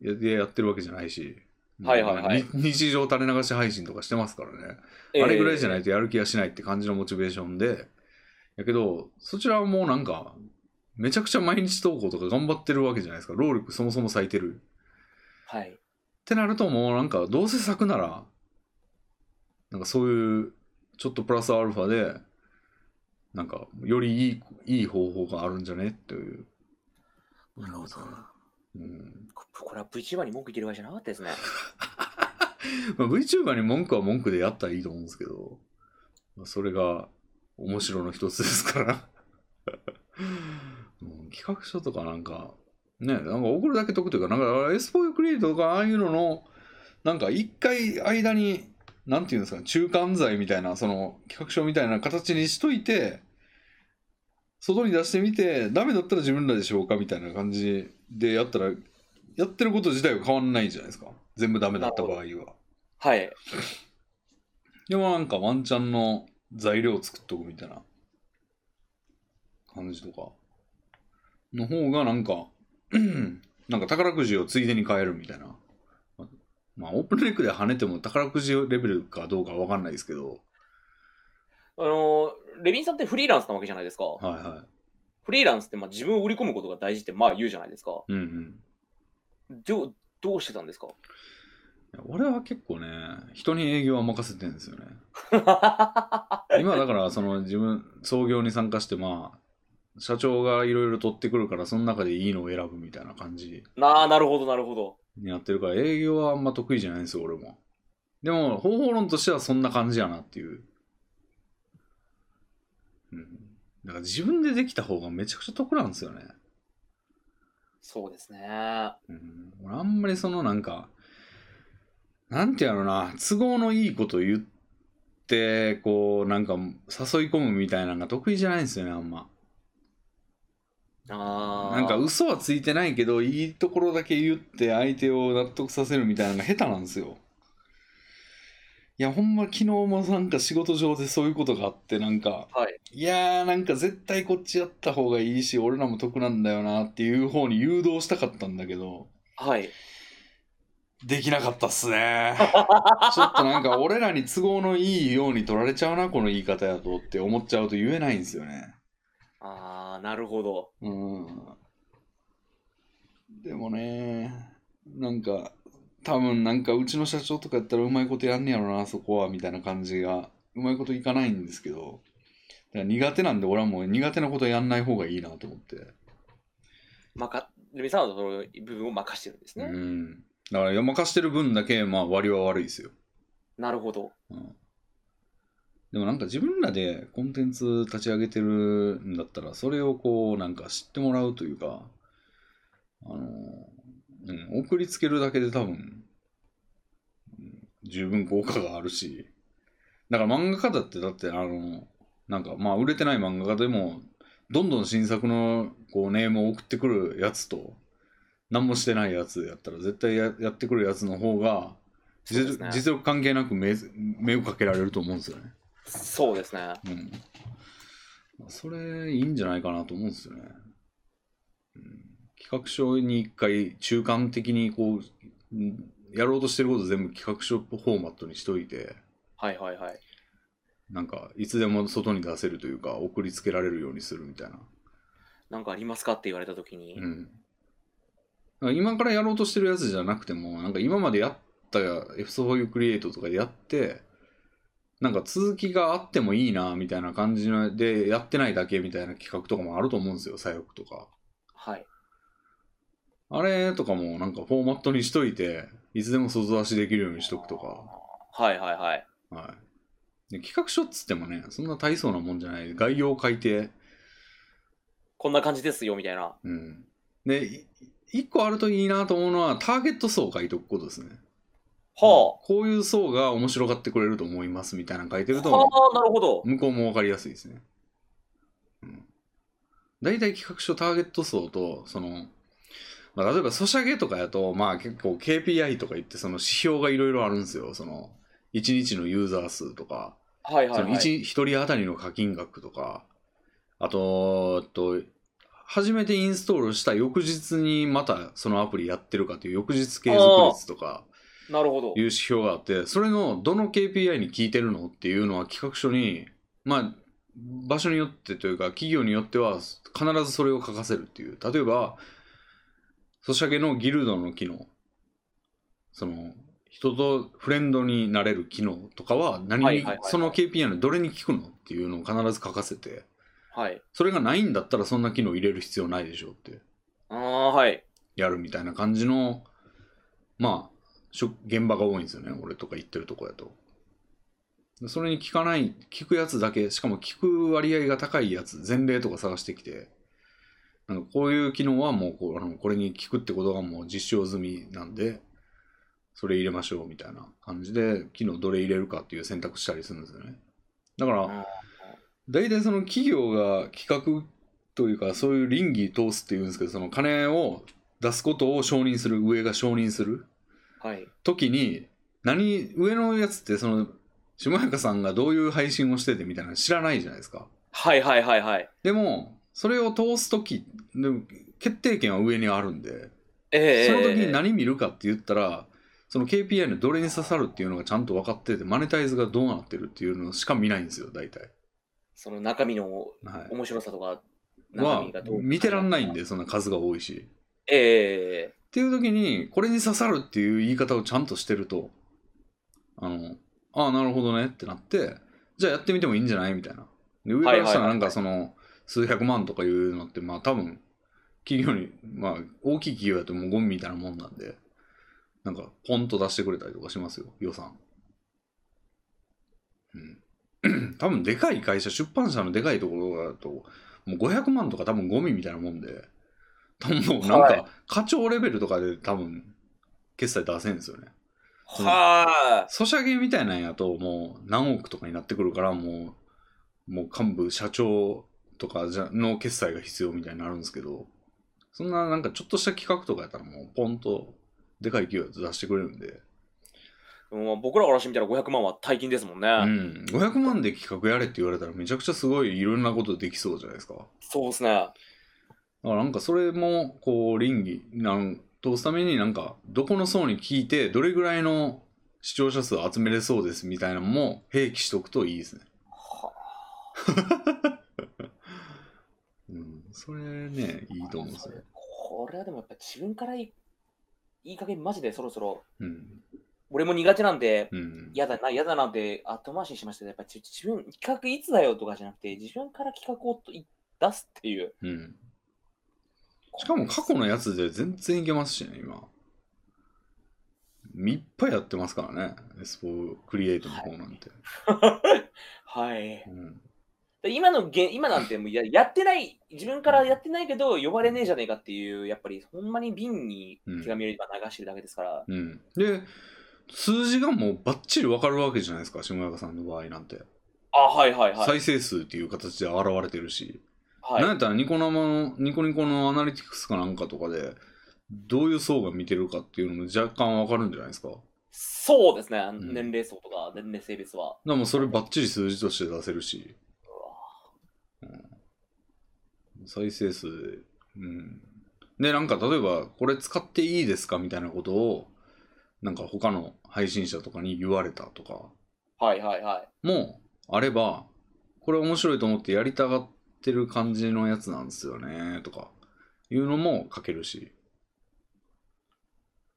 [SPEAKER 1] やでやってるわけじゃないし、
[SPEAKER 2] はいはいはい
[SPEAKER 1] に日常垂れ流し配信とかしてますからね。あれぐらいじゃないいとやる気がしないって感じのモチベーションでやけど、そちらはもうなんか、めちゃくちゃ毎日投稿とか頑張ってるわけじゃないですか。労力そもそも割いてる。っ
[SPEAKER 2] はい。
[SPEAKER 1] てなるともうなんか、どうせ咲くなら、なんかそういう、ちょっとプラスアルファで、なんか、よりいい、いい方法があるんじゃねっていう。
[SPEAKER 2] なるほど。
[SPEAKER 1] うん。
[SPEAKER 2] ここれは VTuber に文句言ってる場合じゃなかったですね。
[SPEAKER 1] まあ、VTuber に文句は文句でやったらいいと思うんですけど、まあ、それが面白の一つですから、うん企画書とかなんか、ね、なんか送るだけ解くというか、なんかエスポイクリエイトとかああいうのの、なんか一回間に、なんていうんですか、中間剤みたいな、その企画書みたいな形にしといて、外に出してみて、ダメだったら自分らでしょうかみたいな感じでやったら、やってること自体は変わんないじゃないですか。全部ダメだった場合は。
[SPEAKER 2] はい。
[SPEAKER 1] でもなんかワンチャンの材料を作っとくみたいな感じとかの方がなんかなんか宝くじをついでに買えるみたいなままあオープンレックで跳ねても宝くじレベルかどうかわかんないですけど
[SPEAKER 2] あのーレビンさんってフリーランスなわけじゃないですか。
[SPEAKER 1] はいは
[SPEAKER 2] フリーランスってまあ自分を売り込むことが大事ってまあ言うじゃないですか。
[SPEAKER 1] いうんうん
[SPEAKER 2] どうどうしてたんです か
[SPEAKER 1] いや俺は結構ね人に営業は任せてるんですよね今だからその自分創業に参加してまあ社長がいろいろ取ってくるからその中でいいのを選ぶみたいな感じ
[SPEAKER 2] なあ、なるほど、なるほど。
[SPEAKER 1] にやってるから営業はあんま得意じゃないんですよ俺もでも方法論としてはそんな感じやなっていううんだから自分でできた方がめちゃくちゃ得なんですよね
[SPEAKER 2] そうですね。
[SPEAKER 1] うん俺あんまりそのなんかなんてやろな都合のいいこと言ってこうなんか誘い込むみたいなのが得意じゃないんですよねあんま
[SPEAKER 2] ああ。
[SPEAKER 1] なんか嘘はついてないけどいいところだけ言って相手を納得させるみたいなのが下手なんですよいやほんま昨日もなんか仕事上でそういうことがあってなんか
[SPEAKER 2] はい。
[SPEAKER 1] いやーなんか絶対こっちやった方がいいし俺らも得なんだよなっていう方に誘導したかったんだけど
[SPEAKER 2] はい。
[SPEAKER 1] できなかったっす ねちょっとなんか俺らに都合のいいように取られちゃうなこの言い方やとって思っちゃうと言えないんですよね
[SPEAKER 2] ああ、なるほど。
[SPEAKER 1] うんでもね、なんか、多分なんかうちの社長とかやったらうまいことやんねやろな、そこは、みたいな感じが、うまいこといかないんですけど、だから苦手なんで俺はもう苦手なことやんない方がいいなと思って。
[SPEAKER 2] まか、レビンさんはそういう部分を任してるんです
[SPEAKER 1] う
[SPEAKER 2] ね。
[SPEAKER 1] ん。だから山かしてる分だけ、まあ割は悪いですよ。
[SPEAKER 2] なるほど。
[SPEAKER 1] うんでもなんか自分らでコンテンツ立ち上げてるんだったら、それをこうなんか知ってもらうというか、あの、うん、送りつけるだけで多分、うん十分効果があるし、だから漫画家だってだってあの、なんかまあ売れてない漫画家でも、どんどん新作のこうネームを送ってくるやつと、何もしてないやつやったら絶対ややってくるやつの方が、
[SPEAKER 2] そうで
[SPEAKER 1] 実
[SPEAKER 2] すね
[SPEAKER 1] 力実力関係なく目目をかけられると思うんですよね。
[SPEAKER 2] そうですね。
[SPEAKER 1] うん。それいいんじゃないかなと思うんですよね。うん、企画書に一回中間的にこう、うんやろうとしてること全部企画書フォーマットにしといて、
[SPEAKER 2] はいはいはい。
[SPEAKER 1] なんかいつでも外に出せるというか、送りつけられるようにするみたいな。
[SPEAKER 2] なんかありますかって言われたときに、
[SPEAKER 1] うん。だから今からやろうとしてるやつじゃなくても、なんか今までやったエフソフォーユクリエイトとかでやって、なんか続きがあってもいいなみたいな感じのでやってないだけみたいな企画とかもあると思うんですよ、左翼とか。
[SPEAKER 2] はい。
[SPEAKER 1] あれとかもなんかフォーマットにしといて、いつでも外出しできるようにしとくとか。
[SPEAKER 2] はいはいはい。
[SPEAKER 1] はい。で企画書っつってもね、そんな大層なもんじゃない。概要を書いて、
[SPEAKER 2] こんな感じですよみたいな。
[SPEAKER 1] うん。で、い一個あるといいなと思うのは、ターゲット層を書いておくことですね。
[SPEAKER 2] は
[SPEAKER 1] こういう層が面白がってくれると思いますみたいなの書いて
[SPEAKER 2] あ。
[SPEAKER 1] ると、
[SPEAKER 2] はあ、なるほど。
[SPEAKER 1] 向こうも分かりやすいですね。うん。大体企画書ターゲット層と、その、まあ、例えばソシャゲとかやと、まあ結構 KPI とか言って、その指標がいろいろあるんですよ。その、1日のユーザー数とか、
[SPEAKER 2] はいはい
[SPEAKER 1] その
[SPEAKER 2] はい。
[SPEAKER 1] 1、一人当たりの課金額とか、あと、えっと、初めてインストールした翌日にまたそのアプリやってるかという翌日継続率とか、
[SPEAKER 2] なるほど
[SPEAKER 1] いう。指標があってそれのどの KPI に効いてるのっていうのは企画書にまあ場所によってというか企業によっては必ずそれを書かせるっていう例えばソシャゲのギルドの機能その人とフレンドになれる機能とかは何に、
[SPEAKER 2] はいはいはいはい
[SPEAKER 1] その KPI のどれに効くのっていうのを必ず書かせて
[SPEAKER 2] はい。
[SPEAKER 1] それがないんだったらそんな機能入れる必要ないでしょうって
[SPEAKER 2] ああ、はい。
[SPEAKER 1] やるみたいな感じのまあ職現場が多いんですよね俺とか行ってるとこだとそれに聞かない聞くやつだけしかも聞く割合が高いやつ前例とか探してきてなんかこういう機能はもうこうあのこれに聞くってことがもう実証済みなんでそれ入れましょうみたいな感じで機能どれ入れるかっていう選択したりするんですよねだから、
[SPEAKER 2] うん
[SPEAKER 1] 大体その企業が企画というかそういう倫理通すっていうんですけどその金を出すことを承認する上が承認する
[SPEAKER 2] はい。
[SPEAKER 1] 時に何上のやつってその下中さんがどういう配信をしててみたいなの知らないじゃないですか
[SPEAKER 2] はいはいはいはい。
[SPEAKER 1] でもそれを通す時でも決定権は上にあるんで
[SPEAKER 2] ええ
[SPEAKER 1] その時に
[SPEAKER 2] え
[SPEAKER 1] 何見るかって言ったらその KPI のどれに刺さるっていうのがちゃんと分かっててマネタイズがどうなってるっていうのしか見ないんですよ大体、
[SPEAKER 2] その中身の
[SPEAKER 1] はい、
[SPEAKER 2] 面白さとか、中
[SPEAKER 1] は
[SPEAKER 2] 身がどう
[SPEAKER 1] 見てらんないん。でそんな数が多いしっ
[SPEAKER 2] ええ
[SPEAKER 1] ていう時にこれに刺さるっていう言い方をちゃんとしてるとあのああなるほどねってなってじゃあやってみてもいいんじゃないみたいなで上からしたら
[SPEAKER 2] はいはいは
[SPEAKER 1] なん
[SPEAKER 2] い
[SPEAKER 1] かその数百万とかいうのってまあ多分企業にまあ大きい企業だともうゴミみたいなもんなんでなんかポンと出してくれたりとかしますよ予算うん 多分でかい会社出版社のでかいところだともう500万とか多分ゴミみたいなもんで多分もうなん
[SPEAKER 2] はい
[SPEAKER 1] か課長レベルとかで多分決済出せんですよねうん
[SPEAKER 2] はあ。
[SPEAKER 1] ソシャゲみたいなんやともう何億とかになってくるからもうもう幹部社長とかじゃの決済が必要みたいになるんですけどそんななんかちょっとした企画とかやったらもうポンとでかい企業出してくれるんで、
[SPEAKER 2] うん僕らからしてみたら500万は大金ですもんね。
[SPEAKER 1] うん、500万で企画やれって言われたらめちゃくちゃすごいいろんなことできそうじゃないですかだか
[SPEAKER 2] そうですね。
[SPEAKER 1] らなんかそれもこう倫理なん通すためになんかどこの層に聞いてどれぐらいの視聴者数を集めれそうですみたいなのも併記しとくといいですね
[SPEAKER 2] はあ
[SPEAKER 1] うん、それね、いいと思うんですよ。
[SPEAKER 2] これはでもやっぱ自分からいいい加減マジでそろそろ、
[SPEAKER 1] うん。
[SPEAKER 2] 俺も苦手なんで、
[SPEAKER 1] うん。
[SPEAKER 2] 嫌だな、嫌だなって後回しにしましたけど、やっぱり自分、企画いつだよとかじゃなくて、自分から企画をとい出すっていう。
[SPEAKER 1] うん。しかも過去のやつで全然いけますしね、今。いっぱいやってますからね、s 4クリエイトの方なんて。
[SPEAKER 2] はい。
[SPEAKER 1] うん。
[SPEAKER 2] で今の現、今なんてもう ややってない、自分からやってないけど、呼ばれねえじゃねえかっていう、やっぱりほんまに瓶に手紙を今流してるだけですから、
[SPEAKER 1] うん、で、数字がもうバッチリわかるわけじゃないですか、下中さんの場合なんて。
[SPEAKER 2] あ、はいはいはい。
[SPEAKER 1] 再生数っていう形で現れてるし。
[SPEAKER 2] はい
[SPEAKER 1] なんやったらニコ生のニコニコのアナリティクスかなんかとかでどういう層が見てるかっていうのも若干わかるんじゃないですかだか
[SPEAKER 2] そうですね、
[SPEAKER 1] ん
[SPEAKER 2] 年齢層とか年齢性別は。
[SPEAKER 1] らもうそればっちり数字として出せるし、うん、再生数うんでなんか例えばこれ使っていいですかみたいなことをなんか他の配信者とかに言われたとか
[SPEAKER 2] はいはいはい。
[SPEAKER 1] もあればこれ面白いと思ってやりたがってる感じのやつなんですよねとかいうのも書けるし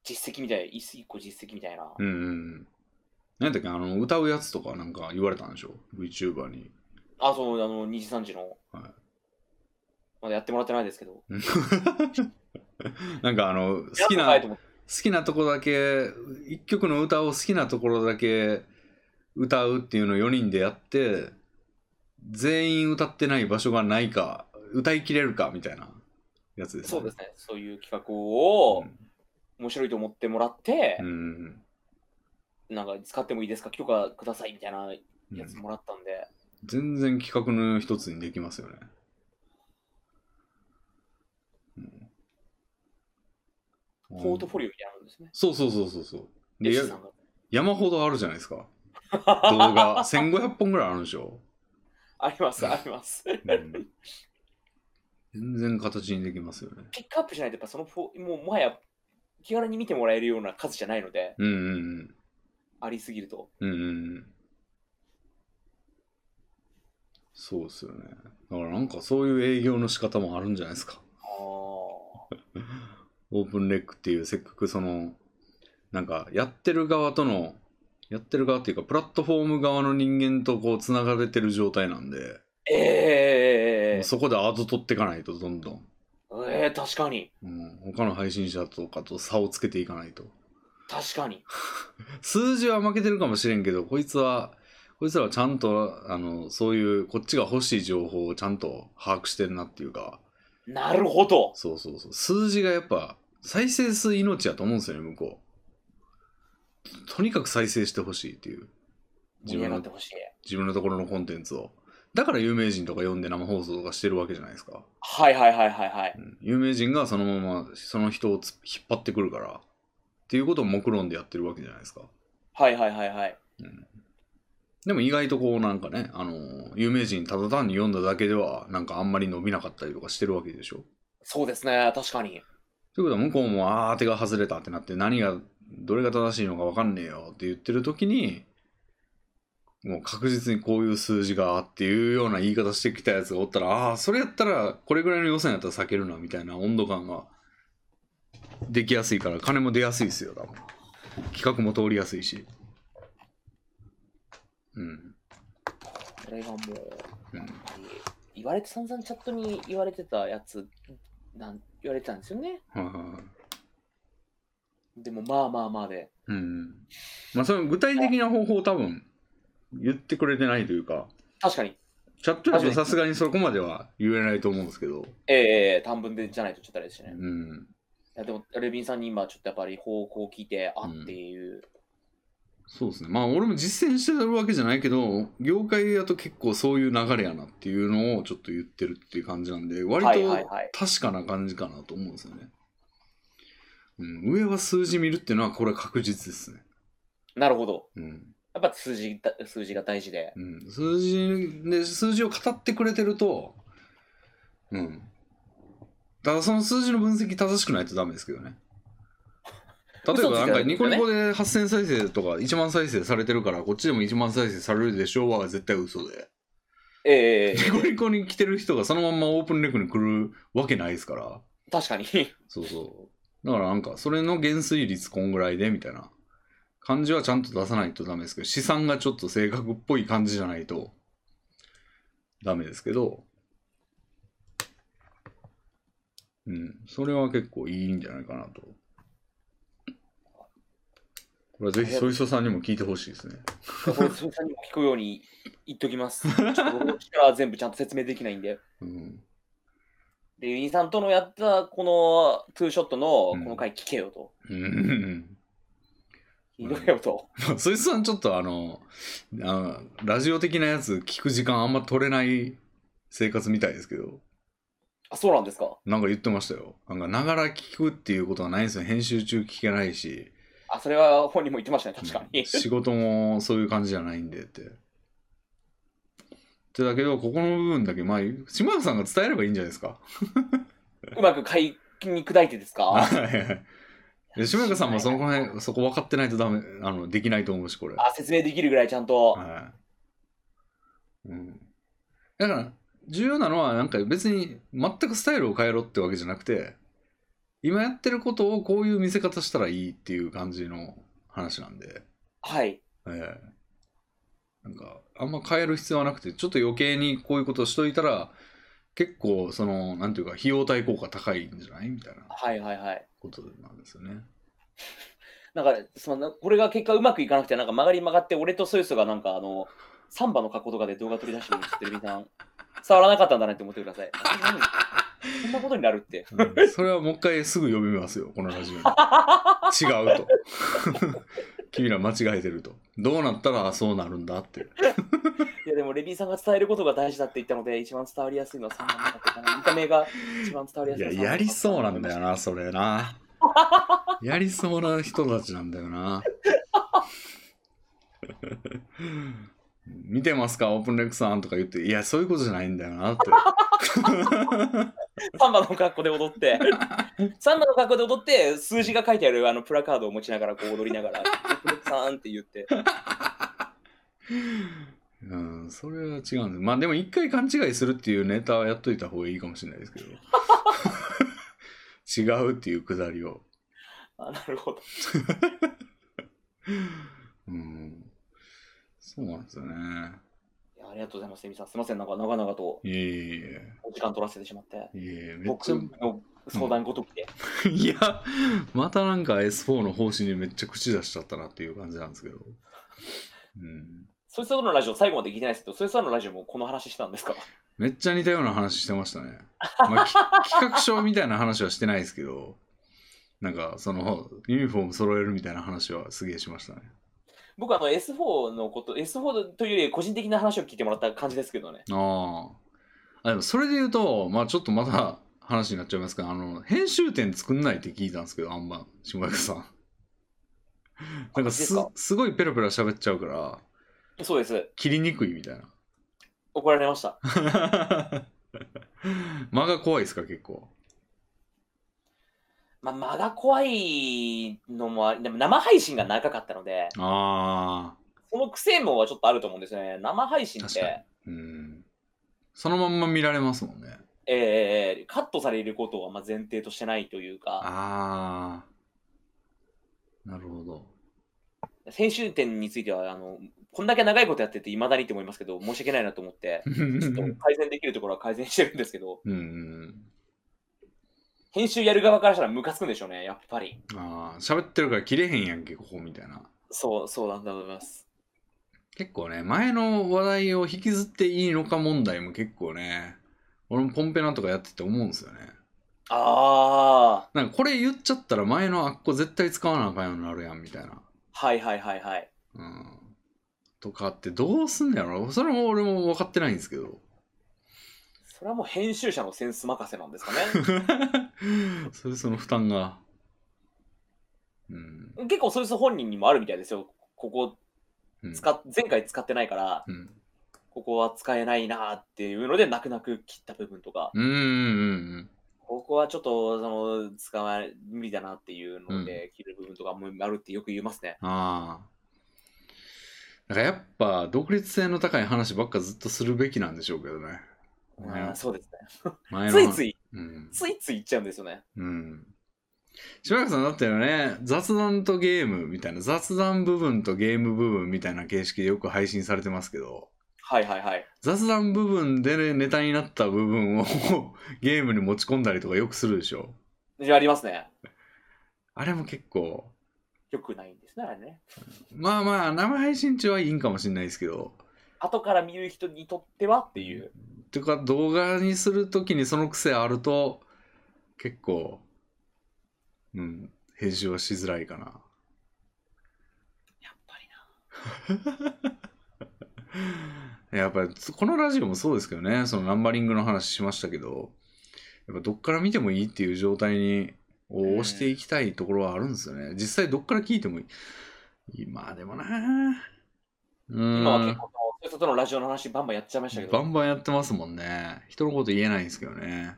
[SPEAKER 2] 実績みたい、一一個実績みたいな。
[SPEAKER 1] うんうんうん。なんだっけ、あの、歌うやつとかなんか言われたんでしょ ?VTuber に。
[SPEAKER 2] あ、そう、あの、2時3時の。
[SPEAKER 1] はい
[SPEAKER 2] まだやってもらってないですけど。
[SPEAKER 1] なんかあの、好き
[SPEAKER 2] やば
[SPEAKER 1] な、
[SPEAKER 2] い
[SPEAKER 1] 好
[SPEAKER 2] と思って
[SPEAKER 1] きなとこだけ、一曲の歌を好きなところだけ歌うっていうのを4人でやって、全員歌ってない場所がないか、歌いきれるかみたいなやつです、
[SPEAKER 2] そうですね。そういう企画を
[SPEAKER 1] うん
[SPEAKER 2] 面白いと思ってもらって
[SPEAKER 1] う、んうん
[SPEAKER 2] なんか使ってもいいですか許可くださいみたいな
[SPEAKER 1] うん。
[SPEAKER 2] やつもらったんで。
[SPEAKER 1] 全然企画の一つにできますよね。うん
[SPEAKER 2] ポートフォリオみたいなのですね。
[SPEAKER 1] そうそうそうそうそう。で、
[SPEAKER 2] レ
[SPEAKER 1] や
[SPEAKER 2] シさんが
[SPEAKER 1] 山ほどあるじゃないですか。動画1500本 ぐらいあるんでしょ。
[SPEAKER 2] あります、あります。
[SPEAKER 1] うん全然形にできますよね。
[SPEAKER 2] ピックアップしないと、やっぱそのフォ、もうもはや気軽に見てもらえるような数じゃないので、
[SPEAKER 1] うんうん
[SPEAKER 2] ありすぎると。
[SPEAKER 1] うん。うんうんうん。そうですよね。だからなんかそういう営業の仕方もあるんじゃないですか。
[SPEAKER 2] あー
[SPEAKER 1] オープンレックっていうせっかくそのなんかやってる側とのやってる側っていうかプラットフォーム側の人間とこうつながれてる状態なんで、
[SPEAKER 2] えー、
[SPEAKER 1] そこでアート取っていかないとどんどん、
[SPEAKER 2] えー、確かに
[SPEAKER 1] うん、他の配信者とかと差をつけていかないと
[SPEAKER 2] 確かに
[SPEAKER 1] 数字は負けてるかもしれんけどこいつはこいつらはちゃんとあのそういうこっちが欲しい情報をちゃんと把握してるなっていうか
[SPEAKER 2] なるほど
[SPEAKER 1] そうそうそう数字がやっぱ再生数命やと思うんですよね向こうとにかく再生してほしいっていう自
[SPEAKER 2] 盛り上
[SPEAKER 1] 分
[SPEAKER 2] がっ
[SPEAKER 1] の
[SPEAKER 2] てほしい
[SPEAKER 1] 自分のところのコンテンツをだから有名人とか読んで生放送とかしてるわけじゃないですか、
[SPEAKER 2] はいはいはいはいはい
[SPEAKER 1] うん有名人がそのままその人をつ引っ張ってくるからっていうことを目論んでやってるわけじゃないですか、
[SPEAKER 2] はいはいはいはい
[SPEAKER 1] うんでも意外とこうなんかねあのー有名人ただ単に読んだだけではなんかあんまり伸びなかったりとかしてるわけでしょ
[SPEAKER 2] そうですね確かに
[SPEAKER 1] ということは向こうもあー手が外れたってなって何がどれが正しいのか分かんねえよって言ってる時にもう確実にこういう数字がっていうような言い方してきたやつがおったらああそれやったらこれぐらいの予算やったら避けるなみたいな温度感ができやすいから金も出やすいですよ多分企画も通りやすいしうん
[SPEAKER 2] これがもう
[SPEAKER 1] うん
[SPEAKER 2] 言われて散々チャットに言われてたやつなん言われてたんですよね
[SPEAKER 1] はいはいはい
[SPEAKER 2] でもまあまあまあで
[SPEAKER 1] うんまあその具体的な方法を多分言ってくれてないというか
[SPEAKER 2] 確かに
[SPEAKER 1] チャットだとさすがにそこまでは言えないと思うんですけど、
[SPEAKER 2] ええ短文でじゃないとちょっとあれです
[SPEAKER 1] う
[SPEAKER 2] ね、い
[SPEAKER 1] ん、
[SPEAKER 2] やでもレビンさんに今ちょっとやっぱり方向を聞いてあっていう、
[SPEAKER 1] そうですねまあ俺も実践してるわけじゃないけど業界だと結構そういう流れやなっていうのをちょっと言ってるっていう感じなんで割
[SPEAKER 2] はいはい
[SPEAKER 1] と
[SPEAKER 2] はい
[SPEAKER 1] 確かな感じかなと思うんですよね、うん、上は数字見るっていうのはこれは確実ですね、
[SPEAKER 2] なるほど
[SPEAKER 1] うん
[SPEAKER 2] やっぱ数字だ数字が大事で
[SPEAKER 1] うん、数字で数字を語ってくれてるとうんただその数字の分析正しくないとダメですけどね例えばなんかニコニコで8000再生とか1万再生されてるからこっちでも1万再生されるでしょうは絶対嘘で
[SPEAKER 2] ええ
[SPEAKER 1] ニコニコに来てる人がそのまんまオープンレックに来るわけないですから
[SPEAKER 2] 確かに
[SPEAKER 1] そうそうだからなんかそれの減衰率こんぐらいでみたいな感じはちゃんと出さないとダメですけど試算がちょっと正確っぽい感じじゃないとダメですけどうんそれは結構いいんじゃないかなとこれはぜひソイソさんにも聞いてほしいですね
[SPEAKER 2] これ鈴木さんにも聞くように言っときますちょっと僕は全部ちゃんと説明できないんで
[SPEAKER 1] うん
[SPEAKER 2] でユニさんとのやったこのツーショットのこの回聞けよと、
[SPEAKER 1] うん うん
[SPEAKER 2] 聞いとけよと、
[SPEAKER 1] まあソイソさんちょっとあのあのラジオ的なやつ聞く時間あんま取れない生活みたいですけど
[SPEAKER 2] あそうなんですか
[SPEAKER 1] なんか言ってましたよ。なんか、ながら聞くっていうことはないんですよ。編集中聞けないし。
[SPEAKER 2] あ、それは本人も言ってましたね、確か
[SPEAKER 1] う
[SPEAKER 2] に
[SPEAKER 1] ん。 仕事もそういう感じじゃないんでって。ってだけど、ここの部分だけ、まあ、島田さんが伝えればいいんじゃないですか。
[SPEAKER 2] うまく解に砕いてですか
[SPEAKER 1] はいで島田さんもその辺、そこ分かってないとダメ、あの、できないと思うし、これ。
[SPEAKER 2] あ、説明できるぐらいちゃんと。
[SPEAKER 1] はい。うん。だから、重要なのは、なんか別に全くスタイルを変えろってわけじゃなくて、今やってることをこういう見せ方したらいいっていう感じの話なんで、
[SPEAKER 2] はい。
[SPEAKER 1] ええなんか、あんま変える必要はなくて、ちょっと余計にこういうことをしといたら、結構、その、なんていうか、費用対効果高いんじゃないみたいな
[SPEAKER 2] はいはいはい。
[SPEAKER 1] ことなんですよね。
[SPEAKER 2] だから、そのこれが結果うまくいかなくて、なんか曲がり曲がって、俺とソイソがなんかあの、サンバの格好とかで動画取り出してるの知ってる 皆さん、触らなかったんだなって思ってください。こんなことになるって。
[SPEAKER 1] うんそれはもう一回すぐ呼びますよ、このラジオに。違うと。 君ら間違えてると。どうなったらそうなるんだっていう。
[SPEAKER 2] いやでも、レビンさんが伝えることが大事だって言ったので、一番伝わりやすいのはサンバの格好かな。見た目が一番伝わりや
[SPEAKER 1] い
[SPEAKER 2] す
[SPEAKER 1] や、
[SPEAKER 2] いのはサンバの格好
[SPEAKER 1] やりそうなんだよな、それな。やりそうな人たちなんだよな。 見てますか、オープンレックさんとか言って、いや、そういうことじゃないんだよなって。
[SPEAKER 2] サンバの格好で踊って、サンバの格好で踊って、数字が書いてあるあのプラカー ドを持ちながらこう踊りながら、さんって言って、
[SPEAKER 1] うん、それは違うんです。まあでも一回勘違いするっていうネタはやっといた方がいいかもしれないですけど。 違うっていうくだりを。
[SPEAKER 2] あなるほど。
[SPEAKER 1] うん。そうなんですよね。
[SPEAKER 2] いやありがとうございます、エミさん。すみません、なんか長々と
[SPEAKER 1] いえいえ
[SPEAKER 2] お時間取らせてしまって。
[SPEAKER 1] いえ。いえいえ、めっ
[SPEAKER 2] 僕
[SPEAKER 1] ちゃ、
[SPEAKER 2] の相談ごときで。
[SPEAKER 1] いや、またなんか S4 の方針にめっちゃ口出しちゃったなっていう感じなんですけど。うん。
[SPEAKER 2] そいつらのラジオ最後まで聞いてないですけど、そいつらのラジオもこの話したんですか
[SPEAKER 1] めっちゃ似たような話してましたね。まあ、き 企画書みたいな話はしてないですけど、なんかそのユニフォーム揃えるみたいな話はすげえしましたね。
[SPEAKER 2] 僕あの S4 のこと、S4 というより個人的な話を聞いてもらった感じですけどね。
[SPEAKER 1] ああ。あでもそれで言うと、まあちょっとまた話になっちゃいますけど、あの、編集点作んないって聞いたんですけど、あんま、下役さん。なんかす
[SPEAKER 2] いいですか
[SPEAKER 1] すごいペラペラ喋っちゃうから、
[SPEAKER 2] そうです。
[SPEAKER 1] 切りにくいみたいな。
[SPEAKER 2] 怒られました。
[SPEAKER 1] 間が怖いですか、結構。
[SPEAKER 2] まあ、間が怖いのもあり、でも生配信が長かったので、
[SPEAKER 1] ああ。
[SPEAKER 2] その癖もはちょっとあると思うんですよね。生配信っ
[SPEAKER 1] 確か
[SPEAKER 2] て、
[SPEAKER 1] うん。そのまんま見られますもんね。
[SPEAKER 2] えーカットされることはまあ前提としてないというか、
[SPEAKER 1] ああ。なるほど。
[SPEAKER 2] 編集点については、あの、こんだけ長いことやってて、いまだにって思いますけど、申し訳ないなと思って、
[SPEAKER 1] うん
[SPEAKER 2] ちょっと改善できるところは改善してるんですけど、
[SPEAKER 1] うん。
[SPEAKER 2] 編集やる側からしたらムカつくんでしょうね、やっぱり。
[SPEAKER 1] ああ、喋ってるから切れへんやんけ、ここみたいな。
[SPEAKER 2] そう、そうなんだと思います。
[SPEAKER 1] 結構ね、前の話題を引きずっていいのか問題も結構ね、俺もポンペナとかやってて思うんですよね。
[SPEAKER 2] ああ、
[SPEAKER 1] なんかこれ言っちゃったら前のあっこ絶対使わなあかんようになるやんみたいな。
[SPEAKER 2] はいはいはいはい。
[SPEAKER 1] うん。とかってどうすんのやろそれも俺も分かってないんですけど。
[SPEAKER 2] それはもう編集者のセンス任せなんですかね。
[SPEAKER 1] それその負担が。うん。
[SPEAKER 2] 結構それこそ本人にもあるみたいですよ。ここ
[SPEAKER 1] うん
[SPEAKER 2] 使っ、前回使ってないから、
[SPEAKER 1] うん。
[SPEAKER 2] ここは使えないなっていうので、泣く泣く切った部分とか、
[SPEAKER 1] うんうん
[SPEAKER 2] ここはちょっと、その、使わない、無理だなっていうので、切る部分とかもあるってよく言いますね。
[SPEAKER 1] うん。ああ。だからやっぱ独立性の高い話ばっかずっとするべきなんでしょうけどね。うん
[SPEAKER 2] あーそうです
[SPEAKER 1] 前
[SPEAKER 2] ね。
[SPEAKER 1] の
[SPEAKER 2] ついつい、
[SPEAKER 1] うん。
[SPEAKER 2] ついつい言っちゃうんですよね。
[SPEAKER 1] うん。柴田さんだったよね、雑談とゲームみたいな、雑談部分とゲーム部分みたいな形式でよく配信されてますけど、
[SPEAKER 2] はいはいはい。
[SPEAKER 1] 雑談部分で、ね、ネタになった部分を ゲームに持ち込んだりとかよくするでしょ。
[SPEAKER 2] じゃあありますね。
[SPEAKER 1] あれも結構、
[SPEAKER 2] よくないんですね、あれね。
[SPEAKER 1] まあまあ、生配信中はいいんかもしれないですけど、
[SPEAKER 2] 後から見る人にとってはっていう。
[SPEAKER 1] というか動画にするときにその癖あると、結構、うん、編集はしづらいかな。
[SPEAKER 2] やっぱりな。
[SPEAKER 1] やっぱりこのラジオもそうですけどねそのナンバリングの話しましたけどやっぱどっから見てもいいっていう状態にを
[SPEAKER 2] うん
[SPEAKER 1] 押していきたいところはあるんですよね実際どっから聞いてもいいまあでもなうん
[SPEAKER 2] 今は結構、そいつとのラジオの話バンバンやっちゃいましたけ
[SPEAKER 1] バ
[SPEAKER 2] ど、
[SPEAKER 1] ンバンやってますもんね人のこと言えないんですけどね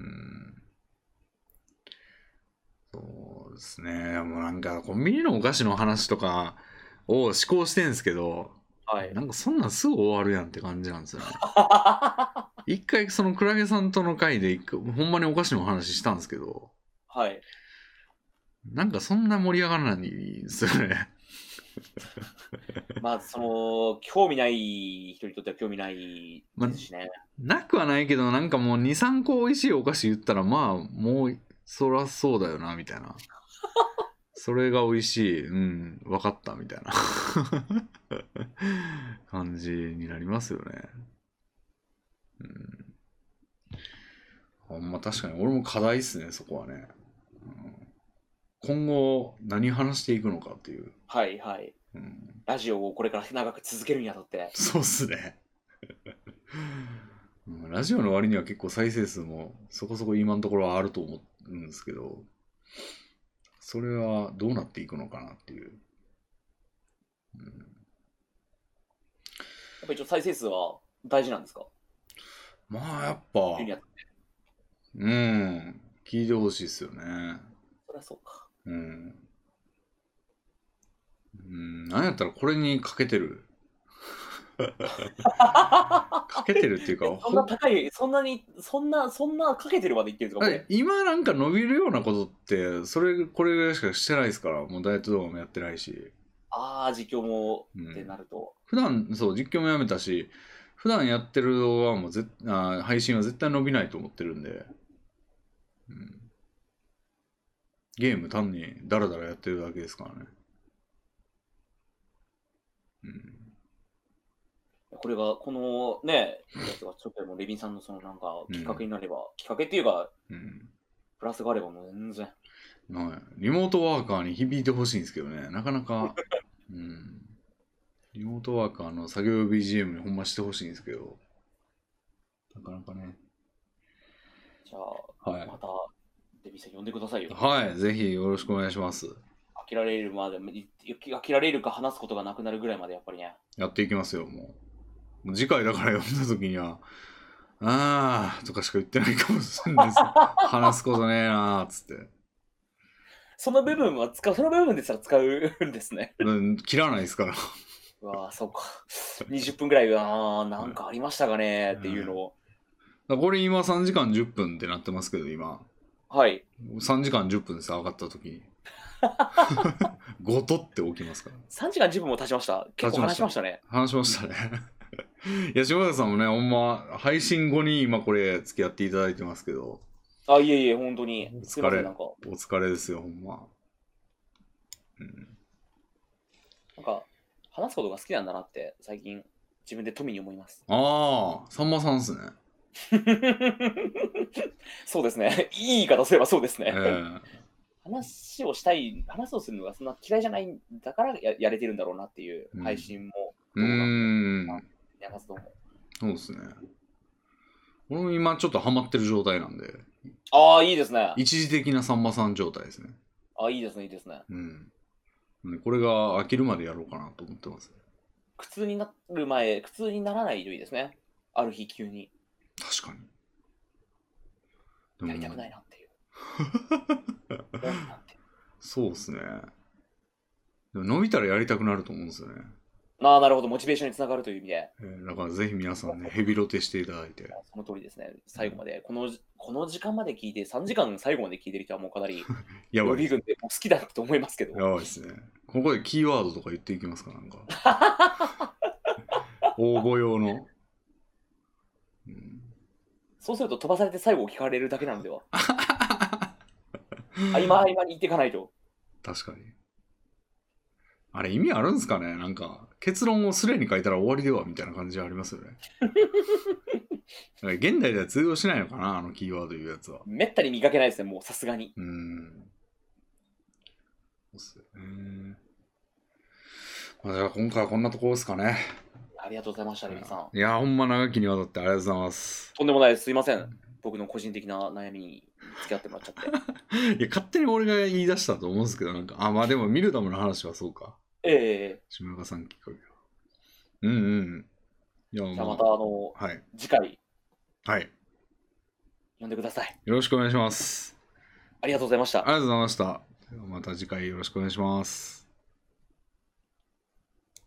[SPEAKER 1] うんそうですねもうなんかコンビニのお菓子の話とかを思考してんですけど
[SPEAKER 2] はい。
[SPEAKER 1] なんかそんなんすぐ終わるやんって感じなんですよね。 一回そのクラゲさんとの会で一回ほんまにお菓子のお話したんですけど、
[SPEAKER 2] はい。
[SPEAKER 1] なんかそんな盛り上がらないんですよね。
[SPEAKER 2] まあ、その、興味ない人にとっては興味ないですしね。
[SPEAKER 1] なくはないけど、なんかもう2、3個美味しいお菓子言ったら、まあもうそらそうだよな、みたいな。それが美味しい、うん、分かった、みたいな 感じになりますよね。うん。あんま確かに俺も課題っすね、そこはね。うん今後何話していくのかっていう。
[SPEAKER 2] はいはい。
[SPEAKER 1] うん
[SPEAKER 2] ラジオをこれから長く続けるにあたって。
[SPEAKER 1] そうっすね。 うんラジオの割には結構再生数もそこそこ今のところはあると思うんですけど、それはどうなっていくのかなっていう。うん
[SPEAKER 2] やっぱ一応再生数は大事なんですか
[SPEAKER 1] まあやっぱ
[SPEAKER 2] 言う、にあたって。
[SPEAKER 1] うん、聞いてほしいですよね。
[SPEAKER 2] そりゃそうか。
[SPEAKER 1] うん。うん、なんやったらこれにかけてる。かけてるっていうか、
[SPEAKER 2] そんな
[SPEAKER 1] ほ
[SPEAKER 2] 高い、そんなに、そんな、そんなかけてるまでいってるんですか、こ
[SPEAKER 1] え
[SPEAKER 2] れ。
[SPEAKER 1] 今なんか伸びるようなことって、それ、これぐらいしかしてないですから、もうダイエット動画もやってないし。
[SPEAKER 2] ああ、実況も
[SPEAKER 1] うん
[SPEAKER 2] ってなると。
[SPEAKER 1] 普段そう実況もやめたし普段やってる動画はもうぜあー配信は絶対伸びないと思ってるんで、うん、ゲーム単にダラダラやってるだけですからね、うん、
[SPEAKER 2] これが、このね、やつがちょっとでもレビンさんのそのなんか、きっかけになれば、きっかけっていうか、
[SPEAKER 1] うん
[SPEAKER 2] プラスがあればもう全然。
[SPEAKER 1] まあ、リモートワーカーに響いてほしいんですけどねなかなか、 うん、リモートワーカーの作業 BGM にほんましてほしいんですけどなかなかね
[SPEAKER 2] じゃあ、
[SPEAKER 1] はい
[SPEAKER 2] また、レビンさん呼んでくださいよ。
[SPEAKER 1] はいぜひよろしくお願いします
[SPEAKER 2] 飽きられるまで、い飽きられるか話すことがなくなるぐらいまでやっぱりね。
[SPEAKER 1] やっていきますよ、もう。もう次回だから読んだ時には、あーとかしか言ってないかもしれ ないです。話すことねえなーっつって。
[SPEAKER 2] その部分は使う、その部分ですら使うんですね。
[SPEAKER 1] うん切らないですから。
[SPEAKER 2] うわあ、そうか。20分ぐらい、ああ、なんかありましたかねっていうのを。
[SPEAKER 1] これ今3時間10分ってなってますけど、今。
[SPEAKER 2] はい。
[SPEAKER 1] 3時間10分です、上がった 時に。ごとって起きますから。
[SPEAKER 2] 3時間10分も経ちました。結構話しましたね。
[SPEAKER 1] 話しましたね。いや、柴田さんもね、ほんま、配信後に今これ付き合っていただいてますけど、
[SPEAKER 2] あ、いえいえ、本当に
[SPEAKER 1] お疲。れ
[SPEAKER 2] すいません、なんか、
[SPEAKER 1] お疲れですよ、ほんま。うん
[SPEAKER 2] なんか、話すことが好きなんだなって、最近、自分で富に思います。
[SPEAKER 1] ああ、さんまさんっすね。
[SPEAKER 2] そうですね。いい言い方すればそうです
[SPEAKER 1] ええ
[SPEAKER 2] ね。話をしたい、話をするのがそんな嫌いじゃないんだからややれてるんだろうなっていう
[SPEAKER 1] うん
[SPEAKER 2] 配信も、
[SPEAKER 1] うーん、
[SPEAKER 2] やらずとも。
[SPEAKER 1] そうですね。俺も今ちょっとハマってる状態なんで、
[SPEAKER 2] ああ、いいですね。
[SPEAKER 1] 一時的なさんまさん状態ですね。
[SPEAKER 2] あいいですね、いいですね。
[SPEAKER 1] うん。なんでこれが飽きるまでやろうかなと思ってます。
[SPEAKER 2] 苦痛になる前、苦痛にならないといいですね。ある日急に
[SPEAKER 1] 確かに。。
[SPEAKER 2] やりたくないいな っていう。やりたくないって
[SPEAKER 1] そうですね。でも伸びたらやりたくなると思うんですよね。
[SPEAKER 2] ああ、なるほど、モチベーションにつながるという意味で、
[SPEAKER 1] えーだからぜひ皆さんね、ヘビロテしていただいて。
[SPEAKER 2] その通りですね。最後まで、このこの時間まで聞いて、3時間最後まで聞いてる人はもうかなり、
[SPEAKER 1] やば
[SPEAKER 2] 予
[SPEAKER 1] いです
[SPEAKER 2] 備軍でもう好きだと思いますけど、
[SPEAKER 1] やばいですね。ここでキーワードとか言っていきますか、なんか。 応募用の。うん
[SPEAKER 2] そうすると飛ばされて最後聞かれるだけなのでは。合間合間に言っていかないと。
[SPEAKER 1] 確かに。あれ意味あるんですかねなんか結論をスレに書いたら終わりではみたいな感じありますよ ね。なんか現代では通用しないのかなあのキーワードいうやつは。
[SPEAKER 2] めったに見かけないですね、もうさすがに。
[SPEAKER 1] うーん。そうっすよね。まあ、じゃあ今回はこんなとこですかね。
[SPEAKER 2] ありがとうございました、レミさん。
[SPEAKER 1] いや、ほんま長きにわたってありがとうございます。
[SPEAKER 2] とんでもないです。すいません。僕の個人的な悩みに付き合ってもらっちゃって。
[SPEAKER 1] いや、勝手に俺が言い出したと思うんですけど、なんか、あ、まあでも、ミルダムの話はそうか。
[SPEAKER 2] え
[SPEAKER 1] 下中さんきっかけは。うんうん。いや、
[SPEAKER 2] えじゃ
[SPEAKER 1] ま
[SPEAKER 2] あま
[SPEAKER 1] あ
[SPEAKER 2] た、あの、
[SPEAKER 1] はい。
[SPEAKER 2] 次回、
[SPEAKER 1] はい。
[SPEAKER 2] 呼んでください。
[SPEAKER 1] よろしくお願いします。
[SPEAKER 2] ありがとうございまし
[SPEAKER 1] あ
[SPEAKER 2] た
[SPEAKER 1] り。がとうございました。ではまた次回よろしくお願いします。